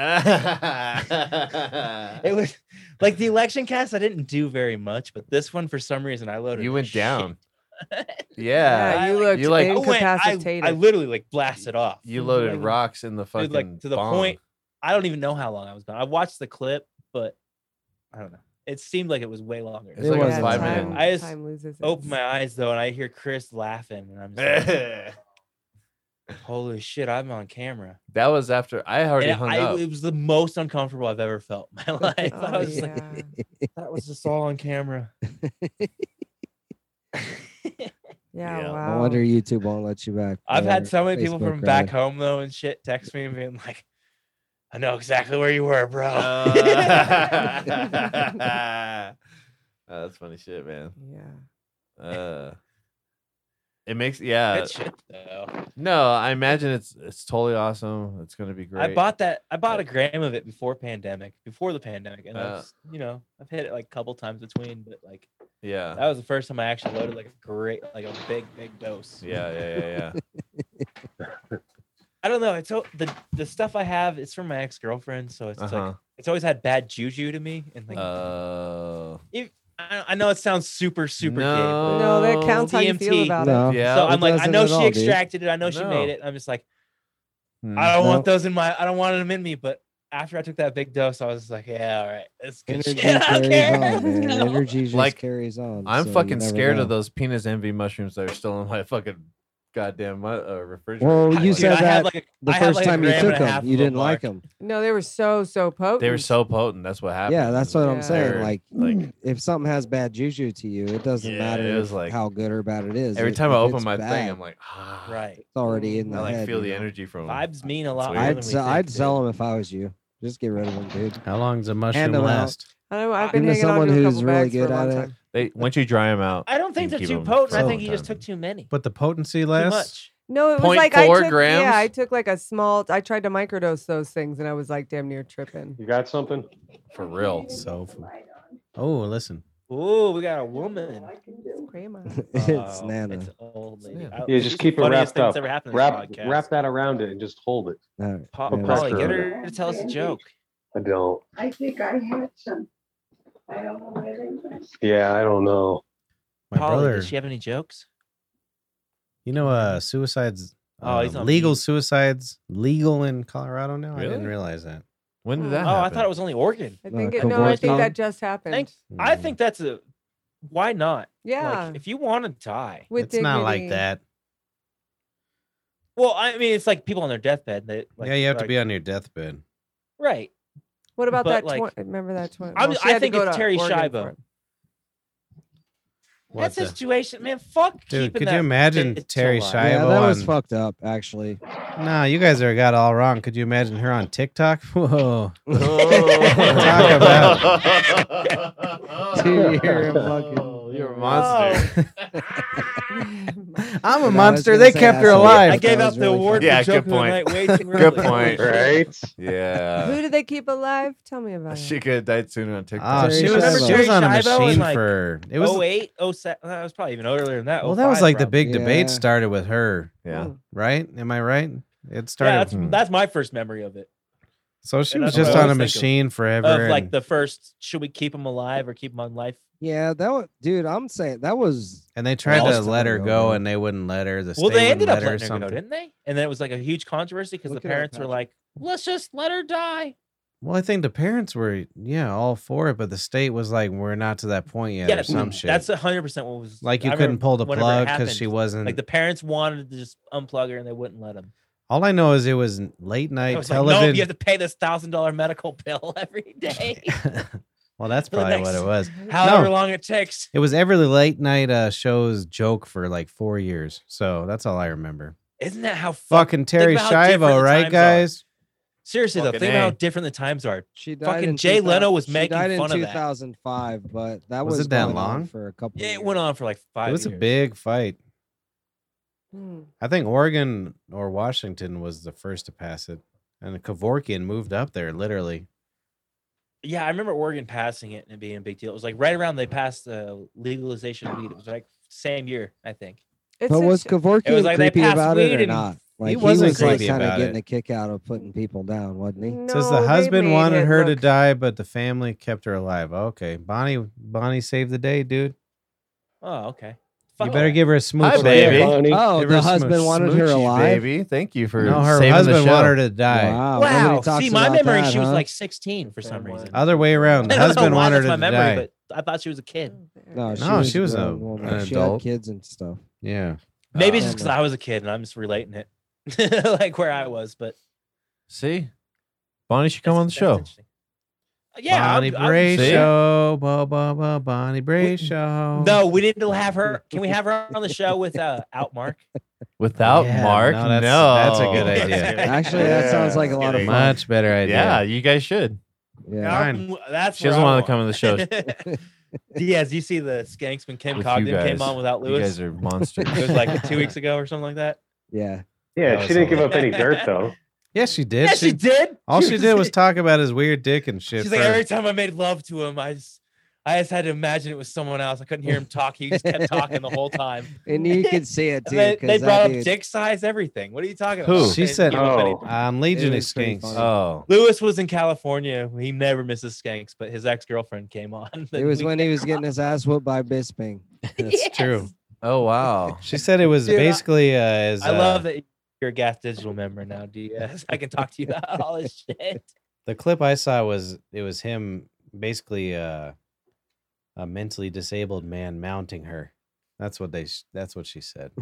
Speaker 4: It was like the election cast. I didn't do very much, but this one for some reason I loaded.
Speaker 5: you
Speaker 4: the
Speaker 5: went
Speaker 4: shit
Speaker 5: down.
Speaker 3: Yeah,
Speaker 5: yeah,
Speaker 4: I-
Speaker 3: you looked
Speaker 5: you like- I
Speaker 4: I, went, I,
Speaker 3: incapacitated.
Speaker 4: I literally like blasted off.
Speaker 5: you loaded rocks in the fucking
Speaker 4: Dude, like to the
Speaker 5: bong.
Speaker 4: point, I don't even know how long I was gone. I watched the clip, but I don't know. It seemed like it was way longer.
Speaker 5: It's
Speaker 7: It
Speaker 5: like
Speaker 7: was
Speaker 5: a
Speaker 7: a
Speaker 5: five
Speaker 7: time.
Speaker 5: minute.
Speaker 4: I just
Speaker 3: time loses
Speaker 4: Open
Speaker 3: its-
Speaker 4: my eyes though, and I hear Chris laughing, and I'm just
Speaker 5: that
Speaker 4: like, "Holy shit, I'm on camera!"
Speaker 5: was after I already
Speaker 4: And
Speaker 5: hung
Speaker 4: I,
Speaker 5: up.
Speaker 4: it was the most uncomfortable I've ever felt in my life.
Speaker 3: Oh,
Speaker 4: I was just like,
Speaker 3: yeah.
Speaker 4: "That was just all on camera."
Speaker 3: yeah,
Speaker 5: Yeah. I
Speaker 7: I
Speaker 3: wow.
Speaker 7: wonder YouTube won't let you back.
Speaker 4: I've
Speaker 7: or
Speaker 4: had so many people
Speaker 7: Facebook
Speaker 4: from back
Speaker 7: Live.
Speaker 4: home though and shit text me and being like, "I know exactly where you were, bro."
Speaker 5: Uh, Oh, that's funny shit, man.
Speaker 3: Yeah.
Speaker 5: Uh, it makes yeah.
Speaker 4: Good shit, though.
Speaker 5: No, I imagine it's it's totally awesome. It's gonna be great.
Speaker 4: I bought that. I bought a
Speaker 5: But-
Speaker 4: gram of it before pandemic, before the pandemic, and
Speaker 5: Uh.
Speaker 4: I've s- you know I've hit it like a couple times between, but like
Speaker 5: yeah.
Speaker 4: that was the first time I actually loaded like a great, like a big, big dose.
Speaker 5: Yeah, yeah, yeah, yeah.
Speaker 4: I don't know. It's al- the the stuff I have is from my ex girlfriend, so it's
Speaker 5: Uh-huh.
Speaker 4: like it's always had bad juju to me, and
Speaker 7: Uh.
Speaker 4: like
Speaker 5: Oh.
Speaker 4: I, I know it sounds super, super gay.
Speaker 3: No, that
Speaker 5: No,
Speaker 3: counts how you
Speaker 4: DMT.
Speaker 3: feel about
Speaker 7: No,
Speaker 4: but-
Speaker 5: Yeah. Hmm.
Speaker 4: so
Speaker 7: it
Speaker 4: I'm like, I
Speaker 7: doesn't
Speaker 4: know
Speaker 7: at
Speaker 4: she
Speaker 7: all, dude.
Speaker 4: extracted it. I know she made
Speaker 5: No.
Speaker 4: it. I'm just like,
Speaker 5: Mm.
Speaker 4: I don't want
Speaker 7: No.
Speaker 4: those in my. I don't want them in me. But after I took that big dose, I was just like, yeah, all right, that's good.
Speaker 7: Energy
Speaker 4: Shit. I don't
Speaker 7: carries
Speaker 4: care.
Speaker 7: on. Man.
Speaker 4: Let's go."
Speaker 7: Energy just
Speaker 5: Like,
Speaker 7: carries on.
Speaker 5: I'm
Speaker 7: so you
Speaker 5: fucking
Speaker 7: never
Speaker 5: scared of
Speaker 7: know.
Speaker 5: those penis envy mushrooms that are still in my fucking goddamn mu- uh, refrigerator.
Speaker 7: Well,
Speaker 4: I-
Speaker 7: you
Speaker 4: dude,
Speaker 7: said
Speaker 4: I had,
Speaker 7: that
Speaker 4: like, a-
Speaker 7: the
Speaker 4: I had,
Speaker 7: first
Speaker 4: like, a
Speaker 7: time you
Speaker 4: gram and
Speaker 7: took
Speaker 4: a half
Speaker 7: them,
Speaker 4: of
Speaker 7: you
Speaker 4: them,
Speaker 7: didn't like
Speaker 4: Mark.
Speaker 7: them.
Speaker 3: No, they were so so potent.
Speaker 5: they were so potent. That's what happened.
Speaker 7: Yeah, that's what
Speaker 3: Yeah.
Speaker 7: I'm saying.
Speaker 5: They're,
Speaker 7: Like, mm,
Speaker 5: like
Speaker 7: if something has bad juju to you, it doesn't
Speaker 5: Yeah,
Speaker 7: matter
Speaker 5: it was
Speaker 7: if-
Speaker 5: like-
Speaker 7: how good or bad it is.
Speaker 5: every
Speaker 7: If-
Speaker 5: time I
Speaker 7: if
Speaker 5: open
Speaker 7: it's
Speaker 5: my
Speaker 7: bad,
Speaker 5: thing, I'm like, ah,
Speaker 4: Right.
Speaker 7: it's already in
Speaker 5: I
Speaker 7: the
Speaker 5: like
Speaker 7: head,
Speaker 5: feel
Speaker 7: you
Speaker 5: the
Speaker 7: know?
Speaker 5: energy from 'em.
Speaker 4: Vibes mean a lot.
Speaker 5: weird.
Speaker 4: more
Speaker 7: I'd
Speaker 4: than we
Speaker 7: se- I'd
Speaker 4: think,
Speaker 7: sell them if I was you. Just get rid of them, dude.
Speaker 2: How long does a mushroom
Speaker 7: them out.
Speaker 2: last?
Speaker 3: I know. I've
Speaker 4: I-
Speaker 3: been
Speaker 7: Even
Speaker 3: hanging on
Speaker 7: someone
Speaker 3: to a
Speaker 7: who's
Speaker 3: couple
Speaker 7: really
Speaker 3: bags
Speaker 7: good
Speaker 3: for a long
Speaker 7: at it.
Speaker 3: time.
Speaker 5: They once you dry them out.
Speaker 4: I don't think
Speaker 5: You
Speaker 4: they're
Speaker 5: keep
Speaker 4: too
Speaker 5: 'em
Speaker 4: potent.
Speaker 5: for
Speaker 4: I
Speaker 5: a long
Speaker 4: think he just
Speaker 5: time.
Speaker 4: took too many.
Speaker 2: But the potency
Speaker 4: Too
Speaker 2: lasts.
Speaker 4: much.
Speaker 3: No, it was like I
Speaker 5: 0.4
Speaker 3: took.
Speaker 5: grams?
Speaker 3: Yeah, I took like a small. I tried to microdose those things, and I was like damn near tripping.
Speaker 6: You got something?
Speaker 5: For real.
Speaker 2: So, fu- oh, listen.
Speaker 4: Ooh, we got a woman.
Speaker 3: It's grandma.
Speaker 7: it's
Speaker 4: Oh,
Speaker 7: Nana.
Speaker 4: It's an old lady.
Speaker 5: Nana.
Speaker 4: I-
Speaker 6: Yeah,
Speaker 4: these
Speaker 6: just
Speaker 4: are the
Speaker 6: keep it wrapped
Speaker 4: funniest things
Speaker 6: up.
Speaker 4: Ever happened in
Speaker 6: Wrap
Speaker 4: this podcast.
Speaker 6: wrap that around it and just hold it.
Speaker 7: All right.
Speaker 4: Pa-
Speaker 6: Yeah.
Speaker 4: Polly,
Speaker 6: Pressure
Speaker 4: get
Speaker 6: on
Speaker 4: her to tell us a joke.
Speaker 6: I don't.
Speaker 8: I think I had some. I don't know where they went.
Speaker 6: Yeah, I don't know.
Speaker 2: My
Speaker 4: Polly,
Speaker 2: brother,
Speaker 4: does she have any jokes?
Speaker 2: you know, uh, suicides.
Speaker 4: Oh,
Speaker 2: uh,
Speaker 4: he's on
Speaker 2: legal
Speaker 4: mute.
Speaker 2: suicides legal in Colorado now. I didn't
Speaker 5: Really?
Speaker 2: realize that.
Speaker 5: When did that
Speaker 4: Oh,
Speaker 5: happen?
Speaker 4: I thought it was only Oregon.
Speaker 3: I
Speaker 7: No,
Speaker 3: think it,
Speaker 7: come
Speaker 3: no, I
Speaker 7: on,
Speaker 3: think
Speaker 7: Tom.
Speaker 3: that just happened.
Speaker 4: Thanks. I
Speaker 2: Mm.
Speaker 4: think that's a why not?
Speaker 3: yeah,
Speaker 4: Like, if you want to die,
Speaker 3: with
Speaker 2: it's not like
Speaker 3: dignity.
Speaker 2: that.
Speaker 4: well, I mean, it's like people on their deathbed. That like,
Speaker 2: yeah, you have to
Speaker 4: like-
Speaker 2: be on your deathbed.
Speaker 4: right.
Speaker 3: What about
Speaker 4: But,
Speaker 3: that?
Speaker 4: like-
Speaker 3: twen- remember that twenty?
Speaker 4: I'm- I think
Speaker 3: it's
Speaker 4: it's Terry Schiavo.
Speaker 2: What
Speaker 4: that
Speaker 2: the-
Speaker 4: situation, man. Fuck.
Speaker 2: Dude,
Speaker 4: keeping
Speaker 2: could you
Speaker 4: that
Speaker 2: imagine
Speaker 4: bitch
Speaker 2: Terry
Speaker 4: alive.
Speaker 2: Schiavo? I
Speaker 7: yeah,
Speaker 2: have
Speaker 7: that was
Speaker 2: on-
Speaker 7: fucked up, actually.
Speaker 2: Nah, you guys are got all wrong. Could you imagine her on TikTok? Whoa.
Speaker 7: Dude, you're a fucking-
Speaker 5: Oh, you're a monster.
Speaker 4: monster.
Speaker 2: I'm
Speaker 7: No, I
Speaker 2: a
Speaker 7: was
Speaker 2: monster.
Speaker 7: gonna
Speaker 2: They
Speaker 7: say
Speaker 2: kept her
Speaker 7: asshole.
Speaker 4: I
Speaker 2: alive.
Speaker 7: That
Speaker 4: gave
Speaker 7: was
Speaker 4: out the
Speaker 7: really
Speaker 4: award.
Speaker 7: funny.
Speaker 4: for
Speaker 5: Yeah, good
Speaker 4: joke of the
Speaker 5: point.
Speaker 4: night way too
Speaker 5: Good
Speaker 4: early.
Speaker 5: point.
Speaker 6: right?
Speaker 5: Yeah.
Speaker 3: Who did they keep alive? Tell me about
Speaker 5: She
Speaker 3: it.
Speaker 5: could have died sooner on TikTok.
Speaker 2: Oh, she
Speaker 7: Terry
Speaker 2: was,
Speaker 7: Schiavo.
Speaker 2: she was on a
Speaker 4: Terry Schiavo was
Speaker 2: machine
Speaker 4: like-
Speaker 2: for it was
Speaker 4: Oh eight, oh seven. That was probably even earlier than that.
Speaker 2: well that was
Speaker 4: 05
Speaker 2: like the
Speaker 4: probably.
Speaker 2: big debate
Speaker 7: Yeah.
Speaker 2: started with her,
Speaker 5: yeah.
Speaker 3: Mm.
Speaker 2: right? Am I right? It
Speaker 4: Yeah,
Speaker 2: started
Speaker 4: that's,
Speaker 5: Hmm.
Speaker 4: that's my first memory of it.
Speaker 2: so she
Speaker 4: and
Speaker 2: was
Speaker 4: that's
Speaker 2: just
Speaker 4: what
Speaker 2: on
Speaker 4: I
Speaker 2: a
Speaker 4: was thinking
Speaker 2: machine forever.
Speaker 4: of like
Speaker 2: and-
Speaker 4: the first, should we keep him alive or keep him on life?
Speaker 7: Yeah, that was, dude. I'm saying that was.
Speaker 2: And they tried to
Speaker 7: Lost
Speaker 2: let
Speaker 7: it,
Speaker 2: her
Speaker 7: yo,
Speaker 2: go,
Speaker 7: bro.
Speaker 2: and they wouldn't let her. The
Speaker 4: Well,
Speaker 2: state
Speaker 4: they ended
Speaker 2: wouldn't
Speaker 4: up
Speaker 2: let
Speaker 4: letting her go, didn't they? And then it was like a huge controversy because the
Speaker 7: Look it up,
Speaker 4: parents were
Speaker 7: Patrick.
Speaker 4: like, "Let's just let her die."
Speaker 2: Well, I think the parents were, yeah, all for it, but the state was like, "We're not to that point yet," or some shit.
Speaker 4: mm, That's hundred percent what was
Speaker 2: like
Speaker 4: I
Speaker 2: you couldn't
Speaker 4: remember
Speaker 2: pull the
Speaker 4: whenever it
Speaker 2: plug because she
Speaker 4: happened,
Speaker 2: wasn't.
Speaker 4: Like the parents wanted to just unplug her and they wouldn't let them.
Speaker 2: all I know is it was late
Speaker 4: I
Speaker 2: night
Speaker 4: was like,
Speaker 2: television.
Speaker 4: "Nope, you have to pay this thousand dollar medical bill every day,
Speaker 2: well, that's
Speaker 4: for the
Speaker 2: probably what
Speaker 4: next-
Speaker 2: it was.
Speaker 4: however
Speaker 2: No.
Speaker 4: long it takes."
Speaker 2: It was every late night uh, show's joke for like four years, so that's all I remember.
Speaker 4: Isn't that how fuck?
Speaker 2: Fucking Terry
Speaker 4: about how different
Speaker 2: Schiavo,
Speaker 4: the
Speaker 2: right,
Speaker 4: times are.
Speaker 2: guys?
Speaker 4: Seriously though,
Speaker 5: Fucking
Speaker 4: think about how
Speaker 5: A.
Speaker 4: different the times are.
Speaker 7: She died.
Speaker 4: Fucking
Speaker 7: in
Speaker 4: Jay
Speaker 7: 2000
Speaker 4: Leno was
Speaker 7: she
Speaker 4: making
Speaker 7: died
Speaker 4: fun of
Speaker 7: in
Speaker 4: that.
Speaker 7: 2005, but that
Speaker 2: Was
Speaker 7: was
Speaker 2: it that
Speaker 7: going on
Speaker 2: long?
Speaker 7: for a couple.
Speaker 4: Yeah,
Speaker 7: years.
Speaker 4: it went on for like five.
Speaker 2: It was a
Speaker 4: years.
Speaker 2: big fight.
Speaker 3: Mm.
Speaker 2: I think Oregon or Washington was the first to pass it, and Kevorkian moved up there literally.
Speaker 4: Yeah, I remember Oregon passing it and it being a big deal. It was like right around they passed the legalization of weed. It was like same year, I think.
Speaker 3: It's
Speaker 7: But
Speaker 3: such
Speaker 7: was
Speaker 3: a-
Speaker 7: Kevorkian
Speaker 4: was like they
Speaker 7: creepy
Speaker 4: passed
Speaker 7: about
Speaker 4: weed
Speaker 7: it or
Speaker 4: and
Speaker 7: not? Like
Speaker 2: wasn't
Speaker 7: was like
Speaker 2: creepy
Speaker 7: kind of
Speaker 2: about
Speaker 7: getting
Speaker 2: it.
Speaker 7: a kick out of putting people down, wasn't he?
Speaker 2: Says the
Speaker 3: No, they
Speaker 2: husband
Speaker 3: made
Speaker 2: wanted
Speaker 3: it
Speaker 2: her to
Speaker 3: look-
Speaker 2: die, but the family kept her alive. Okay, Bonnie, Bonnie saved the day, dude.
Speaker 4: Oh, okay.
Speaker 2: you better give her a smooch,
Speaker 5: Hi,
Speaker 2: baby.
Speaker 5: baby.
Speaker 6: Bonnie.
Speaker 7: Oh,
Speaker 2: Give her
Speaker 7: the
Speaker 2: a smooch.
Speaker 7: husband wanted her
Speaker 5: Smoochie,
Speaker 7: alive.
Speaker 5: Baby. Thank you for
Speaker 2: No, her
Speaker 5: saving
Speaker 2: husband
Speaker 5: the show.
Speaker 2: wanted her to die.
Speaker 7: Wow.
Speaker 4: Wow.
Speaker 7: nobody talks
Speaker 4: See, my
Speaker 7: about
Speaker 4: memory,
Speaker 7: that,
Speaker 4: she was
Speaker 7: huh?
Speaker 4: like 16 for some reason. I
Speaker 2: Other way around. The
Speaker 4: don't know
Speaker 2: husband
Speaker 4: why
Speaker 2: wanted her
Speaker 4: that's
Speaker 2: to
Speaker 4: my memory,
Speaker 2: die.
Speaker 4: but I thought she was a kid.
Speaker 5: Oh,
Speaker 7: No, she
Speaker 2: No,
Speaker 7: was,
Speaker 2: she was a-
Speaker 7: grown woman.
Speaker 2: an
Speaker 7: she
Speaker 2: adult.
Speaker 7: had kids and stuff.
Speaker 2: Yeah.
Speaker 4: Maybe it's
Speaker 7: Uh,
Speaker 4: just because I was a kid and I'm just relating it, like where I was. But
Speaker 5: See? Bonnie should come
Speaker 4: that's-
Speaker 5: on the
Speaker 4: that's
Speaker 5: show.
Speaker 4: interesting. Uh, Yeah,
Speaker 2: Bonnie
Speaker 4: I'm- I'm-
Speaker 5: See?
Speaker 2: Brayshaw, ba ba ba, Bonnie Brayshaw.
Speaker 4: No, we need to have her. Can we have her on the show with uh, Outmark?
Speaker 5: Without
Speaker 2: Yeah,
Speaker 5: Mark,
Speaker 2: no,
Speaker 5: no.
Speaker 2: that's- that's a good idea.
Speaker 7: Actually, that sounds like a lot of fun.
Speaker 2: much better idea.
Speaker 5: Yeah, you guys should.
Speaker 7: Yeah.
Speaker 2: Fine.
Speaker 4: That's
Speaker 5: She doesn't want to come on the show.
Speaker 4: come. Diaz, you see the skanks when Kim
Speaker 5: With you
Speaker 4: Cogden
Speaker 5: guys.
Speaker 4: came on without
Speaker 5: You
Speaker 4: Lewis?
Speaker 5: guys are monsters.
Speaker 4: It was like two weeks ago or something like that.
Speaker 7: Yeah.
Speaker 6: Yeah,
Speaker 5: That
Speaker 6: she
Speaker 5: was
Speaker 6: didn't give up any
Speaker 4: hilarious.
Speaker 6: dirt though.
Speaker 2: Yes, she did.
Speaker 4: Yeah, she, did.
Speaker 2: All she did was talk about his weird dick and shit.
Speaker 4: She's like,
Speaker 2: first.
Speaker 4: every time I made love to him, I just, I just had to imagine it was someone else. I couldn't hear him talk. He just kept talking the whole time.
Speaker 7: And you could see it
Speaker 4: And
Speaker 7: too.
Speaker 4: they,
Speaker 7: 'cause
Speaker 4: they
Speaker 7: that
Speaker 4: brought up
Speaker 7: dude-
Speaker 4: dick size, everything. What are you talking
Speaker 5: Who?
Speaker 4: about?
Speaker 2: She
Speaker 4: They
Speaker 2: said-
Speaker 4: didn't give up
Speaker 6: Oh.
Speaker 4: anything.
Speaker 2: I'm Um, Legion Uh,
Speaker 7: It was pretty
Speaker 2: Skinks.
Speaker 7: funny.
Speaker 5: oh.
Speaker 4: Lewis was in California. He never misses skanks, but his ex girlfriend came on. the
Speaker 7: It was
Speaker 4: week-
Speaker 7: when he was getting his ass whooped by Bisping.
Speaker 2: That's true.
Speaker 5: Oh, wow.
Speaker 2: She said it was
Speaker 4: Dude, I-
Speaker 2: basically uh, as
Speaker 4: I love
Speaker 2: uh,
Speaker 4: that you're a Gas Digital member now, Diaz. I can talk to you about all this shit.
Speaker 2: the clip I saw was it was him basically uh, a mentally disabled man mounting her. That's what they. sh- That's what she said,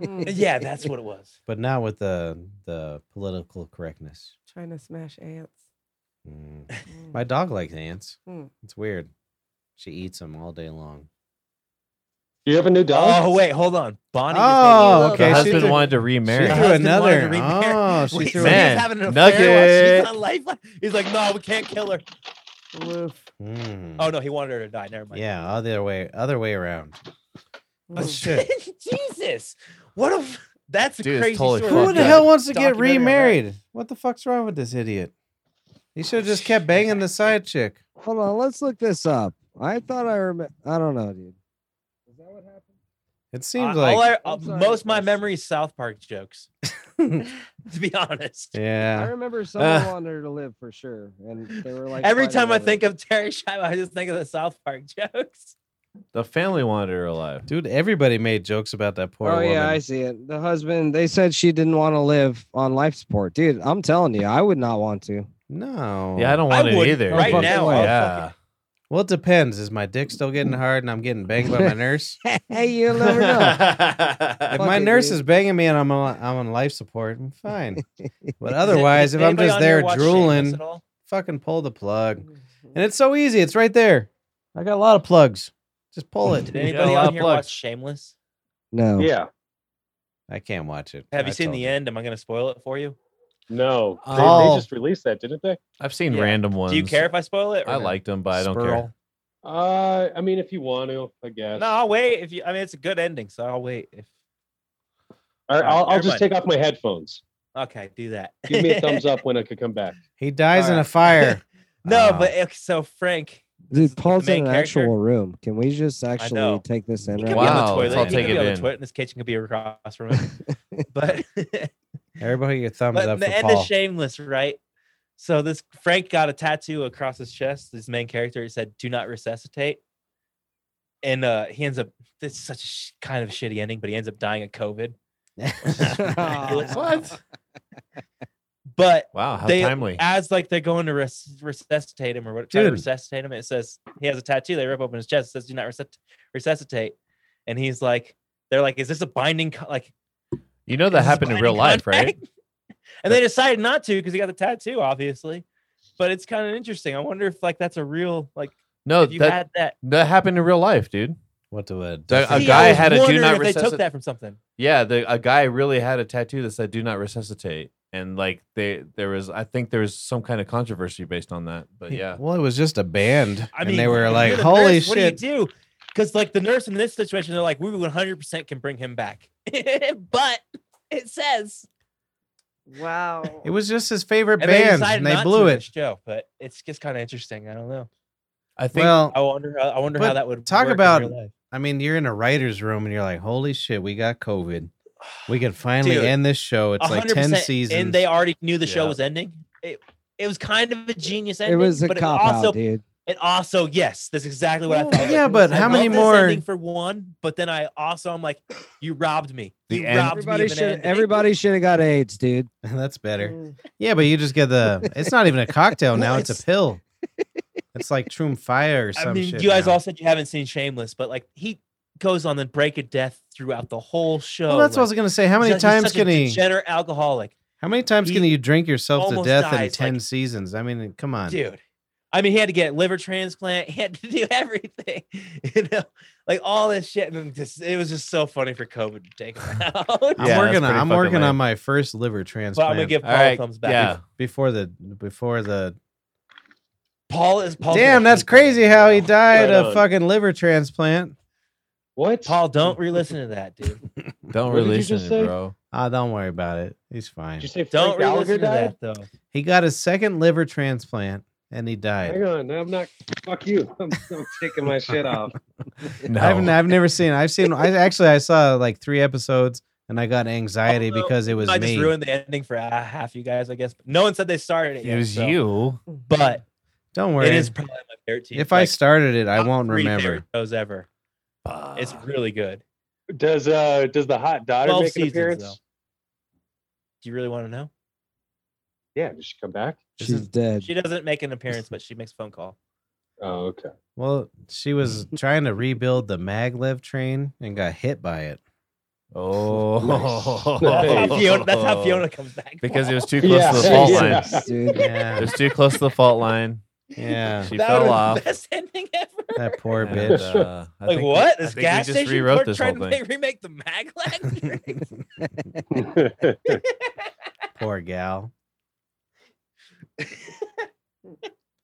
Speaker 3: Mm,
Speaker 4: Yeah, that's what it was.
Speaker 2: but not with the the political correctness.
Speaker 3: trying to smash ants.
Speaker 2: Mm.
Speaker 3: Mm.
Speaker 2: My dog likes ants.
Speaker 3: Mm.
Speaker 2: It's weird. She eats them all day long.
Speaker 6: Do you have a new dog?
Speaker 4: Oh wait, hold on. Bonnie. is
Speaker 2: Oh,
Speaker 4: maybe-
Speaker 2: okay,
Speaker 5: the
Speaker 2: she
Speaker 5: husband
Speaker 2: threw-
Speaker 5: wanted to
Speaker 2: She
Speaker 5: remarry.
Speaker 4: Her
Speaker 2: threw
Speaker 4: husband wanted
Speaker 2: another.
Speaker 4: to remarry-
Speaker 2: Oh, she
Speaker 4: Wait,
Speaker 2: threw.
Speaker 4: so he's
Speaker 5: Man,
Speaker 4: having an affair
Speaker 5: nugget.
Speaker 4: while she's on lifeline. He's like, no, we can't kill her.
Speaker 3: Woof.
Speaker 2: Mm.
Speaker 4: Oh no, he wanted her to die. Never mind.
Speaker 2: Yeah, other way, other way around.
Speaker 4: Oh,
Speaker 3: Mm.
Speaker 2: shit.
Speaker 4: Jesus, what a f- that's a
Speaker 5: Dude, it's
Speaker 4: crazy
Speaker 5: totally
Speaker 4: story.
Speaker 5: fucked
Speaker 2: Who
Speaker 5: Fuck
Speaker 2: the
Speaker 5: yeah.
Speaker 2: hell wants to get
Speaker 4: Documentary on that.
Speaker 2: remarried? What the fuck's wrong with this idiot? He should have just kept banging the side chick.
Speaker 7: Hold on, let's look this up. I thought I remember. I don't know, dude. Is that what happened?
Speaker 2: It seems
Speaker 4: Uh, all
Speaker 2: like,
Speaker 4: I- uh,
Speaker 7: I'm sorry,
Speaker 4: most of my
Speaker 7: Chris.
Speaker 4: memory is South Park jokes. to be honest,
Speaker 7: I
Speaker 2: yeah.
Speaker 7: remember someone
Speaker 5: Uh.
Speaker 7: wanted her to live for sure, and they were like.
Speaker 4: every
Speaker 7: fighting
Speaker 4: time I
Speaker 7: over
Speaker 4: think
Speaker 7: it.
Speaker 4: of Terry Schiavo, I just think of the South Park jokes.
Speaker 5: The family wanted her alive.
Speaker 2: Dude, everybody made jokes about that poor
Speaker 7: Oh
Speaker 2: woman.
Speaker 7: yeah, I see it. The husband, they said she didn't want to live on life support, dude. I'm telling you, I would not want to.
Speaker 2: No.
Speaker 5: Yeah, I don't
Speaker 4: I
Speaker 5: want it
Speaker 4: wouldn't.
Speaker 5: either.
Speaker 4: Right
Speaker 7: Oh,
Speaker 4: now,
Speaker 7: fucking-
Speaker 4: I'll
Speaker 5: yeah.
Speaker 2: Well, it depends. Is my dick still getting hard and I'm getting banged by my nurse?
Speaker 7: Hey, you'll never know.
Speaker 2: If
Speaker 7: Fuck
Speaker 2: my
Speaker 7: it,
Speaker 2: nurse
Speaker 7: dude.
Speaker 2: is banging me and I'm on, I'm on life support, I'm fine. But
Speaker 4: Does it-
Speaker 2: otherwise,
Speaker 4: does
Speaker 2: if I'm
Speaker 4: anybody
Speaker 2: just
Speaker 4: on here
Speaker 2: there
Speaker 4: watch Shameless
Speaker 2: drooling,
Speaker 4: at all? Mm-hmm.
Speaker 2: fucking pull the plug. And it's so easy. It's right there. I got a lot of plugs. Just pull it.
Speaker 4: Did anybody
Speaker 5: lot
Speaker 4: out
Speaker 5: of
Speaker 4: here
Speaker 5: plugs.
Speaker 4: watch Shameless?
Speaker 7: No.
Speaker 6: Yeah.
Speaker 2: I can't watch it.
Speaker 4: Have
Speaker 2: I
Speaker 4: you seen
Speaker 2: told
Speaker 4: the end? Am I going to spoil it for you?
Speaker 6: No. They- They,
Speaker 2: Oh.
Speaker 6: just released that, didn't they?
Speaker 5: I've seen
Speaker 4: Yeah.
Speaker 5: random ones.
Speaker 4: Do you care if I spoil it? or
Speaker 5: I
Speaker 4: no?
Speaker 5: liked them, but I don't
Speaker 2: Spurl.
Speaker 5: care.
Speaker 6: Uh, I mean, if you want to, I guess.
Speaker 4: No, I'll wait. If you, I mean, it's a good ending, so I'll wait. If
Speaker 6: All right, I'll, I'll just
Speaker 4: Everybody.
Speaker 6: take off my headphones.
Speaker 4: okay, do that.
Speaker 6: Give me a thumbs up when I could come back.
Speaker 2: He dies in
Speaker 4: Alright.
Speaker 2: a fire.
Speaker 4: no,
Speaker 2: Ah.
Speaker 4: but okay, so Frank, this is
Speaker 7: Dude,
Speaker 4: the
Speaker 7: Paul's
Speaker 4: main
Speaker 7: in an
Speaker 4: character.
Speaker 7: actual room. Can we just
Speaker 4: know.
Speaker 7: actually take this in
Speaker 4: He
Speaker 7: right
Speaker 4: could
Speaker 7: now?
Speaker 4: be on
Speaker 5: Wow,
Speaker 4: the toilet.
Speaker 5: I'll
Speaker 4: he
Speaker 5: take
Speaker 4: could be
Speaker 5: it
Speaker 4: on the
Speaker 5: in.
Speaker 4: toilet, and his kitchen could be across from him. but
Speaker 2: Everybody, your thumbs
Speaker 4: but
Speaker 2: up
Speaker 4: the
Speaker 2: for
Speaker 4: end
Speaker 2: Paul.
Speaker 4: is shameless, right? So this Frank got a tattoo across his chest. His main character it said, "Do not resuscitate," and uh, he ends up. This is such a sh- kind of a shitty ending, but he ends up dying of COVID.
Speaker 5: What?
Speaker 4: But
Speaker 5: Wow, how
Speaker 4: they
Speaker 5: timely.
Speaker 4: as like they're going to res- resuscitate him or what, try to
Speaker 2: Dude.
Speaker 4: resuscitate him. It says he has a tattoo. They rip open his chest. It says, "Do not resusc- resuscitate," and he's like, "They're like, is this a binding co- like?"
Speaker 5: You know that
Speaker 4: Is this a
Speaker 5: happened in real
Speaker 4: binding
Speaker 5: life, right?
Speaker 4: contract? and they decided not to because he got the tattoo, obviously. But it's kind of interesting. I wonder if like that's a real like
Speaker 5: No,
Speaker 4: if you
Speaker 5: Oh, that
Speaker 4: had that.
Speaker 5: that happened in real life, dude.
Speaker 2: What the word?
Speaker 5: The- a
Speaker 4: See, I
Speaker 5: guy
Speaker 4: was
Speaker 5: had a do
Speaker 4: wondering
Speaker 5: not
Speaker 4: if They took
Speaker 5: resuscitate.
Speaker 4: that from something.
Speaker 5: Yeah, the a guy really had a tattoo that said "Do not resuscitate," and like they there was, I think there was some kind of controversy based on that. But yeah,
Speaker 2: Well, it was just a band.
Speaker 4: I
Speaker 2: and
Speaker 4: mean,
Speaker 2: they
Speaker 4: if
Speaker 2: were
Speaker 4: you're
Speaker 2: like,
Speaker 4: the
Speaker 2: holy
Speaker 4: nurse,
Speaker 2: shit.
Speaker 4: What do you do? Because like the nurse in this situation, they're like, we 100 percent can bring him back, but it says
Speaker 3: Wow.
Speaker 2: It was just his favorite
Speaker 4: and
Speaker 2: band,
Speaker 4: decided
Speaker 2: and they
Speaker 4: not
Speaker 2: blew
Speaker 4: to in
Speaker 2: it.
Speaker 4: this Show, but it's just kind of interesting. I don't know.
Speaker 5: I think
Speaker 2: Well,
Speaker 4: I wonder. How, I wonder
Speaker 2: But
Speaker 4: how that would
Speaker 2: talk
Speaker 4: work in
Speaker 2: about-
Speaker 4: real life.
Speaker 2: I mean, you're in a writer's room, and you're like, holy shit, we got COVID. We can finally
Speaker 4: Dude,
Speaker 2: end this show. It's like 10 seasons.
Speaker 4: and they already knew the show
Speaker 5: Yeah.
Speaker 4: was ending. It, it was kind of a genius
Speaker 7: It
Speaker 4: ending.
Speaker 7: was a
Speaker 4: but
Speaker 7: cop
Speaker 4: it also,
Speaker 7: out, dude.
Speaker 4: And also, yes, that's exactly what I thought.
Speaker 2: yeah,
Speaker 4: Like,
Speaker 2: but
Speaker 4: I
Speaker 2: how
Speaker 4: love
Speaker 2: many
Speaker 4: this
Speaker 2: more-
Speaker 4: ending for one? But then I also, I'm like, you robbed me.
Speaker 5: The
Speaker 4: you
Speaker 5: end-
Speaker 4: robbed me
Speaker 7: Everybody
Speaker 4: of an
Speaker 7: should
Speaker 4: ending.
Speaker 7: everybody should have got AIDS, dude.
Speaker 2: That's better.
Speaker 3: Mm.
Speaker 2: Yeah, but you just get the. It's not even a cocktail now. It's a
Speaker 4: What?
Speaker 2: pill. It's like Troom Fire or some
Speaker 4: I mean,
Speaker 2: shit.
Speaker 4: you guys
Speaker 2: now.
Speaker 4: all said you haven't seen Shameless, but like he goes on the break of death throughout the whole show.
Speaker 2: Well, that's what I was
Speaker 4: like,
Speaker 2: gonna say. How many
Speaker 4: he's such- he's
Speaker 2: times
Speaker 4: such a
Speaker 2: can he?
Speaker 4: Degenerate alcoholic,
Speaker 2: How many times can
Speaker 4: he
Speaker 2: you drink yourself to
Speaker 4: almost
Speaker 2: death in
Speaker 4: dies,
Speaker 2: ten
Speaker 4: like-
Speaker 2: seasons? I mean, come on.
Speaker 4: dude. I mean, he had to get liver transplant. He had to do everything, you know, like all this shit. And just it was just so funny for COVID to take him
Speaker 2: I'm
Speaker 4: out.
Speaker 5: Yeah, that's
Speaker 2: working. On,
Speaker 5: pretty
Speaker 2: I'm
Speaker 5: fucking
Speaker 2: working on
Speaker 5: lame.
Speaker 2: my first liver
Speaker 4: but
Speaker 2: transplant.
Speaker 4: I'm gonna give Paul
Speaker 5: All right,
Speaker 4: thumbs back.
Speaker 5: yeah.
Speaker 2: before the before the.
Speaker 4: Paul is Paul.
Speaker 2: Damn, that's crazy how he died
Speaker 6: Right
Speaker 2: of
Speaker 6: on.
Speaker 2: fucking liver transplant.
Speaker 6: What?
Speaker 4: Paul, don't re-listen to that, dude.
Speaker 5: don't
Speaker 6: What did you
Speaker 5: release it,
Speaker 6: just say?
Speaker 5: bro.
Speaker 2: Ah, don't worry about it. He's fine.
Speaker 6: Did you say
Speaker 4: Don't
Speaker 6: Frank Gallagher
Speaker 4: re-listen to
Speaker 6: died?
Speaker 4: that though.
Speaker 2: He got his second liver transplant and he died.
Speaker 6: Hang on, I'm not. Fuck you. I'm, I'm taking my shit off.
Speaker 5: No,
Speaker 2: I've n- I've never seen. I've seen. I actually I saw like three episodes and I got anxiety
Speaker 4: Although,
Speaker 2: because it was
Speaker 4: Oh, I
Speaker 2: me.
Speaker 4: just ruined the ending for uh, half you guys, I guess. But no one said they started it.
Speaker 5: it
Speaker 4: yet,
Speaker 5: was
Speaker 4: so-
Speaker 5: you.
Speaker 4: but
Speaker 2: Don't worry.
Speaker 4: it is probably my favorite team.
Speaker 2: if I started it, I won't remember.
Speaker 4: those ever. It's really good.
Speaker 6: Does uh does the hot daughter
Speaker 4: Twelve
Speaker 6: make an
Speaker 4: seasons,
Speaker 6: appearance?
Speaker 4: though. Do you really want to know?
Speaker 6: Yeah, did she come back?
Speaker 4: This
Speaker 7: She's
Speaker 4: is-
Speaker 7: dead.
Speaker 4: She doesn't make an appearance, but she makes a phone call.
Speaker 6: Oh, okay.
Speaker 2: Well, she was trying to rebuild the maglev train and got hit by it.
Speaker 5: Oh,
Speaker 6: Nice.
Speaker 4: That's how Fiona, that's how Fiona comes back.
Speaker 5: Because it
Speaker 4: Paul.
Speaker 5: was too close to the fault line.
Speaker 7: Jesus, dude.
Speaker 5: It
Speaker 2: Yeah,
Speaker 5: was too close to the fault line.
Speaker 2: yeah.
Speaker 5: She
Speaker 4: that
Speaker 5: fell
Speaker 4: would've
Speaker 5: off.
Speaker 4: been the best ending ever.
Speaker 2: That poor
Speaker 5: and,
Speaker 2: bitch.
Speaker 5: uh, I
Speaker 4: Like
Speaker 5: think we-
Speaker 4: what?
Speaker 5: I
Speaker 4: This
Speaker 5: think we
Speaker 4: gas
Speaker 5: just
Speaker 4: station
Speaker 5: rewrote
Speaker 4: clerk
Speaker 5: this
Speaker 4: tried
Speaker 5: whole
Speaker 4: to
Speaker 5: thing.
Speaker 4: make, remake the Maglag.
Speaker 2: Poor gal.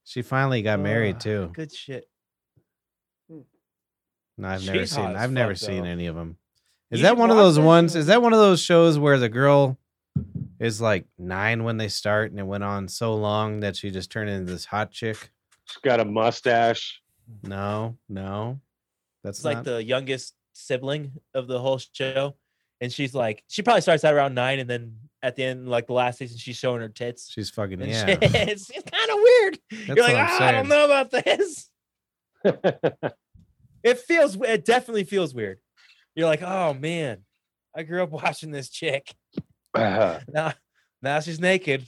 Speaker 2: she finally got
Speaker 4: Oh,
Speaker 2: married too.
Speaker 4: Good shit.
Speaker 2: No, I've never
Speaker 4: She's
Speaker 2: seen.
Speaker 4: hot as
Speaker 2: I've never
Speaker 4: fuck,
Speaker 2: seen
Speaker 4: though.
Speaker 2: any of them. Is
Speaker 4: You
Speaker 2: that
Speaker 4: should
Speaker 2: one of
Speaker 4: watch
Speaker 2: those
Speaker 4: that
Speaker 2: ones?
Speaker 4: show.
Speaker 2: Is that one of those shows where the girl is like nine when they start, and it went on so long that she just turned into this hot chick?
Speaker 6: She's got a mustache.
Speaker 2: No, no, that's
Speaker 4: It's
Speaker 2: like
Speaker 4: like the youngest sibling of the whole show. And she's like, she probably starts out around nine, and then at the end, like the last season, she's showing her tits.
Speaker 2: she's fucking
Speaker 4: and
Speaker 2: yeah.
Speaker 4: shit. It's, kind of weird. You're
Speaker 2: That's what
Speaker 4: like,
Speaker 2: I'm
Speaker 4: "Ah, I
Speaker 2: saying."
Speaker 4: don't know about this.
Speaker 6: That's
Speaker 4: It feels, we- it definitely feels weird. You're like, oh man, I grew up watching this chick. Now, now she's naked.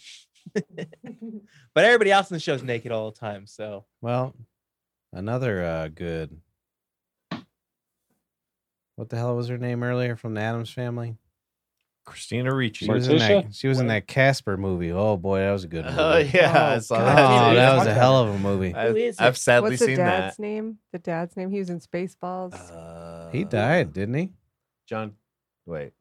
Speaker 4: but everybody else in the show's naked all the time. So
Speaker 2: Well, another uh, good. What the hell was her name earlier from the Adams family?
Speaker 5: Christina Ricci.
Speaker 2: She was, in that, she was in that Casper movie. Oh boy, that was a good movie.
Speaker 5: Oh yeah, I saw
Speaker 2: Oh,
Speaker 5: that.
Speaker 4: God.
Speaker 2: that was
Speaker 4: Fuck
Speaker 2: a
Speaker 4: that.
Speaker 2: hell of a movie.
Speaker 4: Who
Speaker 5: I've,
Speaker 4: is it?
Speaker 5: I've sadly
Speaker 3: What's the
Speaker 5: seen
Speaker 3: dad's
Speaker 5: that.
Speaker 3: name? The dad's name. He was in Spaceballs.
Speaker 5: Uh,
Speaker 2: He died, didn't he?
Speaker 5: John. Wait,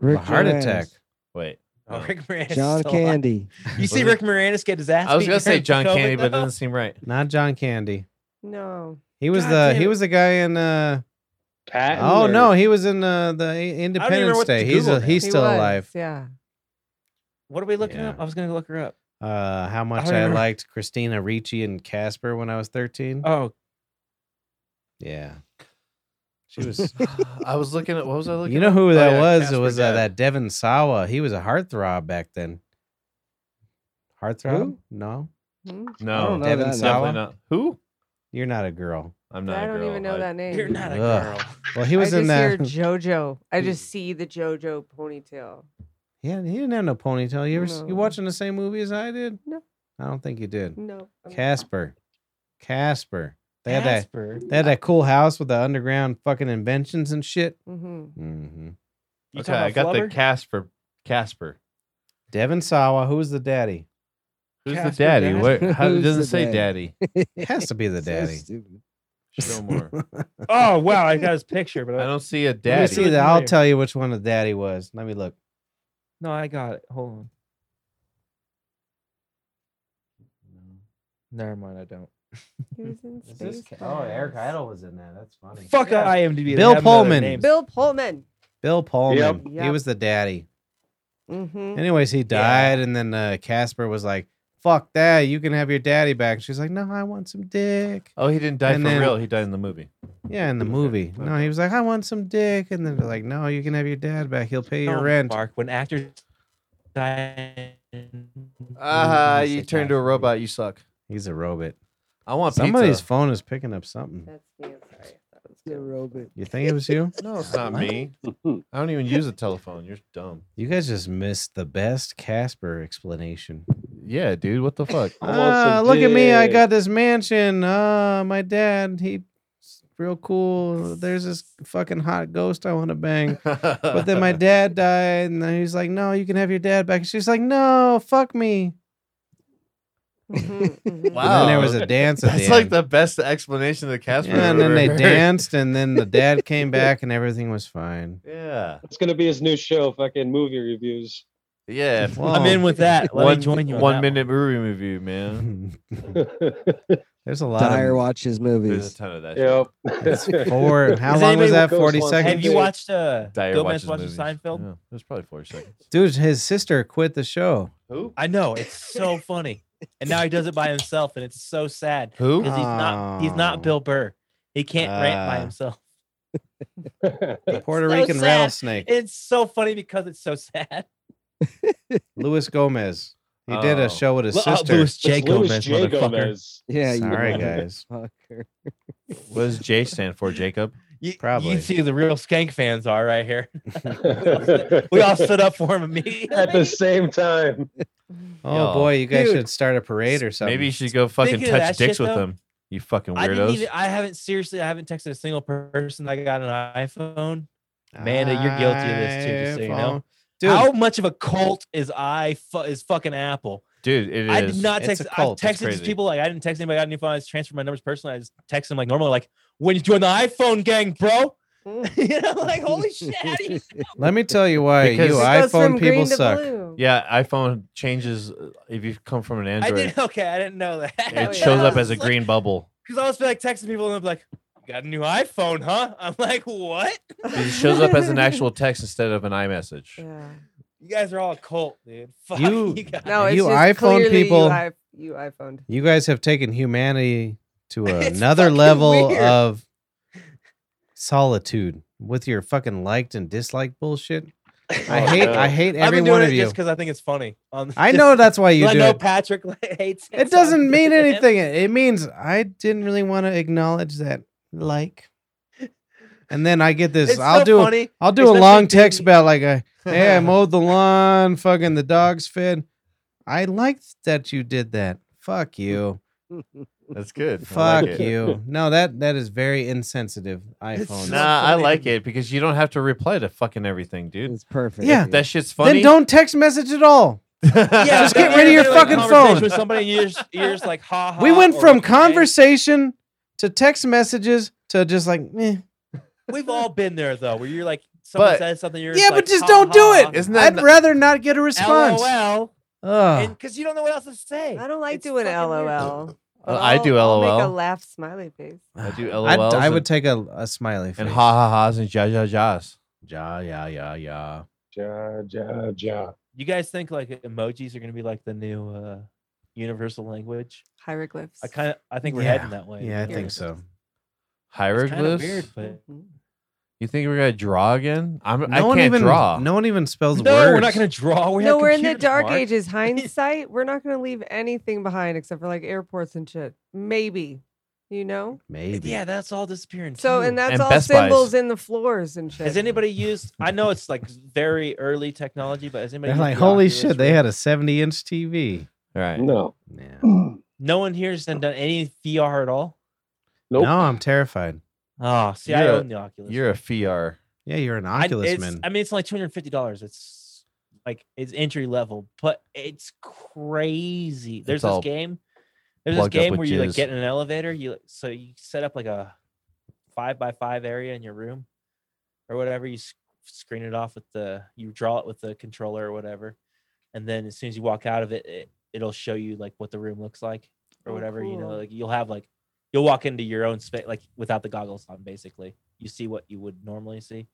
Speaker 2: A
Speaker 7: Rick
Speaker 2: heart
Speaker 7: Moranis,
Speaker 2: attack.
Speaker 5: wait.
Speaker 4: Oh,
Speaker 5: no.
Speaker 4: Rick Moranis.
Speaker 7: John
Speaker 4: is still alive.
Speaker 7: Candy.
Speaker 4: You see Rick Moranis get his ass.
Speaker 5: I was
Speaker 4: beat
Speaker 5: gonna say
Speaker 4: during
Speaker 5: John
Speaker 4: COVID,
Speaker 5: Candy, but it
Speaker 4: though.
Speaker 5: doesn't seem right.
Speaker 2: Not John Candy.
Speaker 3: No.
Speaker 2: He was
Speaker 4: God
Speaker 2: the
Speaker 4: damn
Speaker 2: he
Speaker 4: it.
Speaker 2: was the guy in uh
Speaker 6: Patton
Speaker 2: oh
Speaker 6: or-
Speaker 2: no he was in uh, the I-
Speaker 4: remember
Speaker 2: Independence
Speaker 4: what to
Speaker 2: Day he's
Speaker 4: Google
Speaker 2: a,
Speaker 4: now.
Speaker 2: he's
Speaker 3: he
Speaker 2: still
Speaker 3: was,
Speaker 2: alive
Speaker 3: Yeah.
Speaker 4: What are we looking
Speaker 2: Yeah.
Speaker 4: up? I was gonna look her up.
Speaker 2: uh how much
Speaker 4: don't
Speaker 2: I,
Speaker 4: remember.
Speaker 2: liked Christina Ricci and Casper when I was thirteen
Speaker 4: Oh,
Speaker 2: yeah she was
Speaker 5: I was looking at what was I looking?
Speaker 2: you know
Speaker 5: at?
Speaker 2: who
Speaker 5: Oh,
Speaker 2: that
Speaker 5: yeah,
Speaker 2: was
Speaker 5: Casper
Speaker 2: it was uh,
Speaker 5: Dad.
Speaker 2: that Devin Sawa he was a heartthrob back then heartthrob
Speaker 7: Who?
Speaker 2: no
Speaker 3: Hmm?
Speaker 7: I
Speaker 5: No,
Speaker 7: don't know
Speaker 5: definitely
Speaker 2: Devin
Speaker 7: that name.
Speaker 2: Sawa?
Speaker 5: not. Who?
Speaker 2: you're not a girl
Speaker 5: I'm not.
Speaker 3: I
Speaker 5: a
Speaker 3: don't
Speaker 5: girl.
Speaker 3: even know
Speaker 5: I-
Speaker 3: that name.
Speaker 4: you're not a
Speaker 2: Ugh.
Speaker 4: girl.
Speaker 2: well he was
Speaker 3: I
Speaker 2: in
Speaker 3: just
Speaker 2: that
Speaker 3: hear JoJo. I just see the JoJo ponytail.
Speaker 2: yeah he didn't have no ponytail you ever s you
Speaker 3: No.
Speaker 2: watching the same movie as I did
Speaker 3: No.
Speaker 2: I don't think you did
Speaker 3: No. I'm-
Speaker 2: Casper. Casper. They had that.
Speaker 4: Casper.
Speaker 2: They had that cool house with the underground fucking inventions and shit.
Speaker 3: Mhm.
Speaker 2: Mm-hmm.
Speaker 4: You
Speaker 5: Okay,
Speaker 4: talking
Speaker 5: I
Speaker 4: about
Speaker 5: got the
Speaker 4: Flubber?
Speaker 5: Casper. Casper.
Speaker 2: Devin Sawa. Who's the daddy?
Speaker 5: Who's the
Speaker 4: Casper
Speaker 5: daddy?
Speaker 4: Dad?
Speaker 5: Where, how, it
Speaker 7: Who's
Speaker 5: doesn't
Speaker 7: the
Speaker 5: say daddy.
Speaker 7: daddy?
Speaker 2: It has to be the daddy.
Speaker 5: Show more.
Speaker 4: Oh wow, I got his picture, but
Speaker 5: I
Speaker 4: I don't.
Speaker 5: don't see a
Speaker 2: Let
Speaker 5: daddy.
Speaker 2: me
Speaker 4: Daddy.
Speaker 2: see that. I'll
Speaker 4: Familiar.
Speaker 2: tell you which one the daddy was. Let me look.
Speaker 4: No, I got it. Hold on. Never mind, I don't.
Speaker 2: Hmm.
Speaker 3: He was in Spaceballs.
Speaker 5: Oh,
Speaker 2: oh, was in that. That's funny.
Speaker 4: Fuck IMDb. they
Speaker 2: Bill
Speaker 4: have another
Speaker 2: Pullman.
Speaker 4: name.
Speaker 3: Bill Pullman.
Speaker 2: Bill Pullman. He
Speaker 3: Yep.
Speaker 2: was the daddy.
Speaker 3: hmm
Speaker 2: Anyways, he died, and then uh, Casper was like, "Fuck that! You can have your daddy back." She's like, "No, I want some dick."
Speaker 5: Oh, he didn't die
Speaker 2: And
Speaker 5: for
Speaker 2: then-
Speaker 5: real. He died in the movie.
Speaker 2: Yeah, in the movie. No, he was like, I want some dick. And then they're like, no, you can have your dad back. He'll pay your
Speaker 4: Don't
Speaker 2: rent.
Speaker 4: bark when actors die.
Speaker 5: Ah,
Speaker 4: They
Speaker 5: you
Speaker 4: die
Speaker 5: turned to a
Speaker 4: for
Speaker 5: robot. You suck.
Speaker 2: He's a robot.
Speaker 5: I want
Speaker 2: Somebody's
Speaker 5: pizza.
Speaker 2: phone is picking up something.
Speaker 3: That's me. I'm sorry. That was
Speaker 7: The
Speaker 3: good.
Speaker 7: robot.
Speaker 2: You think it was you?
Speaker 5: No, it's not me. I don't even use a telephone. You're dumb.
Speaker 2: You guys just missed the best Casper explanation.
Speaker 5: Yeah, dude. What the fuck?
Speaker 6: I want some
Speaker 2: Ah, look at me. I
Speaker 6: dick.
Speaker 2: got this mansion. Ah, my dad, he's real cool. There's this fucking hot ghost I want to bang. But then my dad died, and then he's like, no, you can have your dad back. She's like, no, fuck me.
Speaker 3: Mhm, mhm.
Speaker 2: And then there was
Speaker 5: Wow.
Speaker 2: a dance at
Speaker 5: That's
Speaker 2: the
Speaker 5: like
Speaker 2: end.
Speaker 5: the best explanation of the Casper.
Speaker 2: Yeah, and then
Speaker 5: I've
Speaker 2: they
Speaker 5: ever heard.
Speaker 2: danced, and then the dad came back, and everything was fine.
Speaker 5: Yeah.
Speaker 6: It's gonna be his new show, fucking movie reviews.
Speaker 5: Yeah. if-
Speaker 4: I'm in with that. Let
Speaker 5: one
Speaker 4: me join you. on
Speaker 5: one
Speaker 4: that
Speaker 5: minute movie review, man.
Speaker 2: There's
Speaker 6: yep.
Speaker 2: a lot
Speaker 7: Dyer
Speaker 2: of
Speaker 7: watches
Speaker 5: There's a
Speaker 7: movies.
Speaker 5: ton of that. shit.
Speaker 2: it's four. How long was
Speaker 6: anybody
Speaker 2: that?
Speaker 6: goes
Speaker 2: Forty
Speaker 6: on-
Speaker 4: one.
Speaker 2: seconds.
Speaker 4: Have you watched uh,
Speaker 5: Dyer
Speaker 4: Gomez
Speaker 5: watches
Speaker 4: watches
Speaker 5: movies.
Speaker 4: Seinfeld?
Speaker 5: Yeah, it was probably four seconds.
Speaker 2: Dude, his sister quit the show.
Speaker 5: Who?
Speaker 4: I know it's so funny, and now he does it by himself, and it's so sad
Speaker 5: Who?
Speaker 4: because he's not he's
Speaker 2: Oh.
Speaker 4: not Bill Burr. He can't rant by
Speaker 2: Ah.
Speaker 4: himself.
Speaker 2: The Puerto
Speaker 4: so
Speaker 2: Rican
Speaker 4: sad.
Speaker 2: rattlesnake,
Speaker 4: It's so funny because it's so sad.
Speaker 2: Luis Gomez. He did
Speaker 5: Oh.
Speaker 2: a show with his
Speaker 4: Well, uh,
Speaker 2: sister.
Speaker 4: Louis J.
Speaker 6: It's Louis
Speaker 4: Gomez,
Speaker 6: J.
Speaker 4: motherfucker.
Speaker 6: Gomez.
Speaker 7: Yeah, you
Speaker 2: Sorry,
Speaker 7: motherfucker.
Speaker 2: guys.
Speaker 5: What does J stand for? Jacob.
Speaker 4: You,
Speaker 2: Probably.
Speaker 4: You see who the real Skank fans are right here. We all stood up for him immediately.
Speaker 6: at the same time.
Speaker 2: Oh
Speaker 5: Y'all.
Speaker 2: boy, you guys
Speaker 4: Dude.
Speaker 2: should start a parade or something.
Speaker 5: Maybe you should go fucking
Speaker 4: Speaking of
Speaker 5: touch
Speaker 4: that shit,
Speaker 5: dicks with
Speaker 4: though,
Speaker 5: them. You fucking
Speaker 4: I didn't
Speaker 5: weirdos.
Speaker 4: even. I haven't seriously. I haven't texted a single person. I got an iPhone. Man,
Speaker 2: that
Speaker 4: you're guilty of this too, just so you know.
Speaker 2: Dude,
Speaker 4: How much of a cult is I fu- is fucking Apple?
Speaker 5: Dude, it is.
Speaker 4: I did not
Speaker 2: It's
Speaker 4: text.
Speaker 2: a
Speaker 4: I
Speaker 2: cult. It's
Speaker 4: texted these
Speaker 5: crazy.
Speaker 4: people like I didn't text anybody. I got a new phone. I just transferred my numbers personally. I just texted them like normally, like when you join the iPhone gang, bro.
Speaker 3: Mm.
Speaker 4: you know, like holy shit. How do you
Speaker 2: let me tell you why
Speaker 5: Because-
Speaker 2: you
Speaker 5: It
Speaker 3: Goes from
Speaker 2: iPhone people
Speaker 3: green to
Speaker 2: suck.
Speaker 3: blue.
Speaker 5: Yeah, iPhone changes uh, if you come from an
Speaker 4: I
Speaker 5: Android.
Speaker 4: did okay. I didn't know that.
Speaker 5: It
Speaker 3: Oh,
Speaker 5: shows
Speaker 3: yeah.
Speaker 5: up as a green bubble.
Speaker 4: because I always feel like texting people and I'm like, "You got a new iPhone, huh?" I'm like, "What?
Speaker 5: It shows up as an actual text instead of an iMessage.
Speaker 3: Yeah.
Speaker 4: You guys are all a cult, dude. Fuck
Speaker 2: You-
Speaker 4: you, guys.
Speaker 3: No, it's
Speaker 2: You
Speaker 3: just
Speaker 2: iPhone
Speaker 3: clearly
Speaker 2: people-
Speaker 3: You, I, you iPhoned.
Speaker 2: You guys have taken humanity to
Speaker 4: It's
Speaker 2: another
Speaker 4: fucking
Speaker 2: level
Speaker 4: weird.
Speaker 2: of solitude with your fucking liked and disliked bullshit. I
Speaker 6: Oh,
Speaker 2: hate
Speaker 6: no.
Speaker 2: I hate
Speaker 4: I've
Speaker 2: every
Speaker 4: been doing
Speaker 2: one
Speaker 4: it
Speaker 2: of you.
Speaker 4: just because I think it's funny. Um,
Speaker 2: I
Speaker 4: just-
Speaker 2: know that's why you
Speaker 4: I
Speaker 2: do
Speaker 4: know
Speaker 2: it.
Speaker 4: Patrick hates it.
Speaker 2: It
Speaker 4: so I'm
Speaker 2: doesn't mean
Speaker 4: doing it.
Speaker 2: anything. It it means I didn't really want to acknowledge that like. And then I get this.
Speaker 4: It's
Speaker 2: I'll
Speaker 4: so
Speaker 2: do
Speaker 4: funny.
Speaker 2: I'll do a
Speaker 4: especially
Speaker 2: long text
Speaker 4: being-
Speaker 2: about like a, hey, I mowed the lawn, fucking the dogs fed. I liked that you did that. Fuck you.
Speaker 5: That's good. I
Speaker 2: Fuck
Speaker 5: like it.
Speaker 2: you. No, that that is very insensitive. iPhone.
Speaker 7: so-
Speaker 5: Nah, I
Speaker 7: funny.
Speaker 5: like it because you don't have to reply to fucking everything, dude.
Speaker 7: It's perfect.
Speaker 2: Yeah.
Speaker 5: That shit's funny.
Speaker 2: then don't text message at all. Just
Speaker 4: but
Speaker 2: get
Speaker 4: if
Speaker 2: rid of
Speaker 4: you're
Speaker 2: your
Speaker 4: doing a
Speaker 2: fucking
Speaker 4: conversation
Speaker 2: phone.
Speaker 4: With somebody, you're just, you're just like, ha ha.
Speaker 2: we went
Speaker 4: or,
Speaker 2: from
Speaker 4: "Hey."
Speaker 2: conversation to text messages to just like, meh.
Speaker 4: We've all been there though, where you're like, someone
Speaker 5: But-
Speaker 4: says something, you're
Speaker 2: yeah, but
Speaker 4: like,
Speaker 2: just
Speaker 4: "Ha,
Speaker 2: don't do
Speaker 4: ha,
Speaker 2: it.
Speaker 5: Isn't that
Speaker 2: I'd
Speaker 5: n-
Speaker 2: rather not get a response.
Speaker 4: LOL,
Speaker 2: Ugh.
Speaker 4: because you don't know what else to say.
Speaker 3: I don't like
Speaker 4: It's
Speaker 3: doing
Speaker 4: fucking weird.
Speaker 3: LOL. but
Speaker 5: I do
Speaker 3: I'll- I'll Make a
Speaker 5: LOL.
Speaker 3: laugh smiley face.
Speaker 5: I do
Speaker 2: I'd-
Speaker 5: LOLs.
Speaker 2: I would
Speaker 5: and-
Speaker 2: take a, a smiley face.
Speaker 5: and ha ha ha's and ja ja ja's. Ja ja ja ja.
Speaker 6: Ja, ja, ja.
Speaker 4: You guys think like emojis are gonna be like the new uh, universal language?
Speaker 3: Hieroglyphs.
Speaker 4: I kind of, I think we're
Speaker 2: Yeah.
Speaker 4: heading that way.
Speaker 2: Yeah, I
Speaker 4: you know?
Speaker 2: think so.
Speaker 4: It's kind of weird,
Speaker 5: Hieroglyphs.
Speaker 4: but
Speaker 3: Mhm.
Speaker 5: You think we're gonna draw again? I'm.
Speaker 2: No
Speaker 5: I
Speaker 2: one
Speaker 5: can't
Speaker 2: even
Speaker 5: draw.
Speaker 2: no one even spells
Speaker 4: no,
Speaker 2: words.
Speaker 4: we're not gonna draw. We
Speaker 3: no,
Speaker 4: have
Speaker 3: we're in the
Speaker 4: computers,
Speaker 3: dark
Speaker 4: Mark.
Speaker 3: ages. Hindsight, we're not going to leave anything behind except for like airports and shit. Maybe, you know.
Speaker 2: Maybe.
Speaker 4: Yeah, that's all disappearing.
Speaker 3: So,
Speaker 4: too.
Speaker 3: and that's
Speaker 5: And
Speaker 3: all
Speaker 5: Best Buys.
Speaker 3: symbols in the floors and shit.
Speaker 4: Has anybody used? I know it's like very early technology, but has anybody?
Speaker 2: They're
Speaker 4: used
Speaker 2: like,
Speaker 4: the
Speaker 2: holy
Speaker 4: Oculus
Speaker 2: shit, they
Speaker 4: Rift?
Speaker 2: had a 70 inch TV.
Speaker 5: All right.
Speaker 6: No.
Speaker 2: Yeah.
Speaker 4: No one here's done done any VR at all.
Speaker 6: Nope.
Speaker 2: No, I'm terrified.
Speaker 4: Oh, see, I
Speaker 5: You're a-
Speaker 4: own the Oculus.
Speaker 5: You're a fiar.
Speaker 2: Yeah, you're an
Speaker 4: I,
Speaker 2: Oculus
Speaker 4: it's-
Speaker 2: man.
Speaker 4: I mean, it's only two hundred fifty dollars. It's like it's entry level, but it's crazy. There's this
Speaker 5: all
Speaker 4: game. There's this
Speaker 5: plugged up
Speaker 4: game
Speaker 5: with
Speaker 4: where you like
Speaker 5: jizz.
Speaker 4: get in an elevator. You like- so you set up like a five by five area in your room, or whatever. You s- screen it off with the you draw it with the controller or whatever, and then as soon as you walk out of it, it it'll show you like what the room looks like or
Speaker 3: Oh,
Speaker 4: whatever. You know,
Speaker 3: cool.
Speaker 4: like you'll have like you'll walk into your own space like without the goggles on. Basically, you see what you would normally see.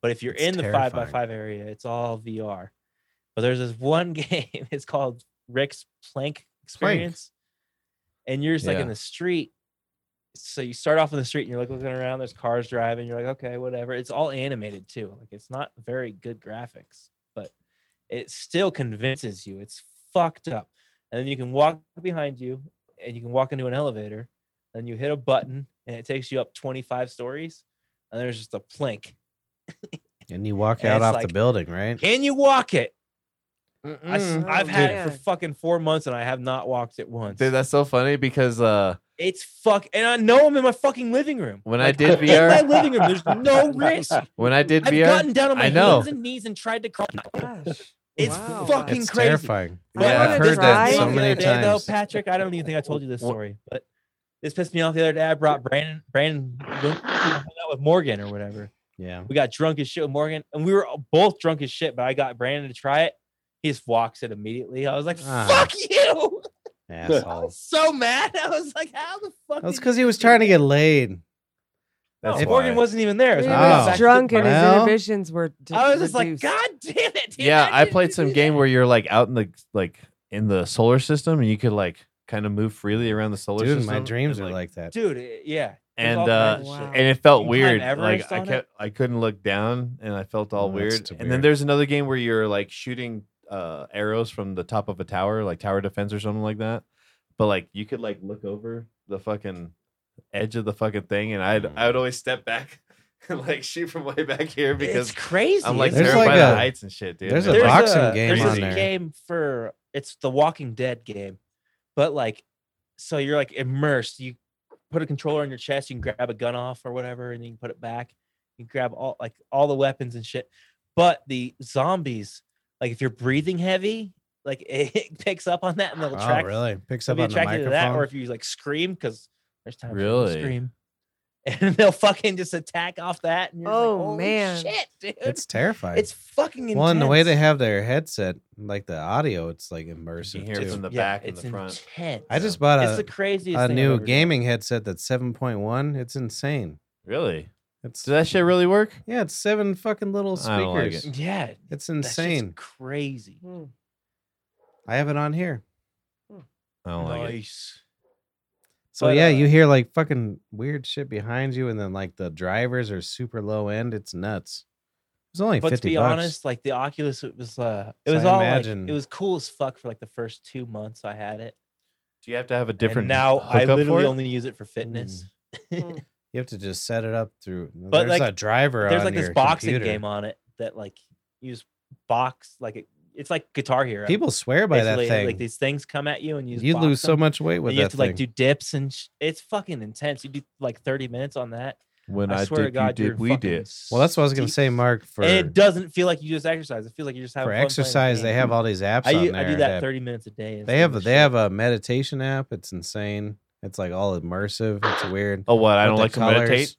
Speaker 4: But if you're
Speaker 2: It's
Speaker 4: in the five by
Speaker 2: terrifying.
Speaker 4: five area, it's all VR. But there's this one game. It's called Rick's Plank Experience, and you're just like
Speaker 5: Yeah.
Speaker 4: in the street. So you start off in the street and you're like looking around. There's cars driving. You're like, okay, whatever. It's all animated too. Like it's not very good graphics, but it still convinces you. It's fucked up. And then you can walk behind you, and you can walk into an elevator, and you hit a button, and it takes you up 25 stories, and there's just a plank.
Speaker 2: and you walk
Speaker 4: and
Speaker 2: out
Speaker 4: it's
Speaker 2: off the
Speaker 4: like-
Speaker 2: building, right?
Speaker 4: Can you walk it? I,
Speaker 3: Mm.
Speaker 4: have
Speaker 3: Oh,
Speaker 4: had it
Speaker 3: yeah.
Speaker 4: for fucking four months and I have not walked it once.
Speaker 5: Dude, that's so funny because uh,
Speaker 4: it's fuck, and I know I'm in my fucking living room.
Speaker 5: when I
Speaker 4: Like,
Speaker 5: did
Speaker 4: in my
Speaker 5: VR,
Speaker 4: living room, there's no risk.
Speaker 5: when I did
Speaker 4: I've
Speaker 5: VR,
Speaker 4: gotten down on my
Speaker 5: I know.
Speaker 4: hands and knees and tried to crawl.
Speaker 3: Gosh.
Speaker 4: It's
Speaker 3: Wow.
Speaker 4: fucking
Speaker 2: It's
Speaker 4: crazy.
Speaker 2: terrifying.
Speaker 4: But
Speaker 5: Yeah,
Speaker 4: when
Speaker 3: I've
Speaker 4: it
Speaker 3: heard
Speaker 4: just
Speaker 3: that
Speaker 4: pissed
Speaker 3: so
Speaker 4: me off
Speaker 3: many
Speaker 4: the other day, though,
Speaker 2: times.
Speaker 4: Patrick, I don't even think I told you this
Speaker 5: Wha-
Speaker 4: story, but this pissed me off the other day. I brought Brandon, Brandon went- hung out with Morgan or whatever.
Speaker 2: Yeah.
Speaker 4: We got drunk as shit with Morgan, and we were both drunk as shit. But I got Brandon to try it. He just walks it immediately. I was like,
Speaker 2: Ah.
Speaker 4: "Fuck you!" I
Speaker 2: Asshole.
Speaker 4: was so mad. I was like, "How the fuck?"
Speaker 2: That's
Speaker 4: did
Speaker 2: because
Speaker 4: you
Speaker 2: he was
Speaker 4: do
Speaker 2: trying to
Speaker 4: that?"
Speaker 2: get laid.
Speaker 4: No,
Speaker 5: That's
Speaker 4: Morgan
Speaker 5: why.
Speaker 4: wasn't even there. It
Speaker 3: He
Speaker 4: was
Speaker 2: Oh.
Speaker 4: Brandon
Speaker 3: was
Speaker 4: back to
Speaker 3: drunk
Speaker 4: the
Speaker 3: and
Speaker 4: bar.
Speaker 3: his
Speaker 2: Well,
Speaker 3: inhibitions were. d-
Speaker 4: I was just like,
Speaker 3: reduced.
Speaker 4: "God damn it!" dude,
Speaker 5: yeah, I
Speaker 4: didn't
Speaker 5: played
Speaker 4: do
Speaker 5: some
Speaker 4: that."
Speaker 5: game where you're like out in the like in the solar system and you could like kind of move freely around the solar
Speaker 2: Dude,
Speaker 5: system.
Speaker 2: my dreams
Speaker 5: and,
Speaker 2: are like that.
Speaker 4: dude, it- yeah, There's
Speaker 5: and
Speaker 4: all
Speaker 5: uh,
Speaker 4: kinds of
Speaker 3: Wow.
Speaker 4: shit.
Speaker 5: and it felt
Speaker 4: You climb
Speaker 5: weird.
Speaker 4: Everest
Speaker 5: Like I
Speaker 4: on it?
Speaker 5: kept I couldn't look down and I felt all
Speaker 2: Oh, that's
Speaker 5: weird.
Speaker 2: too
Speaker 5: And then
Speaker 2: weird.
Speaker 5: there's another game where you're like shooting uh arrows from the top of a tower, like tower defense or something like that. But like you could like look over the fucking edge of the fucking thing and I'd
Speaker 2: Hmm.
Speaker 5: I would always step back and like shoot from way back here because
Speaker 4: it's crazy.
Speaker 5: I'm like
Speaker 4: isn't it?
Speaker 2: There's
Speaker 5: terrified
Speaker 2: like
Speaker 5: of
Speaker 2: a-
Speaker 5: heights and shit, dude.
Speaker 2: there's a
Speaker 5: It's
Speaker 2: box-
Speaker 5: like-
Speaker 2: boxing game
Speaker 4: there's
Speaker 5: on
Speaker 4: this
Speaker 5: there.
Speaker 4: game for it's the Walking Dead game, but like, so you're like immersed. You put a controller on your chest. You can grab a gun off or whatever, and then you can put it back. You grab all like all the weapons and shit. But the zombies, like if you're breathing heavy, like it picks up on that and they'll
Speaker 2: Oh,
Speaker 4: track.
Speaker 2: really? Picks
Speaker 4: they'll
Speaker 2: up
Speaker 4: be
Speaker 2: on the
Speaker 4: attracted to that, or
Speaker 2: microphone.
Speaker 4: if you like scream because there's times people
Speaker 5: Really?
Speaker 4: scream. And they'll fucking just attack off that. And you're just
Speaker 3: Oh,
Speaker 4: like, Holy
Speaker 3: man.
Speaker 4: shit, dude!
Speaker 2: It's terrifying.
Speaker 4: It's fucking intense.
Speaker 2: well, and the way they have their headset, like the audio, it's like immersive
Speaker 5: hear it
Speaker 2: too.
Speaker 5: from the-
Speaker 4: Yeah,
Speaker 5: back and
Speaker 4: it's
Speaker 5: the front.
Speaker 4: Intense.
Speaker 2: I just bought
Speaker 4: it's the
Speaker 2: a,
Speaker 4: craziest
Speaker 2: a
Speaker 4: thing I've
Speaker 2: new
Speaker 4: ever done.
Speaker 2: gaming headset that's seven point one. It's insane.
Speaker 5: Really?
Speaker 2: It's
Speaker 5: Does that shit really work?
Speaker 2: yeah, it's seven fucking little
Speaker 5: I don't like it.
Speaker 2: speakers.
Speaker 4: Yeah, that
Speaker 2: It's
Speaker 4: shit's
Speaker 2: insane.
Speaker 4: crazy.
Speaker 3: Hmm.
Speaker 2: I have it on here.
Speaker 5: I don't like it.
Speaker 4: nice.
Speaker 2: So
Speaker 4: But,
Speaker 2: yeah,
Speaker 4: uh,
Speaker 2: you hear like fucking weird shit behind you, and then like the drivers are super low end. It's nuts. It's only
Speaker 4: But to
Speaker 2: fifty
Speaker 4: be
Speaker 2: bucks.
Speaker 4: honest, like the Oculus, it was uh, it
Speaker 2: So
Speaker 4: was
Speaker 2: I
Speaker 4: all like,
Speaker 2: imagine-
Speaker 4: it was cool as fuck for like the first two months I had it.
Speaker 5: Do you have to have a
Speaker 4: And
Speaker 5: different
Speaker 4: now I
Speaker 5: hookup for
Speaker 4: literally
Speaker 5: it?
Speaker 4: only use it for fitness.
Speaker 2: you have to just set it up through.
Speaker 4: But,
Speaker 2: there's
Speaker 4: like,
Speaker 2: a driver.
Speaker 4: There's
Speaker 2: on
Speaker 4: like this
Speaker 2: your
Speaker 4: boxing
Speaker 2: computer.
Speaker 4: game on it that like you just box like it. it's like Guitar Hero.
Speaker 2: People swear by that
Speaker 4: Basically,
Speaker 2: thing.
Speaker 4: Like these things come at you and you just
Speaker 2: you
Speaker 4: box
Speaker 2: lose so
Speaker 4: them,
Speaker 2: much weight
Speaker 4: and
Speaker 2: with
Speaker 4: you
Speaker 2: that
Speaker 4: have to like
Speaker 2: thing.
Speaker 4: do dips and sh- it's fucking intense. You do like 30 minutes on that.
Speaker 5: When
Speaker 4: I,
Speaker 5: I,
Speaker 4: swear to
Speaker 5: dip,
Speaker 4: God,
Speaker 5: you
Speaker 4: you're
Speaker 5: dip, we
Speaker 4: fucking
Speaker 5: dip.
Speaker 2: well, that's what I was gonna
Speaker 4: steep.
Speaker 2: say, Mark. For
Speaker 4: and it doesn't feel like you just exercise. It feels like you just have
Speaker 2: for exercise, they have all these apps
Speaker 4: I,
Speaker 2: on
Speaker 4: u-
Speaker 2: there.
Speaker 4: I do that
Speaker 2: that-
Speaker 4: 30 minutes a day.
Speaker 2: they have they have a meditation app. It's insane. It's like all immersive. It's weird.
Speaker 5: Oh, what? I
Speaker 2: With
Speaker 5: don't
Speaker 2: the
Speaker 5: like to
Speaker 2: colors.
Speaker 5: meditate.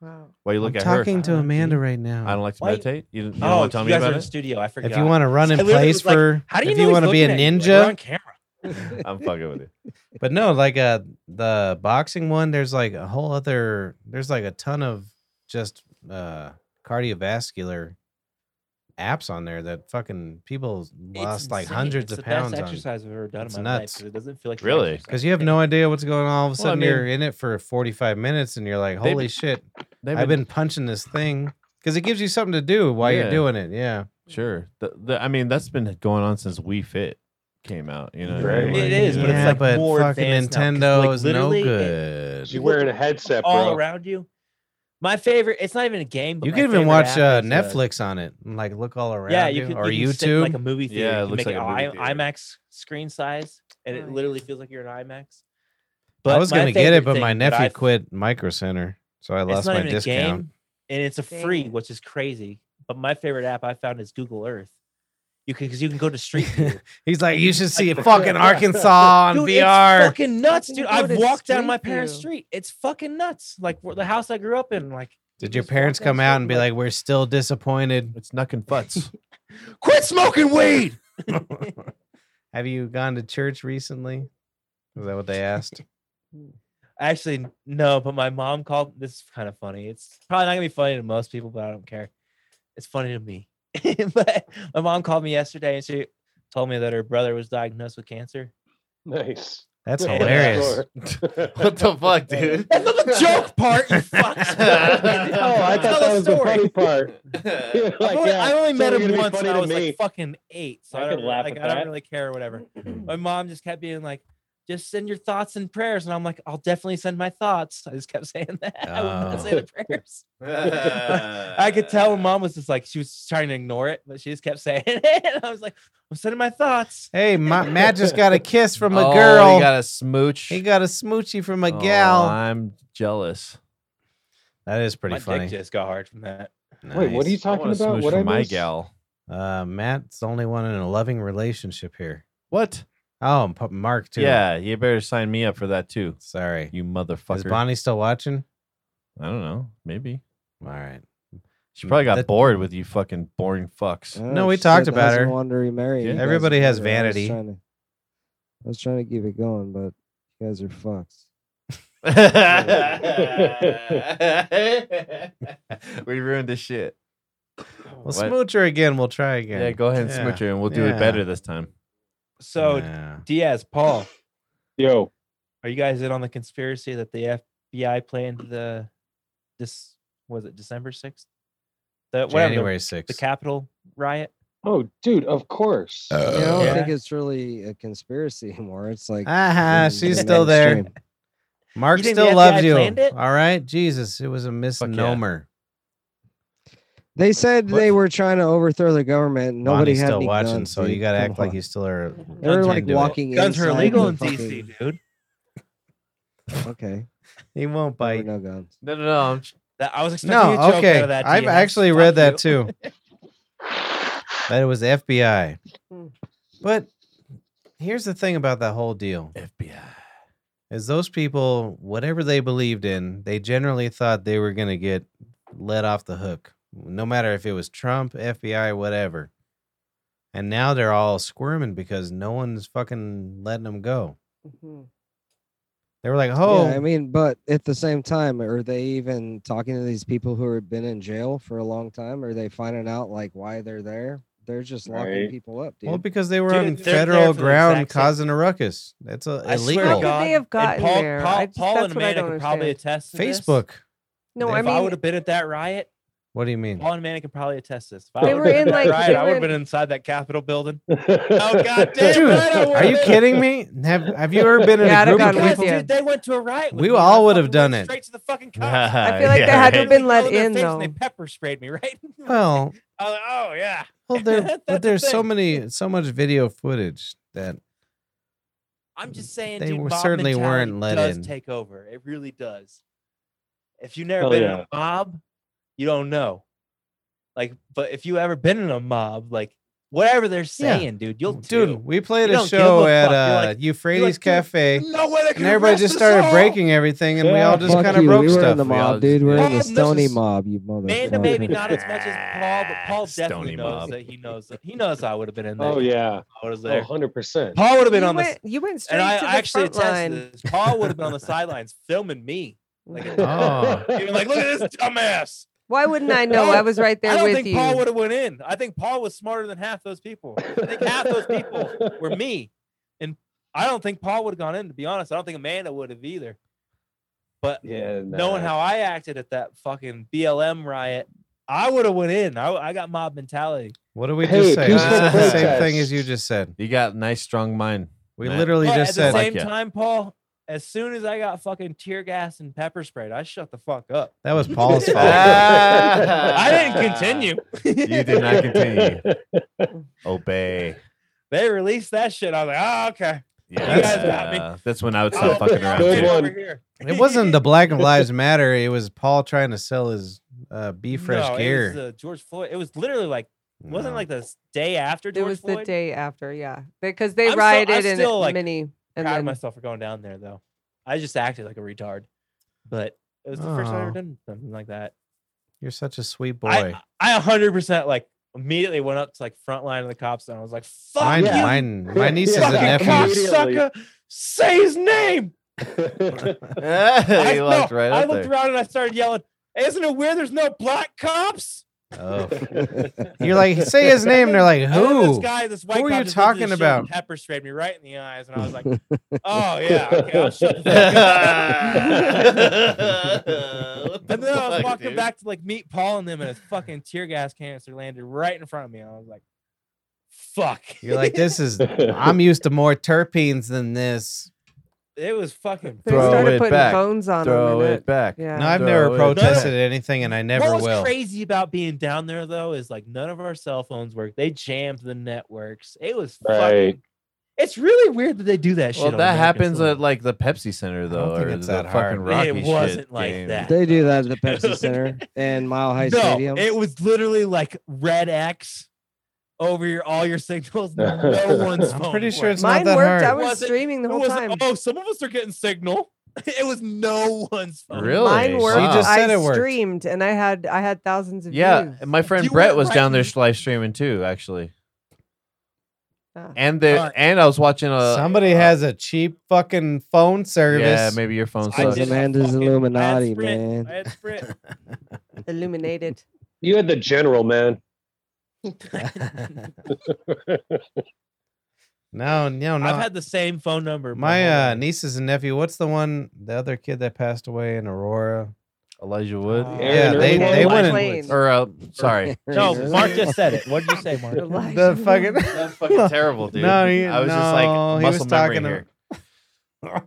Speaker 3: Wow.
Speaker 5: Why you look
Speaker 2: I'm
Speaker 5: at
Speaker 2: talking
Speaker 5: her?
Speaker 2: to
Speaker 4: Ah,
Speaker 2: Amanda
Speaker 4: dude.
Speaker 2: right now.
Speaker 5: I don't like to
Speaker 4: Why-
Speaker 5: meditate. You, you don't
Speaker 4: oh,
Speaker 5: want to
Speaker 4: you
Speaker 5: tell me
Speaker 4: guys are
Speaker 5: about
Speaker 4: in the
Speaker 5: it?
Speaker 4: studio. I forgot.
Speaker 2: if you want to run in
Speaker 4: I literally
Speaker 2: place
Speaker 4: was like,
Speaker 2: for,
Speaker 4: how do you
Speaker 2: if
Speaker 4: know
Speaker 2: you
Speaker 4: he's
Speaker 2: want to be a
Speaker 4: looking at you? Like, we're on
Speaker 2: ninja,
Speaker 4: camera.
Speaker 5: I'm fucking with you.
Speaker 2: but no, like uh the boxing one, there's like a whole other, there's like a ton of just uh cardiovascular apps on there that fucking people
Speaker 4: It's
Speaker 2: lost like
Speaker 4: insane.
Speaker 2: hundreds
Speaker 4: It's
Speaker 2: of
Speaker 4: the best
Speaker 2: pounds on.
Speaker 4: exercise I've ever done
Speaker 2: It's
Speaker 4: in my
Speaker 2: nuts.
Speaker 4: life. 'cause It doesn't feel like you're
Speaker 5: Really?
Speaker 4: exercising.
Speaker 2: Because you have no idea what's going on. All of a
Speaker 5: Well, I
Speaker 2: sudden,
Speaker 5: mean-
Speaker 2: you're in it for 45 minutes and you're like,
Speaker 5: They've
Speaker 2: holy
Speaker 5: been-
Speaker 2: shit,
Speaker 5: They've
Speaker 2: I've been punching this thing. Because it gives you something to do while
Speaker 5: Yeah.
Speaker 2: you're doing it. Yeah.
Speaker 5: sure. The, the, I mean, that's been going on since We Fit came out. You know, what I
Speaker 6: Right.
Speaker 5: mean?
Speaker 6: It
Speaker 5: Like,
Speaker 4: is,
Speaker 5: you
Speaker 4: but it's
Speaker 5: know,
Speaker 4: like more
Speaker 2: fucking
Speaker 4: advanced now, 'cause,
Speaker 2: Nintendo
Speaker 4: like,
Speaker 2: is no
Speaker 4: literally it-
Speaker 2: good.
Speaker 6: She's wearing a headset, bro.
Speaker 4: all around you. My favorite. It's not even a game. But
Speaker 2: You
Speaker 4: my
Speaker 2: can even
Speaker 4: favorite
Speaker 2: watch
Speaker 4: app
Speaker 2: uh,
Speaker 4: is,
Speaker 2: Netflix on it and like look all around
Speaker 4: yeah,
Speaker 2: you,
Speaker 4: you can,
Speaker 2: or
Speaker 4: you can sit in,
Speaker 2: YouTube.
Speaker 4: like a movie theater.
Speaker 5: Yeah, it
Speaker 4: you can
Speaker 5: looks
Speaker 4: make
Speaker 5: like
Speaker 4: it
Speaker 5: a movie
Speaker 4: I-
Speaker 5: theater.
Speaker 4: IMAX screen size, and it
Speaker 3: Nice.
Speaker 4: literally feels like you're in IMAX.
Speaker 2: I Oh, was
Speaker 4: my
Speaker 2: gonna get
Speaker 4: favorite
Speaker 2: it, but my
Speaker 4: thing that
Speaker 2: nephew
Speaker 4: I've-
Speaker 2: quit Micro Center, so I
Speaker 4: It's
Speaker 2: lost
Speaker 4: not
Speaker 2: my
Speaker 4: even a
Speaker 2: discount.
Speaker 4: game, and it's a
Speaker 3: Dang
Speaker 4: free,
Speaker 3: it.
Speaker 4: which is crazy. But my favorite app I found is Google Earth. You can because you can go to Street View.
Speaker 2: He's like, you should see
Speaker 4: Like-
Speaker 2: fucking Arkansas on
Speaker 4: dude, It's
Speaker 2: VR.
Speaker 4: fucking nuts,
Speaker 3: can
Speaker 4: dude.
Speaker 3: go
Speaker 4: I've
Speaker 3: to
Speaker 4: walked down
Speaker 3: Street
Speaker 4: my parents'
Speaker 3: View.
Speaker 4: street. It's fucking nuts. Like wh- the house I grew up in. Like,
Speaker 2: Did your
Speaker 4: just walk
Speaker 2: parents
Speaker 4: down
Speaker 2: come
Speaker 4: the
Speaker 2: out
Speaker 4: street
Speaker 2: and be like, we're still disappointed?
Speaker 5: It's knuck and futz.
Speaker 4: "Quit smoking weed."
Speaker 2: Have you gone to church recently? Is that what they asked?
Speaker 4: Actually, no. But my mom called. This is kind of funny. It's probably not gonna be funny to most people, but I don't care. It's funny to me. but my mom called me yesterday and she told me that her brother was diagnosed with cancer.
Speaker 6: Nice.
Speaker 2: That's
Speaker 6: Yeah,
Speaker 2: hilarious.
Speaker 6: sure.
Speaker 5: what the fuck, dude?
Speaker 4: That's not the joke part. You fucks.
Speaker 6: oh, I
Speaker 4: Tell
Speaker 6: thought that was the
Speaker 4: story.
Speaker 6: funny part.
Speaker 5: That's
Speaker 6: Like,
Speaker 4: I've only,
Speaker 6: yeah,
Speaker 4: I only
Speaker 6: it's
Speaker 4: met
Speaker 6: only
Speaker 4: him
Speaker 6: gonna be
Speaker 4: once
Speaker 6: funny
Speaker 4: and
Speaker 6: to
Speaker 4: I was
Speaker 6: me.
Speaker 4: like fucking eight. So
Speaker 9: I
Speaker 4: I,
Speaker 9: could
Speaker 4: don't,
Speaker 9: laugh
Speaker 4: like,
Speaker 9: at
Speaker 4: I don't
Speaker 9: that.
Speaker 4: really care or whatever. My mom just kept being like, just send your thoughts and prayers. And I'm like, I'll definitely send my thoughts. I just kept saying that. I would
Speaker 2: Oh.
Speaker 4: not say the prayers. I could tell when mom was just like, she was trying to ignore it, but she just kept saying it. And I was like, I'm sending my thoughts.
Speaker 2: Hey, Ma- Matt just got a kiss from a
Speaker 5: oh,
Speaker 2: girl.
Speaker 5: He got a smooch.
Speaker 2: a smoochie from a
Speaker 5: Oh,
Speaker 2: gal.
Speaker 5: I'm jealous.
Speaker 2: That is pretty
Speaker 4: my
Speaker 2: funny.
Speaker 4: dick just got hard from that.
Speaker 6: Wait, what are you
Speaker 2: Nice.
Speaker 6: talking
Speaker 5: I want a
Speaker 6: about?
Speaker 5: smooch
Speaker 6: What
Speaker 5: from
Speaker 6: I
Speaker 5: my
Speaker 6: miss?
Speaker 5: gal.
Speaker 2: Uh, Matt's the only one in a loving relationship here.
Speaker 5: What?
Speaker 2: Oh, and Papa Mark too.
Speaker 5: Yeah, you better sign me up for that too.
Speaker 2: Sorry.
Speaker 5: You
Speaker 2: Is
Speaker 5: motherfucker.
Speaker 2: Bonnie still watching?
Speaker 5: I don't know. Maybe.
Speaker 2: All right.
Speaker 5: She probably got
Speaker 2: Mm, That-
Speaker 5: bored with you fucking boring fucks.
Speaker 7: Oh,
Speaker 2: No, we talked about her.
Speaker 7: Wonder he married.
Speaker 5: Yeah.
Speaker 7: You guys
Speaker 2: Everybody
Speaker 7: are
Speaker 2: has
Speaker 7: funny. I was
Speaker 2: vanity.
Speaker 7: trying to- I was trying to keep it going, but you guys are fucked.
Speaker 5: we ruined the shit.
Speaker 2: Well,
Speaker 5: What?
Speaker 2: smooch her again. We'll try again.
Speaker 5: Yeah, go ahead and
Speaker 2: Yeah.
Speaker 5: smooch her and we'll do
Speaker 2: Yeah.
Speaker 5: it better this time.
Speaker 4: So,
Speaker 2: Yeah.
Speaker 4: Diaz, Paul,
Speaker 6: Yo,
Speaker 4: Are you guys in on the conspiracy that the FBI planned the this was it December sixth? The whatever the-
Speaker 2: January
Speaker 4: the,
Speaker 2: 6th.
Speaker 4: Capitol riot.
Speaker 6: oh, dude, of course.
Speaker 2: Uh,
Speaker 7: I mean, I don't
Speaker 4: Yeah.
Speaker 7: think it's really a conspiracy anymore. It's like
Speaker 2: Ah,
Speaker 7: Mm, in
Speaker 2: she's
Speaker 7: the
Speaker 2: still there.
Speaker 7: mainstream.
Speaker 2: Mark
Speaker 4: You think
Speaker 2: still
Speaker 4: the
Speaker 2: loves
Speaker 4: FBI
Speaker 2: you.
Speaker 4: planned it?
Speaker 2: All right. Jesus, it was a misnomer.
Speaker 7: They said
Speaker 5: What?
Speaker 7: they were trying to overthrow the government. and Nobody
Speaker 2: Bonnie's
Speaker 7: had
Speaker 2: still
Speaker 7: any
Speaker 2: watching,
Speaker 7: guns,
Speaker 2: so you
Speaker 7: dude.
Speaker 2: got to
Speaker 7: Come
Speaker 2: act like
Speaker 7: on.
Speaker 2: you still are.
Speaker 7: They were
Speaker 2: guns
Speaker 7: like
Speaker 2: into it.
Speaker 7: walking
Speaker 4: Guns are
Speaker 7: inside
Speaker 4: illegal
Speaker 7: the
Speaker 4: in
Speaker 7: fucking-
Speaker 4: DC, dude.
Speaker 7: Okay,
Speaker 2: He won't
Speaker 7: there were
Speaker 2: bite.
Speaker 7: no guns.
Speaker 5: No, no, no. I'm
Speaker 4: That I was expecting a
Speaker 2: No,
Speaker 4: joke out
Speaker 2: okay.
Speaker 4: of that.
Speaker 2: I've
Speaker 4: Diaz.
Speaker 2: actually
Speaker 4: Fuck
Speaker 2: read that
Speaker 4: you.
Speaker 2: too. that it was FBI.
Speaker 3: Hmm.
Speaker 2: But here's the thing about that whole deal
Speaker 5: FBI.
Speaker 2: is those people, whatever they believed in, they generally thought they were going to get let off the hook, no matter if it was Trump, FBI, whatever. And now they're all squirming because no one's fucking letting them go.
Speaker 3: Mhm.
Speaker 2: They were like, oh,
Speaker 7: yeah, I mean, but at the same time, are they even talking to these people who have been in jail for a long time? Are they finding out like why they're there? They're just locking
Speaker 6: Right.
Speaker 7: people up, dude.
Speaker 2: well, because they were
Speaker 4: Dude,
Speaker 2: on
Speaker 4: they're there
Speaker 2: federal
Speaker 4: for the
Speaker 2: ground
Speaker 4: exact same-
Speaker 2: causing a ruckus. That's a,
Speaker 4: I swear
Speaker 2: illegal.
Speaker 4: to God,
Speaker 3: How could they have
Speaker 4: and
Speaker 3: gotten
Speaker 4: Paul,
Speaker 3: there?
Speaker 4: Paul,
Speaker 3: I just-
Speaker 4: Paul
Speaker 3: that's
Speaker 4: and
Speaker 3: what I
Speaker 4: Amanda
Speaker 3: don't
Speaker 4: could probably
Speaker 3: understand.
Speaker 4: attest. To this.
Speaker 2: Facebook.
Speaker 3: No,
Speaker 4: If
Speaker 3: I
Speaker 4: I,
Speaker 3: mean,
Speaker 4: would have been at that riot,
Speaker 2: What do you mean?
Speaker 4: Paul and Amanda could probably attest to this. If I
Speaker 3: They
Speaker 4: would've
Speaker 3: were in,
Speaker 4: been at that
Speaker 3: like,
Speaker 4: riot,
Speaker 3: they
Speaker 4: I
Speaker 3: were
Speaker 4: would have
Speaker 3: in-
Speaker 4: been inside that Capitol building.
Speaker 6: oh
Speaker 4: God damn
Speaker 2: Dude,
Speaker 4: right, I
Speaker 2: Are you
Speaker 4: would've been.
Speaker 2: kidding me? Have Have you ever been in a
Speaker 3: Yeah, I'd
Speaker 2: group
Speaker 3: have
Speaker 2: of
Speaker 3: gone
Speaker 4: Yes,
Speaker 2: people?
Speaker 3: with you.
Speaker 4: dude, they went to a riot. with
Speaker 2: We
Speaker 4: me, and I
Speaker 2: all would've
Speaker 4: fucking
Speaker 2: done
Speaker 4: went
Speaker 2: it.
Speaker 4: Straight to the fucking cops.
Speaker 5: I
Speaker 3: feel like they had to have been
Speaker 4: Literally
Speaker 3: let
Speaker 4: yelled in their
Speaker 3: in,
Speaker 4: face and
Speaker 3: though.
Speaker 4: They pepper sprayed me, right?
Speaker 2: Well,
Speaker 4: I was like, oh yeah.
Speaker 2: Well, there,
Speaker 4: That's
Speaker 2: but
Speaker 4: the
Speaker 2: there's so
Speaker 4: thing.
Speaker 2: many, so much video footage that
Speaker 4: I'm just saying,
Speaker 2: They
Speaker 4: dude,
Speaker 2: were-
Speaker 4: mob
Speaker 2: certainly
Speaker 4: mentality
Speaker 2: weren't let
Speaker 4: does
Speaker 2: in.
Speaker 4: Take over. It really does. If you've never
Speaker 6: Hell
Speaker 4: been in
Speaker 6: yeah.
Speaker 4: a mob, you don't know. Like, but if you ever been in a mob, like whatever they're saying, dude, you'll
Speaker 2: dude,
Speaker 4: do.
Speaker 2: we played a
Speaker 4: You don't give
Speaker 2: show
Speaker 4: a
Speaker 2: at
Speaker 4: fuck. You're
Speaker 2: uh,
Speaker 4: like-
Speaker 2: Euphrates
Speaker 4: like, dude,
Speaker 2: Cafe,
Speaker 4: No way they
Speaker 2: and
Speaker 4: can
Speaker 2: everybody
Speaker 4: arrest
Speaker 2: just
Speaker 4: us
Speaker 2: started
Speaker 4: all!
Speaker 2: breaking everything, and we
Speaker 6: Yeah,
Speaker 2: all just
Speaker 6: fuck
Speaker 2: kind of
Speaker 7: you.
Speaker 2: broke
Speaker 7: we were
Speaker 2: stuff.
Speaker 7: in the
Speaker 2: We all
Speaker 7: mob,
Speaker 2: just-
Speaker 7: dude. We're in
Speaker 4: Oh,
Speaker 7: the
Speaker 4: this
Speaker 7: Stony
Speaker 4: is-
Speaker 7: mob, you motherfucker.
Speaker 4: Manda maybe not as much as Paul, but Paul definitely
Speaker 5: Stony
Speaker 4: knows
Speaker 5: mob.
Speaker 4: that he knows that he knows I would have been in there.
Speaker 6: Oh yeah.
Speaker 4: I was
Speaker 6: Oh,
Speaker 4: there.
Speaker 6: 100%.
Speaker 4: Paul would have been
Speaker 3: you
Speaker 4: on
Speaker 3: went,
Speaker 4: the
Speaker 3: You went straight
Speaker 4: and I,
Speaker 3: to the
Speaker 4: I actually
Speaker 3: front
Speaker 4: attest
Speaker 3: line.
Speaker 4: to this. Paul would have been on the sidelines filming me. Like,
Speaker 2: Oh.
Speaker 4: being like, look at this dumbass.
Speaker 3: Why wouldn't I know? I was right there
Speaker 4: I don't
Speaker 3: with
Speaker 4: think
Speaker 3: you.
Speaker 4: Paul would have went in. I think Paul was smarter than half those people. I think half those people were me, and I don't think Paul would have gone in. To be honest, I don't think Amanda would have either. But
Speaker 6: Yeah.
Speaker 4: knowing how I acted at that fucking BLM riot, I would have went in. I, I got mob mentality.
Speaker 2: What did we
Speaker 6: Hey,
Speaker 2: just say? We
Speaker 6: peaceful
Speaker 2: said the same
Speaker 6: protest.
Speaker 2: thing as you just said.
Speaker 5: You got nice, strong mind.
Speaker 2: We
Speaker 5: Matt.
Speaker 2: literally
Speaker 4: But
Speaker 2: just said,
Speaker 4: at the same
Speaker 5: Fuck yeah.
Speaker 4: time, Paul, as soon as I got fucking tear gas and pepper sprayed, I shut the fuck up.
Speaker 2: that was Paul's fault.
Speaker 4: I didn't continue.
Speaker 5: You did not continue. Obey.
Speaker 4: They released that shit. I was like, oh, okay.
Speaker 5: Yeah,
Speaker 4: You guys got me.
Speaker 5: uh, that's when I would
Speaker 4: Oh,
Speaker 5: stop fucking
Speaker 4: okay,
Speaker 5: around.
Speaker 6: Good
Speaker 4: get
Speaker 5: too.
Speaker 6: one.
Speaker 4: over here.
Speaker 2: It wasn't the Black Lives Matter. It was Paul trying to sell his uh, B fresh
Speaker 4: No, it
Speaker 2: gear.
Speaker 4: was, uh, George Floyd. It was literally like wasn't
Speaker 2: No.
Speaker 4: like the s- day after
Speaker 3: It
Speaker 4: George
Speaker 3: was
Speaker 4: Floyd.
Speaker 3: the day after, yeah, because they
Speaker 4: I'm still- I'm
Speaker 3: rioted in
Speaker 4: still, like,
Speaker 3: mini, and
Speaker 4: Proud of
Speaker 3: then
Speaker 4: myself for going down there though. I just acted like a retard, but it was the first time I
Speaker 2: Oh.
Speaker 4: ever done something like that.
Speaker 2: You're such a sweet boy.
Speaker 4: I I a hundred percent like immediately went up to like front line of the cops and I was like, "Fuck
Speaker 2: mine,
Speaker 4: you,
Speaker 2: mine, my nieces and
Speaker 4: fucking
Speaker 2: nephews.
Speaker 4: cocksucker! Say his name!"
Speaker 5: Yeah,
Speaker 4: I,
Speaker 5: you looked
Speaker 4: no,
Speaker 5: right
Speaker 4: I
Speaker 5: up
Speaker 4: looked
Speaker 5: there.
Speaker 4: around and I started yelling, "Isn't it weird? There's no black cops."
Speaker 2: Oh. You're like, say his name. They're like,
Speaker 4: And then
Speaker 2: who?
Speaker 4: This guy, this white
Speaker 2: Oh, Who are
Speaker 4: cop
Speaker 2: you
Speaker 4: just looked at
Speaker 2: talking
Speaker 4: this shit
Speaker 2: about?
Speaker 4: and Pepper sprayed me right in the eyes, and I was like, "Oh yeah, okay, I'll shut the fuck up."
Speaker 5: What the
Speaker 4: And then I was
Speaker 5: fuck,
Speaker 4: walking
Speaker 5: dude?
Speaker 4: back to like meet Paul and them, and a fucking tear gas canister landed right in front of me. and I was like, "Fuck!"
Speaker 2: You're like, this is. I'm used to more terpenes than this.
Speaker 4: it was fucking.
Speaker 3: they
Speaker 5: Throw
Speaker 4: brutal.
Speaker 5: it
Speaker 3: started putting
Speaker 5: back.
Speaker 3: bones on
Speaker 5: Throw
Speaker 3: them. and
Speaker 5: it back.
Speaker 3: Yeah.
Speaker 2: No, I've
Speaker 5: Throw
Speaker 2: never
Speaker 5: it
Speaker 2: protested
Speaker 5: back.
Speaker 2: anything, and I never
Speaker 4: what was
Speaker 2: will.
Speaker 4: crazy about being down there though is like none of our cell phones work. They jammed the networks. It was
Speaker 6: Right.
Speaker 4: fucking. It's really weird that they do that shit.
Speaker 5: Well,
Speaker 4: on
Speaker 5: that
Speaker 4: American
Speaker 5: happens
Speaker 2: uh,
Speaker 4: soil.
Speaker 5: at like the Pepsi Center though,
Speaker 2: think
Speaker 5: or
Speaker 2: it's
Speaker 5: the
Speaker 2: that
Speaker 5: fucking
Speaker 2: hard.
Speaker 5: Rocky
Speaker 4: It
Speaker 5: shit
Speaker 4: wasn't like
Speaker 5: games.
Speaker 4: that.
Speaker 7: They do that at the Pepsi Center and Mile High Stadium.
Speaker 4: It was literally like red X over your all your signals. No one's
Speaker 2: I'm
Speaker 4: phone
Speaker 2: pretty sure
Speaker 4: worked.
Speaker 2: it's not
Speaker 3: Mine
Speaker 2: that hard.
Speaker 3: worked. I was,
Speaker 4: Was it-
Speaker 3: streaming the
Speaker 4: It
Speaker 3: whole
Speaker 4: was-
Speaker 3: time.
Speaker 4: Oh, some of us are getting signal. It was no one's phone.
Speaker 5: Really?
Speaker 3: Mine worked.
Speaker 5: Wow.
Speaker 2: just said
Speaker 3: I
Speaker 2: it worked.
Speaker 3: streamed, and I had I had thousands of
Speaker 5: Yeah,
Speaker 3: views.
Speaker 5: and my friend
Speaker 4: You
Speaker 5: Brett
Speaker 4: were
Speaker 5: was down there
Speaker 4: right.
Speaker 5: live streaming too, actually.
Speaker 3: Ah.
Speaker 5: And there,
Speaker 4: But-
Speaker 5: and I was watching a
Speaker 2: Somebody
Speaker 5: uh,
Speaker 2: has a cheap fucking phone service.
Speaker 5: Yeah, maybe your phone
Speaker 4: I
Speaker 5: sucks.
Speaker 4: did a
Speaker 7: Amanda's
Speaker 4: fucking- I had
Speaker 7: Illuminati,
Speaker 4: Sprint.
Speaker 7: man.
Speaker 4: I had Sprint.
Speaker 3: Illuminated.
Speaker 6: you had the general man.
Speaker 2: No, no, no.
Speaker 4: I've had the same phone number. my whole
Speaker 2: My uh,
Speaker 4: life.
Speaker 2: nieces and nephew. What's the one? The other kid that passed away in Aurora.
Speaker 5: Elijah Wood.
Speaker 4: Uh,
Speaker 2: Yeah,
Speaker 6: Aaron
Speaker 2: they
Speaker 6: Irwin?
Speaker 2: they
Speaker 3: Elijah
Speaker 2: went.
Speaker 3: Wood.
Speaker 2: And,
Speaker 3: Plain.
Speaker 5: or uh, sorry,
Speaker 4: no,
Speaker 7: Really?
Speaker 4: Mark just said it. What did you say, Mark?
Speaker 2: the fucking.
Speaker 5: that's fucking terrible, dude.
Speaker 2: No, he-
Speaker 5: I was just like
Speaker 2: no, he
Speaker 5: muscle
Speaker 2: was
Speaker 5: memory
Speaker 2: talking to-
Speaker 5: here.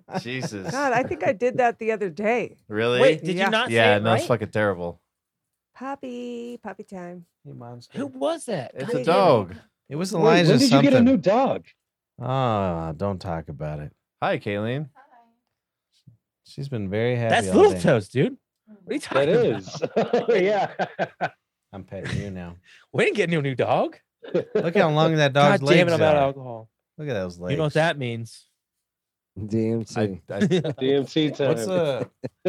Speaker 5: Jesus,
Speaker 3: God, I think I did that the other day.
Speaker 5: really?
Speaker 4: Wait, did
Speaker 3: Yeah.
Speaker 4: you not
Speaker 5: yeah,
Speaker 4: say it
Speaker 5: no,
Speaker 4: right?
Speaker 5: it's fucking terrible.
Speaker 3: Poppy, poppy time.
Speaker 4: Who was that?
Speaker 5: It's
Speaker 3: I
Speaker 5: a
Speaker 3: did.
Speaker 5: dog.
Speaker 2: It was
Speaker 6: Wait, when
Speaker 2: Elijah
Speaker 6: did you
Speaker 2: something.
Speaker 6: get a new dog?
Speaker 2: Ah, don't talk about it.
Speaker 5: Hi, Kayleen.
Speaker 2: She's been very happy.
Speaker 4: That's
Speaker 2: all
Speaker 4: Little
Speaker 2: day.
Speaker 4: Toes, dude. What are you
Speaker 6: That
Speaker 4: talking about?
Speaker 6: is. yeah.
Speaker 2: I'm petting you now.
Speaker 4: We didn't get no new dog.
Speaker 2: Look how long that dog's
Speaker 4: God damn
Speaker 2: legs
Speaker 4: it! I'm out of
Speaker 2: are.
Speaker 4: alcohol.
Speaker 2: Look at those legs.
Speaker 4: You know what that means.
Speaker 7: DMT.
Speaker 5: I, I,
Speaker 6: DMT time.
Speaker 2: What's uh?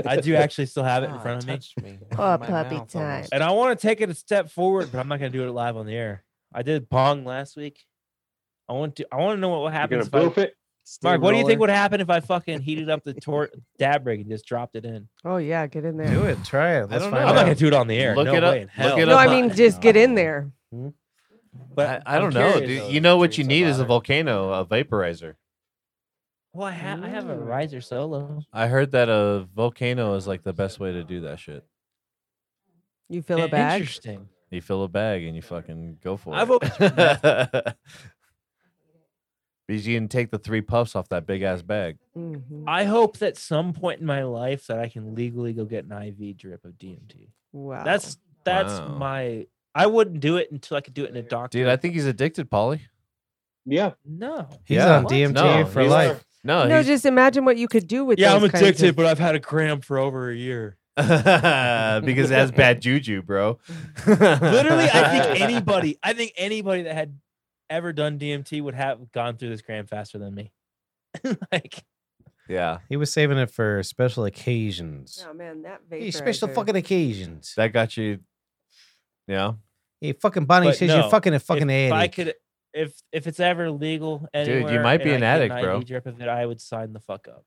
Speaker 4: I do actually still have it
Speaker 5: Ah,
Speaker 4: in front of me.
Speaker 2: touched me.
Speaker 3: Oh, puppy time.
Speaker 4: And I want to take it a step forward, but I'm not going to do it live on the air. I did Pong last week. I want to. I want to know what
Speaker 6: you gonna
Speaker 4: happens. if
Speaker 6: boof
Speaker 4: I,
Speaker 6: it?
Speaker 4: Mark, what do you think
Speaker 7: Steamroller.
Speaker 4: would happen if I fucking heated up the tor- dab rig and just dropped it in?
Speaker 3: Oh yeah, get in there.
Speaker 2: Do it. Try it. Let's
Speaker 5: don't
Speaker 2: find
Speaker 5: know.
Speaker 4: I'm not
Speaker 2: out.
Speaker 4: going to do it on the air.
Speaker 5: Look
Speaker 4: no
Speaker 5: it up-
Speaker 4: way in
Speaker 5: look
Speaker 4: hell.
Speaker 5: it
Speaker 3: No,
Speaker 5: up
Speaker 3: I
Speaker 5: on-
Speaker 3: mean just get in there.
Speaker 4: But
Speaker 5: I, I don't
Speaker 4: I'm
Speaker 5: know,
Speaker 4: curious,
Speaker 5: Oh, dude.
Speaker 4: though,
Speaker 5: You know what
Speaker 4: if
Speaker 5: you
Speaker 4: it's
Speaker 5: need is a
Speaker 4: matter.
Speaker 5: volcano, a vaporizer.
Speaker 4: Well, I, ha- I have a riser solo.
Speaker 5: I heard that a volcano is like the best way to do that shit.
Speaker 3: You fill a bag.
Speaker 4: Interesting.
Speaker 5: You fill a bag and you fucking go for
Speaker 4: I've
Speaker 5: it.
Speaker 4: always been
Speaker 5: Because you can take the three puffs off that big ass bag.
Speaker 3: Mhm.
Speaker 4: I hope that some point in my
Speaker 2: Oh,
Speaker 4: life that I can legally go get an IV drip of DMT.
Speaker 3: Wow.
Speaker 4: That's that's
Speaker 5: Wow.
Speaker 4: my I wouldn't do it until I could do it in a doctor.
Speaker 5: Dude, I think he's addicted, Polly.
Speaker 6: Yeah.
Speaker 4: no.
Speaker 2: He's
Speaker 5: Yeah.
Speaker 2: on
Speaker 4: What?
Speaker 2: DMT
Speaker 5: No,
Speaker 2: for
Speaker 5: he's-
Speaker 2: life.
Speaker 5: No,
Speaker 3: no,
Speaker 5: he's-
Speaker 3: just imagine what you could do with.
Speaker 4: Yeah, I'm
Speaker 3: those kinds of-
Speaker 4: addicted, but I've had a cramp for over a year.
Speaker 5: because that's bad juju, bro.
Speaker 4: Literally, I think anybody, I think anybody that had ever done DMT would have gone through this cramp faster than me. like,
Speaker 5: Yeah,
Speaker 2: He was saving it for special occasions.
Speaker 3: Oh man, that vapor.
Speaker 2: Hey,
Speaker 3: I
Speaker 2: special
Speaker 3: heard.
Speaker 2: fucking occasions.
Speaker 5: that got you. Yeah,
Speaker 2: Hey, fucking Bonnie
Speaker 4: But
Speaker 2: says
Speaker 4: no,
Speaker 2: you're fucking a fucking
Speaker 4: if, if I
Speaker 2: addict.
Speaker 4: could, if if it's ever legal
Speaker 5: you
Speaker 4: anywhere,
Speaker 5: might be an
Speaker 4: and I get
Speaker 5: addict, bro.
Speaker 4: IV drip of it, I would sign the fuck up.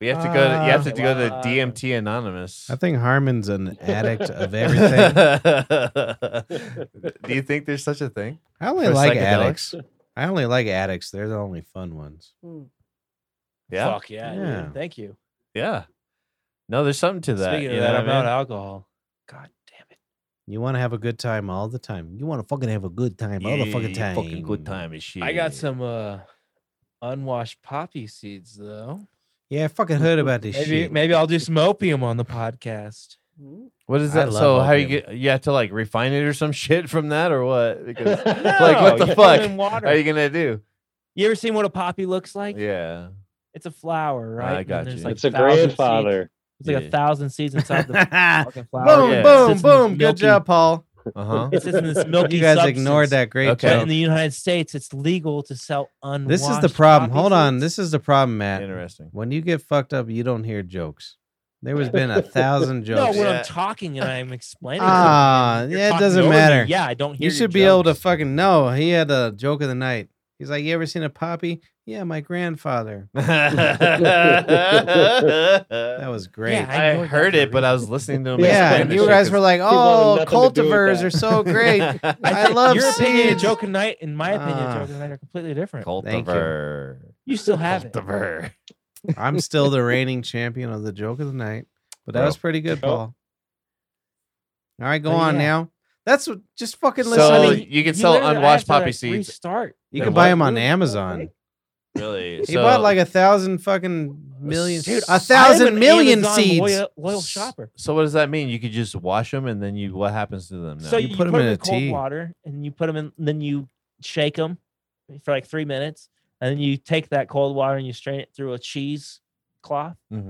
Speaker 5: we have to go. To, you have to
Speaker 4: Ah.
Speaker 5: go to
Speaker 4: Wow.
Speaker 5: DMT Anonymous.
Speaker 2: I think Harmon's an addict of everything.
Speaker 5: Do you think there's such a thing?
Speaker 2: I only
Speaker 5: For psychedelics?
Speaker 2: like addicts. I only like addicts. They're the only fun ones.
Speaker 3: Mm.
Speaker 5: Yeah,
Speaker 4: Fuck yeah. dude.
Speaker 2: Yeah.
Speaker 4: Thank you.
Speaker 5: yeah. No, there's something to that.
Speaker 4: Speaking
Speaker 5: you
Speaker 4: of that,
Speaker 5: know
Speaker 4: I'm
Speaker 5: what I
Speaker 4: out
Speaker 5: mean?
Speaker 4: of alcohol. God damn it.
Speaker 2: You want to have a good time all the time. You want to fucking have a good time all the fucking
Speaker 5: Yeah,
Speaker 2: time.
Speaker 5: Fucking good time is shit.
Speaker 4: I got some uh unwashed poppy seeds though.
Speaker 2: Yeah, I fucking heard about this
Speaker 4: Maybe
Speaker 2: shit.
Speaker 4: maybe I'll do some opium on the podcast.
Speaker 3: Mm.
Speaker 5: What is
Speaker 2: I
Speaker 5: that?
Speaker 2: love
Speaker 5: So how you
Speaker 2: opium.
Speaker 5: get? You have to like refine it or some shit from that or what? Because
Speaker 4: No,
Speaker 5: like what the
Speaker 4: you put it in
Speaker 5: fuck
Speaker 4: water.
Speaker 5: are you
Speaker 4: You...
Speaker 5: gonna do?
Speaker 4: ever seen what a poppy looks like?
Speaker 5: Yeah.
Speaker 4: It's a flower, right? And then
Speaker 5: got
Speaker 4: there's,
Speaker 5: you.
Speaker 4: like,
Speaker 6: it's a
Speaker 4: thousand seeds-
Speaker 6: grandfather.
Speaker 4: It's like
Speaker 5: Yeah.
Speaker 4: a thousand seeds inside the fucking flower.
Speaker 2: boom,
Speaker 5: yeah.
Speaker 2: boom,
Speaker 4: Sits in this
Speaker 2: boom. Good
Speaker 4: milky-
Speaker 2: job, Paul.
Speaker 5: Uh huh.
Speaker 4: It sits in this milky
Speaker 2: You guys
Speaker 4: substance.
Speaker 2: ignored that great
Speaker 5: Okay.
Speaker 4: But
Speaker 2: joke.
Speaker 4: in the United States, it's legal to sell unwashed.
Speaker 2: This is the problem.
Speaker 4: poppy
Speaker 2: Hold on.
Speaker 4: seeds.
Speaker 2: This is the problem, Matt.
Speaker 5: Interesting.
Speaker 2: When you get fucked up, you don't hear jokes. There has been a thousand
Speaker 4: No,
Speaker 2: jokes.
Speaker 4: when
Speaker 5: Yeah.
Speaker 4: I'm talking and I'm explaining. something,
Speaker 2: Ah,
Speaker 4: you're
Speaker 2: yeah, it
Speaker 4: talking
Speaker 2: doesn't
Speaker 4: over me.
Speaker 2: matter.
Speaker 4: Yeah, I don't
Speaker 2: you
Speaker 4: hear. your
Speaker 2: should be able to
Speaker 4: jokes.
Speaker 2: fucking know. He had a joke of the night. He's like, "You ever seen a poppy?" Yeah, my grandfather. That
Speaker 5: I
Speaker 2: was great.
Speaker 4: Yeah, I ignored that
Speaker 5: heard
Speaker 4: for a
Speaker 5: it, but I was listening to him.
Speaker 2: Yeah,
Speaker 5: explain
Speaker 2: and
Speaker 5: the
Speaker 2: you
Speaker 5: shit
Speaker 2: guys
Speaker 5: 'cause-
Speaker 2: were like,
Speaker 6: wanted
Speaker 2: "Oh,
Speaker 6: nothing to do with
Speaker 2: cultivars
Speaker 6: that."
Speaker 2: are so great." I
Speaker 4: think
Speaker 2: love
Speaker 4: your opinion. of
Speaker 2: seeds.
Speaker 4: Joke and night, in my opinion, of
Speaker 2: Ah.
Speaker 4: joke and night are completely different.
Speaker 2: Thank you.
Speaker 5: Cultivar.
Speaker 4: You still have it.
Speaker 5: Cultivar.
Speaker 2: I'm still the reigning champion of the joke of the night, but that
Speaker 5: Bro.
Speaker 2: was pretty good,
Speaker 4: Joke.
Speaker 2: Paul. All right, go
Speaker 4: But
Speaker 2: on
Speaker 4: yeah.
Speaker 2: now. That's what, just fucking
Speaker 5: So,
Speaker 2: listen.
Speaker 4: I
Speaker 2: to-
Speaker 4: mean,
Speaker 5: you can
Speaker 4: you
Speaker 5: sell
Speaker 4: literally- I have
Speaker 5: unwashed
Speaker 4: to, like,
Speaker 5: poppy seeds.
Speaker 4: Restart.
Speaker 2: you
Speaker 5: Wait,
Speaker 2: can
Speaker 5: what?
Speaker 2: buy them on Amazon.
Speaker 5: Really?
Speaker 2: He bought like a thousand fucking million,
Speaker 5: Dude, I
Speaker 2: a
Speaker 5: am
Speaker 2: thousand million
Speaker 4: Amazon
Speaker 2: seeds.
Speaker 4: Loyal, loyal shopper.
Speaker 5: So what does that mean? You could just wash them, and then you what happens to them? Now?
Speaker 4: So
Speaker 2: You
Speaker 4: you,
Speaker 2: put
Speaker 4: put
Speaker 2: 'em
Speaker 4: them,
Speaker 2: in
Speaker 4: in,
Speaker 2: a
Speaker 4: cold
Speaker 2: tea.
Speaker 4: water, and you put them in. Then you shake them for like three minutes, and then you take that cold water and you strain it through a cheese cloth,
Speaker 5: Mhm.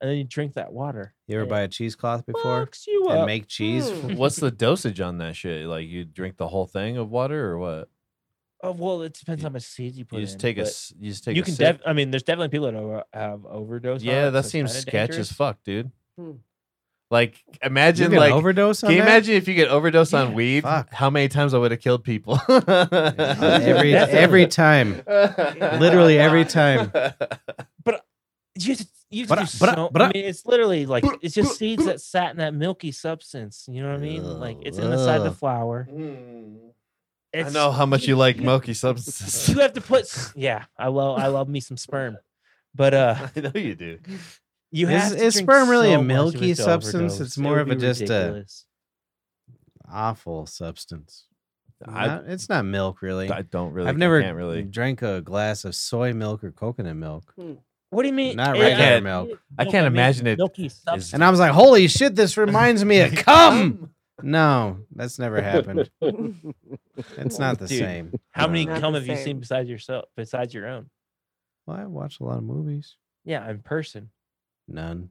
Speaker 4: and then you drink that water.
Speaker 2: You ever
Speaker 4: Yeah.
Speaker 2: buy a cheesecloth before
Speaker 4: Fucks you
Speaker 2: and
Speaker 4: up.
Speaker 2: make cheese?
Speaker 3: Mm.
Speaker 5: what's the dosage on that shit? Like you drink the whole thing of water, or what?
Speaker 4: oh, well, it depends
Speaker 5: You-
Speaker 4: how much seeds you put
Speaker 5: You just
Speaker 4: in,
Speaker 5: take a
Speaker 4: but
Speaker 5: s- you just take.
Speaker 4: you
Speaker 5: a
Speaker 4: can.
Speaker 5: sip?
Speaker 4: Def- I mean, there's definitely people that over- have overdose. on
Speaker 5: Yeah,
Speaker 4: it,
Speaker 5: that
Speaker 4: so it's
Speaker 5: seems
Speaker 4: kinda
Speaker 5: sketch
Speaker 4: dangerous.
Speaker 5: as fuck, dude.
Speaker 3: Hmm.
Speaker 5: Like
Speaker 2: You
Speaker 5: imagine
Speaker 2: can
Speaker 5: like
Speaker 2: overdose on
Speaker 5: Can you
Speaker 2: that?
Speaker 5: imagine if you get overdose on
Speaker 4: Yeah,
Speaker 5: weed?
Speaker 2: fuck.
Speaker 5: How many times I would have killed people?
Speaker 2: every
Speaker 4: That's a-
Speaker 2: every time, literally every time.
Speaker 4: You have to, you have
Speaker 2: Bra-
Speaker 4: to do
Speaker 2: bra-
Speaker 4: so,
Speaker 2: bra-
Speaker 4: I mean, it's literally like it's just seeds that sat in that milky substance. You know what I mean? Like it's in the side of the
Speaker 2: Ugh.
Speaker 4: flower.
Speaker 5: I
Speaker 4: It's-
Speaker 5: know how much you like
Speaker 4: you-
Speaker 5: milky substances.
Speaker 4: you have to put s- yeah i love i love me some sperm but uh
Speaker 5: I know you do.
Speaker 4: you
Speaker 2: Is-
Speaker 4: have to
Speaker 2: is
Speaker 4: drink
Speaker 2: sperm really a
Speaker 4: so much of it
Speaker 2: milky
Speaker 4: to
Speaker 2: substance? It's
Speaker 4: overdose. It
Speaker 2: more
Speaker 4: would
Speaker 2: of a
Speaker 4: be
Speaker 2: just a-
Speaker 4: ridiculous.
Speaker 2: Awful substance.
Speaker 5: I-
Speaker 2: Not- it's not milk, really.
Speaker 5: I don't really.
Speaker 2: I've never
Speaker 5: I can't really.
Speaker 2: drank a glass of soy milk or coconut milk.
Speaker 4: what do you mean
Speaker 2: Not
Speaker 4: Eh,
Speaker 5: regular
Speaker 4: I-
Speaker 2: milk.
Speaker 5: I
Speaker 4: milk,
Speaker 5: can't
Speaker 4: mean
Speaker 5: imagine it
Speaker 4: milky substance
Speaker 2: And I was like, holy shit, this reminds me of cum. No, that's never happened. It's not the
Speaker 4: Dude,
Speaker 2: same.
Speaker 4: how many
Speaker 3: Not the
Speaker 4: cum have you seen
Speaker 3: same.
Speaker 4: besides yourself besides your own
Speaker 2: Well, I watch a lot of movies.
Speaker 4: yeah in person
Speaker 2: None.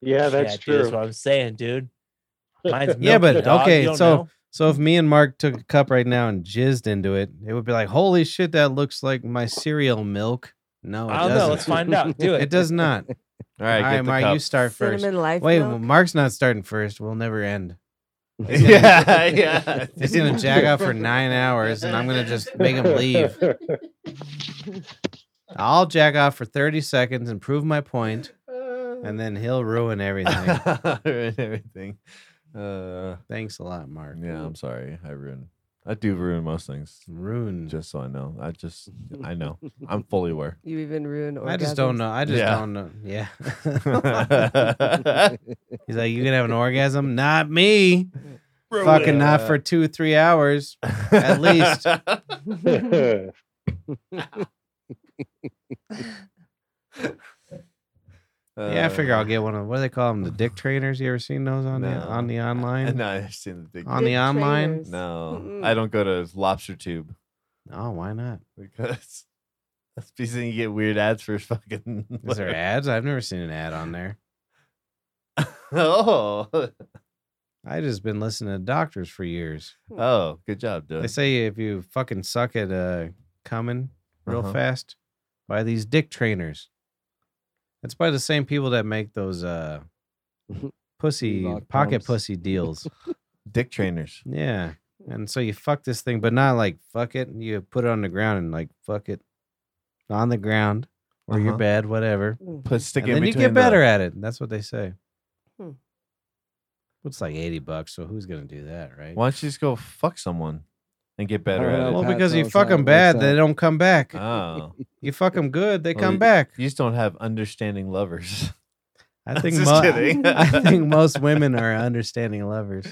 Speaker 6: Yeah, that's
Speaker 4: dude,
Speaker 6: true.
Speaker 4: that's what i'm saying dude Mine's
Speaker 2: Yeah,
Speaker 4: milky,
Speaker 2: but
Speaker 4: dog. You
Speaker 2: okay,
Speaker 4: don't
Speaker 2: so-
Speaker 4: know?
Speaker 2: So if me and Mark took a cup right now and jizzed into it, it would be like, holy shit, that looks like my cereal milk. No, it
Speaker 4: I don't know.
Speaker 2: doesn't.
Speaker 4: Let's find out. Do it.
Speaker 2: It does not.
Speaker 5: All
Speaker 2: All
Speaker 5: right,
Speaker 2: right,
Speaker 5: get the
Speaker 2: Mark,
Speaker 5: cup.
Speaker 2: you start
Speaker 3: Cinnamon
Speaker 2: first.
Speaker 3: life
Speaker 2: Wait,
Speaker 3: milk?
Speaker 2: Mark's not starting first. We'll never end.
Speaker 5: yeah, yeah.
Speaker 2: He's gonna jack out for nine hours, and I'm gonna just make him leave. I'll jack off for 30 seconds and prove my point, and then he'll ruin everything.
Speaker 5: Ruined everything. Uh,
Speaker 2: Thanks a lot, Mark.
Speaker 5: yeah, I'm sorry. I ruin. I do ruin most things.
Speaker 2: Ruin.
Speaker 5: Just so I know. I just. I know. I'm fully aware.
Speaker 3: You even ruin.
Speaker 2: I just don't
Speaker 3: orgasms.
Speaker 2: know. I just
Speaker 5: Yeah.
Speaker 2: don't know. Yeah.
Speaker 5: Fucking
Speaker 2: He's like, you can have an orgasm, not me. Fucking not for two, three hours. At least.
Speaker 5: Uh.
Speaker 2: yeah, I figure I'll get one of what do they call them? The dick trainers. You ever seen those on the
Speaker 5: No.
Speaker 2: on the
Speaker 5: Uh,
Speaker 2: online?
Speaker 5: no, I've seen the big.
Speaker 2: On the
Speaker 3: Dick
Speaker 2: online?
Speaker 3: trainers.
Speaker 5: no,
Speaker 3: Mm-mm.
Speaker 5: I don't go to Lobster Tube
Speaker 2: Oh, why not?
Speaker 5: because that's because then you get weird ads for fucking.
Speaker 2: Is there ads? I've never seen an ad on there.
Speaker 5: oh,
Speaker 2: I just been listening to doctors for years.
Speaker 5: oh, good job, dude.
Speaker 2: They say if you fucking suck at uh coming real
Speaker 5: Uh-huh.
Speaker 2: fast, buy these dick trainers. It's by the same people that make those uh pussy
Speaker 7: Reebok
Speaker 2: pocket
Speaker 7: pumps.
Speaker 2: pussy deals.
Speaker 5: Dick trainers.
Speaker 2: yeah.
Speaker 5: Mm.
Speaker 2: And so you fuck this thing, but not like fuck it. You put it on the ground and like fuck it on the ground or your
Speaker 5: Uh-huh.
Speaker 2: bed, whatever.
Speaker 5: Put stick
Speaker 2: And
Speaker 5: it in
Speaker 2: then you
Speaker 5: between
Speaker 2: get better
Speaker 5: the-
Speaker 2: at it. That's what they say.
Speaker 3: Hmm.
Speaker 2: It's like eighty bucks, so who's gonna do that, right?
Speaker 5: Why don't you just go fuck someone and get better
Speaker 7: Alright,
Speaker 5: at
Speaker 2: Well,
Speaker 5: it?
Speaker 7: Pat
Speaker 2: because you
Speaker 7: tells
Speaker 2: fuck
Speaker 7: how it
Speaker 2: them
Speaker 7: works
Speaker 2: bad, they
Speaker 7: out.
Speaker 2: don't come back.
Speaker 5: Oh,
Speaker 2: You fuck them good, they
Speaker 5: Well,
Speaker 2: come
Speaker 5: you-
Speaker 2: back.
Speaker 5: you just don't have understanding lovers.
Speaker 2: I think
Speaker 5: just
Speaker 2: mo-
Speaker 5: kidding.
Speaker 2: I think most women are understanding lovers,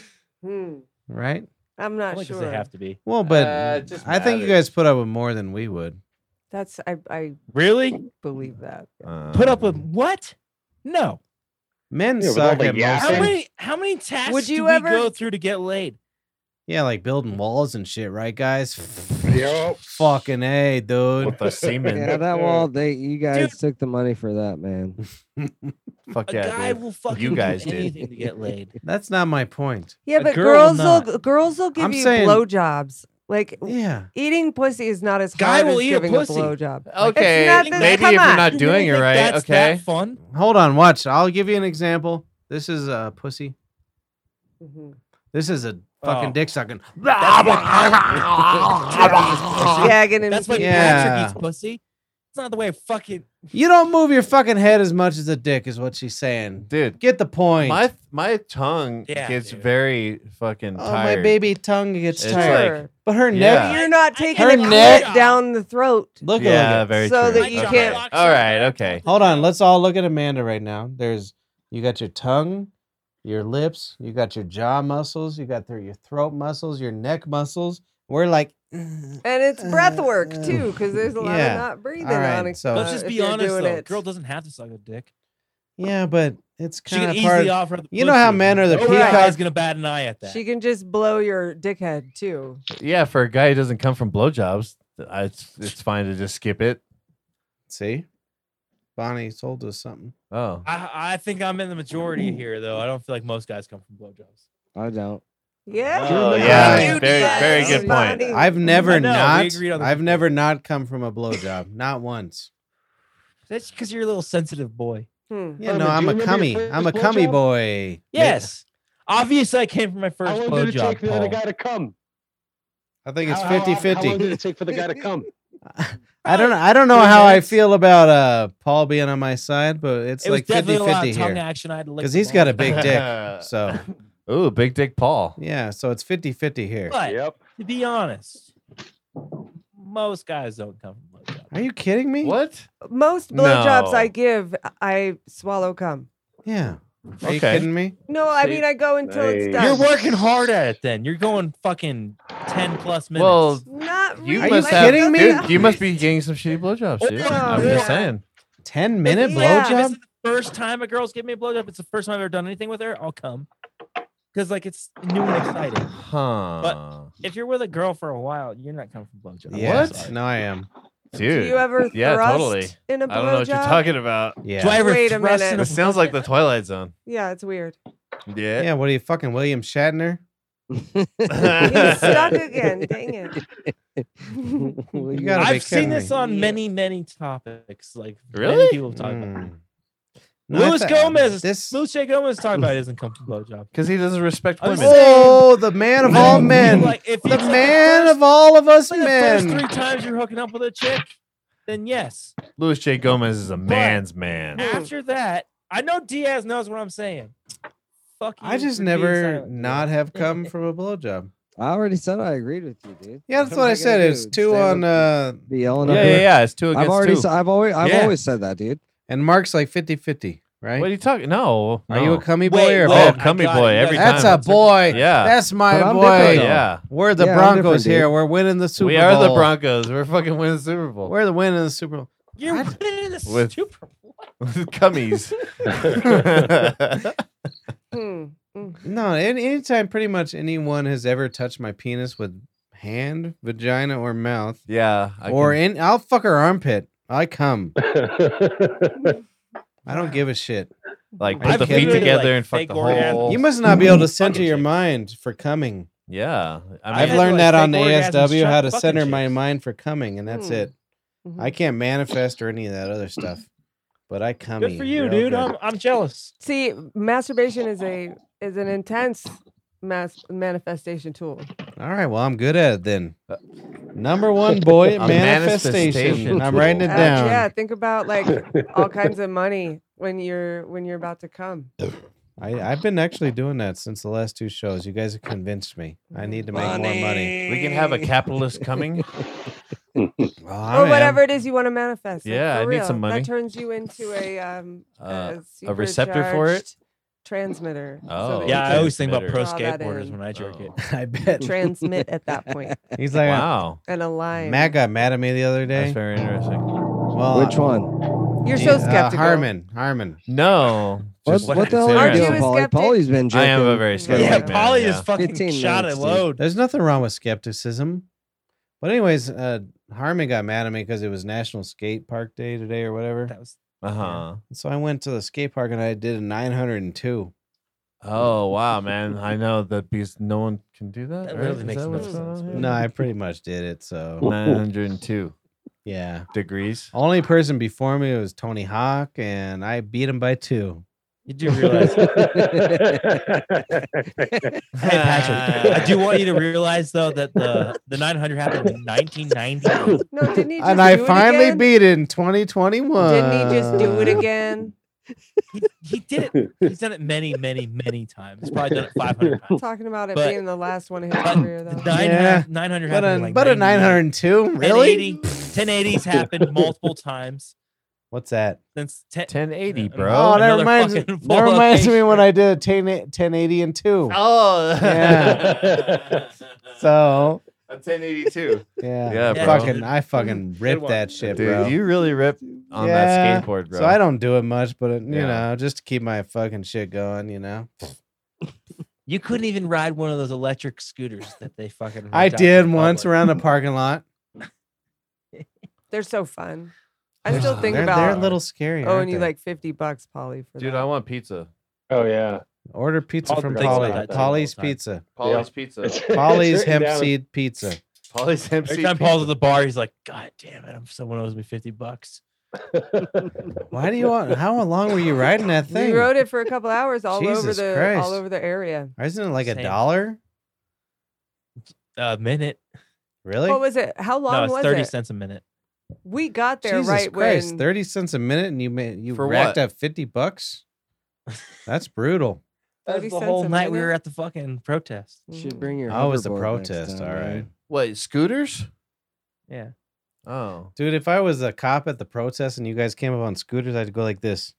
Speaker 3: Hmm.
Speaker 2: right?
Speaker 3: I'm
Speaker 4: I
Speaker 3: not
Speaker 4: like 'cause
Speaker 3: sure.
Speaker 4: they have to be.
Speaker 2: Well, but
Speaker 5: Uh, it just
Speaker 2: I think you
Speaker 5: matters.
Speaker 2: guys put up with more than we would.
Speaker 3: That's I I
Speaker 4: Really?
Speaker 3: believe
Speaker 4: Mm.
Speaker 3: that.
Speaker 4: Put up with
Speaker 5: Um,
Speaker 4: what? No.
Speaker 2: Men
Speaker 6: Yeah, with all
Speaker 2: suck
Speaker 6: the
Speaker 2: at
Speaker 6: yapping.
Speaker 2: most
Speaker 4: How
Speaker 6: Same.
Speaker 2: things.
Speaker 4: many how many tasks
Speaker 3: Would
Speaker 4: do
Speaker 3: you
Speaker 4: we
Speaker 3: ever-
Speaker 4: go through to get laid?
Speaker 2: Yeah, like building walls and shit, right, guys?
Speaker 6: Yep.
Speaker 2: Fucking a, dude.
Speaker 5: with the semen.
Speaker 7: Yeah, that wall. They you guys took the money for that, man.
Speaker 5: Fuck
Speaker 4: A
Speaker 5: yeah,
Speaker 4: guy
Speaker 5: dude.
Speaker 4: will fucking
Speaker 5: You guys
Speaker 4: do
Speaker 5: did.
Speaker 4: anything to get laid.
Speaker 2: That's not my point.
Speaker 3: Yeah,
Speaker 4: A
Speaker 3: but
Speaker 4: girl will
Speaker 3: girls will girls will give
Speaker 2: I'm
Speaker 3: you
Speaker 2: saying-
Speaker 3: blowjobs. Like
Speaker 2: Yeah,
Speaker 3: eating pussy is not as
Speaker 4: Guy
Speaker 3: hard
Speaker 4: will
Speaker 3: as
Speaker 4: eat a
Speaker 3: giving a,
Speaker 4: pussy.
Speaker 3: blowjob.
Speaker 5: Okay,
Speaker 3: It's not that-
Speaker 5: maybe
Speaker 3: come
Speaker 5: if you're
Speaker 3: on.
Speaker 5: not
Speaker 4: You
Speaker 5: doing
Speaker 4: really
Speaker 5: it
Speaker 4: think
Speaker 5: right,
Speaker 4: that's
Speaker 5: okay.
Speaker 4: That fun.
Speaker 2: hold on, watch. I'll give you an example. This is a pussy.
Speaker 4: Mm-hmm.
Speaker 3: Mhm.
Speaker 2: This is a fucking
Speaker 4: Oh.
Speaker 2: dick sucking.
Speaker 3: Gagging and
Speaker 4: That's why
Speaker 3: peeing.
Speaker 2: Yeah.
Speaker 4: Patrick eats pussy. It's not the way I fucking
Speaker 2: You don't move your fucking head as much as a dick, is what she's saying.
Speaker 5: dude.
Speaker 2: Get the point.
Speaker 5: My my tongue
Speaker 4: Yeah,
Speaker 5: gets
Speaker 4: dude.
Speaker 5: very fucking
Speaker 2: oh,
Speaker 5: tired.
Speaker 2: my baby tongue gets
Speaker 5: It's
Speaker 2: tired.
Speaker 5: like-
Speaker 3: Sure.
Speaker 2: but her
Speaker 5: Yeah.
Speaker 2: neck.
Speaker 3: You're not taking
Speaker 2: Her
Speaker 3: a
Speaker 2: neck-
Speaker 3: clit down the throat.
Speaker 2: Look
Speaker 5: Yeah,
Speaker 2: at it.
Speaker 5: very true.
Speaker 3: So that you
Speaker 5: Okay.
Speaker 3: can't-
Speaker 5: All right, okay.
Speaker 2: Hold on. Let's all look at Amanda right now. There's you got your tongue, your lips, you got your jaw muscles, you got through your throat muscles, your neck muscles. We're like, "Ugh."
Speaker 3: And it's breath
Speaker 2: Uh,
Speaker 3: work
Speaker 2: uh,
Speaker 3: too, because there's a lot
Speaker 2: yeah.
Speaker 3: of not breathing
Speaker 2: All right,
Speaker 3: on it. uh,
Speaker 2: so-
Speaker 4: Let's just
Speaker 3: if
Speaker 4: be
Speaker 3: you're
Speaker 4: honest
Speaker 3: doing
Speaker 4: though.
Speaker 3: It.
Speaker 4: Girl doesn't have to suck a dick.
Speaker 2: yeah, but it's
Speaker 4: She
Speaker 2: kind
Speaker 4: can
Speaker 2: of part.
Speaker 4: easily offer the
Speaker 2: you know how
Speaker 4: pussy.
Speaker 2: men are the
Speaker 4: No guy's
Speaker 2: peacock-
Speaker 4: gonna bat an eye at that.
Speaker 3: she can just blow your dickhead too.
Speaker 5: Yeah, for a guy who doesn't come from blowjobs, I- it's it's fine to just skip it.
Speaker 2: See, Bonnie told us something.
Speaker 5: Oh,
Speaker 4: I, I think I'm in the majority here though. I don't feel like most guys come from blowjobs.
Speaker 7: I don't.
Speaker 3: Yeah.
Speaker 5: Oh,
Speaker 2: yeah,
Speaker 5: very- very good point.
Speaker 2: I've never
Speaker 4: Mm, I know, we
Speaker 2: not.
Speaker 4: agreed on this
Speaker 2: I've
Speaker 4: before.
Speaker 2: never not come from a blowjob. not once.
Speaker 4: That's because you're a little sensitive boy.
Speaker 3: Hmm.
Speaker 2: Yeah,
Speaker 6: Herman,
Speaker 2: no,
Speaker 6: do
Speaker 2: I'm
Speaker 6: you
Speaker 2: a
Speaker 6: remember your
Speaker 2: cummy. I'm a
Speaker 6: first
Speaker 2: cummy
Speaker 6: blowjob?
Speaker 2: boy.
Speaker 4: Yes. Obviously, I came from my
Speaker 6: How
Speaker 4: first
Speaker 6: long did it
Speaker 4: blowjob.
Speaker 6: take for the
Speaker 4: Paul.
Speaker 6: guy to come?
Speaker 2: I think it's
Speaker 6: How- how-
Speaker 2: 50
Speaker 6: How long
Speaker 2: 50.
Speaker 6: did it take for the guy to come?
Speaker 2: I don't know. I don't know
Speaker 4: Three
Speaker 2: how I
Speaker 4: minutes.
Speaker 2: feel about uh Paul being on my side, but it's
Speaker 4: It was
Speaker 2: like 50
Speaker 4: definitely a lot
Speaker 2: 50
Speaker 4: of tongue
Speaker 2: here.
Speaker 4: action. I had to lick
Speaker 2: 'Cause
Speaker 4: them
Speaker 2: he's got
Speaker 4: all.
Speaker 2: a big dick. So,
Speaker 5: Ooh, big dick Paul.
Speaker 2: yeah, so it's 50 50 here.
Speaker 4: But
Speaker 6: Yep.
Speaker 4: to be honest, most guys don't come from blowjobs.
Speaker 2: Are you kidding me?
Speaker 5: What?
Speaker 3: Most blowjobs
Speaker 5: No.
Speaker 3: I give, I swallow cum.
Speaker 2: Yeah. Are you
Speaker 5: Okay.
Speaker 2: kidding me?
Speaker 3: No, I
Speaker 5: See?
Speaker 3: mean I go until it's
Speaker 6: Nice.
Speaker 3: done.
Speaker 4: You're working hard at it then. You're going fucking 10 plus minutes.
Speaker 5: Well,
Speaker 3: Not really.
Speaker 5: you
Speaker 2: Are you
Speaker 5: must
Speaker 3: like,
Speaker 5: have.
Speaker 2: kidding me?
Speaker 5: Dude, you must be getting some shitty blowjobs, dude. I'm
Speaker 3: Yeah.
Speaker 5: just saying.
Speaker 2: 10 minute
Speaker 3: Yeah.
Speaker 4: If it's
Speaker 2: blowjob?
Speaker 4: the first time a girl's giving me a blowjob, it's the first time I've ever done anything with her, I'll come. Because, like, it's new and exciting.
Speaker 5: Huh.
Speaker 4: If you're with a girl for a while, you're not coming from blowjobs. I'm
Speaker 2: Yeah,
Speaker 4: sorry.
Speaker 2: No, I am.
Speaker 5: dude.
Speaker 3: Do you ever
Speaker 5: yeah,
Speaker 3: thrust
Speaker 5: totally.
Speaker 3: in a blowjob?
Speaker 5: I don't know what you're talking about.
Speaker 2: Yeah.
Speaker 4: Do I ever
Speaker 3: Wait a
Speaker 4: thrust in
Speaker 3: minute.
Speaker 4: a
Speaker 5: It sounds like the
Speaker 4: blowjob?
Speaker 5: Twilight Zone.
Speaker 3: Yeah, it's weird.
Speaker 2: Yeah, what are you fucking William Shatner?
Speaker 3: He's stuck again. Dang it.
Speaker 7: Well,
Speaker 2: You gotta be
Speaker 4: I've seen
Speaker 2: kidding
Speaker 4: this
Speaker 2: me.
Speaker 4: on many, many topics. Like,
Speaker 5: Really?
Speaker 4: many people have talked about
Speaker 2: Mm.
Speaker 4: it.
Speaker 2: No, I
Speaker 4: Luis
Speaker 2: thought-
Speaker 4: Gomez is-
Speaker 2: This,
Speaker 4: Luce J. Gomez talked about it doesn't come from blowjob.
Speaker 5: Because he doesn't respect
Speaker 4: I'm
Speaker 5: women.
Speaker 4: saying-
Speaker 2: oh, the man of all men.
Speaker 4: Like, if
Speaker 2: the
Speaker 4: it's like
Speaker 2: man
Speaker 4: first-
Speaker 2: of all of us
Speaker 4: It's like the
Speaker 2: men.
Speaker 4: first three times you're hooking up with a chick, then yes.
Speaker 5: Louis J. Gomez is a man's man.
Speaker 4: After that, I know Diaz knows what I'm saying. Fuck you
Speaker 2: I just
Speaker 4: for being
Speaker 2: never
Speaker 4: silent,
Speaker 2: not have come from a blowjob.
Speaker 7: I already said I agreed with you, dude.
Speaker 2: Yeah, that's
Speaker 7: am
Speaker 2: what I
Speaker 7: gonna
Speaker 2: said.
Speaker 7: do?
Speaker 2: It's two on
Speaker 7: Stand up
Speaker 2: uh
Speaker 7: and be yelling.
Speaker 5: Yeah,
Speaker 7: up
Speaker 5: yeah,
Speaker 7: there?
Speaker 5: yeah. It's two
Speaker 7: I've
Speaker 5: against
Speaker 7: already,
Speaker 5: two.
Speaker 7: said, I've always, I've
Speaker 4: Yeah.
Speaker 7: always said that, dude.
Speaker 2: and Mark's like 50-50, right?
Speaker 5: What are you talking? No,
Speaker 2: Are you a
Speaker 5: no.
Speaker 2: cummy boy
Speaker 4: Wait,
Speaker 2: or a
Speaker 4: wait,
Speaker 2: bad
Speaker 5: Oh,
Speaker 2: boy?
Speaker 4: I
Speaker 5: cummy
Speaker 4: got it.
Speaker 5: boy
Speaker 4: You
Speaker 5: every
Speaker 2: That's
Speaker 4: guys-
Speaker 5: time.
Speaker 2: a boy.
Speaker 5: Yeah.
Speaker 2: That's my
Speaker 7: But I'm
Speaker 2: boy.
Speaker 7: different, though.
Speaker 5: yeah.
Speaker 2: We're the
Speaker 7: Yeah, I'm
Speaker 2: Broncos
Speaker 7: different, dude.
Speaker 2: here. We're winning the Super
Speaker 5: we
Speaker 2: Bowl.
Speaker 5: are the Broncos. We're fucking winning the Super Bowl.
Speaker 2: We're the winning the Super Bowl.
Speaker 4: You're
Speaker 2: I-
Speaker 4: winning the
Speaker 5: With-
Speaker 4: Super Bowl.
Speaker 5: Cummies.
Speaker 3: Hmm. Mm.
Speaker 2: No, any, anytime pretty much anyone has ever touched my penis with hand, vagina, or mouth,
Speaker 5: yeah. I
Speaker 2: or
Speaker 5: can-
Speaker 2: in, I'll fuck her armpit. I come.
Speaker 6: That's
Speaker 2: I don't give a shit.
Speaker 5: like
Speaker 2: I've
Speaker 5: put the
Speaker 2: given
Speaker 5: feet
Speaker 2: it,
Speaker 5: together
Speaker 4: like,
Speaker 5: and fuck
Speaker 4: fake
Speaker 5: the
Speaker 4: orgasm.
Speaker 5: whole.
Speaker 2: You must not be able to center
Speaker 4: Fucking
Speaker 2: your
Speaker 4: shit.
Speaker 2: mind for coming.
Speaker 5: yeah. I mean,
Speaker 2: I've
Speaker 4: had,
Speaker 2: learned
Speaker 4: like,
Speaker 2: that on the
Speaker 4: fake orgasms
Speaker 2: ASW how
Speaker 4: shot
Speaker 2: to
Speaker 4: fucking
Speaker 2: center my
Speaker 4: chicks.
Speaker 2: mind for coming, and that's
Speaker 3: Hmm.
Speaker 2: it.
Speaker 3: Mhm.
Speaker 2: I can't manifest or any of that other stuff, but I come.
Speaker 4: Good for you, dude. I'm, I'm jealous.
Speaker 3: See, masturbation is a is an intense mass manifestation tool.
Speaker 2: All right, well, I'm good at it then. Number one, boy,
Speaker 5: Uh, A
Speaker 2: manifestation.
Speaker 5: manifestation
Speaker 2: I'm writing it
Speaker 3: Uh,
Speaker 2: down.
Speaker 3: yeah, think about like all kinds of money when you're when you're about to come.
Speaker 2: I, I've been actually doing that since the last two shows. You guys have convinced me. I need to make more money.
Speaker 5: we can have a capitalist coming.
Speaker 2: Well,
Speaker 3: or
Speaker 2: I'm-
Speaker 3: whatever it is you want to manifest. like,
Speaker 5: Yeah,
Speaker 3: for
Speaker 5: I need some
Speaker 3: real.
Speaker 5: money.
Speaker 3: That turns you into a um
Speaker 5: Uh,
Speaker 3: a,
Speaker 5: receptor for it?
Speaker 3: supercharged Transmitter.
Speaker 5: Oh.
Speaker 3: that
Speaker 4: Yeah,
Speaker 3: you
Speaker 4: I
Speaker 3: can
Speaker 4: always think about
Speaker 5: Better.
Speaker 4: pro
Speaker 3: Draw that
Speaker 4: skateboarders
Speaker 3: in.
Speaker 4: when I jerk
Speaker 5: Oh.
Speaker 4: it.
Speaker 2: I bet.
Speaker 3: transmit at that point
Speaker 2: He's like,
Speaker 5: wow.
Speaker 3: and align.
Speaker 2: Matt got mad at me the other
Speaker 5: That's
Speaker 2: day.
Speaker 5: very interesting.
Speaker 2: Well,
Speaker 7: Which one?
Speaker 3: You're so
Speaker 2: uh,
Speaker 3: skeptical.
Speaker 2: Harmon. Harmon.
Speaker 5: No.
Speaker 7: What,
Speaker 5: just
Speaker 7: what the hell are you
Speaker 3: Aren't you
Speaker 7: doing,
Speaker 3: a
Speaker 7: Polly?
Speaker 3: skeptic?
Speaker 7: Polly's been
Speaker 5: I
Speaker 7: jerking.
Speaker 5: am a very
Speaker 3: Yeah,
Speaker 5: skeptic
Speaker 4: Yeah,
Speaker 5: man.
Speaker 4: Polly is
Speaker 5: yeah.
Speaker 4: fucking
Speaker 7: 15
Speaker 4: shot
Speaker 7: minutes,
Speaker 4: at
Speaker 7: dude.
Speaker 4: load.
Speaker 2: There's nothing wrong with skepticism. But anyways, uh, Harmon got mad at me because it was National Skate Park Day today or whatever.
Speaker 4: That was
Speaker 5: Uh-huh.
Speaker 2: So I went to the skate park and I did a 902.
Speaker 5: Oh wow, man! I know that because no one can do that.
Speaker 4: That
Speaker 5: right?
Speaker 4: literally
Speaker 5: Is
Speaker 4: makes
Speaker 5: that
Speaker 4: no
Speaker 5: what's going
Speaker 4: sense,
Speaker 5: on
Speaker 4: but-
Speaker 5: here?
Speaker 2: No, I pretty much did it. So
Speaker 5: 902
Speaker 2: yeah.
Speaker 5: degrees.
Speaker 2: Only person before me was Tony Hawk, and I beat him by two.
Speaker 4: you do realize Hey Patrick, I do want you to realize though that the the 900 happened in 1990.
Speaker 3: No, didn't he just
Speaker 2: And I
Speaker 3: do it
Speaker 2: finally
Speaker 3: again?
Speaker 2: beat it in 2021.
Speaker 3: Didn't he just do it again?
Speaker 4: He, he did it. He's done it many, many, many times. He's probably done it 500 times.
Speaker 3: Talking about it
Speaker 4: But-
Speaker 3: being the last one of his
Speaker 4: But
Speaker 3: career,
Speaker 4: the
Speaker 3: though.
Speaker 4: 900,
Speaker 2: Yeah.
Speaker 4: 900
Speaker 2: But
Speaker 4: happened
Speaker 2: a,
Speaker 4: in like
Speaker 2: but a
Speaker 4: 90,
Speaker 2: 902? Really?
Speaker 4: 1080, 1080s happened multiple times
Speaker 2: What's that?
Speaker 4: since 10,
Speaker 5: 1080,
Speaker 4: Oh,
Speaker 5: bro.
Speaker 2: Oh, that
Speaker 4: another
Speaker 2: reminds,
Speaker 4: fucking
Speaker 2: that reminds me
Speaker 4: location.
Speaker 2: when I did a 10, 1080 and two.
Speaker 5: Oh,
Speaker 2: Yeah. So,
Speaker 5: a 1082.
Speaker 2: yeah.
Speaker 5: Yeah,
Speaker 4: bro.
Speaker 2: fucking, I fucking ripped
Speaker 4: one.
Speaker 2: that shit,
Speaker 5: Dude,
Speaker 2: bro.
Speaker 5: you really ripped on
Speaker 2: Yeah.
Speaker 5: that skateboard, bro.
Speaker 2: So I don't do it much, but it, you
Speaker 5: Yeah.
Speaker 2: know, just to keep my fucking shit going, you know.
Speaker 4: You couldn't even ride one of those electric scooters that they fucking.
Speaker 2: I
Speaker 4: rent out to
Speaker 2: did
Speaker 4: the
Speaker 2: once
Speaker 4: public.
Speaker 2: around the parking lot.
Speaker 3: They're so fun. I
Speaker 2: They're-
Speaker 3: still think
Speaker 2: they're,
Speaker 3: about
Speaker 2: they're a little scary.
Speaker 3: owing
Speaker 2: aren't
Speaker 3: you
Speaker 2: they?
Speaker 3: like 50 bucks, Polly, for
Speaker 5: Dude,
Speaker 3: that.
Speaker 5: I want pizza.
Speaker 6: oh yeah.
Speaker 2: order pizza
Speaker 4: Paul
Speaker 2: from
Speaker 4: thinks
Speaker 2: Polly.
Speaker 4: about that
Speaker 2: Polly's
Speaker 4: all the time.
Speaker 2: Pizza.
Speaker 5: Polly's pizza.
Speaker 6: It's- it's
Speaker 2: Polly's
Speaker 6: written
Speaker 2: hemp
Speaker 6: down.
Speaker 2: seed pizza.
Speaker 5: Polly's MC.
Speaker 4: Every time Paul's at the bar, he's like, "God damn it! I'm someone owes me 50 bucks."
Speaker 2: Why do you want? How long were you riding that thing?
Speaker 3: We rode it for a couple hours all over
Speaker 2: Jesus
Speaker 3: the
Speaker 2: Christ.
Speaker 3: all over the area.
Speaker 2: Isn't it like a
Speaker 4: Same.
Speaker 2: dollar?
Speaker 4: A minute?
Speaker 2: Really?
Speaker 3: what was it? How long
Speaker 4: no, it's
Speaker 3: was
Speaker 4: 30
Speaker 3: it?
Speaker 4: cents a minute.
Speaker 3: We got there
Speaker 2: Jesus
Speaker 3: right
Speaker 2: Christ!
Speaker 3: when
Speaker 2: Thirty cents a minute, and you made you
Speaker 5: For
Speaker 2: racked
Speaker 5: what?
Speaker 2: up fifty bucks. That's brutal.
Speaker 4: That
Speaker 3: 30
Speaker 4: was the
Speaker 3: cents
Speaker 4: whole
Speaker 3: a
Speaker 4: night we
Speaker 3: minute?
Speaker 4: were at the fucking protest.
Speaker 7: Should bring your.
Speaker 2: Oh, it was the
Speaker 7: hoverboard next
Speaker 2: protest.
Speaker 7: time,
Speaker 2: All
Speaker 7: man.
Speaker 2: right,
Speaker 5: Wait, scooters?
Speaker 4: Yeah.
Speaker 5: Oh.
Speaker 2: dude. If I was a cop at the protest and you guys came up on scooters, I'd go like this.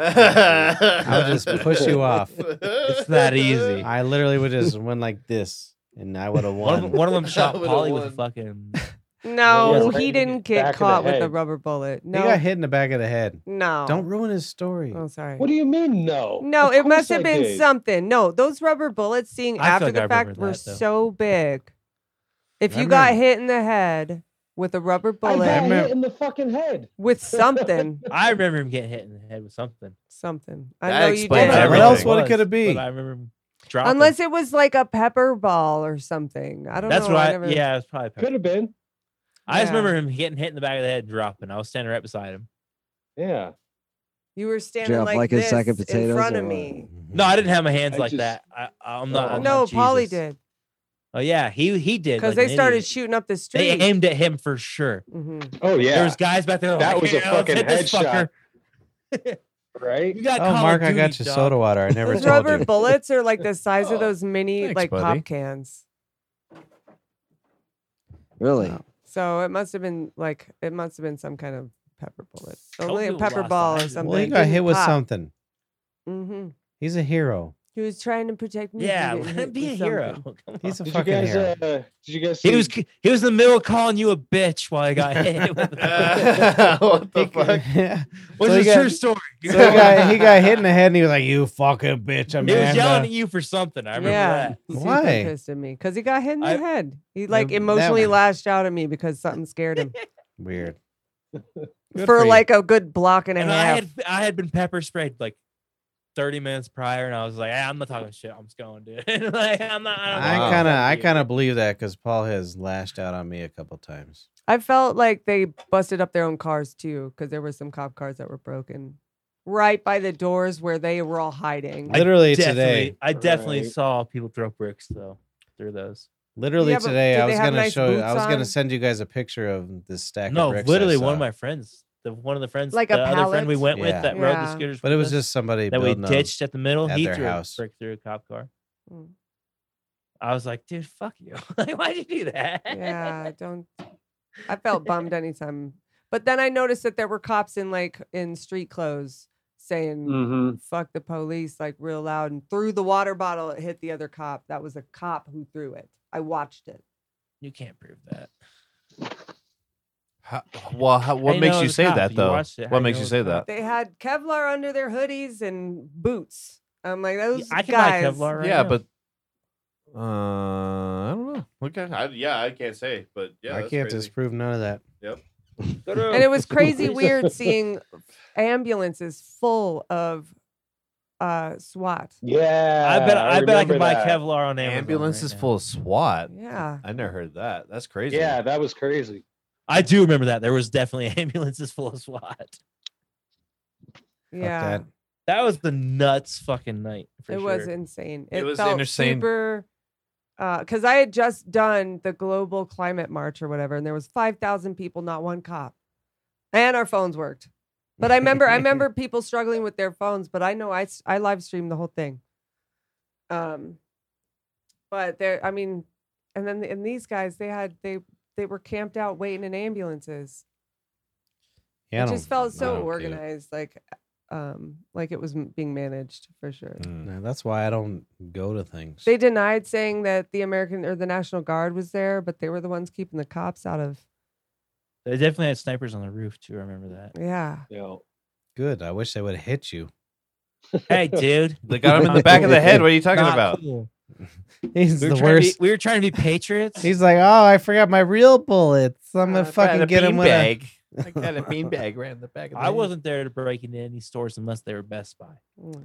Speaker 5: I'll
Speaker 2: just push you off.
Speaker 4: It's that easy.
Speaker 2: I literally would just went like this, and I would have
Speaker 4: One,
Speaker 2: won.
Speaker 4: of, one of them shot
Speaker 5: would've
Speaker 4: Polly with a
Speaker 5: won.
Speaker 4: fucking.
Speaker 3: No,
Speaker 6: Yeah.
Speaker 3: he didn't get
Speaker 6: Back of the
Speaker 3: caught with a
Speaker 6: head.
Speaker 3: rubber bullet.
Speaker 2: He got
Speaker 3: No,
Speaker 2: hit in the back of the head.
Speaker 3: no.
Speaker 2: Don't ruin his story.
Speaker 3: Oh, sorry.
Speaker 6: What do you mean no?
Speaker 3: no,
Speaker 6: Oh, Of
Speaker 3: it must
Speaker 6: course
Speaker 3: have
Speaker 6: I
Speaker 3: been
Speaker 6: did.
Speaker 3: something. No, those rubber bullets, seeing
Speaker 4: I feel
Speaker 3: after
Speaker 4: like I
Speaker 3: the fact,
Speaker 4: remember
Speaker 3: were
Speaker 4: that, though.
Speaker 3: so big. If
Speaker 2: I
Speaker 3: you got
Speaker 2: remember.
Speaker 3: hit in the head with a rubber
Speaker 6: I
Speaker 3: bullet,
Speaker 6: got
Speaker 2: remember-
Speaker 6: hit in the fucking head.
Speaker 3: with something,
Speaker 4: I remember him getting hit in the head with something.
Speaker 3: something. I
Speaker 5: That
Speaker 3: know you
Speaker 5: explains
Speaker 3: did.
Speaker 2: What
Speaker 5: everything.
Speaker 2: else would it could
Speaker 4: Was,
Speaker 2: it be?
Speaker 4: but I remember him dropping.
Speaker 3: Unless it was like a pepper ball or something. I don't
Speaker 4: that's
Speaker 3: know.
Speaker 4: what I.
Speaker 3: never...
Speaker 4: Yeah, it was probably. Pepper.
Speaker 6: Could have been.
Speaker 4: I just
Speaker 3: Yeah.
Speaker 4: remember him getting hit in the back of the head, and dropping. I was standing right beside him.
Speaker 6: Yeah.
Speaker 3: You were standing
Speaker 7: Jeff,
Speaker 3: like,
Speaker 7: like a
Speaker 3: this
Speaker 7: sack of
Speaker 3: in
Speaker 7: potatoes
Speaker 3: front
Speaker 7: or
Speaker 3: of
Speaker 7: what?
Speaker 3: me.
Speaker 4: No, I didn't have my hands
Speaker 6: I
Speaker 4: like
Speaker 6: just-
Speaker 4: that. I, I'm not.
Speaker 6: Oh.
Speaker 4: I'm
Speaker 3: no,
Speaker 4: not
Speaker 3: Polly
Speaker 4: Jesus.
Speaker 3: did
Speaker 4: Oh yeah, he he did.
Speaker 3: because
Speaker 4: like
Speaker 3: they
Speaker 4: an
Speaker 3: started
Speaker 4: idiot.
Speaker 3: shooting up the street.
Speaker 4: They aimed at him for sure.
Speaker 3: hmm
Speaker 6: Oh yeah.
Speaker 4: There was guys back there.
Speaker 6: That
Speaker 4: like,
Speaker 6: was a
Speaker 4: "Yeah, let's
Speaker 6: fucking
Speaker 4: hit this
Speaker 6: headshot.
Speaker 4: fucker."
Speaker 6: right.
Speaker 4: You got
Speaker 2: Oh,
Speaker 4: Call of
Speaker 2: Mark, I got you
Speaker 4: Duty, dog.
Speaker 2: soda water. I never
Speaker 3: Those
Speaker 2: told
Speaker 3: rubber
Speaker 2: you.
Speaker 3: bullets are like the size of those mini
Speaker 5: Thanks,
Speaker 3: like
Speaker 5: buddy.
Speaker 3: pop cans.
Speaker 7: Really?
Speaker 3: So it must have been like it must have been some kind of pepper bullet,
Speaker 4: Kobe
Speaker 3: only a
Speaker 4: was
Speaker 3: pepper
Speaker 4: lost
Speaker 3: ball or
Speaker 4: eyes.
Speaker 3: something.
Speaker 2: Well, he got hit with something.
Speaker 3: Mm-hmm.
Speaker 2: He's a hero.
Speaker 3: He He was trying to protect me. from
Speaker 4: Yeah,
Speaker 3: getting hit
Speaker 4: be a
Speaker 3: with
Speaker 4: hero.
Speaker 3: something.
Speaker 4: Come on.
Speaker 2: He's a
Speaker 6: Did you
Speaker 2: fucking
Speaker 6: guys?
Speaker 2: hero.
Speaker 6: Uh, did you guys? See,
Speaker 4: He was c- he was in the middle of calling you a bitch while I got hit. With
Speaker 5: what the fuck?
Speaker 2: yeah.
Speaker 4: What's
Speaker 2: So
Speaker 4: uh, the
Speaker 2: he got-
Speaker 4: true story?
Speaker 2: So he got he got hit in the head and he was like, "You fucking bitch,
Speaker 4: He was yelling at
Speaker 2: Amanda."
Speaker 4: you for something. I remember
Speaker 3: Yeah,
Speaker 4: that.
Speaker 3: super
Speaker 2: Why?
Speaker 3: pissed at me because he got hit in the
Speaker 4: I-
Speaker 3: head. He like
Speaker 2: that-
Speaker 3: emotionally lashed out at me because something scared him
Speaker 2: Weird.
Speaker 3: for,
Speaker 2: Good for you.
Speaker 3: like a good block and a
Speaker 4: And I
Speaker 3: half.
Speaker 4: had I had been pepper sprayed like 30 minutes prior, and I was like, "Ah, I'm not talking shit. I'm just going, dude. like I'm not. I, don't
Speaker 2: I
Speaker 4: wanna
Speaker 2: kind of
Speaker 4: fuck
Speaker 2: I
Speaker 4: you."
Speaker 2: kind of believe that because Paul has lashed out on me a couple times.
Speaker 3: I felt like they busted up their own cars too because there were some cop cars that were broken right by the doors where they were all hiding.
Speaker 4: I
Speaker 2: Literally
Speaker 4: definitely-
Speaker 2: today,
Speaker 4: I definitely
Speaker 6: Right.
Speaker 4: saw people throw bricks though through those.
Speaker 2: literally
Speaker 3: Yeah, but
Speaker 2: today,
Speaker 3: did
Speaker 2: I
Speaker 3: they
Speaker 2: was
Speaker 3: have
Speaker 2: gonna
Speaker 3: nice
Speaker 2: show you. I
Speaker 3: boots
Speaker 2: was
Speaker 3: on?
Speaker 2: gonna send you guys a picture of this stack.
Speaker 4: No,
Speaker 2: of bricks I
Speaker 4: literally one of
Speaker 2: saw.
Speaker 4: my friends, the one of the friends,
Speaker 3: Like a
Speaker 4: the other friend we
Speaker 3: pallet?
Speaker 4: went
Speaker 2: Yeah.
Speaker 4: with that rode the
Speaker 3: Yeah.
Speaker 4: scooters,
Speaker 2: But it
Speaker 4: with
Speaker 2: was
Speaker 4: us,
Speaker 2: just somebody
Speaker 4: that we
Speaker 2: building a-
Speaker 4: ditched at the middle.
Speaker 2: at
Speaker 4: He
Speaker 2: their
Speaker 4: threw
Speaker 2: house.
Speaker 4: a brick through a cop car.
Speaker 3: Mm.
Speaker 4: I was like, dude, fuck you. like, why'd you do that?
Speaker 3: yeah, I don't. I felt bummed anytime. But then I noticed that there were cops in like in street clothes saying
Speaker 4: Mm.
Speaker 6: Mm-hmm.
Speaker 3: "fuck the police" like real loud and threw the water bottle. It hit the other cop. That was a cop who threw it. I watched it.
Speaker 4: You can't prove that.
Speaker 5: How, well, how,
Speaker 4: How
Speaker 5: what
Speaker 4: you
Speaker 5: makes
Speaker 4: know it
Speaker 5: you
Speaker 4: was
Speaker 5: say
Speaker 4: cop?
Speaker 5: that
Speaker 4: You
Speaker 5: though?
Speaker 4: watched it. How
Speaker 5: What
Speaker 4: you
Speaker 5: makes
Speaker 4: know
Speaker 5: you
Speaker 4: it
Speaker 5: say
Speaker 4: was cop?
Speaker 5: that?
Speaker 3: They had Kevlar under their hoodies and boots. I'm like
Speaker 4: Yeah,
Speaker 3: those
Speaker 4: I can
Speaker 3: guys.
Speaker 4: buy Kevlar right
Speaker 5: yeah,
Speaker 4: now.
Speaker 5: but uh, I don't know. Look at, I, yeah, I can't say, but yeah,
Speaker 2: I
Speaker 5: that's
Speaker 2: can't
Speaker 5: crazy.
Speaker 2: disprove none of that.
Speaker 3: And it was crazy weird seeing ambulances full of uh SWAT.
Speaker 6: Yeah.
Speaker 4: I bet I, bet I
Speaker 6: remember
Speaker 4: can buy
Speaker 6: that.
Speaker 4: Kevlar on Amazon.
Speaker 5: Ambulance
Speaker 4: right
Speaker 5: is
Speaker 4: now.
Speaker 5: full of SWAT.
Speaker 3: Yeah.
Speaker 5: I never heard that. That's crazy.
Speaker 6: Yeah, that was crazy.
Speaker 4: I do remember that. There was definitely ambulances full of SWAT.
Speaker 3: Yeah.
Speaker 2: that.
Speaker 4: That was the nuts fucking night. For
Speaker 3: it
Speaker 4: sure.
Speaker 3: was insane.
Speaker 5: It
Speaker 3: It,
Speaker 5: was
Speaker 3: felt
Speaker 5: insane.
Speaker 3: super. Because I had just done the global climate march or whatever, and there was five thousand people, not one cop, and our phones worked. But I remember, I remember people struggling with their phones. But I know I s- I live streamed the whole thing. Um, but there, I mean, and then and these guys, they had they they were camped out waiting in ambulances.
Speaker 2: Yeah, I
Speaker 3: it
Speaker 2: don't-
Speaker 3: just felt
Speaker 2: I
Speaker 3: so
Speaker 2: don't get it.
Speaker 3: organized, like um, like it was m- being managed for sure.
Speaker 5: Mm.
Speaker 2: No, that's why I don't go to things.
Speaker 3: They denied saying that the American or the National Guard was there, but they were the ones keeping the cops out of.
Speaker 4: They definitely had snipers on the roof too. I remember that.
Speaker 3: Yeah.
Speaker 6: Yeah.
Speaker 2: Good. I wish they would hit you.
Speaker 4: Hey, dude.
Speaker 5: They got him in the back of the head. What are you talking
Speaker 4: Not
Speaker 5: about?
Speaker 4: cool.
Speaker 2: He's the
Speaker 4: We were, trying to be,
Speaker 2: worst.
Speaker 4: we were trying to be patriots.
Speaker 2: He's like, oh, I forgot my real bullets.
Speaker 4: Uh,
Speaker 2: I'm
Speaker 5: I
Speaker 2: gonna
Speaker 5: got
Speaker 2: fucking
Speaker 5: a
Speaker 2: get him with a.
Speaker 5: beanbag. I got a beanbag right in the back of the
Speaker 4: I
Speaker 5: head.
Speaker 4: wasn't there to break into any stores unless they were Best Buy.
Speaker 3: Mm.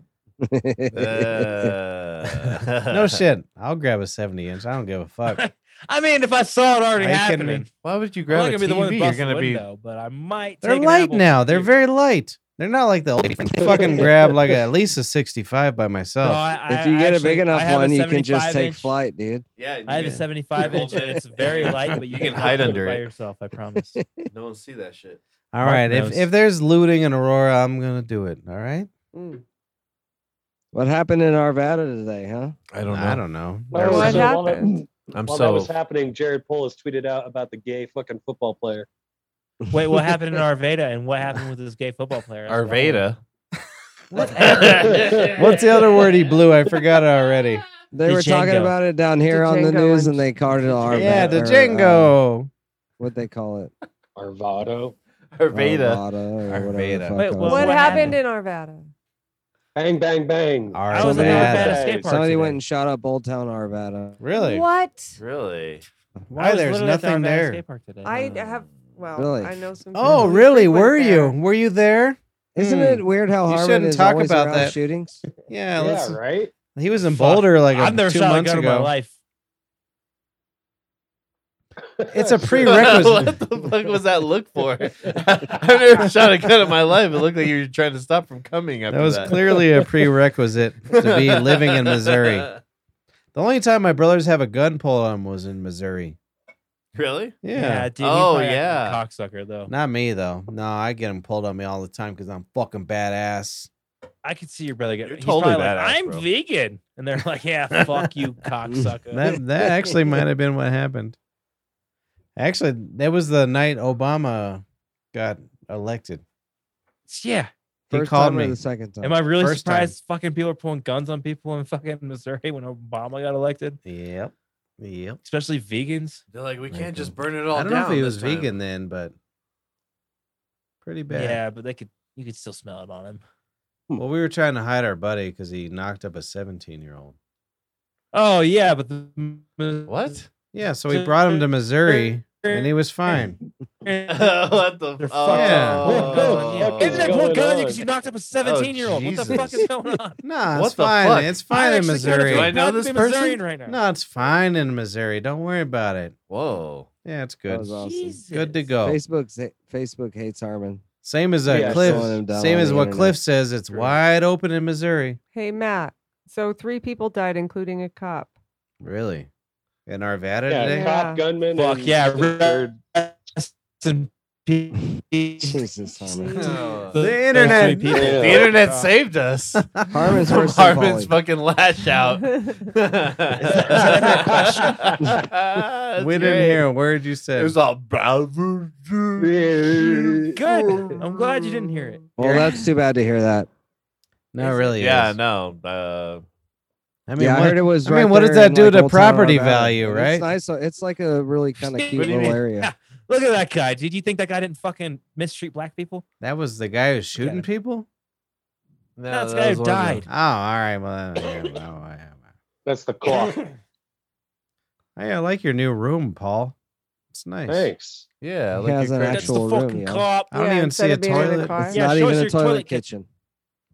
Speaker 5: Uh,
Speaker 2: No shit. I'll grab a 70 inch. I don't give a fuck.
Speaker 4: I mean, if I saw it already
Speaker 2: Are you kidding me?
Speaker 4: happening,
Speaker 5: Why would you
Speaker 4: I'm
Speaker 5: grab
Speaker 4: not
Speaker 5: a
Speaker 4: gonna
Speaker 5: TV?
Speaker 4: be the one that
Speaker 5: You're
Speaker 4: busts the
Speaker 5: gonna be.
Speaker 4: window, but I might.
Speaker 2: They're
Speaker 4: take an
Speaker 2: light
Speaker 4: apple
Speaker 2: now.
Speaker 4: from
Speaker 2: They're
Speaker 4: you.
Speaker 2: very light. They're not like the old fucking grab like a, at least a 65 by
Speaker 4: No,
Speaker 2: myself.
Speaker 4: I-
Speaker 7: if
Speaker 4: I-
Speaker 7: you get
Speaker 4: actually,
Speaker 7: a big enough
Speaker 4: I have a
Speaker 7: one, you can just
Speaker 4: 75
Speaker 7: take
Speaker 4: inch-
Speaker 7: flight, dude.
Speaker 5: Yeah,
Speaker 4: I have a 75 inch, and it's very light, but you,
Speaker 5: You can hide
Speaker 4: hold it
Speaker 5: under
Speaker 4: by
Speaker 5: it.
Speaker 4: yourself. I promise.
Speaker 5: No one see that shit.
Speaker 2: all right. If,
Speaker 4: Oh, knows.
Speaker 2: if there's looting in Aurora, I'm gonna do it. All right.
Speaker 3: Mm.
Speaker 7: What happened in Arvada today, huh?
Speaker 5: I don't know.
Speaker 2: I don't know.
Speaker 3: Well,
Speaker 6: Well,
Speaker 3: what
Speaker 6: so while that-
Speaker 3: happened?
Speaker 5: I'm
Speaker 6: while
Speaker 5: so
Speaker 6: that was happening, Jared Polis tweeted out about the gay fucking football player.
Speaker 4: Wait, what happened in Arvada, and what happened with this gay football player? That's what I wanna-
Speaker 5: Arvada.
Speaker 2: What's the other word he blew? I forgot already.
Speaker 7: They were talking
Speaker 4: Django.
Speaker 7: about it down here on the
Speaker 3: Django
Speaker 7: news,
Speaker 3: and-
Speaker 7: and they called it Arvada.
Speaker 2: Yeah,
Speaker 7: or,
Speaker 2: the
Speaker 7: uh,
Speaker 2: Django.
Speaker 7: what they call it?
Speaker 6: Arvado.
Speaker 5: Arvada.
Speaker 7: Arvada or whatever the
Speaker 2: Arvada.
Speaker 7: fuck
Speaker 4: Wait,
Speaker 7: it
Speaker 4: what-
Speaker 7: was.
Speaker 3: What
Speaker 4: what
Speaker 3: happened in Arvada?
Speaker 6: Bang, bang, bang.
Speaker 2: All
Speaker 4: I was
Speaker 7: So
Speaker 4: in the
Speaker 7: they
Speaker 2: right.
Speaker 7: had-
Speaker 4: Arvada skate park.
Speaker 7: Somebody
Speaker 4: today.
Speaker 7: went and shot up Old Town Arvada.
Speaker 2: Really?
Speaker 3: What?
Speaker 5: Really?
Speaker 4: I
Speaker 2: Why
Speaker 4: was
Speaker 2: there's
Speaker 4: literally at the
Speaker 2: nothing
Speaker 4: Arvada
Speaker 2: there?
Speaker 4: skate park today.
Speaker 3: I d- have. Well,
Speaker 7: Really?
Speaker 3: I know some.
Speaker 2: Oh,
Speaker 3: people who
Speaker 2: really?
Speaker 3: frequent
Speaker 2: Were you?
Speaker 3: there.
Speaker 2: Were you there?
Speaker 7: Isn't
Speaker 2: Hmm.
Speaker 7: it weird how
Speaker 2: You
Speaker 7: Harmon
Speaker 2: shouldn't
Speaker 7: is
Speaker 2: talk
Speaker 7: always
Speaker 2: about
Speaker 7: around
Speaker 2: that.
Speaker 7: shootings?
Speaker 2: Yeah.
Speaker 6: Yeah,
Speaker 2: let's,
Speaker 6: right?
Speaker 2: He was in
Speaker 4: Fuck.
Speaker 2: Boulder like
Speaker 4: I've
Speaker 2: a,
Speaker 4: never
Speaker 2: two
Speaker 4: shot a
Speaker 2: months
Speaker 4: gun in my
Speaker 2: ago.
Speaker 4: life.
Speaker 2: It's a
Speaker 5: what
Speaker 2: prerequisite.
Speaker 5: the fuck was that look for? I've never shot a gun in my life. It looked like you were trying to stop from coming after
Speaker 2: that was clearly a prerequisite to be living in Missouri. The only time my brothers have a gun pulled on 'em was in Missouri.
Speaker 5: Really?
Speaker 2: Yeah.
Speaker 4: dude. you
Speaker 5: Oh,
Speaker 4: probably acted
Speaker 5: yeah.
Speaker 4: like a cocksucker though.
Speaker 2: Not me though. No, I get them pulled on me all the time because I'm fucking badass.
Speaker 4: I could see your brother get.
Speaker 5: You're
Speaker 4: he's
Speaker 5: totally
Speaker 4: probably like,
Speaker 5: badass,
Speaker 4: I'm
Speaker 5: bro."
Speaker 4: vegan, and they're like, "Yeah, fuck you, cocksucker."
Speaker 2: That that actually might have been what happened. Actually, that was the night Obama got elected.
Speaker 4: yeah,
Speaker 2: He
Speaker 7: first
Speaker 2: called
Speaker 7: time or
Speaker 2: me.
Speaker 7: the second time?
Speaker 4: Am I really
Speaker 2: First time.
Speaker 4: surprised fucking people are pulling guns on people in fucking Missouri when Obama got elected?
Speaker 2: Yep. Yep.
Speaker 4: Especially vegans.
Speaker 5: They're like, we
Speaker 2: Like,
Speaker 5: can't
Speaker 2: um,
Speaker 5: just burn it all
Speaker 2: I
Speaker 5: down.
Speaker 2: don't know if he
Speaker 5: this
Speaker 2: was
Speaker 5: time."
Speaker 2: vegan then, but pretty
Speaker 4: Yeah.
Speaker 2: bad.
Speaker 4: but they could you could still smell it on them.
Speaker 2: Well, we were trying to hide our buddy because he knocked up a 17 year old.
Speaker 4: Oh yeah, but the
Speaker 5: What?
Speaker 2: Yeah, so we brought him to Missouri and he was fine.
Speaker 5: what the?
Speaker 4: They're fucked
Speaker 2: up.
Speaker 5: Oh.
Speaker 6: What the
Speaker 4: Give me that
Speaker 6: going
Speaker 4: one gun
Speaker 6: on?
Speaker 4: because you knocked up a 17 year old. What the fuck
Speaker 2: Jesus.
Speaker 4: is going on?
Speaker 2: Nah,
Speaker 5: What
Speaker 2: it's
Speaker 5: the
Speaker 2: fine.
Speaker 5: fuck?
Speaker 2: It's
Speaker 4: I'm
Speaker 2: fine in
Speaker 4: actually gonna
Speaker 2: Missouri.
Speaker 5: Do
Speaker 4: feel
Speaker 5: I know
Speaker 4: bad to
Speaker 5: this
Speaker 4: be
Speaker 5: person?
Speaker 4: Missourian right now.
Speaker 2: No, it's fine in Missouri. Don't worry about it.
Speaker 5: Whoa.
Speaker 2: Yeah, it's
Speaker 7: That
Speaker 2: good.
Speaker 7: was awesome.
Speaker 2: Good to go.
Speaker 7: Facebook Facebook hates Harmon.
Speaker 2: Same as uh,
Speaker 4: Yeah,
Speaker 2: Cliff.
Speaker 7: slowing him down
Speaker 2: Same
Speaker 7: on
Speaker 2: as
Speaker 7: the
Speaker 2: what
Speaker 7: internet.
Speaker 2: Cliff says. It's
Speaker 4: True.
Speaker 2: wide open in Missouri.
Speaker 3: Hey, Matt. So three people died, including a cop.
Speaker 2: Really? In Arvada
Speaker 6: Yeah,
Speaker 2: today?
Speaker 6: cop, gunman.
Speaker 4: Fuck
Speaker 6: and
Speaker 4: yeah.
Speaker 6: the third-
Speaker 4: Rest in peace.
Speaker 7: Jesus, Harmon.
Speaker 2: The
Speaker 5: the
Speaker 4: Those
Speaker 2: internet.
Speaker 4: three people.
Speaker 6: Yeah.
Speaker 5: the internet
Speaker 4: Uh,
Speaker 5: saved us
Speaker 7: Harmon's
Speaker 5: from
Speaker 7: worse than
Speaker 5: Harmon's
Speaker 7: Pauly.
Speaker 5: fucking lash out.
Speaker 2: we didn't hear a word you said.
Speaker 5: It was all bravo.
Speaker 6: Good.
Speaker 4: Good. I'm glad you didn't hear it.
Speaker 7: Well, that's too bad to hear that.
Speaker 2: no, it really.
Speaker 5: Yeah,
Speaker 2: Is.
Speaker 5: no. Uh,
Speaker 2: I mean,
Speaker 7: yeah,
Speaker 2: what,
Speaker 7: I heard it was.
Speaker 2: I mean,
Speaker 7: right
Speaker 2: what does that
Speaker 7: there in,
Speaker 2: do
Speaker 7: like,
Speaker 2: to
Speaker 7: Old Town
Speaker 2: property
Speaker 7: Arvada.
Speaker 2: value,
Speaker 7: And
Speaker 2: right?
Speaker 7: It's nice. so It's like a really kind of
Speaker 4: What
Speaker 7: cute
Speaker 4: do you
Speaker 7: little
Speaker 4: mean?
Speaker 7: area.
Speaker 4: Look at that guy. Did you think that guy didn't fucking mistreat black people?
Speaker 2: that was the guy who's shooting
Speaker 4: Kinda.
Speaker 2: people.
Speaker 5: no,
Speaker 4: No, this
Speaker 5: that
Speaker 4: guy
Speaker 5: was
Speaker 4: who
Speaker 5: one of the-
Speaker 4: died.
Speaker 2: Oh, all right. Well, yeah, well, I,
Speaker 6: That's the clock.
Speaker 2: Hey, I like your new room, Paul. It's nice.
Speaker 6: Thanks.
Speaker 5: Yeah,
Speaker 7: He
Speaker 5: like
Speaker 7: has
Speaker 5: your
Speaker 7: an
Speaker 5: crack-
Speaker 4: That's
Speaker 7: actual-
Speaker 4: the
Speaker 7: room,
Speaker 4: fucking
Speaker 7: yeah.
Speaker 4: cop.
Speaker 2: I don't
Speaker 3: Yeah,
Speaker 2: even see
Speaker 3: instead
Speaker 2: a
Speaker 3: of being in a
Speaker 2: toilet.
Speaker 3: car.
Speaker 7: It's
Speaker 4: Yeah,
Speaker 7: not
Speaker 4: show us
Speaker 7: even a
Speaker 4: your
Speaker 7: toilet,
Speaker 4: toilet
Speaker 7: kitchen.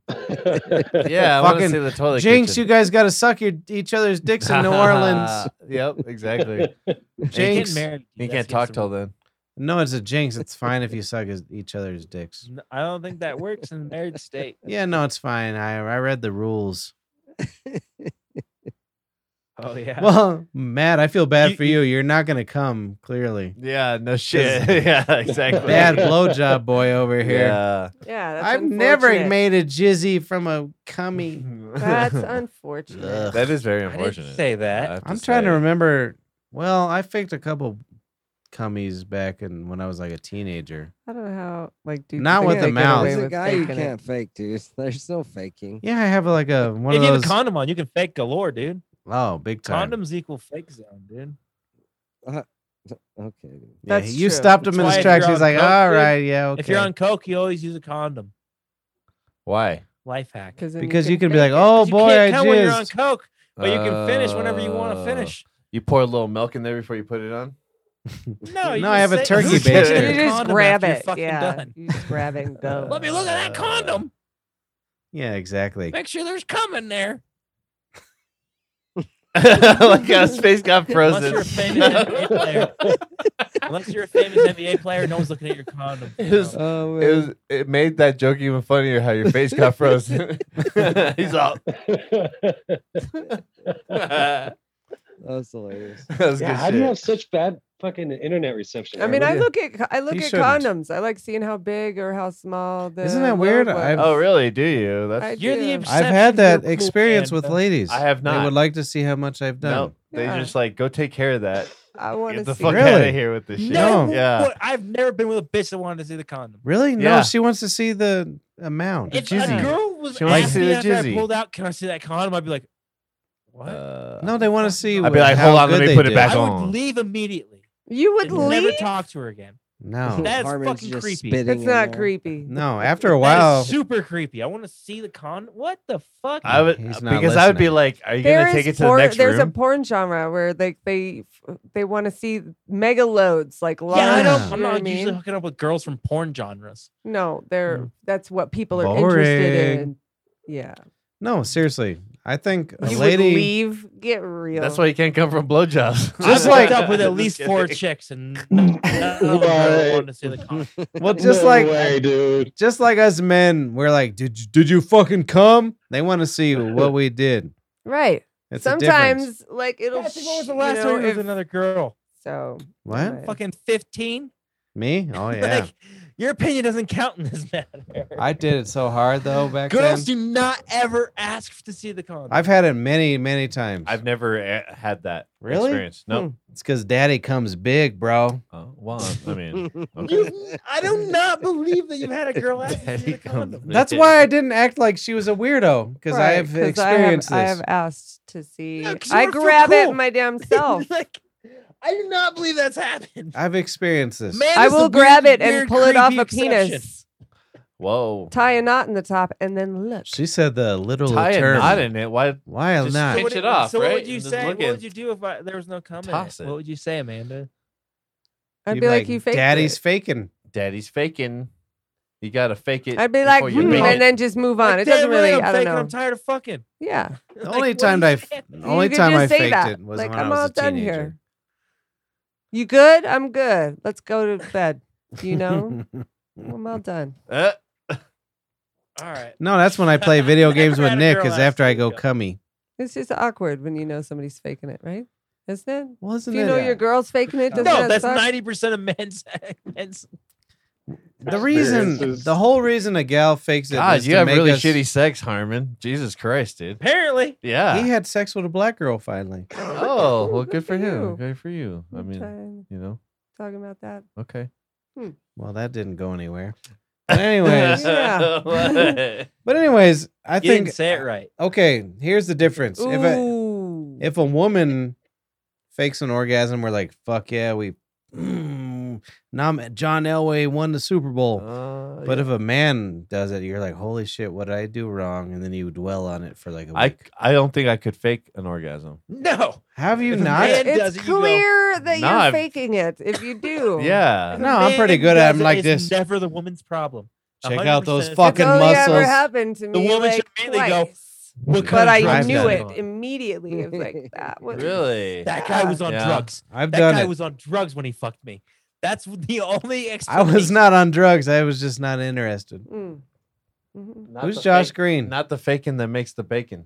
Speaker 5: Yeah, I want to
Speaker 2: Fucking
Speaker 5: see the toilet.
Speaker 2: Jinx,
Speaker 5: kitchen.
Speaker 2: you guys got to suck your, each other's dicks in New Orleans.
Speaker 5: yep, exactly.
Speaker 4: Hey,
Speaker 2: Jinx.
Speaker 4: getting married,
Speaker 5: You
Speaker 4: that's
Speaker 5: can't talk
Speaker 4: against
Speaker 5: till
Speaker 4: the
Speaker 5: then.
Speaker 2: No, it's a jinx. It's fine if you suck his, each other's dicks.
Speaker 4: rules. N- I don't think that works in a married state.
Speaker 2: Yeah, no, it's fine. I I read the rules.
Speaker 4: Oh yeah.
Speaker 2: Well, Matt, I feel bad
Speaker 4: You-
Speaker 2: for you. You're not gonna come, clearly.
Speaker 5: Yeah, no shit. yeah, exactly.
Speaker 2: Bad blowjob boy over here.
Speaker 5: Yeah.
Speaker 3: Yeah, that's
Speaker 2: I've never
Speaker 3: unfortunate.
Speaker 2: made a jizzy from a cummy.
Speaker 3: That's unfortunate.
Speaker 2: Ugh.
Speaker 5: that is very
Speaker 4: I didn't
Speaker 5: unfortunate.
Speaker 4: say
Speaker 5: I
Speaker 4: that.
Speaker 5: have
Speaker 2: I'm trying to
Speaker 5: say.
Speaker 2: remember. Well, I faked a couple cummies back in when I was like a teenager.
Speaker 3: I don't know how like dudes
Speaker 2: Not
Speaker 3: think
Speaker 2: with
Speaker 3: they
Speaker 2: the
Speaker 3: get
Speaker 2: mouth.
Speaker 3: away
Speaker 7: He's a
Speaker 3: with
Speaker 7: guy you
Speaker 3: faking it.
Speaker 7: can't fake, dude. There's no faking.
Speaker 2: Yeah, I have like a one
Speaker 4: If
Speaker 2: of
Speaker 4: you
Speaker 2: those.
Speaker 4: have a condom on, you can fake galore, dude.
Speaker 2: oh, big time.
Speaker 4: Condoms equal fake zone, dude.
Speaker 7: Okay. dude.
Speaker 2: Yeah,
Speaker 3: That's
Speaker 2: you
Speaker 3: true.
Speaker 2: stopped him
Speaker 4: That's
Speaker 2: in
Speaker 4: why
Speaker 2: his
Speaker 4: if
Speaker 2: tracks.
Speaker 4: you're
Speaker 2: He's
Speaker 4: on
Speaker 2: like,
Speaker 4: coke,
Speaker 2: all
Speaker 4: dude,
Speaker 2: right, yeah, okay.
Speaker 4: If you're on coke, you always use a condom.
Speaker 5: Why?
Speaker 4: Life hack.
Speaker 3: then
Speaker 2: because you can be
Speaker 3: fake
Speaker 2: like,
Speaker 3: it.
Speaker 2: oh
Speaker 4: 'Cause you
Speaker 2: boy, I
Speaker 4: can't come when you're on
Speaker 2: jizzed.
Speaker 4: coke, but you can finish whenever you want to
Speaker 5: Uh,
Speaker 4: finish.
Speaker 5: You pour a little milk in there before you put it on.
Speaker 4: No, you
Speaker 2: No, I have
Speaker 4: just
Speaker 2: a
Speaker 4: say-
Speaker 2: turkey
Speaker 4: you just
Speaker 2: baster.
Speaker 4: put your
Speaker 3: You just
Speaker 4: condom
Speaker 3: grab
Speaker 4: after you're
Speaker 3: it.
Speaker 4: fucking
Speaker 3: Yeah,
Speaker 4: done.
Speaker 3: you just grab it and go.
Speaker 4: Let me look at that condom.
Speaker 2: Yeah, exactly.
Speaker 4: Make sure there's cum in there.
Speaker 5: like how his face got
Speaker 4: Unless you're
Speaker 5: frozen.
Speaker 4: a famous NBA player. Unless you're a famous NBA player, no one's looking at your condom.
Speaker 5: It was-
Speaker 4: No.
Speaker 7: Oh,
Speaker 5: It
Speaker 7: man.
Speaker 5: was. It made that joke even funnier. How your face got frozen. He's all. that
Speaker 7: that was hilarious.
Speaker 5: was
Speaker 6: yeah,
Speaker 5: good
Speaker 6: how do you
Speaker 5: shit.
Speaker 6: have such bad fucking internet reception?
Speaker 3: I mean, I
Speaker 5: Yeah.
Speaker 3: look at co- I look
Speaker 2: You
Speaker 3: at
Speaker 2: shouldn't.
Speaker 3: condoms. I like seeing how big or how small the.
Speaker 2: Isn't that
Speaker 3: load
Speaker 2: weird?
Speaker 3: was.
Speaker 2: I've-
Speaker 5: Oh, really? Do you? That's.
Speaker 3: I
Speaker 4: You're the
Speaker 3: do.
Speaker 4: obsession.
Speaker 2: I've had that
Speaker 4: You're cool,
Speaker 2: experience
Speaker 4: man.
Speaker 2: with ladies.
Speaker 5: I have
Speaker 2: They
Speaker 5: not.
Speaker 2: would like to see how much I've done.
Speaker 5: Nope. They
Speaker 3: Yeah.
Speaker 5: just like go take care of that.
Speaker 3: I want
Speaker 5: Get
Speaker 3: to
Speaker 5: the
Speaker 3: see.
Speaker 5: fuck
Speaker 2: Really?
Speaker 5: out of here with this shit.
Speaker 4: No,
Speaker 5: Yeah.
Speaker 4: what- I've never been with a bitch that wanted to see the condom.
Speaker 2: Really? No,
Speaker 5: Yeah.
Speaker 2: she wants to see the amount.
Speaker 4: If
Speaker 3: jizzy.
Speaker 4: a girl was
Speaker 5: She wants
Speaker 2: to
Speaker 4: asking
Speaker 2: see
Speaker 4: me
Speaker 5: the
Speaker 4: after I
Speaker 5: jizzy.
Speaker 4: pulled out, can I see that condom? I'd be like, what?
Speaker 5: Uh,
Speaker 2: no, they want to see.
Speaker 5: I'd be
Speaker 2: wh-
Speaker 5: like,
Speaker 2: how
Speaker 5: "Hold on, let
Speaker 2: good
Speaker 5: me
Speaker 2: they
Speaker 5: put it
Speaker 2: did."
Speaker 5: back
Speaker 4: I would
Speaker 5: on.
Speaker 4: leave immediately.
Speaker 3: You would
Speaker 4: and never
Speaker 3: leave.
Speaker 4: talk to her again.
Speaker 2: No,
Speaker 4: That- that's
Speaker 7: Harmon's
Speaker 4: fucking
Speaker 7: just
Speaker 4: creepy.
Speaker 7: spitting
Speaker 3: That's
Speaker 7: in
Speaker 3: not
Speaker 7: there.
Speaker 3: creepy.
Speaker 2: no. After a
Speaker 4: That is
Speaker 2: while,
Speaker 4: super creepy. I want to see the condom. What the fuck?
Speaker 5: I would
Speaker 2: He's
Speaker 5: because
Speaker 2: not
Speaker 5: I would be
Speaker 2: listening.
Speaker 5: like, "Are you
Speaker 3: There
Speaker 5: gonna
Speaker 3: is
Speaker 5: take it to
Speaker 3: porn,
Speaker 5: the next
Speaker 3: There's
Speaker 5: room?"
Speaker 3: a porn genre where like they they want to see mega loads, like large.
Speaker 4: yeah,
Speaker 2: don't-
Speaker 4: I don't.
Speaker 3: you
Speaker 4: I'm
Speaker 3: know what I
Speaker 4: not
Speaker 3: mean?
Speaker 4: usually hooking up with girls from porn genres.
Speaker 3: No, they're
Speaker 4: Mm.
Speaker 3: that's what people are interested
Speaker 2: Boring.
Speaker 3: in. Yeah,
Speaker 2: no. Seriously, I think a
Speaker 3: you would
Speaker 2: lady.
Speaker 3: leave. Get real.
Speaker 5: That's why you can't come from blowjobs.
Speaker 4: Just
Speaker 2: Just
Speaker 4: I
Speaker 2: like-
Speaker 4: like up with at least four
Speaker 5: kidding.
Speaker 4: chicks, and none of them
Speaker 6: Right.
Speaker 4: wanted to see the condom.
Speaker 2: Well, just
Speaker 6: no
Speaker 2: like
Speaker 6: way, dude.
Speaker 2: just like us men, we're like, did you, did you fucking come? They want to see what we did.
Speaker 3: Right.
Speaker 2: It's a difference.
Speaker 3: Sometimes like it'll.
Speaker 4: Patrick, when was the
Speaker 3: sh-
Speaker 4: last
Speaker 3: you
Speaker 4: time
Speaker 3: know,
Speaker 4: you was
Speaker 3: if-
Speaker 4: another girl?
Speaker 3: So
Speaker 2: What?
Speaker 3: anyway.
Speaker 4: Fucking 15?
Speaker 2: me? Oh yeah.
Speaker 4: Like, Your opinion doesn't count in this matter.
Speaker 9: I did it so hard though back
Speaker 4: Girls
Speaker 9: then.
Speaker 4: do not ever ask to see the condom.
Speaker 2: I've had it many, many times.
Speaker 5: I've never a- had that
Speaker 9: Really?
Speaker 5: experience. No.
Speaker 2: it's because daddy comes big, bro.
Speaker 5: Uh, well, I mean, okay.
Speaker 4: You- I do not believe that you've had a girl ask to see
Speaker 9: Daddy
Speaker 4: the
Speaker 9: comes
Speaker 4: condom.
Speaker 9: back.
Speaker 2: That's why I didn't act like she was a weirdo because I
Speaker 3: Right,
Speaker 2: have
Speaker 3: 'cause
Speaker 2: experienced
Speaker 3: I have, I
Speaker 2: this.
Speaker 3: have asked to see.
Speaker 4: 'cause you
Speaker 3: I
Speaker 4: wanna feel
Speaker 3: grab it
Speaker 4: cool.
Speaker 3: my damn self.
Speaker 4: like, I do not believe that's happened.
Speaker 2: I've experienced this.
Speaker 4: Man
Speaker 3: I
Speaker 4: is the
Speaker 3: will grab
Speaker 4: weird-
Speaker 3: it and
Speaker 4: weird,
Speaker 3: pull it off
Speaker 4: creepy
Speaker 3: a
Speaker 4: exception.
Speaker 3: penis,
Speaker 5: Whoa.
Speaker 3: tie a knot in the top, and then look.
Speaker 2: She said the literal
Speaker 5: Tie a
Speaker 2: term.
Speaker 5: knot in it. Why?
Speaker 2: Why
Speaker 5: Just
Speaker 2: not?
Speaker 5: Pinch
Speaker 4: what,
Speaker 5: it off,
Speaker 4: So what
Speaker 5: right?
Speaker 4: would you
Speaker 5: And just
Speaker 4: say?
Speaker 5: look
Speaker 4: What
Speaker 5: at
Speaker 4: would
Speaker 5: it.
Speaker 4: you do if I, there was no comment?
Speaker 5: Toss it.
Speaker 4: What would you say, Amanda?
Speaker 3: I'd
Speaker 2: You'd
Speaker 3: be like, you faked
Speaker 2: Daddy's
Speaker 3: it.
Speaker 2: faking.
Speaker 5: Daddy's faking. You gotta fake it.
Speaker 3: I'd be
Speaker 5: before
Speaker 3: like,
Speaker 5: you
Speaker 3: "Hmm,"
Speaker 5: make
Speaker 3: and
Speaker 5: it.
Speaker 3: then just move on.
Speaker 4: Like,
Speaker 3: It doesn't
Speaker 4: "Damn,
Speaker 3: really.
Speaker 4: I'm
Speaker 3: I don't
Speaker 4: faking, I'm
Speaker 3: know.
Speaker 4: tired of fucking.
Speaker 3: Yeah,
Speaker 2: The
Speaker 4: Like,
Speaker 2: only
Speaker 4: what
Speaker 2: time
Speaker 4: do you
Speaker 2: I,
Speaker 4: say?
Speaker 2: the only
Speaker 3: could
Speaker 2: time
Speaker 3: just
Speaker 2: I
Speaker 3: say
Speaker 2: faked
Speaker 3: that.
Speaker 2: it was
Speaker 3: Like,
Speaker 2: when i
Speaker 3: I'm
Speaker 2: was
Speaker 3: all
Speaker 2: a
Speaker 3: done
Speaker 2: teenager.
Speaker 3: here. you good? I'm good. Let's go to bed. You know, I'm all done.
Speaker 5: Uh,
Speaker 4: All right.
Speaker 2: no, that's when I play video games
Speaker 4: Never
Speaker 2: with
Speaker 4: had a
Speaker 2: Nick.
Speaker 4: girl
Speaker 2: Because
Speaker 4: ask
Speaker 2: after
Speaker 4: me
Speaker 2: I
Speaker 4: to
Speaker 2: go
Speaker 4: go.
Speaker 2: cummy,
Speaker 3: It's just awkward when you know somebody's faking it, right? Isn't it? If
Speaker 2: wasn't
Speaker 3: you
Speaker 2: it?
Speaker 3: know your girl's faking it, doesn't
Speaker 4: No,
Speaker 3: that
Speaker 4: that's
Speaker 3: suck?
Speaker 4: ninety percent of men's. men's
Speaker 2: the reason,
Speaker 6: Experiences.
Speaker 2: the whole reason a gal fakes it
Speaker 5: God,
Speaker 2: is
Speaker 5: you
Speaker 2: to
Speaker 5: have
Speaker 2: make
Speaker 5: really
Speaker 2: us-
Speaker 5: shitty sex, Harmon. Jesus Christ, dude.
Speaker 4: apparently,
Speaker 5: Yeah.
Speaker 2: He had sex with a black girl finally.
Speaker 5: oh, well, good for
Speaker 3: you.
Speaker 5: him. Good for you. I
Speaker 3: I'm
Speaker 5: mean,
Speaker 3: trying-
Speaker 5: you know,
Speaker 3: talking about that.
Speaker 5: okay.
Speaker 2: Well, that didn't go anywhere. But anyways,
Speaker 3: Yeah.
Speaker 5: What?
Speaker 2: but anyways, I
Speaker 4: you didn't
Speaker 2: think
Speaker 4: say it right.
Speaker 2: okay. Here's the difference. If a,
Speaker 3: Ooh.
Speaker 2: if a woman fakes an orgasm, we're like, fuck yeah, we. Mm, nom- John Elway won the Super Bowl.
Speaker 4: Oh,
Speaker 5: Uh,
Speaker 2: But
Speaker 5: yeah.
Speaker 2: if a man does it, you're like, holy shit, what did I do wrong? And then you dwell on it for like a week.
Speaker 5: I, I don't think I could fake an orgasm.
Speaker 4: No,
Speaker 2: Have you
Speaker 4: if a
Speaker 2: not?
Speaker 4: man-
Speaker 3: it's
Speaker 4: does it, you go,
Speaker 3: clear that
Speaker 5: "Nah,
Speaker 3: you're
Speaker 5: I've-"
Speaker 3: faking it if you do.
Speaker 5: Yeah.
Speaker 2: No, I'm pretty good at 'em
Speaker 4: him
Speaker 2: like this.
Speaker 4: Never the woman's problem.
Speaker 2: Check out those
Speaker 4: 100%
Speaker 2: fucking
Speaker 3: It's only ever
Speaker 2: muscles.
Speaker 3: happened to me.
Speaker 4: The woman
Speaker 3: like,
Speaker 4: should immediately go,
Speaker 3: twice.
Speaker 4: What kind
Speaker 3: But
Speaker 4: of
Speaker 3: I
Speaker 4: drugs
Speaker 3: knew
Speaker 4: was
Speaker 2: that
Speaker 3: it
Speaker 4: he on?
Speaker 3: immediately. It was like that was
Speaker 5: Really?
Speaker 4: That guy was on
Speaker 5: Yeah.
Speaker 4: drugs.
Speaker 2: I've
Speaker 4: That
Speaker 2: done
Speaker 4: guy
Speaker 2: it.
Speaker 4: was on drugs when he fucked me. That's the only
Speaker 2: I
Speaker 4: explanation.
Speaker 2: was not on drugs. I was just not interested.
Speaker 3: Mm. Mhm.
Speaker 5: Not
Speaker 2: Who's
Speaker 5: the
Speaker 2: Josh
Speaker 5: fake-
Speaker 2: Green?
Speaker 5: Not the faking that makes the bacon.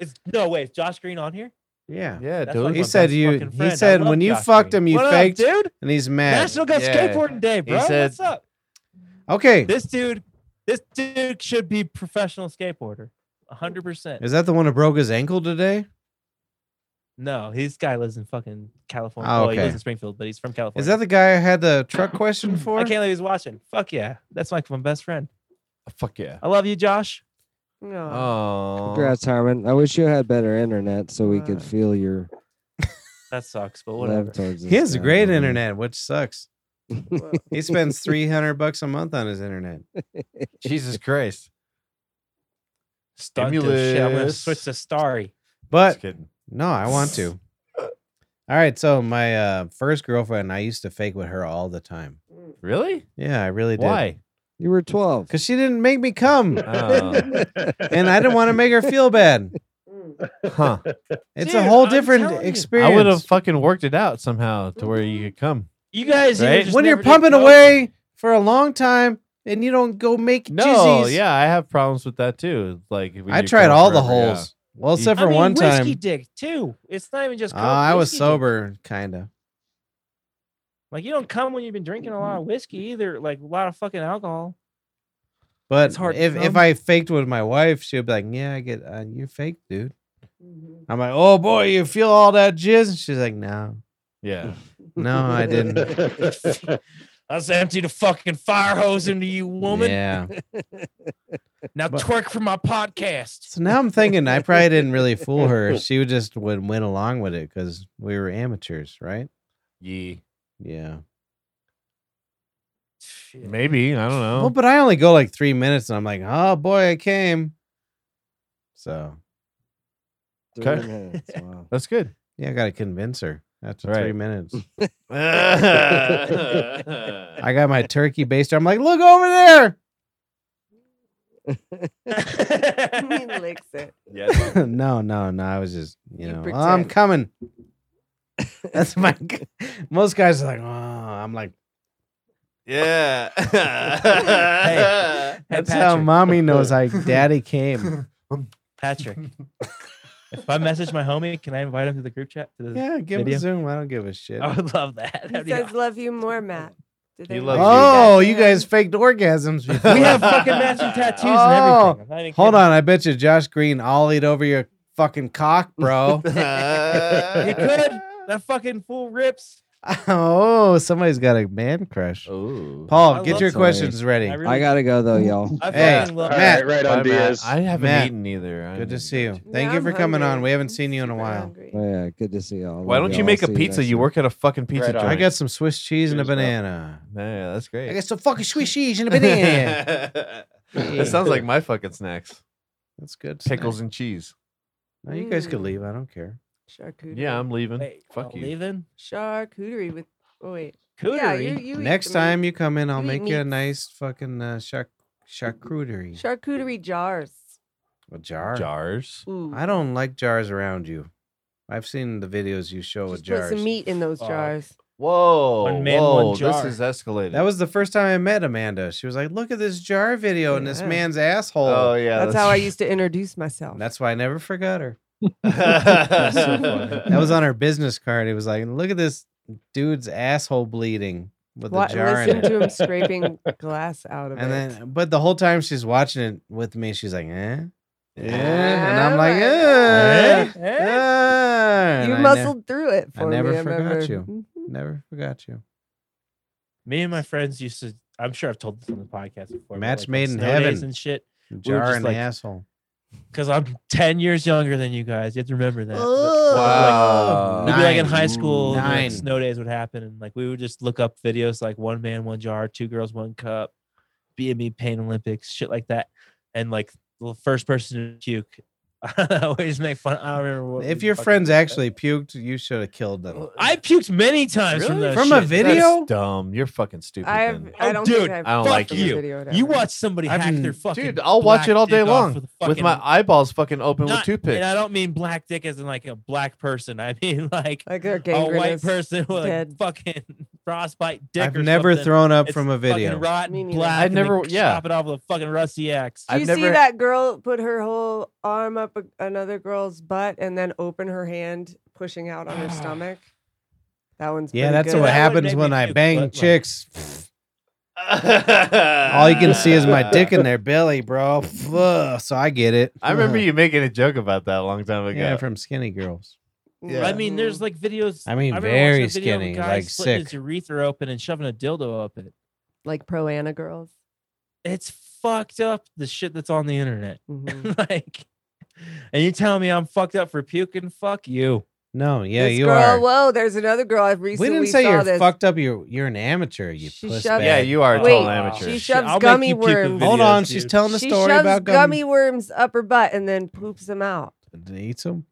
Speaker 4: It's, no way. Is Josh Green on here?
Speaker 2: yeah.
Speaker 5: Yeah,
Speaker 4: That's
Speaker 5: dude.
Speaker 4: what-
Speaker 2: He
Speaker 4: my
Speaker 2: said
Speaker 4: best
Speaker 2: you.
Speaker 4: fucking
Speaker 2: He
Speaker 4: friend. I
Speaker 2: said
Speaker 4: love
Speaker 2: when you
Speaker 4: Josh
Speaker 2: fucked
Speaker 4: Green.
Speaker 2: him, you
Speaker 4: what
Speaker 2: faked,
Speaker 4: up, dude?
Speaker 2: and he's mad.
Speaker 4: National Got
Speaker 5: Yeah.
Speaker 4: Skateboarding Day, bro.
Speaker 5: said-
Speaker 4: What's up?
Speaker 2: Okay,
Speaker 4: This dude, this dude should be professional skateboarder. 100%.
Speaker 2: is that the one who broke his ankle today?
Speaker 4: No, this guy lives in fucking California.
Speaker 2: Oh,
Speaker 4: Well, he
Speaker 2: okay.
Speaker 4: lives in Springfield, but he's from California.
Speaker 2: Is that the guy I had the truck question for?
Speaker 4: I can't believe he's watching. Fuck yeah. That's my my best friend.
Speaker 5: Fuck yeah.
Speaker 4: I love you, Josh.
Speaker 3: No.
Speaker 5: Oh.
Speaker 7: Congrats, Harmon. I wish you had better internet so we
Speaker 3: Wow.
Speaker 7: could feel your
Speaker 4: That sucks, but whatever.
Speaker 7: love towards
Speaker 2: He
Speaker 7: this
Speaker 2: has a
Speaker 7: guy,
Speaker 2: great
Speaker 7: man.
Speaker 2: internet, which sucks.
Speaker 3: Well,
Speaker 2: He spends three hundred bucks a month on his internet.
Speaker 5: Jesus Christ.
Speaker 4: Don't do shit. I'm gonna
Speaker 5: Stimulus.
Speaker 4: switch to Starry.
Speaker 2: But
Speaker 5: Just kidding.
Speaker 2: No, I want to. All right, so my uh, first girlfriend, I used to fake with her all the time.
Speaker 5: Really?
Speaker 2: Yeah, I really did.
Speaker 5: Why?
Speaker 7: You were 12.
Speaker 2: Because she didn't make me come,
Speaker 5: Oh.
Speaker 2: and I didn't want to make her feel bad.
Speaker 3: Mm.
Speaker 5: huh.
Speaker 2: It's a
Speaker 4: Dude,
Speaker 2: whole
Speaker 4: I'm telling
Speaker 2: different
Speaker 4: you. I
Speaker 5: I
Speaker 2: experience.
Speaker 5: would have fucking worked it out somehow to where you could come.
Speaker 4: You guys, either
Speaker 5: Right?
Speaker 4: just
Speaker 2: when you're
Speaker 4: never did
Speaker 2: pumping
Speaker 4: coke-
Speaker 2: away for a long time and you don't go make
Speaker 5: No,
Speaker 2: jizzies.
Speaker 5: yeah, I have problems with that too. Like when
Speaker 2: I
Speaker 5: you
Speaker 2: tried
Speaker 5: come
Speaker 2: all the
Speaker 5: forever, yeah.
Speaker 2: holes. Well,
Speaker 5: You-
Speaker 2: except
Speaker 4: I
Speaker 2: for
Speaker 4: mean,
Speaker 2: one time.
Speaker 4: whiskey dick too. It's not even just.
Speaker 2: Uh,
Speaker 4: coke,
Speaker 2: I was
Speaker 4: whiskey dick.
Speaker 2: sober, kind of.
Speaker 4: Like you don't come when you've been drinking a lot of whiskey either. Like a lot of fucking alcohol.
Speaker 2: But
Speaker 4: It's hard to
Speaker 2: if if
Speaker 4: come.
Speaker 2: I faked with my wife, she'd be like, "Yeah, I get uh, you're fake, dude." I'm like, "Oh boy, you feel all that jizz?" And she's like, "No,
Speaker 5: Yeah.
Speaker 2: no, I didn't."
Speaker 4: Let's empty the fucking fire hose into you, woman.
Speaker 2: Yeah.
Speaker 4: Now
Speaker 2: But-
Speaker 4: twerk for my podcast.
Speaker 2: So now I'm thinking I probably didn't really fool her. She would just would went along with it because we were amateurs, right?
Speaker 5: Ye.
Speaker 2: Yeah.
Speaker 4: Shit.
Speaker 5: Maybe. I don't know.
Speaker 2: Well, but I only go like three minutes, and I'm like, "Oh boy, I came." So
Speaker 7: Three
Speaker 5: Okay.
Speaker 7: minutes, wow.
Speaker 5: That's good.
Speaker 2: yeah, I got to convince her after three
Speaker 5: Right.
Speaker 2: minutes.
Speaker 5: I
Speaker 2: I got my turkey baster. I'm like, "Look over there."
Speaker 3: he licks it.
Speaker 5: Yes.
Speaker 2: no, no, no. I was just, you,
Speaker 3: You
Speaker 2: know, "Oh, I'm
Speaker 3: pretend.
Speaker 2: coming. That's my. g- Most guys are like, oh, I'm like,
Speaker 5: Yeah.
Speaker 4: Hey. Hey,
Speaker 2: that's how
Speaker 4: Patrick.
Speaker 2: mommy knows I daddy came.
Speaker 4: Patrick. if I message my homie, can I invite him to the group chat? To the-
Speaker 2: yeah, give him
Speaker 4: Video.
Speaker 2: Zoom. I don't give a shit.
Speaker 4: I would love that.
Speaker 3: He
Speaker 4: That'd be
Speaker 3: says, "Love you more, Matt." Did
Speaker 5: He
Speaker 3: they
Speaker 5: loves
Speaker 3: like
Speaker 2: Oh,
Speaker 3: that
Speaker 2: you
Speaker 3: band?
Speaker 2: guys faked orgasms before.
Speaker 4: We have fucking matching tattoos
Speaker 2: Oh,
Speaker 4: and everything. I'm not even
Speaker 2: Hold
Speaker 4: kidding.
Speaker 2: on, I bet you Josh Green ollied over your fucking cock, bro.
Speaker 4: You could. That fucking fool rips.
Speaker 2: oh, somebody's got a man crush.
Speaker 5: Ooh.
Speaker 2: Paul,
Speaker 4: Oh, I
Speaker 2: get
Speaker 4: love
Speaker 2: your
Speaker 4: somebody.
Speaker 2: questions ready.
Speaker 4: I really-
Speaker 7: I gotta go though, y'all.
Speaker 4: I
Speaker 2: Hey,
Speaker 4: fucking love
Speaker 6: All
Speaker 2: Matt.
Speaker 6: right, right on
Speaker 5: Bye, Matt.
Speaker 6: Diaz.
Speaker 5: I haven't
Speaker 2: Matt.
Speaker 5: eaten either. I
Speaker 2: Good to
Speaker 5: haven't
Speaker 2: see you.
Speaker 5: eaten.
Speaker 2: Thank
Speaker 3: Now
Speaker 2: you
Speaker 3: I'm
Speaker 2: for coming
Speaker 3: hungry.
Speaker 2: on. We haven't
Speaker 3: I'm
Speaker 2: seen you in a
Speaker 3: super
Speaker 2: while.
Speaker 3: hungry.
Speaker 7: Oh, yeah, good to see y'all.
Speaker 5: Why
Speaker 7: Love
Speaker 5: don't you
Speaker 7: y'all.
Speaker 5: make a
Speaker 7: See
Speaker 5: pizza?
Speaker 7: next
Speaker 5: You
Speaker 7: week.
Speaker 5: work at a fucking pizza
Speaker 6: Right on.
Speaker 5: joint.
Speaker 2: I got some Swiss cheese and a
Speaker 6: Cheers, bro.
Speaker 2: banana.
Speaker 5: Yeah, that's great.
Speaker 2: I got some fucking Swiss cheese and a banana.
Speaker 5: that sounds like my fucking snacks.
Speaker 2: That's good. snack.
Speaker 5: Pickles and cheese.
Speaker 2: No, you guys could
Speaker 3: Mm.
Speaker 2: leave. I don't care.
Speaker 3: Charcuterie.
Speaker 5: Yeah, I'm leaving.
Speaker 4: Wait, oh,
Speaker 5: Fuck
Speaker 4: I'll
Speaker 5: you.
Speaker 4: leave then?
Speaker 3: Charcuterie with. Oh wait.
Speaker 4: Cootery.
Speaker 3: Yeah, you, you eat
Speaker 2: Next
Speaker 3: the meat.
Speaker 2: time you come in, I'll
Speaker 3: you eat
Speaker 2: make you a
Speaker 3: meats.
Speaker 2: nice fucking uh, char- charcuterie.
Speaker 3: Charcuterie jars.
Speaker 2: a jar.
Speaker 5: Jars.
Speaker 3: Ooh.
Speaker 2: I don't like jars around you. I've seen the videos you show with
Speaker 3: Just put
Speaker 2: jars.
Speaker 3: some meat in those
Speaker 4: Fuck.
Speaker 3: jars.
Speaker 5: Whoa.
Speaker 4: One man,
Speaker 5: whoa,
Speaker 4: one jar.
Speaker 5: This is escalated.
Speaker 2: That was the first time I met Amanda. She was like, "Look at this jar video and this
Speaker 3: Yeah.
Speaker 2: man's asshole."
Speaker 5: Oh yeah.
Speaker 3: that's, how I used to introduce myself.
Speaker 2: And that's why I never forgot her.
Speaker 5: that's so
Speaker 2: That was on her business card. It was like, "Look at this dude's asshole bleeding with
Speaker 3: Wa-
Speaker 2: a jar in
Speaker 3: listen
Speaker 2: it."
Speaker 3: to him scraping glass out of
Speaker 2: And
Speaker 3: it.
Speaker 2: then, but the whole time she's watching it with me, she's like, "Eh." Yeah, and
Speaker 3: Oh
Speaker 2: I'm like,
Speaker 3: my
Speaker 2: eh,
Speaker 3: God.
Speaker 2: eh, Ah." and
Speaker 3: you
Speaker 2: I ne-
Speaker 3: muscled through it
Speaker 2: I
Speaker 3: for me.
Speaker 2: never
Speaker 3: I
Speaker 2: forgot
Speaker 3: remember.
Speaker 2: you.
Speaker 3: Mhm.
Speaker 2: never forgot you.
Speaker 4: Me and my friends used to. I'm sure I've told this on the podcast before. but,
Speaker 2: Match
Speaker 4: like, on
Speaker 2: made in
Speaker 4: snow days
Speaker 2: heaven.
Speaker 4: and shit.
Speaker 2: Jar
Speaker 4: just
Speaker 2: and
Speaker 4: like-
Speaker 2: asshole.
Speaker 4: Because I'm 10 years younger than you guys. You have to remember that.
Speaker 5: Wow.
Speaker 4: We'd be like in high
Speaker 2: Nine.
Speaker 4: school, when, like,
Speaker 2: Nine.
Speaker 4: snow days would happen, and like we would just look up videos like one man, one jar, two girls, one cup, BME Pain Olympics, shit like that. And like the first person to puke, I always make fun. I don't remember what.
Speaker 2: If
Speaker 4: we
Speaker 2: your
Speaker 4: fucking
Speaker 2: friends
Speaker 4: did, but-
Speaker 2: actually puked, you should have killed them.
Speaker 4: I puked many times from
Speaker 5: Really?
Speaker 4: that.
Speaker 2: From a
Speaker 4: shit.
Speaker 2: video?
Speaker 5: That's dumb. You're fucking stupid.
Speaker 3: I have.
Speaker 5: then.
Speaker 4: Oh,
Speaker 3: I don't
Speaker 4: dude,
Speaker 3: think I've
Speaker 5: I don't
Speaker 3: fucked
Speaker 5: like
Speaker 3: with
Speaker 4: you.
Speaker 3: video
Speaker 4: You
Speaker 3: whatever.
Speaker 4: watch somebody
Speaker 2: I've
Speaker 4: hack their
Speaker 2: Mm. dude,
Speaker 4: fucking.
Speaker 5: Dude, I'll watch
Speaker 4: black
Speaker 5: it all day
Speaker 4: dick off
Speaker 5: long
Speaker 4: with,
Speaker 5: with,
Speaker 4: a fucking-
Speaker 5: my eyeballs fucking open
Speaker 4: Not-
Speaker 5: with toothpicks.
Speaker 4: And I don't mean black dick as in like a black person. I mean like
Speaker 3: Like a
Speaker 4: a
Speaker 3: gangrenous.
Speaker 4: white person with a
Speaker 3: dead-
Speaker 4: fucking frostbite dick.
Speaker 2: I've
Speaker 4: or
Speaker 2: never
Speaker 4: something.
Speaker 2: thrown up
Speaker 4: It's
Speaker 2: from a video.
Speaker 4: Fucking rotten
Speaker 3: Me neither.
Speaker 4: black.
Speaker 5: I've
Speaker 4: and they
Speaker 5: never- yeah.
Speaker 4: Chop it off with a fucking rusty axe.
Speaker 3: Do you
Speaker 5: I've
Speaker 3: see
Speaker 5: never-
Speaker 3: that girl put her whole arm up a- another girl's butt and then open her hand, pushing out on her stomach? That one's
Speaker 2: Yeah,
Speaker 3: pretty
Speaker 2: that's
Speaker 3: good.
Speaker 2: what
Speaker 4: That would
Speaker 2: happens
Speaker 4: make me
Speaker 2: when I
Speaker 4: puke,
Speaker 2: bang
Speaker 4: but, like-
Speaker 2: chicks. All you can see is my dick in their belly, bro. Ugh, so I get it.
Speaker 5: I remember
Speaker 2: Ugh.
Speaker 5: you making a joke about that a long time ago.
Speaker 2: Yeah, from skinny girls.
Speaker 5: Yeah.
Speaker 4: I mean, there's like videos.
Speaker 2: I mean,
Speaker 4: remember
Speaker 2: very
Speaker 4: watching a video of a
Speaker 2: skinny,
Speaker 4: guy
Speaker 2: like
Speaker 4: slitting His
Speaker 2: sick.
Speaker 4: urethra open and shoving a dildo up it.
Speaker 3: Mm-hmm. like pro Anna girls.
Speaker 4: It's fucked up. The shit that's on the internet,
Speaker 3: Mhm.
Speaker 4: like. And you tell me I'm fucked up for puking? Fuck you.
Speaker 2: No, yeah,
Speaker 3: This
Speaker 2: you
Speaker 3: girl,
Speaker 2: are.
Speaker 3: Whoa, there's another girl I've
Speaker 2: we
Speaker 3: recently
Speaker 2: didn't say
Speaker 3: saw
Speaker 2: you're
Speaker 3: this.
Speaker 2: fucked up. You're you're an amateur. You
Speaker 3: She
Speaker 2: puss
Speaker 3: shoved-
Speaker 5: Yeah,
Speaker 2: bag.
Speaker 5: you are a
Speaker 3: Wait,
Speaker 5: total amateur.
Speaker 3: she
Speaker 4: Shit,
Speaker 3: shoves
Speaker 4: I'll make
Speaker 3: gummy
Speaker 4: you puke with
Speaker 3: worms.
Speaker 2: Hold
Speaker 4: videos,
Speaker 2: on, she's
Speaker 4: dude.
Speaker 2: telling the
Speaker 3: she
Speaker 2: story
Speaker 3: shoves
Speaker 2: about
Speaker 3: gummy worms up her butt and then poops them out.
Speaker 2: Did they eat some?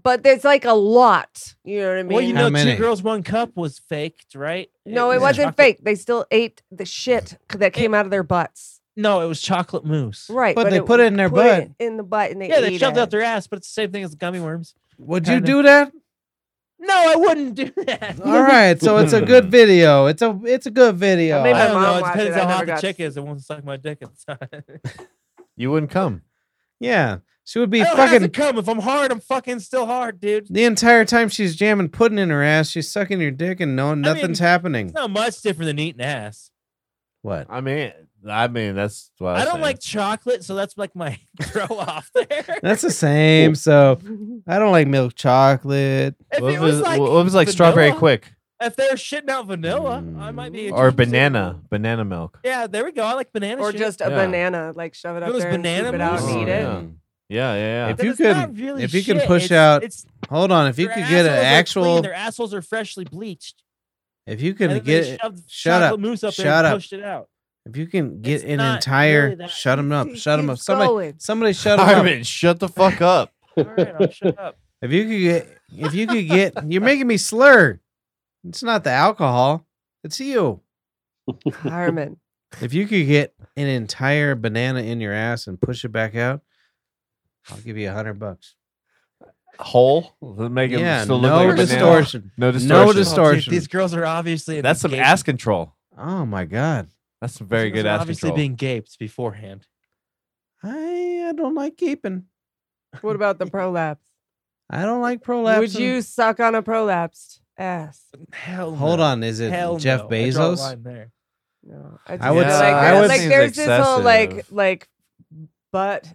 Speaker 3: But there's like a lot. You know what I mean?
Speaker 4: Well, you
Speaker 2: How
Speaker 4: know,
Speaker 2: many?
Speaker 4: two girls, one cup was faked, right?
Speaker 3: no, it
Speaker 4: was
Speaker 3: wasn't
Speaker 4: chocolate-
Speaker 3: fake. They still ate the shit that came out of their butts.
Speaker 4: No, it was chocolate mousse.
Speaker 3: Right.
Speaker 2: But they put it in their butt.
Speaker 3: it in the butt and they
Speaker 4: Yeah, they
Speaker 3: ate
Speaker 4: shoved
Speaker 3: it.
Speaker 4: it up their ass, but it's the same thing as gummy worms.
Speaker 2: Would you
Speaker 4: Kinda.
Speaker 2: do that?
Speaker 4: No, I wouldn't do that.
Speaker 2: All right, so it's a good video. It's a it's a good
Speaker 3: I
Speaker 2: video.
Speaker 3: made my
Speaker 4: I don't
Speaker 3: mom
Speaker 4: know. It
Speaker 3: watched
Speaker 4: depends
Speaker 3: it. I
Speaker 4: how
Speaker 3: never
Speaker 4: hot the
Speaker 3: got
Speaker 4: chick
Speaker 3: to-
Speaker 4: is. It won't suck my dick at the time.
Speaker 5: you wouldn't come.
Speaker 2: yeah, she would be
Speaker 4: I don't have to
Speaker 2: fucking
Speaker 4: come. If I'm hard, I'm fucking still hard, dude.
Speaker 2: the entire time she's jamming pudding in her ass. She's sucking your dick and no nothing's happening.
Speaker 4: It's not much different than eating ass.
Speaker 2: What?
Speaker 5: I mean, I mean that's why
Speaker 4: I don't like chocolate, so that's like my throw off there.
Speaker 2: That's the same. So
Speaker 4: Oh,
Speaker 2: I don't like milk chocolate.
Speaker 4: if
Speaker 5: What
Speaker 4: it
Speaker 5: was,
Speaker 4: was like,
Speaker 5: what was like strawberry
Speaker 4: vanilla-
Speaker 5: quick
Speaker 4: If they're shitting out vanilla, I might
Speaker 3: Mm.
Speaker 4: be
Speaker 5: or
Speaker 4: interested.
Speaker 5: banana banana milk?
Speaker 4: Yeah, there we go. I like banana.
Speaker 3: Or
Speaker 4: shit.
Speaker 3: just a
Speaker 5: Yeah.
Speaker 3: banana, like shove it
Speaker 4: It
Speaker 3: up
Speaker 4: was
Speaker 3: there and
Speaker 4: banana
Speaker 3: poop it out
Speaker 5: mousse?
Speaker 3: and eat
Speaker 5: Oh,
Speaker 3: it.
Speaker 5: yeah. Yeah, yeah, yeah.
Speaker 2: If
Speaker 4: But
Speaker 2: you
Speaker 4: it's not
Speaker 2: could-
Speaker 4: really
Speaker 2: if you could
Speaker 4: shit.
Speaker 2: push
Speaker 4: it's,
Speaker 2: out-
Speaker 4: it's
Speaker 2: Hold on, if you
Speaker 4: their
Speaker 2: could get an
Speaker 4: assholes are clean,
Speaker 2: actual,
Speaker 4: their assholes are freshly bleached.
Speaker 2: if you
Speaker 4: And
Speaker 2: can
Speaker 4: then they
Speaker 2: get,
Speaker 4: shoved
Speaker 2: shut
Speaker 4: chocolate
Speaker 2: up,
Speaker 4: mousse up there
Speaker 2: shut
Speaker 4: and
Speaker 2: up.
Speaker 4: pushed it out.
Speaker 2: if you can get
Speaker 4: It's
Speaker 2: an
Speaker 4: not
Speaker 2: entire,
Speaker 4: really that
Speaker 2: shut him up,
Speaker 3: She
Speaker 2: shut him up,
Speaker 3: keeps
Speaker 2: somebody,
Speaker 3: going.
Speaker 2: somebody, shut him up.
Speaker 5: Armin, shut the fuck up.
Speaker 4: All right, I'll shut up.
Speaker 2: If you could get, if you could get, you're making me slur. It's not the alcohol, it's you.
Speaker 3: Carmen.
Speaker 2: If you could get an entire banana in your ass and push it back out, I'll give you a hundred bucks.
Speaker 5: Whole, make it
Speaker 2: Yeah,
Speaker 5: still look
Speaker 2: no
Speaker 5: like a banana.
Speaker 2: distortion.
Speaker 5: no
Speaker 2: No
Speaker 5: distortion.
Speaker 4: Oh, dude,
Speaker 2: distortion.
Speaker 4: these girls are obviously
Speaker 5: That's some
Speaker 4: engaged-
Speaker 5: ass control.
Speaker 2: Oh my god,
Speaker 5: That's some
Speaker 4: these
Speaker 5: very
Speaker 4: girls
Speaker 5: good
Speaker 4: are
Speaker 5: ass
Speaker 4: Obviously
Speaker 5: control.
Speaker 4: being gaped beforehand.
Speaker 2: I, I don't like keeping.
Speaker 3: What about the prolapse?
Speaker 2: I don't like prolapse.
Speaker 3: Would you suck on a prolapsed ass?
Speaker 4: Hell,
Speaker 2: Hold
Speaker 4: no.
Speaker 2: on, is it
Speaker 4: Hell
Speaker 2: Jeff
Speaker 4: no. I draw a
Speaker 2: Bezos?
Speaker 4: line there.
Speaker 3: No, I,
Speaker 2: I would
Speaker 3: feel
Speaker 2: s-
Speaker 3: like,
Speaker 2: I
Speaker 3: that-
Speaker 2: would-
Speaker 3: like
Speaker 9: Seems
Speaker 3: there's this whole like
Speaker 9: excessive.
Speaker 3: like butt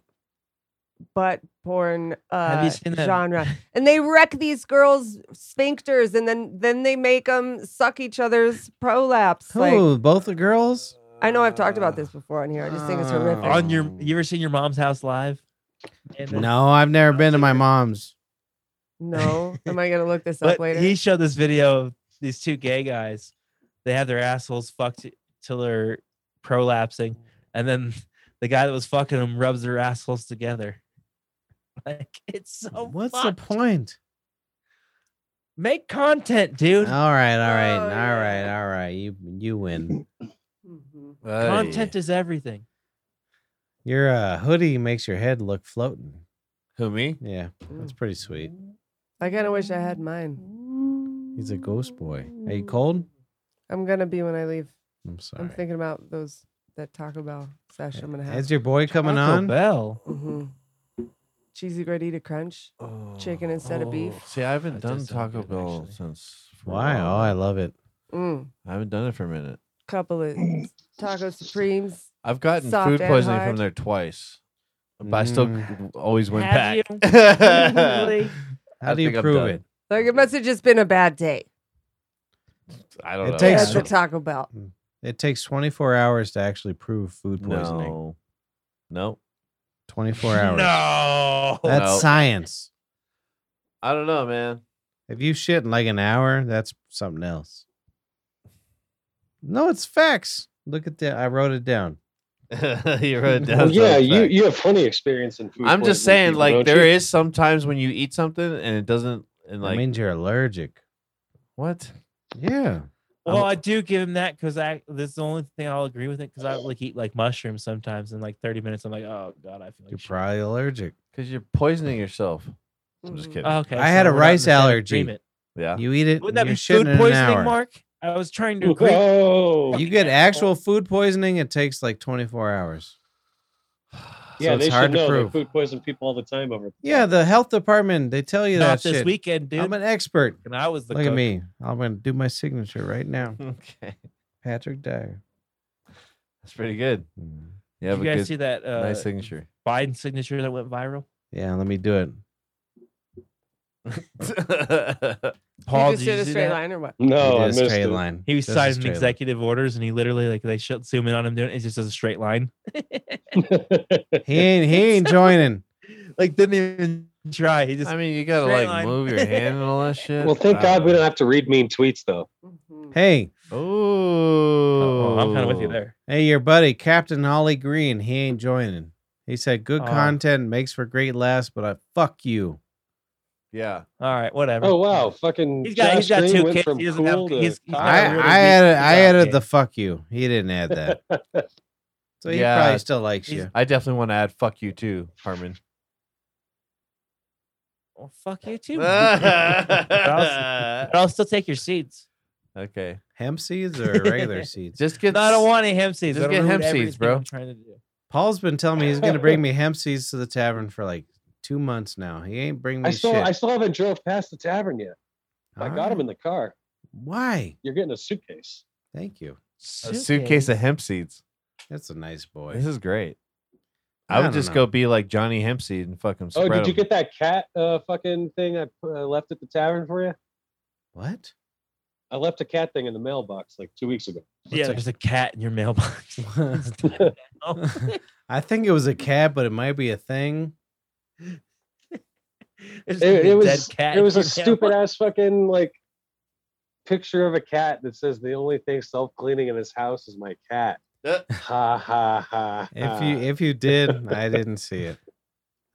Speaker 3: butt porn uh
Speaker 4: you seen that-
Speaker 3: genre, and they wreck these girls' sphincters, and then then they make them suck each other's prolapse. Like
Speaker 2: Ooh, both the girls.
Speaker 3: I know I've talked about this before on here. I just think it's horrific.
Speaker 2: Oh.
Speaker 4: on your you ever seen your mom's house live? And then-
Speaker 2: No, I've never been to my mom's.
Speaker 3: No, am I gonna look this up
Speaker 4: But
Speaker 3: later?
Speaker 4: he showed this video of these two gay guys. They had their assholes fucked till they're prolapsing, and then the guy that was fucking them rubs their assholes together. Like it's so.
Speaker 2: What's
Speaker 4: fucked.
Speaker 2: the point?
Speaker 4: Make content, dude.
Speaker 2: All right, all right,
Speaker 3: Oh,
Speaker 2: all right,
Speaker 3: yeah.
Speaker 2: all right. You you win.
Speaker 3: Mhm.
Speaker 4: content is everything.
Speaker 2: Your uh, hoodie makes your head look floating.
Speaker 5: Who me?
Speaker 2: Yeah, that's pretty sweet.
Speaker 3: Mm. I kind of wish I had mine.
Speaker 2: He's a ghost boy. Are you cold?
Speaker 3: I'm gonna be when I leave.
Speaker 2: I'm
Speaker 3: I'm
Speaker 2: sorry.
Speaker 3: thinking about those that Taco Bell session I'm gonna have.
Speaker 2: Is your boy coming
Speaker 4: Taco
Speaker 2: on?
Speaker 4: Bell.
Speaker 3: hmm Cheesy gordita crunch.
Speaker 4: Oh.
Speaker 3: Chicken instead of beef?
Speaker 5: See, I haven't
Speaker 4: That
Speaker 5: done
Speaker 4: does sound
Speaker 5: Taco
Speaker 4: good,
Speaker 5: Bell
Speaker 4: actually.
Speaker 5: since. for a
Speaker 2: Why?
Speaker 5: while.
Speaker 2: Oh, I love it.
Speaker 3: Mm.
Speaker 5: I haven't done it for a minute.
Speaker 3: Couple of taco supremes.
Speaker 5: I've gotten
Speaker 3: Soft
Speaker 5: food
Speaker 3: and
Speaker 5: poisoning from
Speaker 3: hard.
Speaker 5: there twice, but I still
Speaker 2: Mm.
Speaker 5: always went
Speaker 4: Have you?
Speaker 5: back.
Speaker 4: Really?
Speaker 2: How
Speaker 5: I
Speaker 2: do you
Speaker 5: think I'm
Speaker 2: prove
Speaker 5: done.
Speaker 2: it?
Speaker 3: Like it must have just been a bad day
Speaker 5: I don't
Speaker 2: It
Speaker 5: know.
Speaker 2: takes-
Speaker 3: at the Taco Bell.
Speaker 2: It takes 24 hours to actually prove food poisoning.
Speaker 5: no. No.
Speaker 2: 24 hours.
Speaker 4: No.
Speaker 2: That's
Speaker 5: No.
Speaker 2: science.
Speaker 5: I don't know, man.
Speaker 2: If you shit in like an hour, that's something else. No, it's facts. Look at that. I wrote it down.
Speaker 5: you wrote it down.
Speaker 6: Well,
Speaker 5: so
Speaker 6: yeah,
Speaker 5: it's
Speaker 6: you,
Speaker 5: fact.
Speaker 6: you have plenty of experience in food.
Speaker 5: I'm just
Speaker 6: poisoning
Speaker 5: saying,
Speaker 6: people,
Speaker 5: like,
Speaker 6: don't
Speaker 5: there
Speaker 6: you?
Speaker 5: is sometimes when you eat something and it doesn't, and
Speaker 2: That
Speaker 5: like,
Speaker 2: means you're allergic.
Speaker 5: what?
Speaker 2: Yeah.
Speaker 4: Well, I do give him that because I this is the only thing I'll agree with it because I like eat like mushrooms sometimes in like 30 minutes. I'm like, oh god, I feel like
Speaker 2: You're
Speaker 4: shit."
Speaker 2: probably allergic.
Speaker 5: Because you're poisoning yourself. I'm just
Speaker 3: Mhm.
Speaker 5: kidding.
Speaker 4: Okay.
Speaker 2: I had a
Speaker 4: we're not in
Speaker 2: rice
Speaker 4: the same
Speaker 2: allergy.
Speaker 4: agreement.
Speaker 5: yeah.
Speaker 2: You eat it. and
Speaker 4: Wouldn't that
Speaker 2: you're shitting
Speaker 4: be food
Speaker 2: in an
Speaker 4: poisoning,
Speaker 2: hour.
Speaker 4: Mark? I was trying to agree.
Speaker 6: oh, Whoa.
Speaker 2: You get actual food poisoning, it takes like 24 hours.
Speaker 6: yeah,
Speaker 2: so
Speaker 6: they
Speaker 2: it's hard
Speaker 6: should
Speaker 2: to
Speaker 6: know. They
Speaker 2: prove.
Speaker 6: food poison people all the time over.
Speaker 2: Yeah, the health department, they tell you
Speaker 4: Not
Speaker 2: that
Speaker 4: this
Speaker 2: shit.
Speaker 4: weekend, dude.
Speaker 2: I'm an expert.
Speaker 4: and I was the
Speaker 2: Look
Speaker 4: cook.
Speaker 2: at me. I'm going to do my signature right now.
Speaker 5: Okay.
Speaker 2: Patrick Dyer.
Speaker 5: That's pretty good. You
Speaker 4: Did
Speaker 5: have
Speaker 4: you
Speaker 5: a
Speaker 4: guys
Speaker 5: good,
Speaker 4: see that uh,
Speaker 5: nice signature.
Speaker 4: Biden signature that went viral?
Speaker 2: Yeah, let me do it.
Speaker 4: Paul,
Speaker 3: you just
Speaker 4: did
Speaker 3: did
Speaker 4: you
Speaker 3: a
Speaker 4: see
Speaker 3: straight
Speaker 4: that?
Speaker 3: line or what?
Speaker 6: No,
Speaker 2: He
Speaker 6: Oh, I
Speaker 2: did a
Speaker 6: missed
Speaker 2: straight
Speaker 6: it.
Speaker 2: line.
Speaker 4: He was
Speaker 2: Just a
Speaker 4: signing
Speaker 2: straight line.
Speaker 4: executive orders, and he literally like they shut zoom in on him doing it. It just does a straight line.
Speaker 2: He ain't, he ain't joining.
Speaker 4: like didn't even try. He just
Speaker 5: I mean, you gotta
Speaker 4: Straight
Speaker 5: like
Speaker 4: line.
Speaker 5: move your hand and all that shit.
Speaker 6: well, thank God we don't have to read mean tweets though.
Speaker 3: Mhm.
Speaker 2: Hey,
Speaker 5: Oh,
Speaker 4: Oh, I'm kind of with you there.
Speaker 2: hey, your buddy, Captain Holly Green, he ain't joining. He said, good
Speaker 4: Oh.
Speaker 2: content makes for great laughs, but I fuck you.
Speaker 5: Yeah.
Speaker 4: All right, whatever.
Speaker 6: Oh wow, fucking
Speaker 4: He's got-
Speaker 6: Josh
Speaker 4: he's got
Speaker 6: Green
Speaker 4: two
Speaker 6: went
Speaker 4: kids.
Speaker 6: from
Speaker 4: He doesn't have-
Speaker 6: cool to
Speaker 4: he's- he's
Speaker 6: cocky.
Speaker 2: I,
Speaker 4: got a really
Speaker 2: I added, I
Speaker 4: about
Speaker 2: added
Speaker 4: it.
Speaker 2: the fuck you. He didn't add that. So he
Speaker 5: Yeah.
Speaker 2: probably still likes you.
Speaker 5: I definitely want to add fuck you too, Harmon.
Speaker 4: Well, fuck you too. I'll,
Speaker 5: okay.
Speaker 4: I'll still take your seeds.
Speaker 2: Hemp seeds or regular seeds?
Speaker 5: Just get
Speaker 4: No, I don't want any hemp seeds.
Speaker 5: Just
Speaker 4: I don't
Speaker 5: get
Speaker 4: know
Speaker 5: hemp
Speaker 4: everything
Speaker 5: seeds, bro.
Speaker 4: I'm trying to do.
Speaker 2: Paul's been telling me he's going to bring me hemp seeds to the tavern for like two months now. He ain't bringing me
Speaker 6: I still
Speaker 2: shit.
Speaker 6: I still haven't drove past the tavern yet. I
Speaker 2: Ah.
Speaker 6: got him in the car.
Speaker 2: Why?
Speaker 6: You're getting a suitcase.
Speaker 2: Thank you.
Speaker 5: a suitcase of hemp seeds.
Speaker 2: That's a nice boy.
Speaker 5: This is great.
Speaker 2: I
Speaker 5: I would
Speaker 2: don't
Speaker 5: just
Speaker 2: know.
Speaker 5: go be like Johnny Hempseed and fuck him.
Speaker 6: Oh,
Speaker 5: spread
Speaker 6: did you
Speaker 5: 'em.
Speaker 6: get that cat uh, fucking thing I uh, left at the tavern for you?
Speaker 2: What?
Speaker 6: I left a cat thing in the mailbox like two weeks ago.
Speaker 4: Yeah, there's a cat in your mailbox. Oh.
Speaker 2: I think it was a cat, but it might be a thing.
Speaker 4: There's gonna
Speaker 6: It,
Speaker 4: be
Speaker 6: it
Speaker 4: a
Speaker 6: was
Speaker 4: cat
Speaker 6: it
Speaker 4: in
Speaker 6: was a
Speaker 4: your
Speaker 6: stupid
Speaker 4: mailbox.
Speaker 6: ass fucking like picture of a cat that says the only thing self cleaning in this house is my cat.
Speaker 5: Uh.
Speaker 6: ha ha ha.
Speaker 2: If you
Speaker 6: ha.
Speaker 2: if you did, I didn't see it.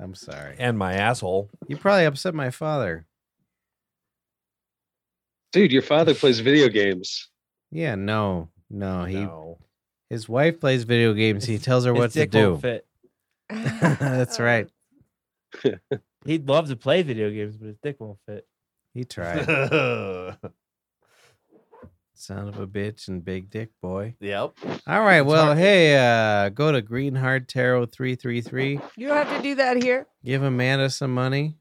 Speaker 2: I'm sorry.
Speaker 4: Eh.
Speaker 5: And my asshole.
Speaker 2: You probably upset my father.
Speaker 6: dude, your father plays video games.
Speaker 2: Yeah, no. No, he
Speaker 5: No.
Speaker 2: his wife plays video games. He tells her
Speaker 4: His
Speaker 2: what to
Speaker 4: dick won't
Speaker 2: do.
Speaker 4: fit.
Speaker 2: That's right.
Speaker 4: He'd love to play video games, but his dick won't fit.
Speaker 2: He tried.
Speaker 6: Uh,
Speaker 5: yep.
Speaker 2: Son of a bitch and big dick boy. All right. Well, hey, uh go to Green Hard Tarot 333.
Speaker 3: You don't have to do that here.
Speaker 2: Give Amanda some money.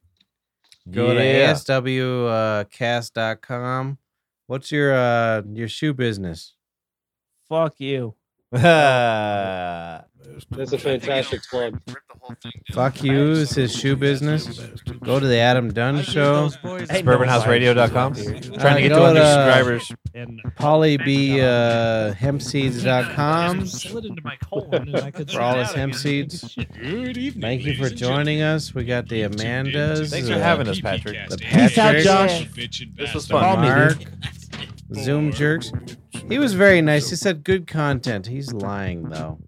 Speaker 2: Go
Speaker 5: yeah.
Speaker 2: to aswcast.com. What's your uh your shoe uh, business?
Speaker 4: Fuck you.
Speaker 6: That's a fantastic plug.
Speaker 2: Fuck yous, his shoe business. Go to the Adam Dunn show.
Speaker 5: Suburbanhouseradio.com. Trying to get
Speaker 2: you
Speaker 5: to
Speaker 2: know what,
Speaker 5: 100
Speaker 2: uh,
Speaker 5: subscribers.
Speaker 2: PollyBHempseeds.com for
Speaker 10: For
Speaker 2: all his hemp seeds. Thank you for joining us. We got the Amandas.
Speaker 5: Thanks for
Speaker 2: uh,
Speaker 5: having us, Patrick.
Speaker 2: The
Speaker 4: Peace out,
Speaker 2: Patrick,
Speaker 4: Josh.
Speaker 5: This was
Speaker 2: the
Speaker 5: fun.
Speaker 2: Mark, Zoom jerks. He was very nice. He said good content. He's lying though.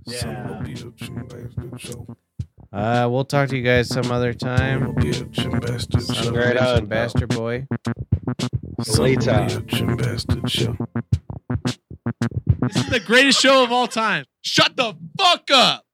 Speaker 2: Uh, we'll talk to you guys some other time. I'm
Speaker 6: Right
Speaker 2: Christian
Speaker 6: on.
Speaker 2: Bastard Boy.
Speaker 6: Later.
Speaker 10: This is the greatest show of all time. Shut the fuck up.